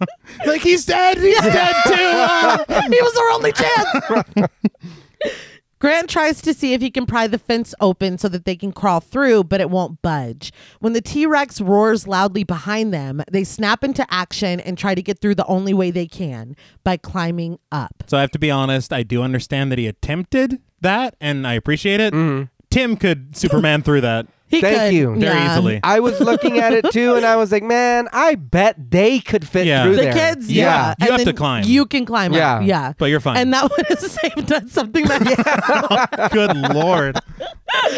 B: Like, he's dead. He's dead too.
A: uh, He was our only chance. Grant tries to see if he can pry the fence open so that they can crawl through, but it won't budge. When the T Rex roars loudly behind them, they snap into action and try to get through the only way they can by climbing up.
B: So I have to be honest. I do
A: Mm-hmm.
B: understand that he attempted that, and I appreciate it. Tim could Superman through that.
A: He
C: Thank
A: could,
C: you.
B: Very easily.
C: I was looking at it too, and I was like, man, I bet they could fit
B: Yeah.
C: through
A: The
C: there.
A: kids,
B: Yeah.
A: yeah.
B: You
A: And
B: have to
A: then
B: climb.
A: You can climb
C: Yeah.
A: up. Yeah.
B: But you're fine.
A: And that would have saved us something that
B: Good lord.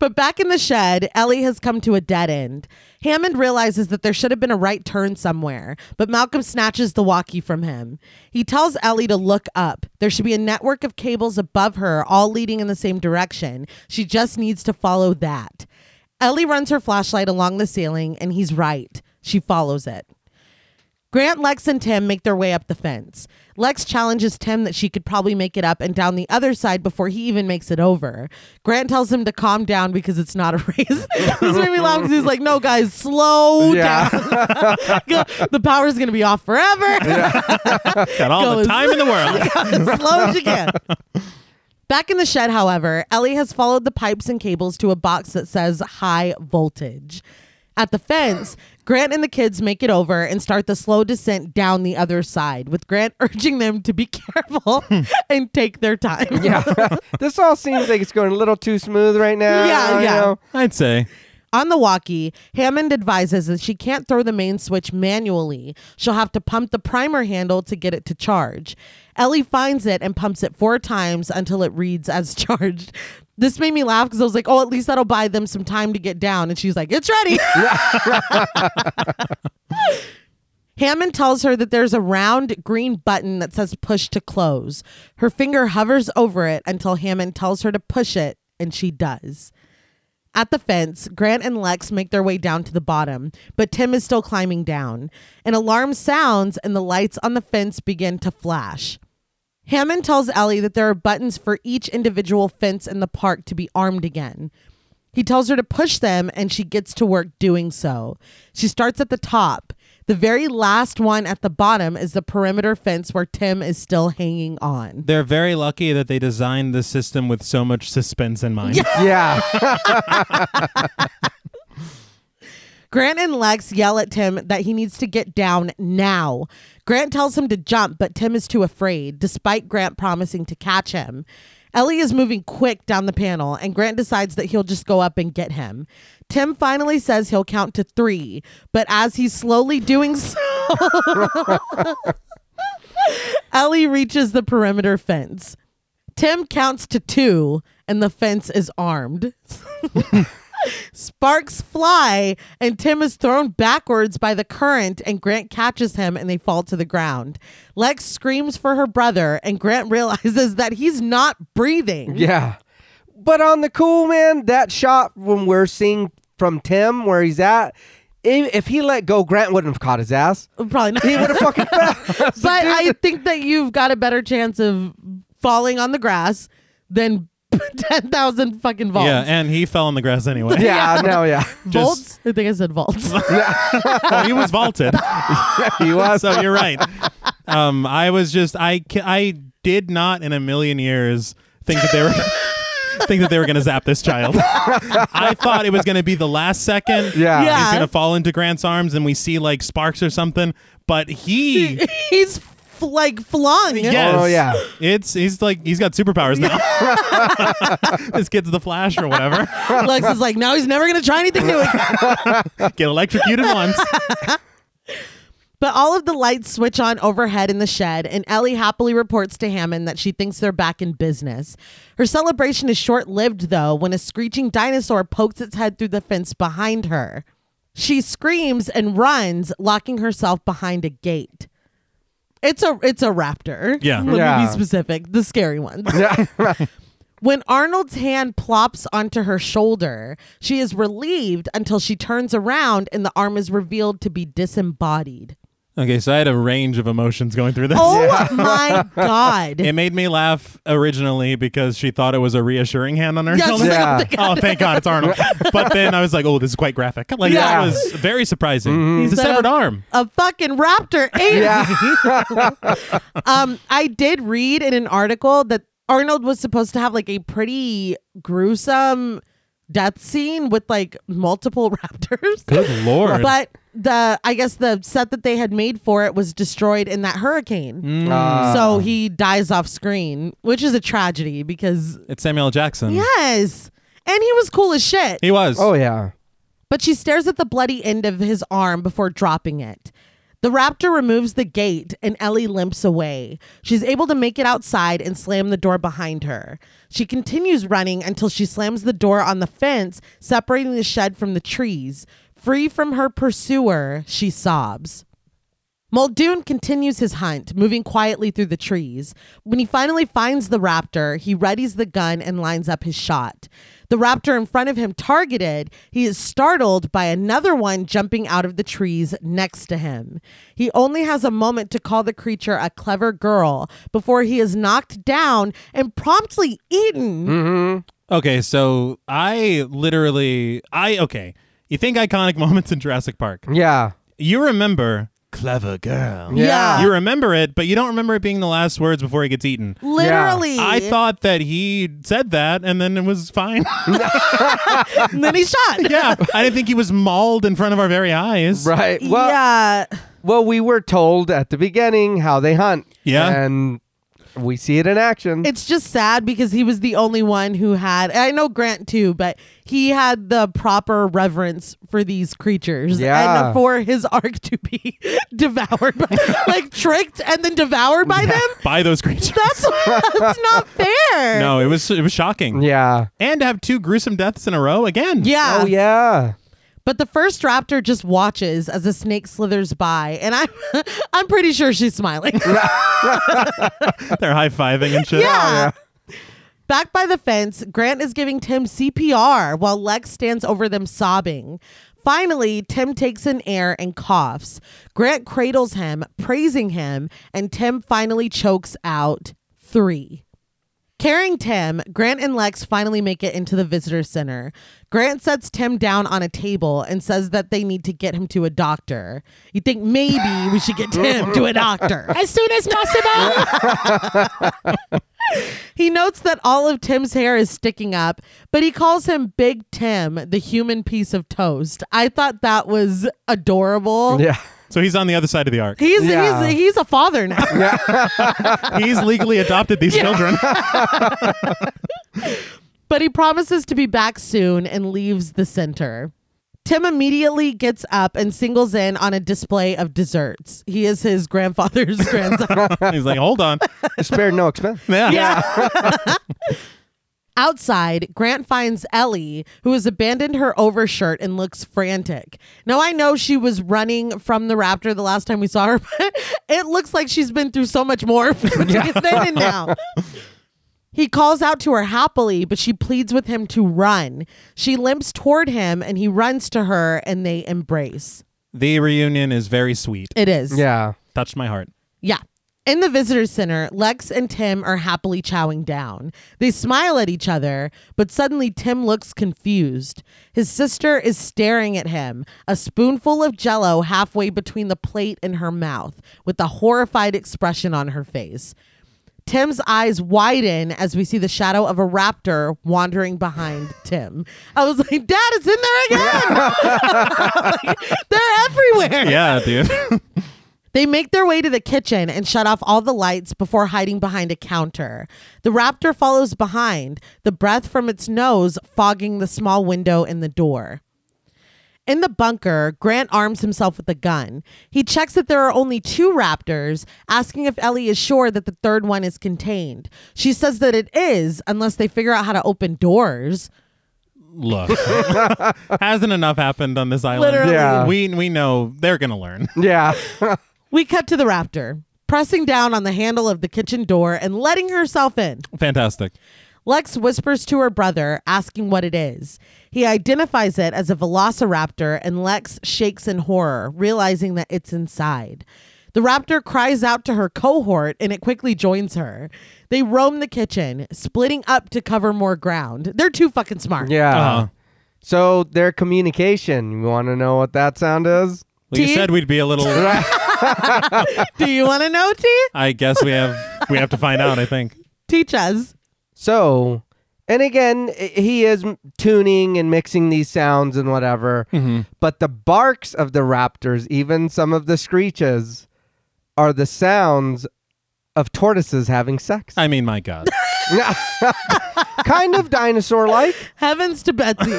A: But back in the shed, Ellie has come to a dead end. Hammond realizes that there should have been a right turn somewhere, but Malcolm snatches the walkie from him. He tells Ellie to look up. There should be a network of cables above her, all leading in the same direction. She just needs to follow that. Ellie runs her flashlight along the ceiling, and he's right. She follows it. Grant, Lex, and Tim make their way up the fence. Lex challenges Tim that she could probably make it up and down the other side before he even makes it over. Grant tells him to calm down because it's not a race. this made me laugh because he's like, no, guys, slow
C: Yeah.
A: down. Go- the power's going to be off forever.
B: Got all
A: Goes.
B: the time in the world.
A: as slow as you can. Back in the shed, however, Ellie has followed the pipes and cables to a box that says high voltage. At the fence, Grant and the kids make it over and start the slow descent down the other side, with Grant urging them to be careful and take their time.
C: Yeah. this all seems like it's going a little too smooth right now.
A: Yeah,
C: you
A: yeah.
C: know?
B: I'd say.
A: On the walkie, Hammond advises that she can't throw the main switch manually. She'll have to pump the primer handle to get it to charge. Ellie finds it and pumps it four times until it reads as charged. This made me laugh because I was like, oh, at least that'll buy them some time to get down. And she's like, it's ready. Hammond tells her that there's a round green button that says push to close. Her finger hovers over it until Hammond tells her to push it, and she does. At the fence, Grant and Lex make their way down to the bottom, but Tim is still climbing down. An alarm sounds and the lights on the fence begin to flash. Hammond tells Ellie that there are buttons for each individual fence in the park to be armed again. He tells her to push them and she gets to work doing so. She starts at the top. The very last one at the bottom is the perimeter fence where Tim is still hanging on.
B: They're very lucky that they designed the system with so much suspense in mind.
C: Yeah.
A: Grant and Lex yell at Tim that he needs to get down now. Grant tells him to jump, but Tim is too afraid, despite Grant promising to catch him. Ellie is moving quick down the panel, and Grant decides that he'll just go up and get him. Tim finally says he'll count to three, but as he's slowly doing so, Ellie reaches the perimeter fence. Tim counts to two, and the fence is armed. Sparks fly, and Tim is thrown backwards by the current, and Grant catches him and they fall to the ground. Lex screams for her brother, and Grant realizes that he's not breathing.
C: Yeah. But on the cool, man, that shot when we're seeing from Tim where he's at, i- if he let go, Grant wouldn't have caught his ass.
A: Probably not.
C: He would have fucking fell.
A: but I think that you've got a better chance of falling on the grass than 10,000 fucking volts.
B: Yeah, and he fell in the grass anyway.
C: yeah, no, yeah.
A: volts? I think I said volts.
B: Well, he was vaulted.
C: He was.
B: so you're right. Um, I was just I ca- I did not in a million years think that they were think that they were going to zap this child. I thought it was going to be the last second.
C: Yeah.
A: Yeah.
B: he's going to fall into Grant's arms, and we see like sparks or something. But he,
A: he's f- like flung.
B: yes,
C: Oh, yeah.
B: it's he's like he's got superpowers now. this kid's the Flash or whatever.
A: Lex is like, now he's never going to try anything new again.
B: Get electrocuted once.
A: But all of the lights switch on overhead in the shed, and Ellie happily reports to Hammond that she thinks they're back in business. Her celebration is short lived, though, when a screeching dinosaur pokes its head through the fence behind her. She screams and runs, locking herself behind a gate. It's a it's a raptor.
B: Yeah.
A: Let me
C: Yeah.
A: be specific. The scary ones. When Arnold's hand plops onto her shoulder, she is relieved until she turns around and the arm is revealed to be disembodied.
B: Okay, so I had a range of emotions going through this.
A: Oh my god!
B: It made me laugh originally because she thought it was a reassuring hand on her
A: Yeah, she's
B: shoulder.
A: like,
C: Yeah.
A: "Oh, thank God."
B: Oh, thank God, it's Arnold. But then I was like, oh, this is quite graphic. Like, that
C: Yeah. Mm-hmm.
B: was very surprising. It's a
A: He's like,
B: severed
A: "Oh."
B: arm.
A: A fucking raptor ate. it. um, I did read in an article that Arnold was supposed to have like a pretty gruesome death scene with like multiple raptors.
B: Good Lord.
A: But the I guess the set that they had made for it was destroyed in that hurricane.
B: Mm.
C: Ah.
A: so he dies off screen, which is a tragedy because
B: it's Samuel L. Jackson.
A: yes. And he was cool as shit.
B: He was.
C: Oh yeah.
A: But she stares at the bloody end of his arm before dropping it. The raptor removes the gate and Ellie limps away. She's able to make it outside and slam the door behind her. She continues running until she slams the door on the fence, separating the shed from the trees. Free from her pursuer, she sobs. Muldoon continues his hunt, moving quietly through the trees. When he finally finds the raptor, he readies the gun and lines up his shot. The raptor in front of him targeted, he is startled by another one jumping out of the trees next to him. He only has a moment to call the creature a clever girl before he is knocked down and promptly eaten.
B: Okay, so I literally I okay. You think iconic moments in Jurassic Park.
C: Yeah.
B: You remember clever girl.
A: Yeah.
B: You remember it, but you don't remember it being the last words before he gets eaten.
A: Literally.
B: I thought that he said that and then it was fine.
A: and then he shot.
B: yeah. I didn't think he was mauled in front of our very eyes.
C: Right. Well.
A: yeah.
C: Well, we were told at the beginning how they hunt.
B: Yeah.
C: And we see it in action.
A: it's just sad because he was the only one who had i know grant too but he had the proper reverence for these creatures
C: Yeah.
A: and for his ark to be devoured by like tricked and then devoured by them
B: By those creatures.
A: that's, that's not fair
B: no, it was it was shocking.
C: yeah.
B: And to have two gruesome deaths in a row again.
A: yeah
C: oh yeah.
A: but the first raptor just watches as a snake slithers by and i'm i'm pretty sure she's smiling
B: They're high fiving and shit.
A: Yeah. Back by the fence, Grant is giving Tim CPR while Lex stands over them sobbing. Finally, Tim takes an air and coughs. Grant cradles him, praising him, and Tim finally chokes out three. Carrying Tim, Grant and Lex finally make it into the visitor center. Grant sets Tim down on a table and says that they need to get him to a doctor. You think maybe we should get Tim to a doctor as soon as possible? He notes that all of Tim's hair is sticking up, but he calls him Big Tim, the human piece of toast. I thought that was adorable.
C: Yeah.
B: So he's on the other side of the arc.
A: He's,
C: Yeah.
A: he's he's a father now.
B: He's legally adopted these children.
A: but he promises to be back soon and leaves the center. Tim immediately gets up and singles in on a display of desserts. He is his grandfather's grandson.
B: He's like, hold on.
C: Spared no expense.
B: Yeah.
A: Yeah. Outside, Grant finds Ellie, who has abandoned her overshirt and looks frantic. Now, I know she was running from the raptor the last time we saw her, but it looks like she's been through so much more between then and now. He calls out to her happily, but she pleads with him to run. She limps toward him and he runs to her and they embrace.
B: The reunion is very sweet.
A: It is.
C: Yeah.
B: Touched my heart.
A: Yeah. In the visitor center, Lex and Tim are happily chowing down. They smile at each other, but suddenly Tim looks confused. His sister is staring at him, a spoonful of jello halfway between the plate and her mouth, with a horrified expression on her face. Tim's eyes widen as we see the shadow of a raptor wandering behind Tim. I was like, Dad, it's in there again! Like, they're everywhere!
B: Yeah, dude.
A: They make their way to the kitchen and shut off all the lights before hiding behind a counter. The raptor follows behind, the breath from its nose fogging the small window in the door. In the bunker, Grant arms himself with a gun. He checks that there are only two raptors, asking if Ellie is sure that the third one is contained. She says that it is, unless they figure out how to open doors.
B: Look. Hasn't enough happened on this island.
A: Literally.
C: Yeah.
B: We we know they're gonna learn.
C: Yeah.
A: We cut to the raptor, pressing down on the handle of the kitchen door and letting herself in.
B: Fantastic.
A: Lex whispers to her brother, asking what it is. He identifies it as a velociraptor, and Lex shakes in horror, realizing that it's inside. The raptor cries out to her cohort, and it quickly joins her. They roam the kitchen, splitting up to cover more ground. They're too fucking smart.
C: Yeah.
B: Uh-huh.
C: So their communication. You want to know what that sound is?
B: Well, you
A: Tea?
B: said we'd be a little
A: Do you want to know, T?
B: I guess we have we have to find out, I think.
A: Teach us.
C: So, and again, i- he is m- tuning and mixing these sounds and whatever.
B: Mm-hmm.
C: But the barks of the raptors, even some of the screeches, are the sounds of tortoises having sex.
B: I mean my God.
C: kind of dinosaur like.
A: Heavens to Betsy.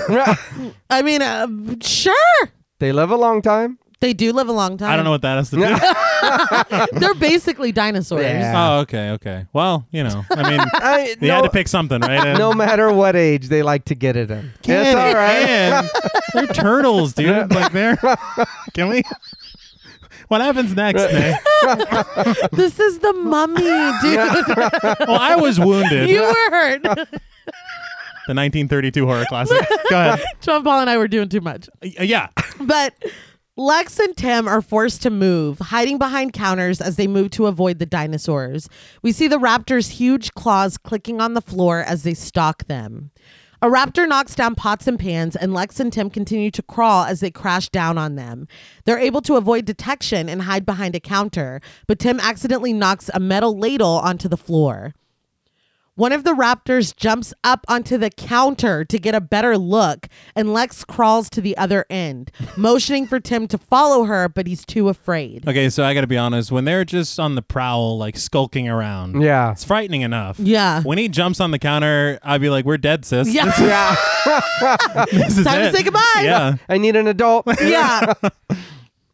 A: I mean, uh, sure.
C: They live a long time.
A: They do live a long time.
B: I don't know what that has to do.
A: They're basically dinosaurs.
C: Yeah.
B: Oh, okay, okay. Well, you know, I mean,
C: I,
B: they
C: no,
B: had to pick something, right? And-
C: no matter what age, they like to get it in.
A: Get
C: it's
A: it
C: all right.
B: Man, they're turtles, dude. Like they're. Can we? What happens next, Nick?
A: This is the mummy, dude.
B: Well, I was wounded.
A: you were hurt.
B: The 1932 horror classic. Go ahead.
A: John Paul and I were doing too much.
B: Y- Yeah.
A: But Lex and Tim are forced to move, hiding behind counters as they move to avoid the dinosaurs. We see the raptor's huge claws clicking on the floor as they stalk them. A raptor knocks down pots and pans, and Lex and Tim continue to crawl as they crash down on them. They're able to avoid detection and hide behind a counter, but Tim accidentally knocks a metal ladle onto the floor. One of the raptors jumps up onto the counter to get a better look, and Lex crawls to the other end, motioning for Tim to follow her, but he's too afraid.
B: Okay, so I got to be honest. When they're just on the prowl, like skulking around,
C: Yeah.
B: it's frightening enough.
A: Yeah.
B: When he jumps on the counter, I'd be like, "We're dead, sis.
A: Yeah.
C: Yeah.
B: This is
A: Time to
B: it.
A: say goodbye.
B: Yeah.
C: I need an adult.
A: Yeah.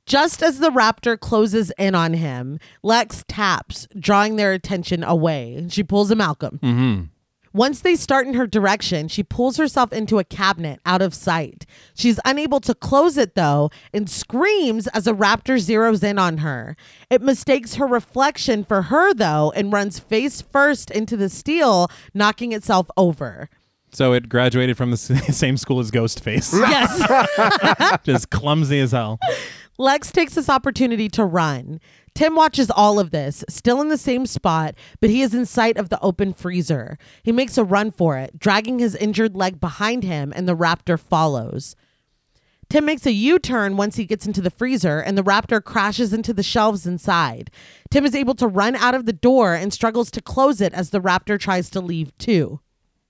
A: Just as the raptor closes in on him, Lex taps, drawing their attention away. She pulls a Malcolm. Once they start in her direction, she pulls herself into a cabinet out of sight. She's unable to close it though and screams as a raptor zeroes in on her. It mistakes her reflection for her though and runs face first into the steel, knocking itself over.
B: So it graduated from the s- same school as Ghostface.
A: Yes.
B: just clumsy as hell.
A: Lex takes this opportunity to run. Tim watches all of this, still in the same spot, but he is in sight of the open freezer. He makes a run for it, dragging his injured leg behind him, and the raptor follows. Tim makes a U turn once he gets into the freezer, and the raptor crashes into the shelves inside. Tim is able to run out of the door and struggles to close it as the raptor tries to leave too.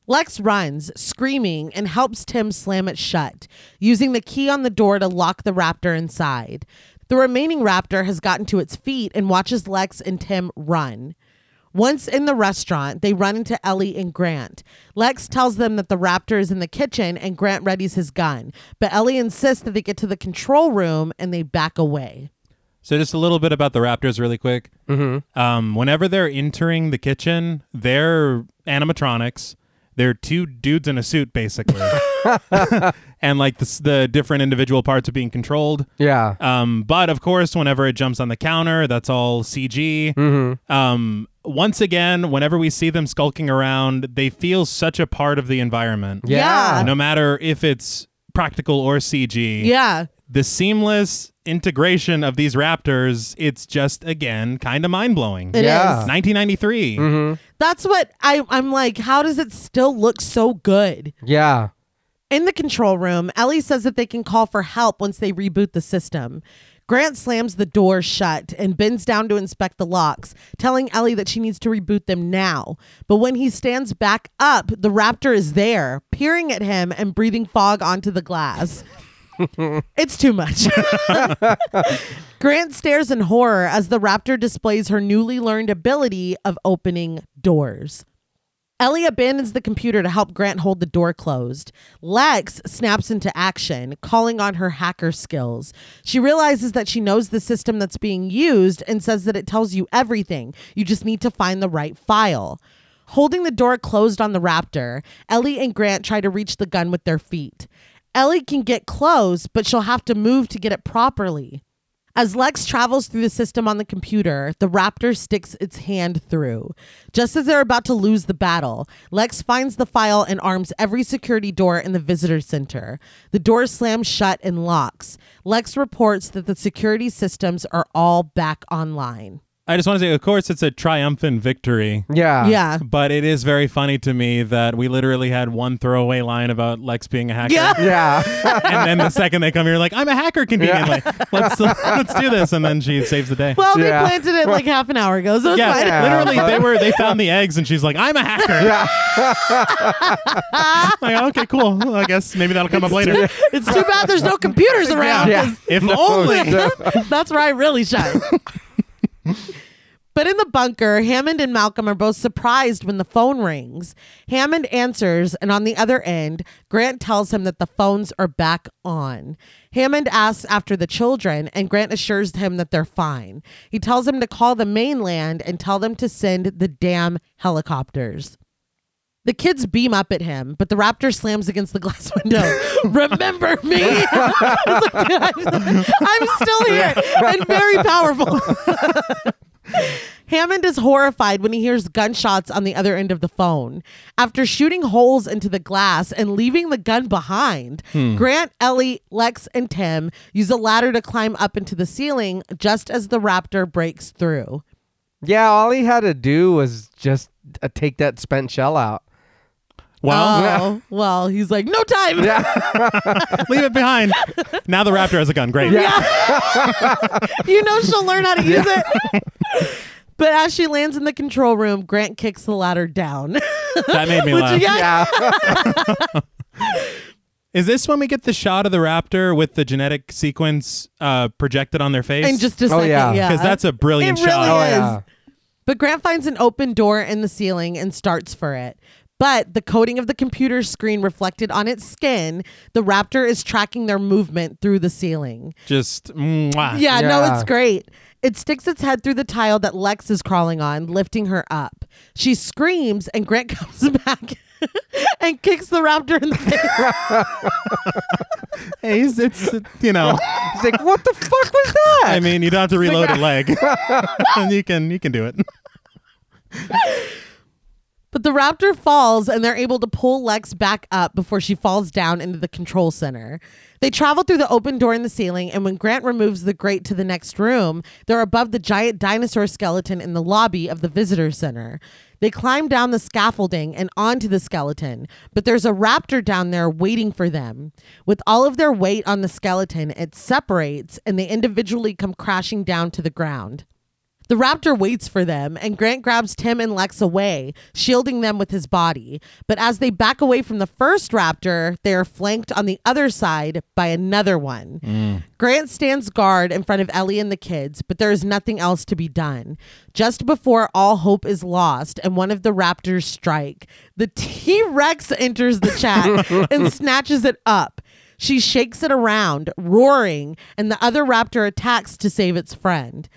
A: Lex runs, screaming, and helps Tim slam it shut, using the key on the door to lock the raptor inside. The remaining raptor has gotten to its feet and watches Lex and Tim run. Once in the restaurant, they run into Ellie and Grant. Lex tells them that the raptor is in the kitchen and Grant readies his gun, but Ellie insists that they get to the control room and they back away.
B: So just a little bit about the Raptors, really quick. Mm-hmm. Um, whenever they're entering the kitchen, they're animatronics. They're two dudes in a suit, basically, and like the, s- the different individual parts are being controlled.
C: Yeah.
B: Um, but of course, whenever it jumps on the counter, that's all CG. Um, once again, whenever we see them skulking around, they feel such a part of the environment.
A: Yeah.
B: No matter if it's practical or CG.
A: Yeah.
B: The seamless integration of these raptors, it's just, again, kind of mind blowing.
A: it is. Mm-hmm.
C: Yeah.
B: 1993.
A: That's what I, I'm like. How does it still look so good?
C: Yeah.
A: In the control room, Ellie says that they can call for help once they reboot the system. Grant slams the door shut and bends down to inspect the locks, telling Ellie that she needs to reboot them now. But when he stands back up, the raptor is there, peering at him and breathing fog onto the glass. it's too much. Grant stares in horror as the raptor displays her newly learned ability of opening doors. Ellie abandons the computer to help Grant hold the door closed. Lex snaps into action, calling on her hacker skills. She realizes that she knows the system that's being used and says that it tells you everything. You just need to find the right file. Holding the door closed on the Raptor, Ellie and Grant try to reach the gun with their feet. Ellie can get close, but she'll have to move to get it properly. As Lex travels through the system on the computer, the raptor sticks its hand through. Just as they're about to lose the battle, Lex finds the file and arms every security door in the visitor center. The door slams shut and locks. Lex reports that the security systems are all back online.
B: I just want to say, of course, it's a triumphant victory.
C: Yeah.
A: yeah.
B: But it is very funny to me that we literally had one throwaway line about Lex being a hacker.
A: Yeah.
C: Yeah.
B: and then the second they come here, like I'm a hacker conveniently. Let's let's do this, and then she saves the day.
A: Well, they
C: Yeah.
A: planted it like half an hour ago, so it's
B: yeah,
A: fine.
C: Yeah,
B: literally, they were they found the eggs, and she's like, "I'm a hacker." like, okay, cool. Well, I guess maybe that'll come up later.
A: It's too bad there's no computers around.
C: Yeah.
B: Oh
A: 'cause
B: If only.
A: That's where I really shine. But in the bunker, Hammond and Malcolm are both surprised when the phone rings. Hammond answers, and on the other end, Grant tells him that the phones are back on. Hammond asks after the children, and Grant assures him that they're fine. He tells him to call the mainland and tell them to send the damn helicopters. The kids beam up at him, but the raptor slams against the glass window. Remember me? I was like, I'm still here and very powerful. Hammond is horrified when he hears gunshots on the other end of the phone. After shooting holes into the glass and leaving the gun behind, Grant, Ellie, Lex, and Tim use a ladder to climb up into the ceiling just as the raptor breaks through.
C: Yeah, all he had to do was just uh, take that spent shell out.
B: Well,
A: oh, well, he's like, no time. Oh.
B: leave it behind. Now the raptor has a gun. Great.
A: you know she'll learn how to use it. But as she lands in the control room, Grant kicks the ladder down.
B: That made me
A: Which,
B: laugh.
A: yeah,
C: Yeah.
B: Is this when we get the shot of the raptor with the genetic sequence uh, projected on their face?
A: in just a second.
C: yeah.
A: yeah.
B: because that's a brilliant
A: It really
B: shot.
C: oh,
A: is.
C: yeah.
A: But Grant finds an open door in the ceiling and starts for it. But the coating of the computer screen reflected on its skin, the raptor is tracking their movement through the ceiling.
B: Just mwah.
A: Yeah, no,
C: Yeah.
A: it's great. It sticks its head through the tile that Lex is crawling on, lifting her up. She screams, and Grant comes back and kicks the raptor in the face.
B: Hey, it's, it's you know.
C: He's like, what the fuck was that?
B: I mean, you don't have to reload a leg, and you can you can do it.
A: But the raptor falls, and they're able to pull Lex back up before she falls down into the control center. They travel through the open door in the ceiling, and when Grant removes the grate to the next room, they're above the giant dinosaur skeleton in the lobby of the visitor center. They climb down the scaffolding and onto the skeleton, but there's a raptor down there waiting for them. With all of their weight on the skeleton, it separates, and they individually come crashing down to the ground. The raptor waits for them, and Grant grabs Tim and Lex away, shielding them with his body. But as they back away from the first raptor, they are flanked on the other side by another one. Grant stands guard in front of Ellie and the kids, but there is nothing else to be done. Just before all hope is lost and one of the raptors strike, the T Rex enters the chat and snatches it up. She shakes it around, roaring, and the other raptor attacks to save its friend.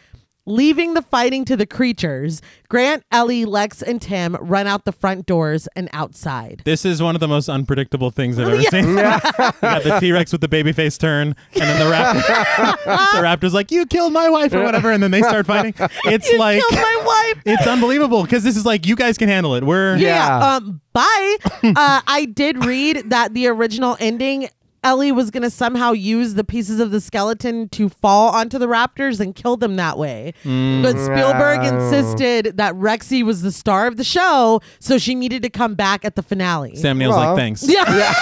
A: Leaving the fighting to the creatures, Grant, Ellie, Lex, and Tim run out the front doors and outside.
B: This is one of the most unpredictable things I've ever seen. You got the T Rex with the baby face turn, and then the raptor. the raptor's like, "You killed my wife" or whatever, and then they start fighting. It's
A: You
B: like
A: killed my wife.
B: it's unbelievable because this is like you guys can handle it. We're
A: Yeah.
C: Yeah.
A: Um, bye. uh, I did read that the original ending, Ellie was going to somehow use the pieces of the skeleton to fall onto the raptors and kill them that way.
B: Mm.
A: But Spielberg
C: Wow.
A: insisted that Rexy was the star of the show, so she needed to come back at the finale.
B: Sam Neill's
C: Well.
B: like, "Thanks."
A: yeah.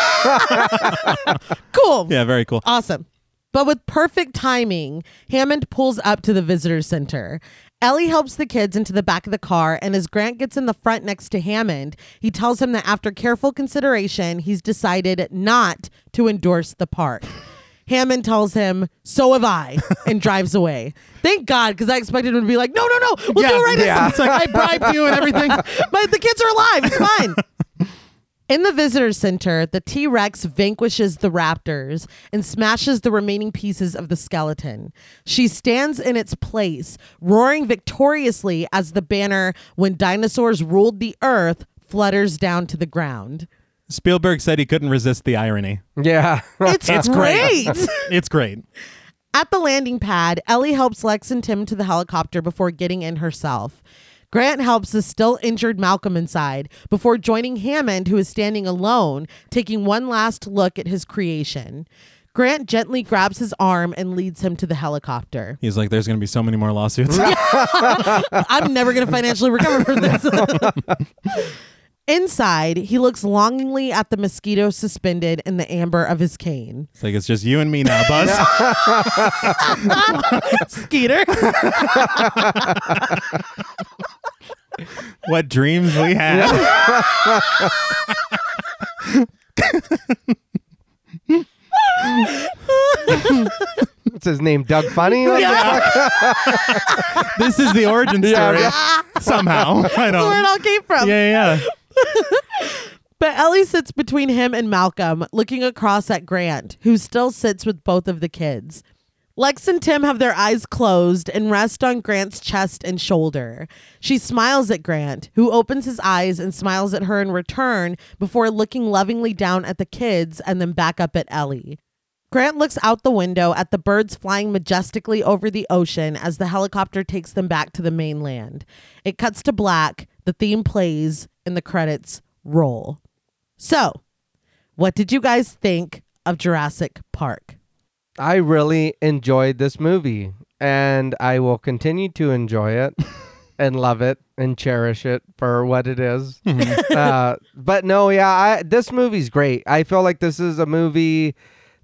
A: cool.
B: yeah, very cool.
A: Awesome. But with perfect timing, Hammond pulls up to the visitor center. Ellie helps the kids into the back of the car, and as Grant gets in the front next to Hammond, he tells him that after careful consideration, he's decided not to endorse the park. Hammond tells him, So have I, and drives away. Thank God, because I expected him to be like, No, no, no, we'll do it right
B: yeah.
A: now.
B: It's like I bribed you and everything.
A: But the kids are alive. It's fine. In the visitor center, the T Rex vanquishes the raptors and smashes the remaining pieces of the skeleton. She stands in its place, roaring victoriously as the banner, When Dinosaurs Ruled the Earth, flutters down to the ground.
B: Spielberg said he couldn't resist the irony.
C: yeah.
A: It's,
B: It's great.
A: great.
B: It's great.
A: At the landing pad, Ellie helps Lex and Tim to the helicopter before getting in herself. Grant helps the still injured Malcolm inside before joining Hammond, who is standing alone, taking one last look at his creation. Grant gently grabs his arm and leads him to the helicopter.
B: He's like, "There's going to be so many more lawsuits."
A: I'm never going to financially recover from this. Inside, he looks longingly at the mosquito suspended in the amber of his cane.
B: it's like it's just you and me now, Buzz.
A: Skeeter.
B: what dreams we had.
C: what's his name? Doug Funny? What the fuck?
B: This is the origin story. Somehow. I
A: That's where it
B: don't.
A: all came from.
B: Yeah, yeah.
A: But Ellie sits between him and Malcolm, looking across at Grant, who still sits with both of the kids. Lex and Tim have their eyes closed and rest on Grant's chest and shoulder. She smiles at Grant, who opens his eyes and smiles at her in return before looking lovingly down at the kids and then back up at Ellie. Grant looks out the window at the birds flying majestically over the ocean as the helicopter takes them back to the mainland. It cuts to black, the theme plays, and the credits roll. So, what did you guys think of Jurassic Park?
C: I really enjoyed this movie and I will continue to enjoy it and love it and cherish it for what it is. uh, but no, yeah, I, this movie's great. I feel like this is a movie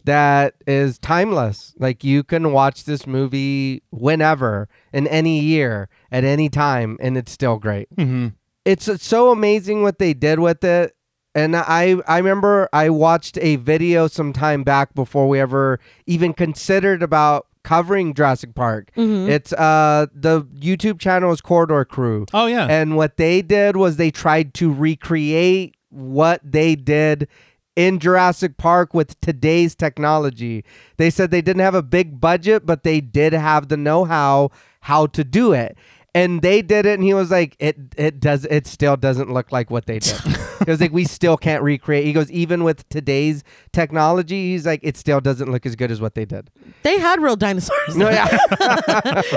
C: that is timeless. Like you can watch this movie whenever, in any year, at any time, and it's still great
B: hmm
C: it's it's so amazing what they did with it. And I I remember I watched a video some time back before we ever even considered about covering Jurassic Park. It's uh the YouTube channel is Corridor Crew.
B: Oh, yeah.
C: And what they did was they tried to recreate what they did in Jurassic Park with today's technology. They said they didn't have a big budget, but they did have the know-how how to do it. And they did it and he was like it it does it still doesn't look like what they did. He was like we still can't recreate. He goes even with today's technology, he's like it still doesn't look as good as what they did.
A: They had real dinosaurs.
C: No, yeah.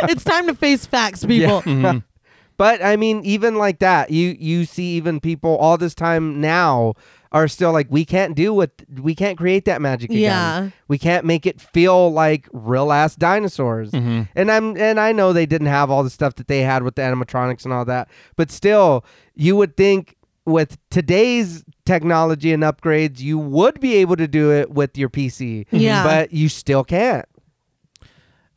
A: it's time to face facts, people.
C: But I mean, even like that, you you see even people all this time now are still like, we can't do what we can't create that magic again.
A: Yeah.
C: We can't make it feel like real ass dinosaurs.
A: Mm-hmm.
C: And I'm and I know they didn't have all the stuff that they had with the animatronics and all that, but still, you would think with today's technology and upgrades, you would be able to do it with your PC.
A: Yeah.
C: But you still can't.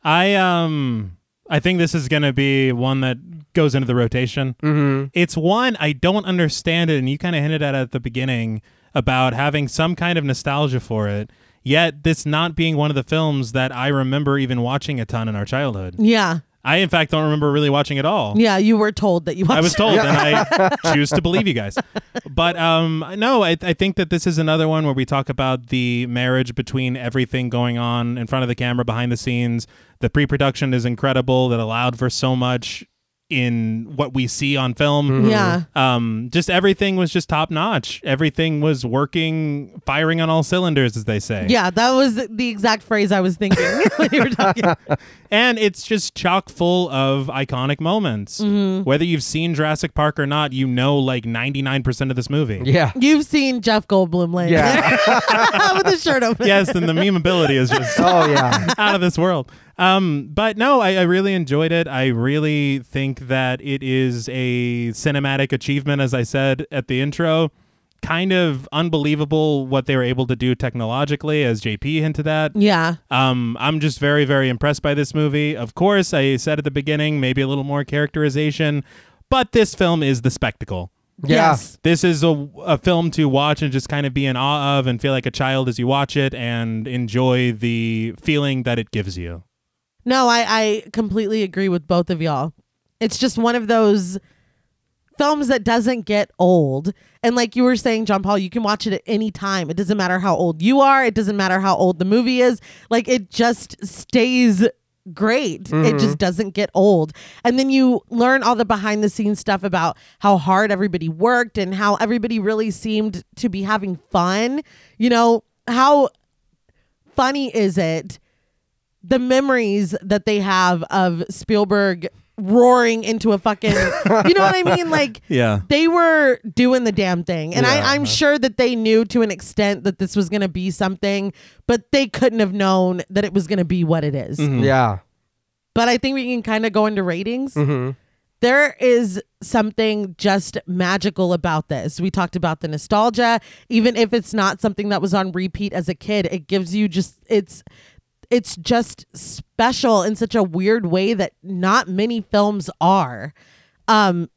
B: I um I think this is gonna be one that goes into the rotation. Mm-hmm. It's one I don't understand it, and you kind of hinted at it at the beginning about having some kind of nostalgia for it. Yet this not being one of the films that I remember even watching a ton in our childhood.
A: Yeah.
B: I in fact don't remember really watching at all.
A: Yeah, you were told that you watched
B: I was told, and I choose to believe you guys. But um, no, I, I think that this is another one where we talk about the marriage between everything going on in front of the camera, behind the scenes. The pre production is incredible, that allowed for so much in what we see on film.
A: Mm-hmm. Yeah.
B: Um, just everything was just top notch. Everything was working, firing on all cylinders, as they say.
A: Yeah, that was the exact phrase I was thinking when you were talking.
B: And it's just chock full of iconic moments.
A: Mm-hmm.
B: Whether you've seen Jurassic Park or not, you know like 99% of this movie.
C: Yeah.
A: You've seen Jeff Goldblum laying
C: Yeah.
A: there with his shirt open.
B: yes, and the memeability is just
C: oh yeah.
B: out of this world. Um, but no, I, I really enjoyed it. I really think that it is a cinematic achievement, as I said at the intro. Kind of unbelievable what they were able to do technologically, as JP hinted at.
A: Yeah.
B: Um, I'm just very, very impressed by this movie. Of course, I said at the beginning, maybe a little more characterization, but this film is the spectacle.
C: Yeah.
A: Yes.
B: This is a, a film to watch and just kind of be in awe of and feel like a child as you watch it and enjoy the feeling that it gives you.
A: No, I, I completely agree with both of y'all. It's just one of those films that doesn't get old. And like you were saying, John Paul, you can watch it at any time. It doesn't matter how old you are, it doesn't matter how old the movie is. Like it just stays great. It just doesn't get old. And then you learn all the behind the scenes stuff about how hard everybody worked and how everybody really seemed to be having fun. You know, how funny is it the memories that they have of Spielberg roaring into a fucking you know what I mean? Like
B: Yeah.
A: they were doing the damn thing. And
C: Yeah.
A: I, I'm sure that they knew to an extent that this was gonna be something, but they couldn't have known that it was gonna be what it is.
C: Yeah.
A: But I think we can kind of go into ratings. There is something just magical about this. We talked about the nostalgia, even if it's not something that was on repeat as a kid, it gives you just it's it's just special in such a weird way that not many films are. Um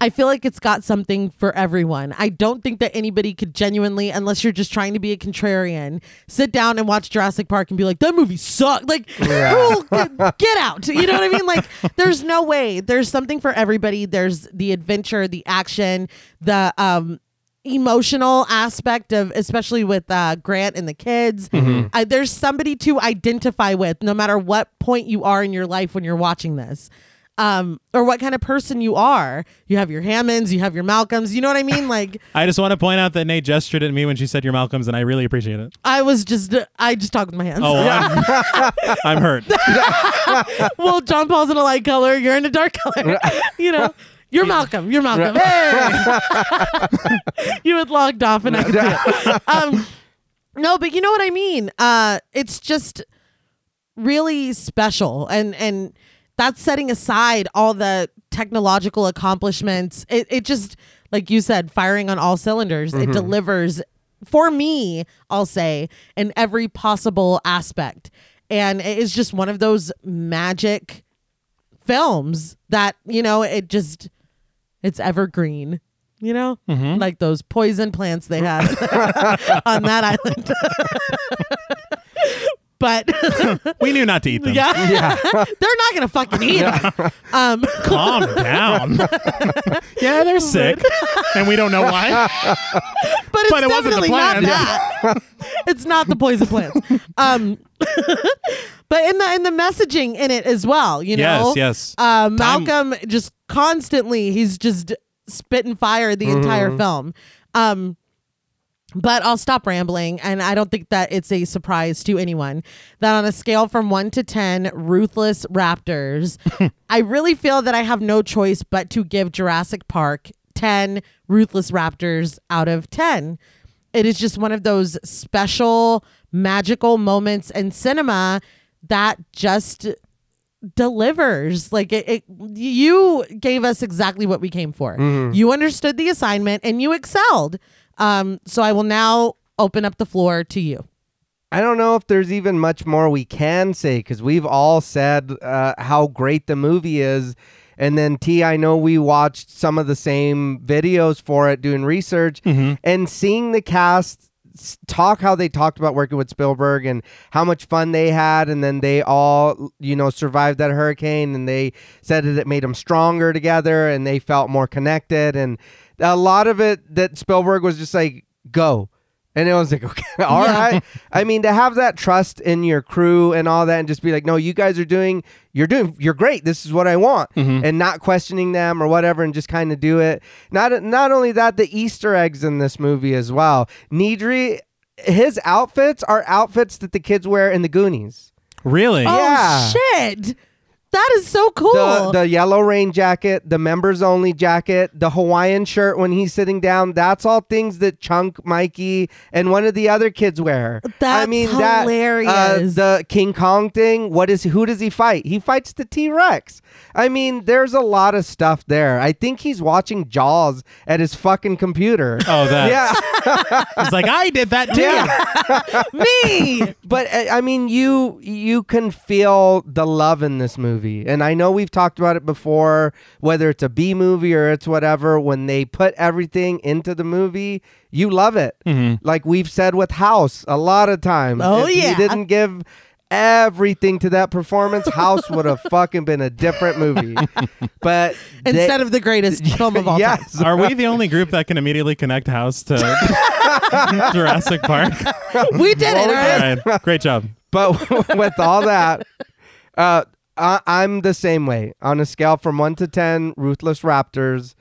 A: I feel like it's got something for everyone. I don't think that anybody could genuinely, unless you're just trying to be a contrarian, sit down and watch Jurassic Park and be like, that movie sucked. Like, cool, get, get out. You know what I mean? Like, there's no way. There's something for everybody. There's the adventure, the action, the um, emotional aspect of especially with uh, grant and the kids I, there's somebody to identify with no matter what point you are in your life when you're watching this um, or what kind of person you are you have your hammonds you have your malcolms you know what i mean like
B: I just want to point out that Nate gestured at me when she said your Malcolms, and I really appreciate it.
A: i was just i just talk with my hands
B: Oh, I'm, I'm hurt.
A: well john paul's in a light color you're in a dark color you know you're Malcolm. You're Malcolm. Hey! you had logged off, and I could see it. Um, no, but you know what I mean. Uh, it's just really special, and and that's setting aside all the technological accomplishments. It it just like you said, firing on all cylinders. It delivers for me. I'll say in every possible aspect, and it is just one of those magic films that you know it just it's evergreen you know like those poison plants they had on that island but
B: We knew not to eat them.
A: yeah, they're not gonna fucking eat them um
B: Calm down. yeah, they're sick, and we don't know why.
A: but it's
B: But it wasn't
A: definitely
B: the plan.
A: not that. it's not the poison plants. Um, but in the in the messaging in it as well, you
B: Yes,
A: know.
B: yes.
A: Uh, Malcolm just constantly he's just spitting fire the entire film. Um, but I'll stop rambling, and I don't think that it's a surprise to anyone that on a scale from one to 10, ruthless raptors, I really feel that I have no choice but to give Jurassic Park 10 ruthless raptors out of 10. It is just one of those special, magical moments in cinema that just delivers like it, it you gave us exactly what we came for
C: Mm-hmm.
A: you understood the assignment and you excelled um so i will now open up the floor to you
C: I don't know if there's even much more we can say because we've all said uh, how great the movie is. And then T, I know we watched some of the same videos for it, doing research and seeing the cast s- talk how they talked about working with Spielberg and how much fun they had. And then they all, you know, survived that hurricane and they said that it made them stronger together and they felt more connected. And a lot of it that Spielberg was just like, go. And it was like, okay, all right. I mean, to have that trust in your crew and all that, and just be like, no, you guys are doing, you're doing, you're great. This is what I want, and not questioning them or whatever, and just kind of do it. Not not only that, the Easter eggs in this movie as well. Nidri, his outfits are outfits that the kids wear in the Goonies.
B: Really?
C: Yeah.
A: oh shit that is so cool
C: The, the yellow rain jacket, the members only jacket, the Hawaiian shirt when he's sitting down, that's all things that Chunk, Mikey, and one of the other kids wear. I
A: That's
C: mean that uh,
A: hilarious.
C: the King Kong thing, what is who does he fight? He fights the T-Rex. I mean, there's a lot of stuff there. I think he's watching Jaws at his fucking computer.
B: Oh, that.
C: yeah.
B: It's like I did that too.
A: me
C: but uh, I I mean, you you can feel the love in this movie, and I know we've talked about it before, whether it's a B movie or it's whatever. When they put everything into the movie, you love it. Like we've said with House a lot of times.
A: Oh,
C: if
A: yeah.
C: you didn't give everything to that performance, House would have fucking been a different movie. But they-
A: instead of the greatest film of all time
C: yes,
B: Are we the only group that can immediately connect House to Jurassic Park?
A: we did it all right?
B: All right. Great job.
C: but with all that, uh, I, I'm the same way. On a scale from one to ten, ruthless Raptors.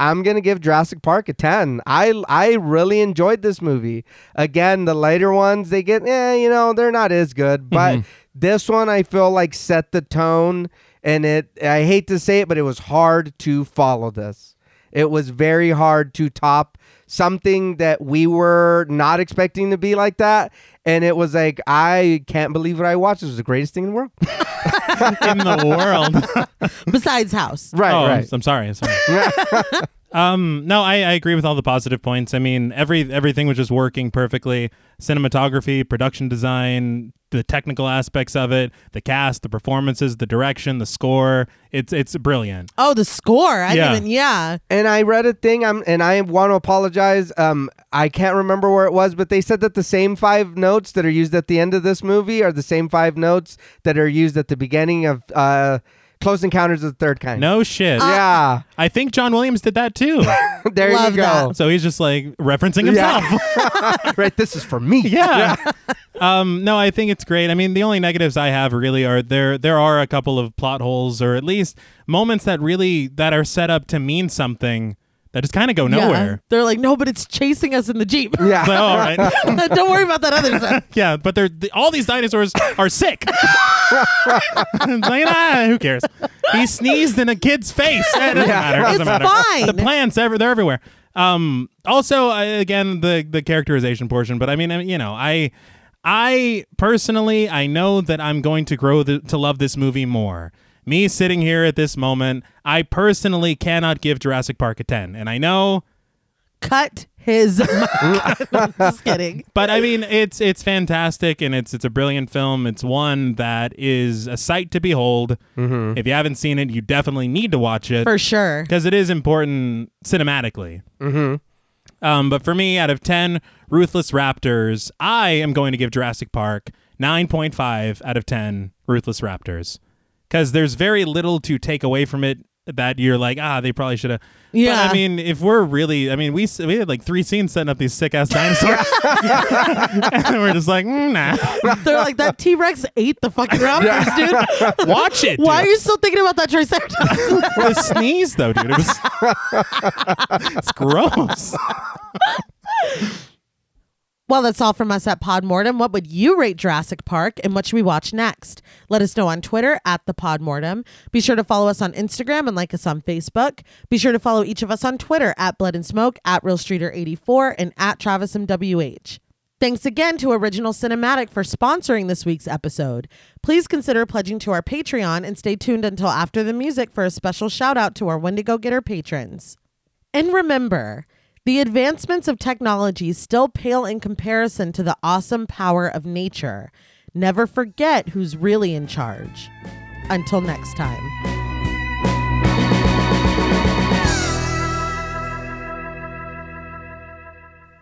C: I'm gonna give Jurassic Park a ten. I I really enjoyed this movie. Again, the later ones they get, eh, you know, they're not as good, but this one I feel like set the tone, and it. I hate to say it, but it was hard to follow this. It was very hard to top something that we were not expecting to be like that. And it was like, I can't believe what I watched. It was the greatest thing in the world.
B: In the world.
A: besides house
C: Right,
B: oh, I'm-
C: right.
B: I'm sorry. I'm sorry. Um, no, I, I agree with all the positive points. I mean, every everything was just working perfectly. Cinematography, production design, the technical aspects of it, the cast, the performances, the direction, the score. It's it's brilliant.
A: Oh, the score. I
B: Yeah.
A: didn't. Yeah.
C: And I read a thing, um, and I want to apologize. Um, I can't remember where it was, but they said that the same five notes that are used at the end of this movie are the same five notes that are used at the beginning of uh, Close Encounters of the Third Kind.
B: No shit.
C: Yeah.
B: I think John Williams did that too.
C: there
A: Love
C: you go.
B: so he's just like referencing
C: Yeah.
B: himself.
C: right. This is for me.
B: yeah. um, no, I think it's great. I mean, the only negatives I have really are there. There are a couple of plot holes, or at least moments that really that are set up to mean something that just kind of go
A: Yeah.
B: nowhere.
A: They're like, no, but it's chasing us in the Jeep.
C: Yeah.
B: It's like, oh, all right.
A: Don't worry about that other stuff.
B: yeah, but they're the, all these dinosaurs are sick. It's like, ah, who cares? He sneezed in a kid's face. Eh, It doesn't matter. It doesn't
A: It's
B: matter.
A: fine.
B: The plants ever they're everywhere. Um. Also, I, again, the the characterization portion. But I mean, I- you know, I. I personally, I know that I'm going to grow th- to love this movie more. Me sitting here at this moment, I personally cannot give Jurassic Park a 10. And I know
A: Cut his. I'm just kidding.
B: but I mean, it's it's fantastic, and it's it's a brilliant film. It's one that is a sight to behold. If you haven't seen it, you definitely need to watch it
A: For sure.
B: because it is important cinematically. Mm-hmm. Um, but for me, out of ten ruthless raptors, I am going to give Jurassic Park nine point five out of ten ruthless raptors because there's very little to take away from it that you're like, ah, they probably should have.
A: Yeah.
B: But I mean, if we're really, I mean, we s- we had like three scenes setting up these sick ass dinosaurs, and we're just like, mm, nah,
A: They're like, that T Rex ate the fucking raptors, dude.
B: watch it.
A: Why are
B: dude.
A: you still thinking about that Triceratops?
B: the sneeze though, dude? It was it's gross.
A: Well, that's all from us at Podmortem. What would you rate Jurassic Park and what should we watch next? Let us know on Twitter at the Podmortem. Be sure to follow us on Instagram and like us on Facebook. Be sure to follow each of us on Twitter at Blood and Smoke, at Real Streeter84, and at Travis MWH. Thanks again to Original Cinematic for sponsoring this week's episode. Please consider pledging to our Patreon and stay tuned until after the music for a special shout out to our Wendigo Getter patrons. And remember, the advancements of technology still pale in comparison to the awesome power of nature. Never forget who's really in charge. Until next time.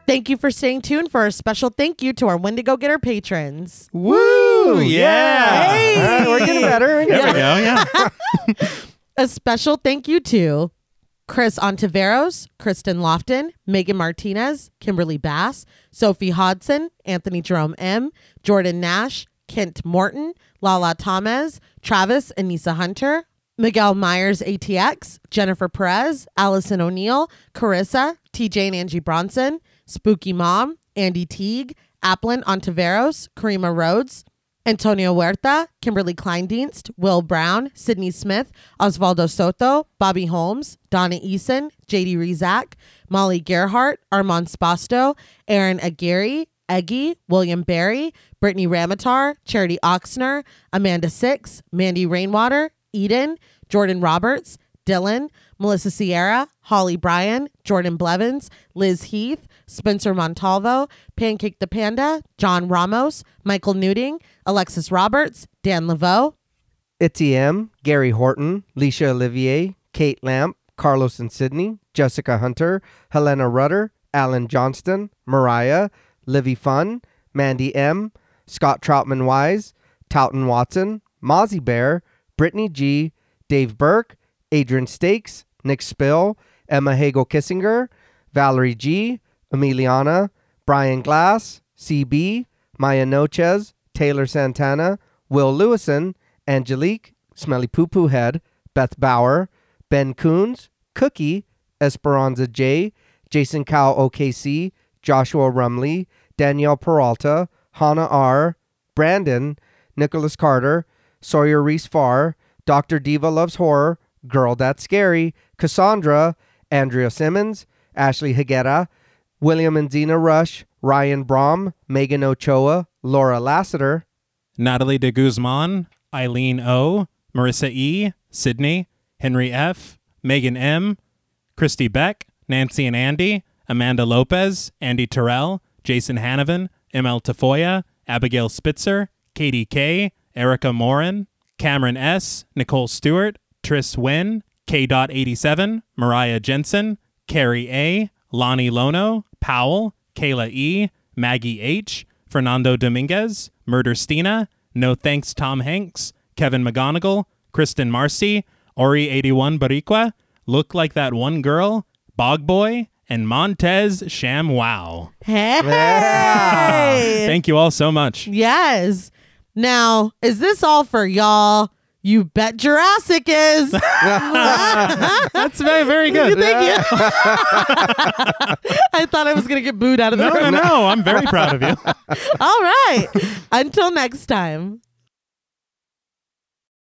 A: Thank you for staying tuned for a special thank you to our Wendigo Getter patrons.
C: Woo.
B: yeah. Hey.
C: All right, we're getting better. We're getting
B: There we go. Yeah.
A: A special thank you to Chris Ontiveros, Kristen Lofton, Megan Martinez, Kimberly Bass, Sophie Hodson, Anthony Jerome M, Jordan Nash, Kent Morton, Lala Thomas, Travis and Nisa Hunter, Miguel Myers ATX, Jennifer Perez, Allison O'Neill, Carissa, TJ and Angie Bronson, Spooky Mom, Andy Teague, Applin Ontiveros, Karima Rhodes, Antonio Huerta, Kimberly Kleindienst, Will Brown, Sydney Smith, Osvaldo Soto, Bobby Holmes, Donna Eason, JD Rizak, Molly Gerhart, Armand Spasto, Aaron Aguirre, Eggy, William Barry, Brittany Ramatar, Charity Oxner, Amanda Six, Mandy Rainwater, Eden, Jordan Roberts, Dylan, Melissa Sierra, Holly Bryan, Jordan Blevins, Liz Heath, Spencer Montalvo, Pancake the Panda, John Ramos, Michael Newding, Alexis Roberts, Dan Laveau,
C: Itzy M, Gary Horton, Leisha Olivier, Kate Lamp, Carlos and Sydney, Jessica Hunter, Helena Rudder, Alan Johnston, Mariah, Livy Fun, Mandy M, Scott Troutman Wise, Towton Watson, Mozzie Bear, Brittany G, Dave Burke, Adrian Stakes, Nick Spill, Emma Hagel Kissinger, Valerie G, Emiliana, Brian Glass, CB, Maya Noches, Taylor Santana, Will Lewison, Angelique, Smelly Poo Poo Head, Beth Bauer, Ben Coons, Cookie, Esperanza J, Jason Cow OKC, Joshua Rumley, Danielle Peralta, Hannah R, Brandon, Nicholas Carter, Sawyer Reese Farr, Dr. Diva Loves Horror, Girl That's Scary, Cassandra, Andrea Simmons, Ashley Higuera, William and Zena Rush, Ryan Brom, Megan Ochoa, Laura Lassiter,
B: Natalie de Guzman, Eileen O, Marissa E, Sydney, Henry F, Megan M, Christy Beck, Nancy and Andy, Amanda Lopez, Andy Terrell, Jason Hanovan, ML Tafoya, Abigail Spitzer, Katie K, Erica Morin, Cameron S, Nicole Stewart, Tris Wynn, K.87, Mariah Jensen, Carrie A, Lonnie Lono, Powell, Kayla E, Maggie H, Fernando Dominguez, Murder Stina, No Thanks Tom Hanks, Kevin McGonigal, Kristen Marcy, Ori81 Barriqua, Look Like That One Girl, Bog Boy, and Montez Sham Wow.
A: Hey.
C: Yeah.
B: Thank you all so much.
A: Yes. Now, is this all for y'all? You bet Jurassic is.
B: That's very, very good.
A: Thank you. I thought I was going to get booed out of the
B: No,
A: room.
B: no, no. I'm very proud of you.
A: All right. Until next time.